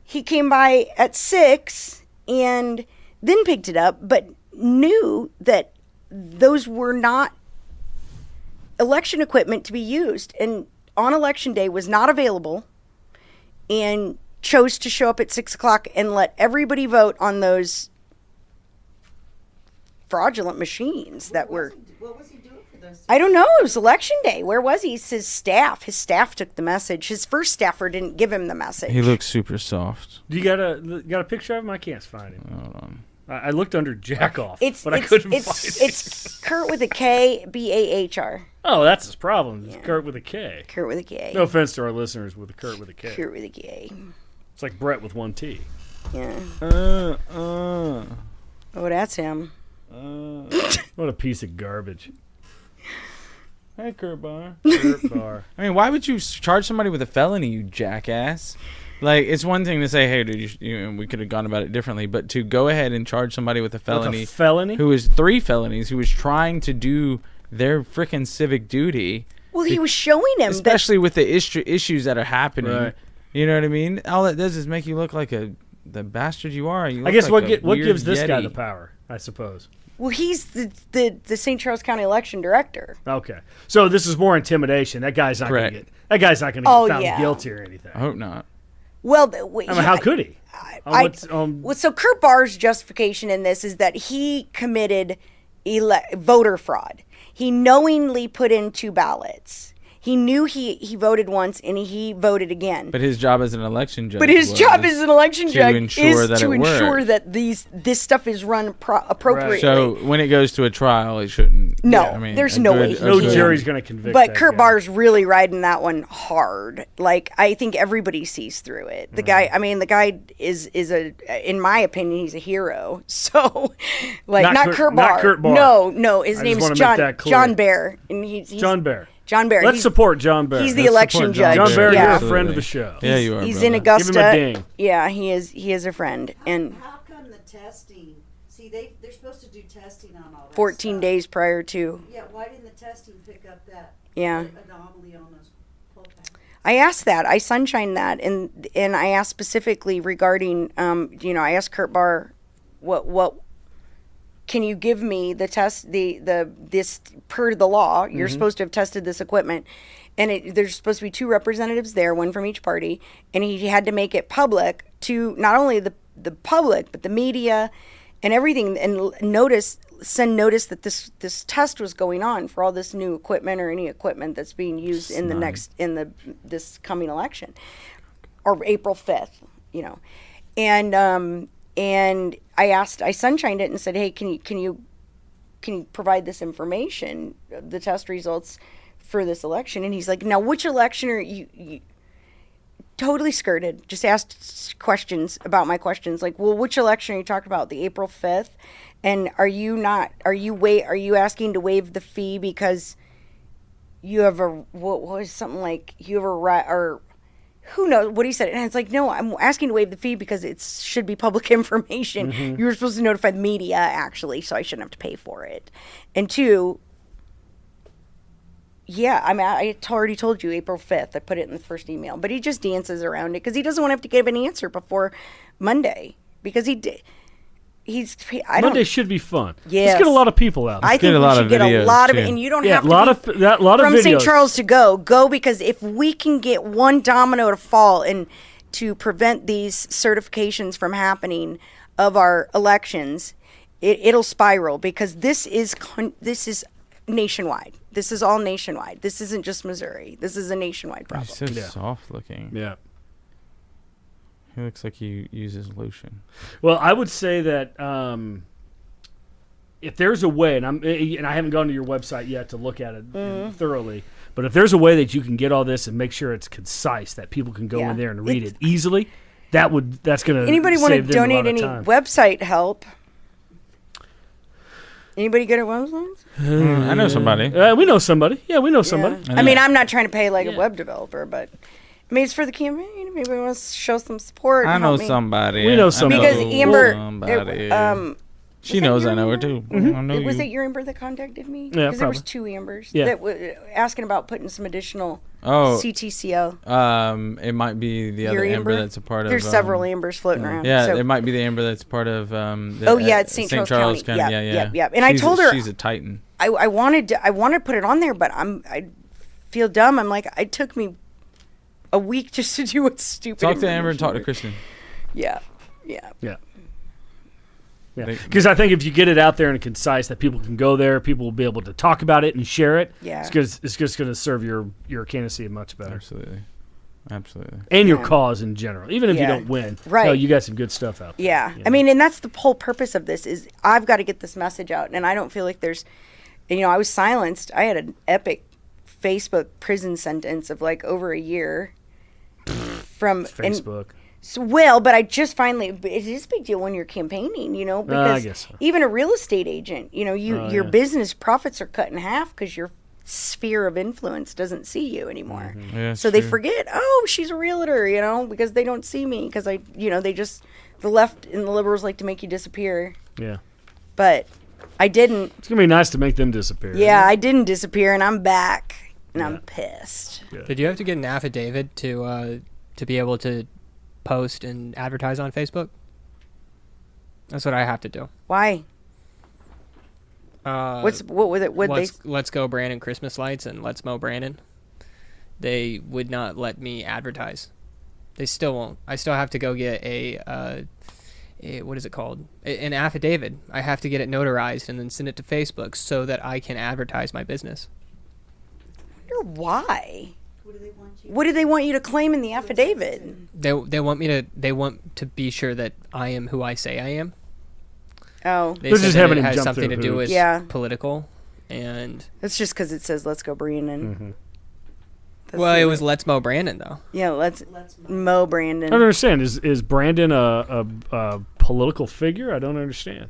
[SPEAKER 3] He came by at six and then picked it up, but knew that those were not election equipment to be used, and on election day was not available, and chose to show up at six o'clock and let everybody vote on those fraudulent machines that were.
[SPEAKER 5] What was he- What was he doing for those?
[SPEAKER 3] I don't know. It was election day. Where was he? It's his staff. His staff took the message. His first staffer didn't give him the message.
[SPEAKER 1] He looks super soft.
[SPEAKER 2] Do you got a you got a picture of him? I can't find him. Hold on. I, I looked under Jackoff,
[SPEAKER 3] it's
[SPEAKER 2] but
[SPEAKER 3] it's,
[SPEAKER 2] I couldn't
[SPEAKER 3] it's,
[SPEAKER 2] find him.
[SPEAKER 3] it's Kurt with a K B A H R.
[SPEAKER 2] Oh, that's his problem. It's Kurt with a K.
[SPEAKER 3] Kurt with a K.
[SPEAKER 2] No offense to our listeners with a Kurt with a K.
[SPEAKER 3] Kurt with a K.
[SPEAKER 2] It's like Brett with one T.
[SPEAKER 3] Yeah.
[SPEAKER 2] Uh, uh.
[SPEAKER 3] Oh, that's him.
[SPEAKER 1] uh.
[SPEAKER 2] What a piece of garbage. Hey, Kurt Bar. Kurt Bar.
[SPEAKER 1] I mean, why would you s- charge somebody with a felony, you jackass? Like, it's one thing to say, "Hey, dude, you, sh- you know, we could have gone about it differently," but to go ahead and charge somebody with a felony,
[SPEAKER 2] Felony. felony?
[SPEAKER 1] who is three felonies, who was trying to do their freaking civic duty,
[SPEAKER 3] Well, he was showing him that
[SPEAKER 1] especially with the istru- issues that are happening.
[SPEAKER 2] Right.
[SPEAKER 1] You know what I mean? All it does is make you look like a the bastard you are. You
[SPEAKER 2] I
[SPEAKER 1] look
[SPEAKER 2] guess
[SPEAKER 1] like
[SPEAKER 2] what
[SPEAKER 1] a
[SPEAKER 2] get, what
[SPEAKER 1] weird
[SPEAKER 2] gives this guy
[SPEAKER 1] Yeti.
[SPEAKER 2] the power? I suppose.
[SPEAKER 3] well, he's the, the the St. Charles County election director.
[SPEAKER 2] Okay, so this is more intimidation. That guy's not
[SPEAKER 1] Correct. Uh-huh.
[SPEAKER 2] gonna get. That guy's not gonna get
[SPEAKER 3] Oh,
[SPEAKER 2] found
[SPEAKER 3] yeah.
[SPEAKER 2] guilty or anything.
[SPEAKER 1] I hope not.
[SPEAKER 3] Well, the, w-
[SPEAKER 2] I mean,
[SPEAKER 3] yeah,
[SPEAKER 2] how could he? Uh,
[SPEAKER 3] I-
[SPEAKER 2] what's, um,
[SPEAKER 3] Well, so Kurt Barr's justification in this is that he committed ele- voter fraud. He knowingly put in two ballots. He knew he, he voted once and he voted again. But,
[SPEAKER 1] But his job as an election judge.
[SPEAKER 3] his
[SPEAKER 1] was-
[SPEAKER 3] job as an election
[SPEAKER 1] to
[SPEAKER 3] judge
[SPEAKER 1] ensure
[SPEAKER 3] is
[SPEAKER 1] that
[SPEAKER 3] to
[SPEAKER 1] it
[SPEAKER 3] ensure
[SPEAKER 1] worked.
[SPEAKER 3] that these this stuff is run pro- appropriately.
[SPEAKER 1] So when it goes to a trial, it shouldn't.
[SPEAKER 3] No,
[SPEAKER 1] yeah, I mean,
[SPEAKER 3] there's
[SPEAKER 1] a
[SPEAKER 3] no
[SPEAKER 1] good-
[SPEAKER 3] way he
[SPEAKER 1] a
[SPEAKER 2] no
[SPEAKER 1] good-
[SPEAKER 3] did.
[SPEAKER 2] jury's gonna convict.
[SPEAKER 3] but
[SPEAKER 2] that
[SPEAKER 3] Kurt
[SPEAKER 2] guy.
[SPEAKER 3] Barr's really riding that one hard. Like I think everybody sees through it. The
[SPEAKER 2] Mm-hmm.
[SPEAKER 3] guy, I mean, the guy is is a, in my opinion, he's a hero. So, like,
[SPEAKER 2] Not
[SPEAKER 3] not,
[SPEAKER 2] Kurt-
[SPEAKER 3] Kurt,
[SPEAKER 2] not
[SPEAKER 3] Barr.
[SPEAKER 2] Kurt Barr.
[SPEAKER 3] No, no, his
[SPEAKER 2] I just
[SPEAKER 3] name's
[SPEAKER 2] wanna make
[SPEAKER 3] John
[SPEAKER 2] that clear.
[SPEAKER 3] John Bear, and he's, he's
[SPEAKER 2] John Bear.
[SPEAKER 3] John Bear.
[SPEAKER 2] Let's
[SPEAKER 3] he's,
[SPEAKER 2] support John Bear.
[SPEAKER 3] he's the
[SPEAKER 2] Let's
[SPEAKER 3] election
[SPEAKER 2] support
[SPEAKER 3] judge.
[SPEAKER 2] John Bear,
[SPEAKER 3] Yeah.
[SPEAKER 2] you're a friend of the show.
[SPEAKER 1] Yeah, you are.
[SPEAKER 3] he's
[SPEAKER 1] brother.
[SPEAKER 3] in Augusta.
[SPEAKER 2] ding.
[SPEAKER 3] Yeah, he is. He is a friend, and
[SPEAKER 5] How come the testing, see, they, they're supposed to do testing on all that
[SPEAKER 3] fourteen
[SPEAKER 5] stuff.
[SPEAKER 3] days prior to.
[SPEAKER 5] Yeah, why didn't the testing pick up that
[SPEAKER 3] Yeah.
[SPEAKER 5] anomaly on those poll tax?
[SPEAKER 3] I asked that. I sunshine that, and and I asked specifically regarding, um, you know, I asked Kurt Barr, what what can you give me the test the the this per the law you're supposed to have tested this equipment, and it, there's supposed to be two representatives there, one from each party, and he had to make it public to not only the the public but the media and everything and l- notice send notice that this this test was going on for all this new equipment or any equipment that's being used in the next in the this coming election or April 5th, you know. And um and I asked I sunshined it and said, "Hey, can you can you can you provide this information, the test results for this election?" And he's like, "Now, which election are you, you totally skirted. Just asked s- questions about my questions, like, well, which election are you talking about? The April fifth, and are you not? Are you wait? Are you asking to waive the fee because you have a what was something like you have a right or who knows what he said? And it's like, no, I'm asking to waive the fee because it should be public information.
[SPEAKER 1] Mm-hmm.
[SPEAKER 3] You were supposed to notify the media actually, so I shouldn't have to pay for it. And two. Yeah, I mean, I I t- already told you April 5th. I put it in the first email, but he just dances around it because he doesn't want to have to give an answer before Monday because he did. He's, he, I
[SPEAKER 2] Monday
[SPEAKER 3] don't,
[SPEAKER 2] should be fun. Let's
[SPEAKER 3] Yes.
[SPEAKER 2] get a lot of people out.
[SPEAKER 3] I
[SPEAKER 1] get
[SPEAKER 3] think
[SPEAKER 1] a lot
[SPEAKER 3] we
[SPEAKER 1] of
[SPEAKER 3] should get a
[SPEAKER 1] videos,
[SPEAKER 3] lot of
[SPEAKER 1] too.
[SPEAKER 3] it, and you don't
[SPEAKER 2] yeah,
[SPEAKER 3] have
[SPEAKER 2] a
[SPEAKER 3] to
[SPEAKER 2] lot
[SPEAKER 3] be
[SPEAKER 2] of that, lot of
[SPEAKER 3] from St.
[SPEAKER 2] videos.
[SPEAKER 3] Charles to go, go because if we can get one domino to fall and to prevent these certifications from happening of our elections, it, it'll spiral because this is con- this is nationwide. This is all nationwide. This isn't just Missouri. This is a nationwide problem.
[SPEAKER 1] He's so
[SPEAKER 2] Yeah.
[SPEAKER 1] soft looking.
[SPEAKER 2] Yeah.
[SPEAKER 1] He looks like he uses lotion.
[SPEAKER 2] Well, I would say that um, if there's a way, and I'm eh, and I haven't gone to your website yet to look at it
[SPEAKER 3] Mm.
[SPEAKER 2] uh, thoroughly, but if there's a way that you can get all this and make sure it's concise, that people can go
[SPEAKER 3] Yeah.
[SPEAKER 2] in there and read it easily, that would that's gonna
[SPEAKER 3] Anybody
[SPEAKER 2] want to
[SPEAKER 3] donate any website help? Anybody good at web songs?
[SPEAKER 1] I know somebody.
[SPEAKER 2] Uh, we know somebody. Yeah, we know somebody.
[SPEAKER 3] Yeah. I mean, I'm not trying to pay like
[SPEAKER 2] Yeah.
[SPEAKER 3] a web developer, but I mean, it's for the campaign. Maybe we want to show some support.
[SPEAKER 1] I
[SPEAKER 3] and
[SPEAKER 1] know
[SPEAKER 3] help me.
[SPEAKER 1] somebody.
[SPEAKER 2] We know
[SPEAKER 1] I
[SPEAKER 2] somebody.
[SPEAKER 3] Because
[SPEAKER 2] Oh,
[SPEAKER 3] Amber,
[SPEAKER 1] somebody.
[SPEAKER 3] it, um,
[SPEAKER 1] she
[SPEAKER 3] that
[SPEAKER 1] knows
[SPEAKER 3] your
[SPEAKER 1] I know her too.
[SPEAKER 3] Amber? Mm-hmm.
[SPEAKER 1] I know
[SPEAKER 3] it, was
[SPEAKER 1] you.
[SPEAKER 3] it your Amber that contacted me?
[SPEAKER 2] Yeah,
[SPEAKER 3] there was
[SPEAKER 2] probably.
[SPEAKER 3] two Ambers
[SPEAKER 2] Yeah.
[SPEAKER 3] that were uh, asking about putting some additional
[SPEAKER 1] oh,
[SPEAKER 3] CTCO.
[SPEAKER 1] um, it might be the other
[SPEAKER 3] Your
[SPEAKER 1] Amber,
[SPEAKER 3] Amber?
[SPEAKER 1] that's a part of.
[SPEAKER 3] There's
[SPEAKER 1] um,
[SPEAKER 3] several Ambers floating around.
[SPEAKER 1] Yeah,
[SPEAKER 3] so-
[SPEAKER 1] it might be the Amber that's part of. Um, the,
[SPEAKER 3] Oh, yeah,
[SPEAKER 1] uh,
[SPEAKER 3] it's St. Charles County.
[SPEAKER 1] Yeah,
[SPEAKER 3] Yep,
[SPEAKER 1] yeah,
[SPEAKER 3] yep, yep. And I
[SPEAKER 1] She's a-
[SPEAKER 3] told her-
[SPEAKER 1] she's a titan.
[SPEAKER 3] I, I wanted to I want to put it on there, but I'm I feel dumb. I'm like it took me a week just to do what's stupid.
[SPEAKER 1] Talk to Amber
[SPEAKER 3] information.
[SPEAKER 1] and talk to Christian.
[SPEAKER 3] Yeah, yeah.
[SPEAKER 2] Yeah. Yeah.
[SPEAKER 1] They-
[SPEAKER 2] Because I think if you get it out there and concise, that people can go there, people will be able to talk about it and share it.
[SPEAKER 3] Yeah.
[SPEAKER 2] It's, gonna, it's just going to serve your, your candidacy much better
[SPEAKER 1] Absolutely, absolutely.
[SPEAKER 2] and your
[SPEAKER 3] Yeah.
[SPEAKER 2] cause in general, even if you
[SPEAKER 3] Yeah.
[SPEAKER 2] don't win.
[SPEAKER 3] Right.
[SPEAKER 2] No, you got some good stuff out there.
[SPEAKER 3] Yeah.
[SPEAKER 2] you
[SPEAKER 3] I
[SPEAKER 2] know.
[SPEAKER 3] mean, and that's the whole purpose of this is I've got to get this message out and I don't feel like there's you know, I was silenced. I had an epic Facebook prison sentence of like over a year from and-
[SPEAKER 2] Facebook.
[SPEAKER 3] so- well, but I just finally but it is a big deal when you're campaigning, you
[SPEAKER 2] Uh,
[SPEAKER 3] know,
[SPEAKER 2] I
[SPEAKER 3] because
[SPEAKER 2] guess so.
[SPEAKER 3] even a real estate agent, you know, you
[SPEAKER 2] Oh,
[SPEAKER 3] your
[SPEAKER 2] yeah.
[SPEAKER 3] business profits are cut in half cuz your sphere of influence doesn't see you anymore.
[SPEAKER 2] Mm-hmm.
[SPEAKER 1] Yeah,
[SPEAKER 3] So they forget, oh, she's a realtor, you know, because they don't see me because I, you know, they just the left and the liberals like to make you disappear,
[SPEAKER 2] Yeah.
[SPEAKER 3] but I didn't.
[SPEAKER 2] It's going to be nice to make them disappear.
[SPEAKER 3] Yeah, I didn't disappear, and I'm back, and I'm pissed.
[SPEAKER 4] Did you have to get an affidavit to uh, to be able to post and advertise on Facebook? That's what I have to do.
[SPEAKER 3] Why?
[SPEAKER 4] Uh,
[SPEAKER 3] What's what was it? What they?
[SPEAKER 4] let's, let's go Brandon Christmas lights and let's mow Brandon. They would not let me advertise. They still won't. I still have to go get a, uh, a what is it called? A, an affidavit. I have to get it notarized and then send it to Facebook so that I can advertise my business.
[SPEAKER 3] wonder Why?
[SPEAKER 5] What do they want you?
[SPEAKER 3] What do they want you to claim in the affidavit?
[SPEAKER 4] They they want me to they want to be sure that I am who I say I am.
[SPEAKER 3] Oh,
[SPEAKER 4] They
[SPEAKER 2] They're
[SPEAKER 4] said
[SPEAKER 2] just
[SPEAKER 4] that
[SPEAKER 2] having
[SPEAKER 4] it
[SPEAKER 2] him
[SPEAKER 4] has
[SPEAKER 2] jump
[SPEAKER 4] something to
[SPEAKER 2] through
[SPEAKER 4] do with
[SPEAKER 3] hoops. Yeah.
[SPEAKER 4] political and
[SPEAKER 3] it's just because it says "Let's go, Brandon."
[SPEAKER 4] Mm-hmm.
[SPEAKER 3] That's
[SPEAKER 4] well,
[SPEAKER 3] the-
[SPEAKER 4] it was Let's Mow Brandon though.
[SPEAKER 3] yeah. Let's
[SPEAKER 5] Let's move.
[SPEAKER 3] mow
[SPEAKER 2] I don't
[SPEAKER 4] Oh,
[SPEAKER 3] Brandon.
[SPEAKER 2] understand. Is is Brandon a, a, a political figure? I don't understand.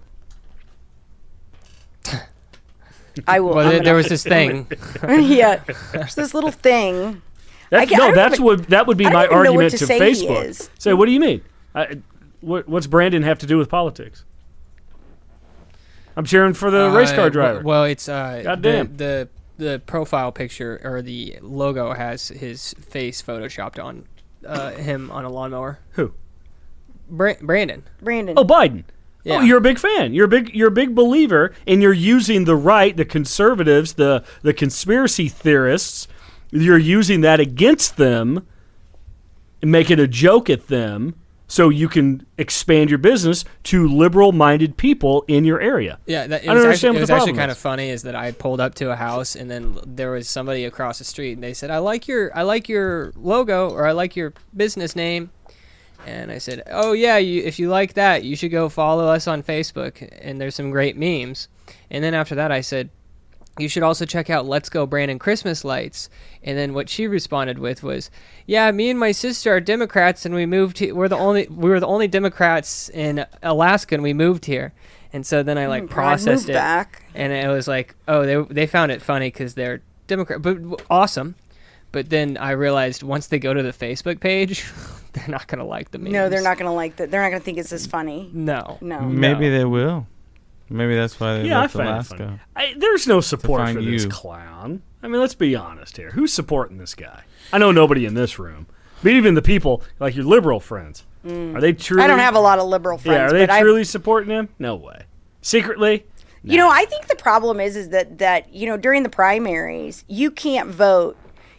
[SPEAKER 3] I will.
[SPEAKER 4] Well,
[SPEAKER 3] I'm
[SPEAKER 4] there, there
[SPEAKER 3] gonna-
[SPEAKER 4] was this thing.
[SPEAKER 3] yeah. There's this little thing.
[SPEAKER 2] That's,
[SPEAKER 3] ca- I
[SPEAKER 2] no,
[SPEAKER 3] don't
[SPEAKER 2] that's
[SPEAKER 3] even-
[SPEAKER 2] what that would be
[SPEAKER 3] I don't
[SPEAKER 2] my
[SPEAKER 3] even know what
[SPEAKER 2] argument
[SPEAKER 3] to
[SPEAKER 2] to,
[SPEAKER 3] say he
[SPEAKER 2] Facebook.
[SPEAKER 3] is.
[SPEAKER 2] Say, what do you mean? I, what, what's Brandon have to do with politics? I'm cheering for the race
[SPEAKER 4] Uh,
[SPEAKER 2] car
[SPEAKER 4] w-
[SPEAKER 2] driver.
[SPEAKER 4] Well, it's uh,
[SPEAKER 2] God
[SPEAKER 4] the-
[SPEAKER 2] damn.
[SPEAKER 4] The, the profile picture or the logo has his face photoshopped on uh, him on a lawnmower.
[SPEAKER 2] Who?
[SPEAKER 4] Bra- Brandon.
[SPEAKER 3] Brandon.
[SPEAKER 2] Oh, Biden. Oh,
[SPEAKER 4] Yeah.
[SPEAKER 2] you're a big fan. You're a big you're a big believer, and you're using the right, the conservatives, the the conspiracy theorists. You're using that against them, and making a joke at them, so you can expand your business to liberal-minded people in your area.
[SPEAKER 4] Yeah, that, it
[SPEAKER 2] I
[SPEAKER 4] was,
[SPEAKER 2] don't
[SPEAKER 4] actually,
[SPEAKER 2] understand what
[SPEAKER 4] it
[SPEAKER 2] the
[SPEAKER 4] was actually
[SPEAKER 2] problem
[SPEAKER 4] kind
[SPEAKER 2] is.
[SPEAKER 4] of funny is that I pulled up to a house and then l- there was somebody across the street and they said, "I like your I like your logo or I like your business name." And I said, "Oh yeah, you, if you like that, you should go follow us on Facebook and there's some great memes." And then after that I said, "You should also check out Let's Go Brandon Christmas Lights." And then what she responded with was, "Yeah, me and my sister are Democrats and we moved here. We're the only we were the only Democrats in Alaska and we moved here." And so then I like
[SPEAKER 3] Mm, God,
[SPEAKER 4] processed
[SPEAKER 3] move
[SPEAKER 4] it
[SPEAKER 3] back.
[SPEAKER 4] and it was like, oh, they they found it funny because they're Democrat, but w- awesome. But then I realized once they go to the Facebook page, they're not gonna like the memes.
[SPEAKER 3] No, they're not gonna like that. They're not gonna think it's as funny.
[SPEAKER 4] No,
[SPEAKER 3] Oh, No.
[SPEAKER 1] Maybe they will. Maybe that's why they
[SPEAKER 2] Yeah, I
[SPEAKER 1] left
[SPEAKER 2] find it
[SPEAKER 1] Alaska.
[SPEAKER 2] funny. I, there's no support
[SPEAKER 1] find
[SPEAKER 2] for this
[SPEAKER 1] you.
[SPEAKER 2] clown. I mean, let's be honest here. Who's supporting this guy? I know nobody in this room, but even the people like your liberal friends, are they truly?
[SPEAKER 3] Mm. I don't have a lot of liberal friends,
[SPEAKER 2] yeah, are
[SPEAKER 3] but
[SPEAKER 2] they
[SPEAKER 3] I
[SPEAKER 2] truly supporting him? No way. Secretly,
[SPEAKER 3] You know, I think the problem is is that that you know during the primaries you can't vote.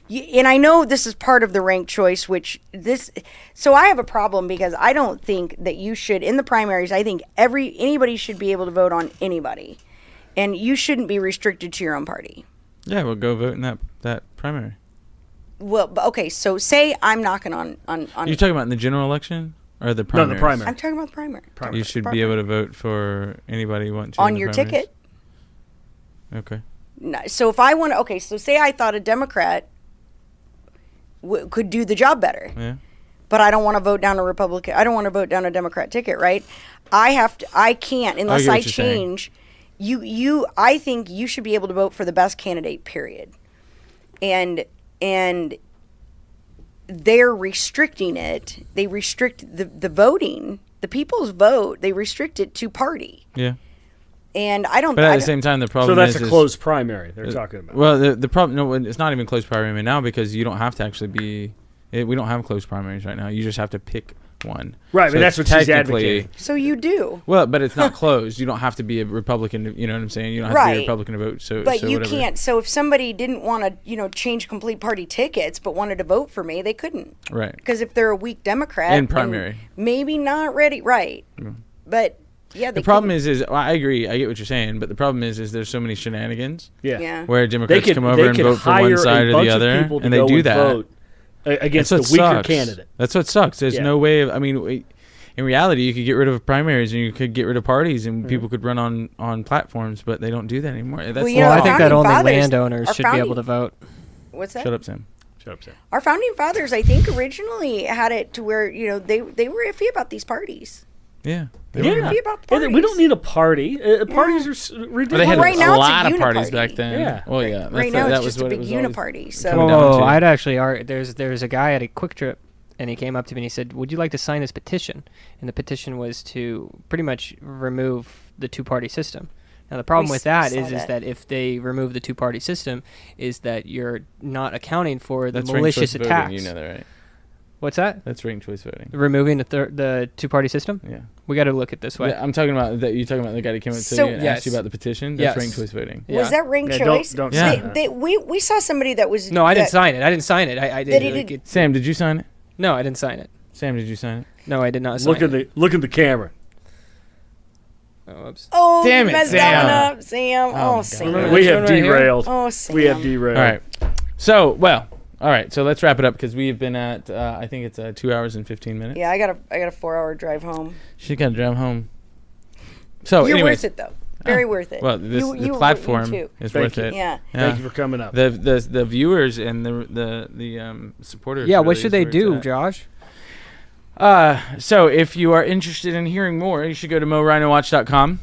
[SPEAKER 3] You, and I know this is part of the ranked choice, which this. So I have a problem because I don't think that you should in the primaries. I think every anybody should be able to vote on anybody, and you shouldn't be restricted to your own party.
[SPEAKER 1] Yeah, we'll go vote in that that primary.
[SPEAKER 3] Well, but- okay. So say I'm knocking on on on.
[SPEAKER 1] You're talking about in the general election or the
[SPEAKER 2] No,
[SPEAKER 1] primary?
[SPEAKER 2] the primary.
[SPEAKER 3] I'm talking about the primary.
[SPEAKER 1] You should be able to vote for anybody you want to in
[SPEAKER 3] on
[SPEAKER 1] the
[SPEAKER 3] your
[SPEAKER 1] primaries.
[SPEAKER 3] ticket.
[SPEAKER 1] Okay.
[SPEAKER 3] No, so if I want, to, okay. So say I thought a Democrat w- could do the job better.
[SPEAKER 1] Yeah.
[SPEAKER 3] but I don't want to vote down a Republican. I don't want to vote down a Democrat ticket, right? I have to. I can't unless
[SPEAKER 1] what
[SPEAKER 3] I,
[SPEAKER 1] you're saying.
[SPEAKER 3] change. you you I think you should be able to vote for the best candidate period. And and they're restricting it. They restrict the the voting, the people's vote, they restrict it to party.
[SPEAKER 1] Yeah.
[SPEAKER 3] And I don't
[SPEAKER 1] But
[SPEAKER 3] I
[SPEAKER 1] at the
[SPEAKER 3] don't-
[SPEAKER 1] same time, the
[SPEAKER 2] So
[SPEAKER 1] problem
[SPEAKER 2] that's
[SPEAKER 1] is,
[SPEAKER 2] a
[SPEAKER 1] is-
[SPEAKER 2] closed primary they're talking about.
[SPEAKER 1] Well, the, the problem no, it's not even closed primary right now because you don't have to actually be. It, we don't have closed primaries right now. You just have to pick one.
[SPEAKER 2] Right, but that's what she's
[SPEAKER 1] technically-
[SPEAKER 2] advocating.
[SPEAKER 3] so you do.
[SPEAKER 1] Well, but it's not closed. You don't have to be a Republican. To, you know what I'm saying? You don't have to be a
[SPEAKER 3] Right.
[SPEAKER 1] Republican to vote. So,
[SPEAKER 3] But
[SPEAKER 1] so
[SPEAKER 3] you
[SPEAKER 1] whatever.
[SPEAKER 3] can't. So if somebody didn't want to, you know, change complete party tickets but wanted to vote for me, they couldn't.
[SPEAKER 1] Right.
[SPEAKER 3] Because if they're a weak Democrat
[SPEAKER 1] In
[SPEAKER 3] and
[SPEAKER 1] primary.
[SPEAKER 3] maybe not ready, right? But yeah, they
[SPEAKER 1] The problem
[SPEAKER 3] couldn't-
[SPEAKER 1] is, is well, I agree. I get what you're saying, but the problem is, is there's so many shenanigans
[SPEAKER 2] Yeah.
[SPEAKER 3] yeah.
[SPEAKER 1] where Democrats
[SPEAKER 2] Uh-huh. could-
[SPEAKER 1] come over and
[SPEAKER 2] could
[SPEAKER 1] vote for
[SPEAKER 2] hire
[SPEAKER 1] one
[SPEAKER 2] a
[SPEAKER 1] side or
[SPEAKER 2] bunch
[SPEAKER 1] the
[SPEAKER 2] of
[SPEAKER 1] other,
[SPEAKER 2] people to
[SPEAKER 1] and they
[SPEAKER 2] go
[SPEAKER 1] do that.
[SPEAKER 2] vote a- against the
[SPEAKER 1] That's
[SPEAKER 2] weaker
[SPEAKER 1] what sucks.
[SPEAKER 2] candidate.
[SPEAKER 1] That's what sucks. There's
[SPEAKER 2] Yeah.
[SPEAKER 1] no way of. I mean, w- in reality, you could get rid of primaries and you could get rid of parties and
[SPEAKER 2] Mm-hmm.
[SPEAKER 1] people could run on on platforms, but they don't do that anymore. That's
[SPEAKER 3] you
[SPEAKER 1] the
[SPEAKER 3] know,
[SPEAKER 4] well,
[SPEAKER 1] law.
[SPEAKER 4] I think
[SPEAKER 3] founding
[SPEAKER 4] that only
[SPEAKER 3] fathers-
[SPEAKER 4] landowners
[SPEAKER 3] our
[SPEAKER 4] should be
[SPEAKER 3] founding-
[SPEAKER 4] able to vote.
[SPEAKER 3] What's that?
[SPEAKER 1] Shut up, Sam.
[SPEAKER 2] Shut up, Sam.
[SPEAKER 3] Our founding fathers, I think, originally had it to where you know they they were iffy about these parties.
[SPEAKER 1] Yeah. They
[SPEAKER 2] Yeah.
[SPEAKER 1] were
[SPEAKER 3] Iffy about
[SPEAKER 2] Yeah,
[SPEAKER 3] parties.
[SPEAKER 2] we don't need a party. Uh, parties are s- ridiculous.
[SPEAKER 1] But they had
[SPEAKER 3] Well, right
[SPEAKER 1] a
[SPEAKER 3] now it's a
[SPEAKER 1] lot of parties
[SPEAKER 3] uniparty.
[SPEAKER 1] back then.
[SPEAKER 2] Yeah.
[SPEAKER 1] Well, yeah. that's-
[SPEAKER 3] right now,
[SPEAKER 1] that
[SPEAKER 3] it's
[SPEAKER 1] was
[SPEAKER 3] just a
[SPEAKER 1] what it
[SPEAKER 3] big
[SPEAKER 1] was always-
[SPEAKER 3] uniparty.
[SPEAKER 1] Come
[SPEAKER 3] So
[SPEAKER 1] down
[SPEAKER 4] Whoa,
[SPEAKER 1] to-
[SPEAKER 4] Oh, I'd actually. Ar- there's there's a guy at a quick trip, and he came up to me and he said, "Would you like to sign this petition?" And the petition was to pretty much remove the two party system. Now the problem
[SPEAKER 3] We
[SPEAKER 4] with
[SPEAKER 3] s-
[SPEAKER 4] that
[SPEAKER 3] saw
[SPEAKER 4] is is
[SPEAKER 3] that.
[SPEAKER 4] that if they remove the two party system, is that you're not accounting for the
[SPEAKER 1] That's ranked
[SPEAKER 4] malicious
[SPEAKER 1] choice
[SPEAKER 4] attacks.
[SPEAKER 1] voting. You know that, right?
[SPEAKER 4] What's that?
[SPEAKER 1] That's ranked choice voting.
[SPEAKER 4] Removing the thir- the two party system.
[SPEAKER 1] Yeah.
[SPEAKER 4] We got to look at this way.
[SPEAKER 1] Yeah, I'm talking about that. You're talking about the guy that came up to
[SPEAKER 3] So-
[SPEAKER 1] you and asked
[SPEAKER 4] Yes.
[SPEAKER 1] you about the petition. That's
[SPEAKER 4] Yes.
[SPEAKER 1] ranked choice voting.
[SPEAKER 4] Yeah.
[SPEAKER 3] was that ranked
[SPEAKER 2] Yeah, don't-
[SPEAKER 3] choice?
[SPEAKER 2] don't
[SPEAKER 1] Yeah.
[SPEAKER 3] They, they, we we saw somebody that was
[SPEAKER 4] No, I didn't
[SPEAKER 3] that-
[SPEAKER 4] sign it. I didn't sign it. I, I
[SPEAKER 3] That
[SPEAKER 4] didn't.
[SPEAKER 3] he
[SPEAKER 4] like,
[SPEAKER 3] did-
[SPEAKER 4] it-
[SPEAKER 1] Sam, did you sign it?
[SPEAKER 4] no, I didn't sign it.
[SPEAKER 1] Sam, did you sign it?
[SPEAKER 4] No, I did not sign
[SPEAKER 2] Look at
[SPEAKER 4] it.
[SPEAKER 2] the look at the camera.
[SPEAKER 4] Oh, oops.
[SPEAKER 3] Oh,
[SPEAKER 1] Damn
[SPEAKER 3] you
[SPEAKER 1] it,
[SPEAKER 3] messed
[SPEAKER 1] Sam.
[SPEAKER 3] that one up, Sam.
[SPEAKER 1] Oh,
[SPEAKER 3] Oh,
[SPEAKER 1] God.
[SPEAKER 3] Sam.
[SPEAKER 1] Remember-
[SPEAKER 2] We
[SPEAKER 4] this
[SPEAKER 2] have
[SPEAKER 4] one right here?
[SPEAKER 2] derailed.
[SPEAKER 3] Oh, Sam.
[SPEAKER 2] we have derailed.
[SPEAKER 1] All right. So, well, all right. So let's wrap it up because we have been at, uh, I think it's uh, two hours and 15 minutes.
[SPEAKER 3] Yeah, I got a I got a four hour drive home.
[SPEAKER 1] She's got to drive home. So,
[SPEAKER 3] You're
[SPEAKER 1] Oh, anyways, Oh.
[SPEAKER 3] worth it though. Very worth it.
[SPEAKER 1] well, this,
[SPEAKER 3] You-
[SPEAKER 1] the
[SPEAKER 3] you- you
[SPEAKER 1] platform
[SPEAKER 3] too.
[SPEAKER 1] is
[SPEAKER 2] Thank
[SPEAKER 1] worth
[SPEAKER 2] you.
[SPEAKER 1] it.
[SPEAKER 3] Yeah.
[SPEAKER 2] Thank you for coming up.
[SPEAKER 1] The, the the viewers and the the the um, supporters.
[SPEAKER 4] Yeah,
[SPEAKER 1] really
[SPEAKER 4] what should
[SPEAKER 1] is
[SPEAKER 4] they
[SPEAKER 1] where it's
[SPEAKER 4] do,
[SPEAKER 1] at.
[SPEAKER 4] Josh?
[SPEAKER 1] Uh, so if you are interested in hearing more, you should go to morhinowatch.com.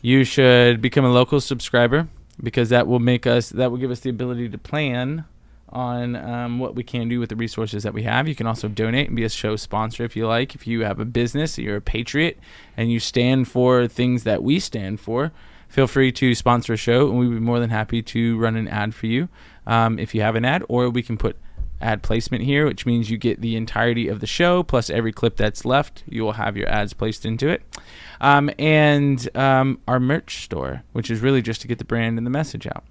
[SPEAKER 1] You should become a local subscriber because that will make us that will give us the ability to plan on um, what we can do with the resources that we have. You can also donate and be a show sponsor if you like. If you have a business, you're a patriot, and you stand for things that we stand for, feel free to sponsor a show, and we'd be more than happy to run an ad for you um, if you have an ad, or we can put ad placement here, which means you get the entirety of the show plus every clip that's left. You will have your ads placed into it. Um, and um, our merch store, which is really just to get the brand and the message out.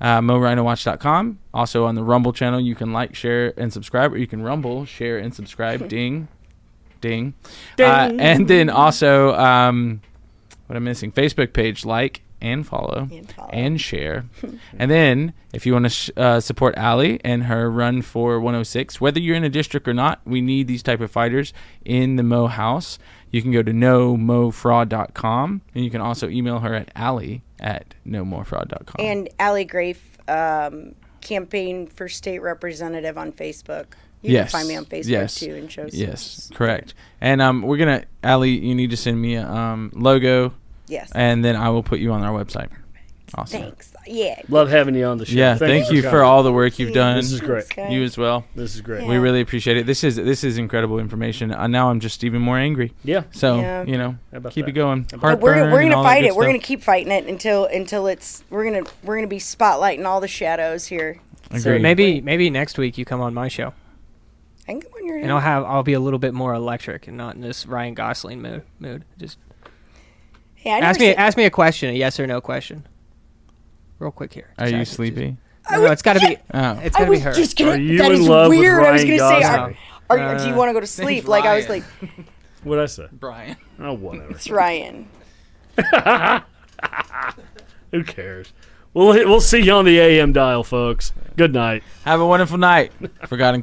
[SPEAKER 1] Uh, MoRhinoWatch.com. Also on the Rumble channel, you can like, share, and subscribe, or you can Rumble, share, and subscribe. Ding, ding. Uh,
[SPEAKER 2] Ding.
[SPEAKER 1] and then also, um, what I'm missing, Facebook page, like and follow
[SPEAKER 3] And follow.
[SPEAKER 1] and share. and then, if you want to sh- uh, support Allie and her run for 106, whether you're in a district or not, we need these type of fighters in the Mo House. You can go to nomofraud.com, and you can also email her at Allie at nomorefraud.com.
[SPEAKER 3] And Allie Grafe, um, campaign for state representative on Facebook. You
[SPEAKER 1] yes.
[SPEAKER 3] can find me on Facebook
[SPEAKER 1] yes.
[SPEAKER 3] too and shows.
[SPEAKER 1] Yes, correct. And um, we're gonna Allie, you need to send me a um, logo,
[SPEAKER 3] Yes.
[SPEAKER 1] and then I will put you on our website. Awesome.
[SPEAKER 3] Thanks. Yeah.
[SPEAKER 2] Love having you on the show.
[SPEAKER 1] Yeah, thank, you for
[SPEAKER 2] coming.
[SPEAKER 1] all the work you've done.
[SPEAKER 2] This is great.
[SPEAKER 3] Okay.
[SPEAKER 1] You as well.
[SPEAKER 2] This is great.
[SPEAKER 1] We
[SPEAKER 3] Yeah.
[SPEAKER 1] really appreciate it. This is this is incredible information. Uh, now I'm just even more angry.
[SPEAKER 2] Yeah.
[SPEAKER 1] So
[SPEAKER 3] Yeah.
[SPEAKER 1] you know,
[SPEAKER 2] How about
[SPEAKER 1] keep
[SPEAKER 2] that?
[SPEAKER 1] it going.
[SPEAKER 3] But we're,
[SPEAKER 1] Heartburn
[SPEAKER 3] we're
[SPEAKER 1] and
[SPEAKER 3] gonna
[SPEAKER 1] all that
[SPEAKER 3] fight
[SPEAKER 1] good
[SPEAKER 3] it. We're
[SPEAKER 1] stuff.
[SPEAKER 3] gonna keep fighting it until until it's we're gonna we're gonna be spotlighting all the shadows here.
[SPEAKER 4] So
[SPEAKER 1] Agreed.
[SPEAKER 4] maybe maybe next week you come on my show
[SPEAKER 3] I can come on your
[SPEAKER 4] and I'll have I'll be a little bit more electric and not in this Ryan Gosling mood. Mood. Just
[SPEAKER 3] Hey, I
[SPEAKER 4] ask
[SPEAKER 3] never
[SPEAKER 4] me
[SPEAKER 3] said-
[SPEAKER 4] ask me a question, a yes or no question, real quick here.
[SPEAKER 1] Are
[SPEAKER 4] Just
[SPEAKER 1] you
[SPEAKER 4] ask-
[SPEAKER 1] sleepy?
[SPEAKER 4] just- No, no, it's got to be.
[SPEAKER 1] Oh.
[SPEAKER 4] It's
[SPEAKER 3] I
[SPEAKER 4] got to be
[SPEAKER 3] was
[SPEAKER 4] her.
[SPEAKER 3] just
[SPEAKER 2] Are
[SPEAKER 3] gonna.
[SPEAKER 2] you
[SPEAKER 3] That
[SPEAKER 2] in
[SPEAKER 3] is
[SPEAKER 2] love with
[SPEAKER 3] weird. I was
[SPEAKER 2] Ryan
[SPEAKER 3] gonna say, are,
[SPEAKER 2] Gosling?
[SPEAKER 3] are, do you
[SPEAKER 4] Uh,
[SPEAKER 3] want to go to sleep? Like I was
[SPEAKER 1] Ryan.
[SPEAKER 3] like,
[SPEAKER 2] What I say?
[SPEAKER 1] Brian.
[SPEAKER 2] Oh, whatever.
[SPEAKER 3] it's Ryan.
[SPEAKER 2] Who cares? We'll we'll see you on the AM dial, folks. Good night.
[SPEAKER 1] Have a wonderful night. Forgotten.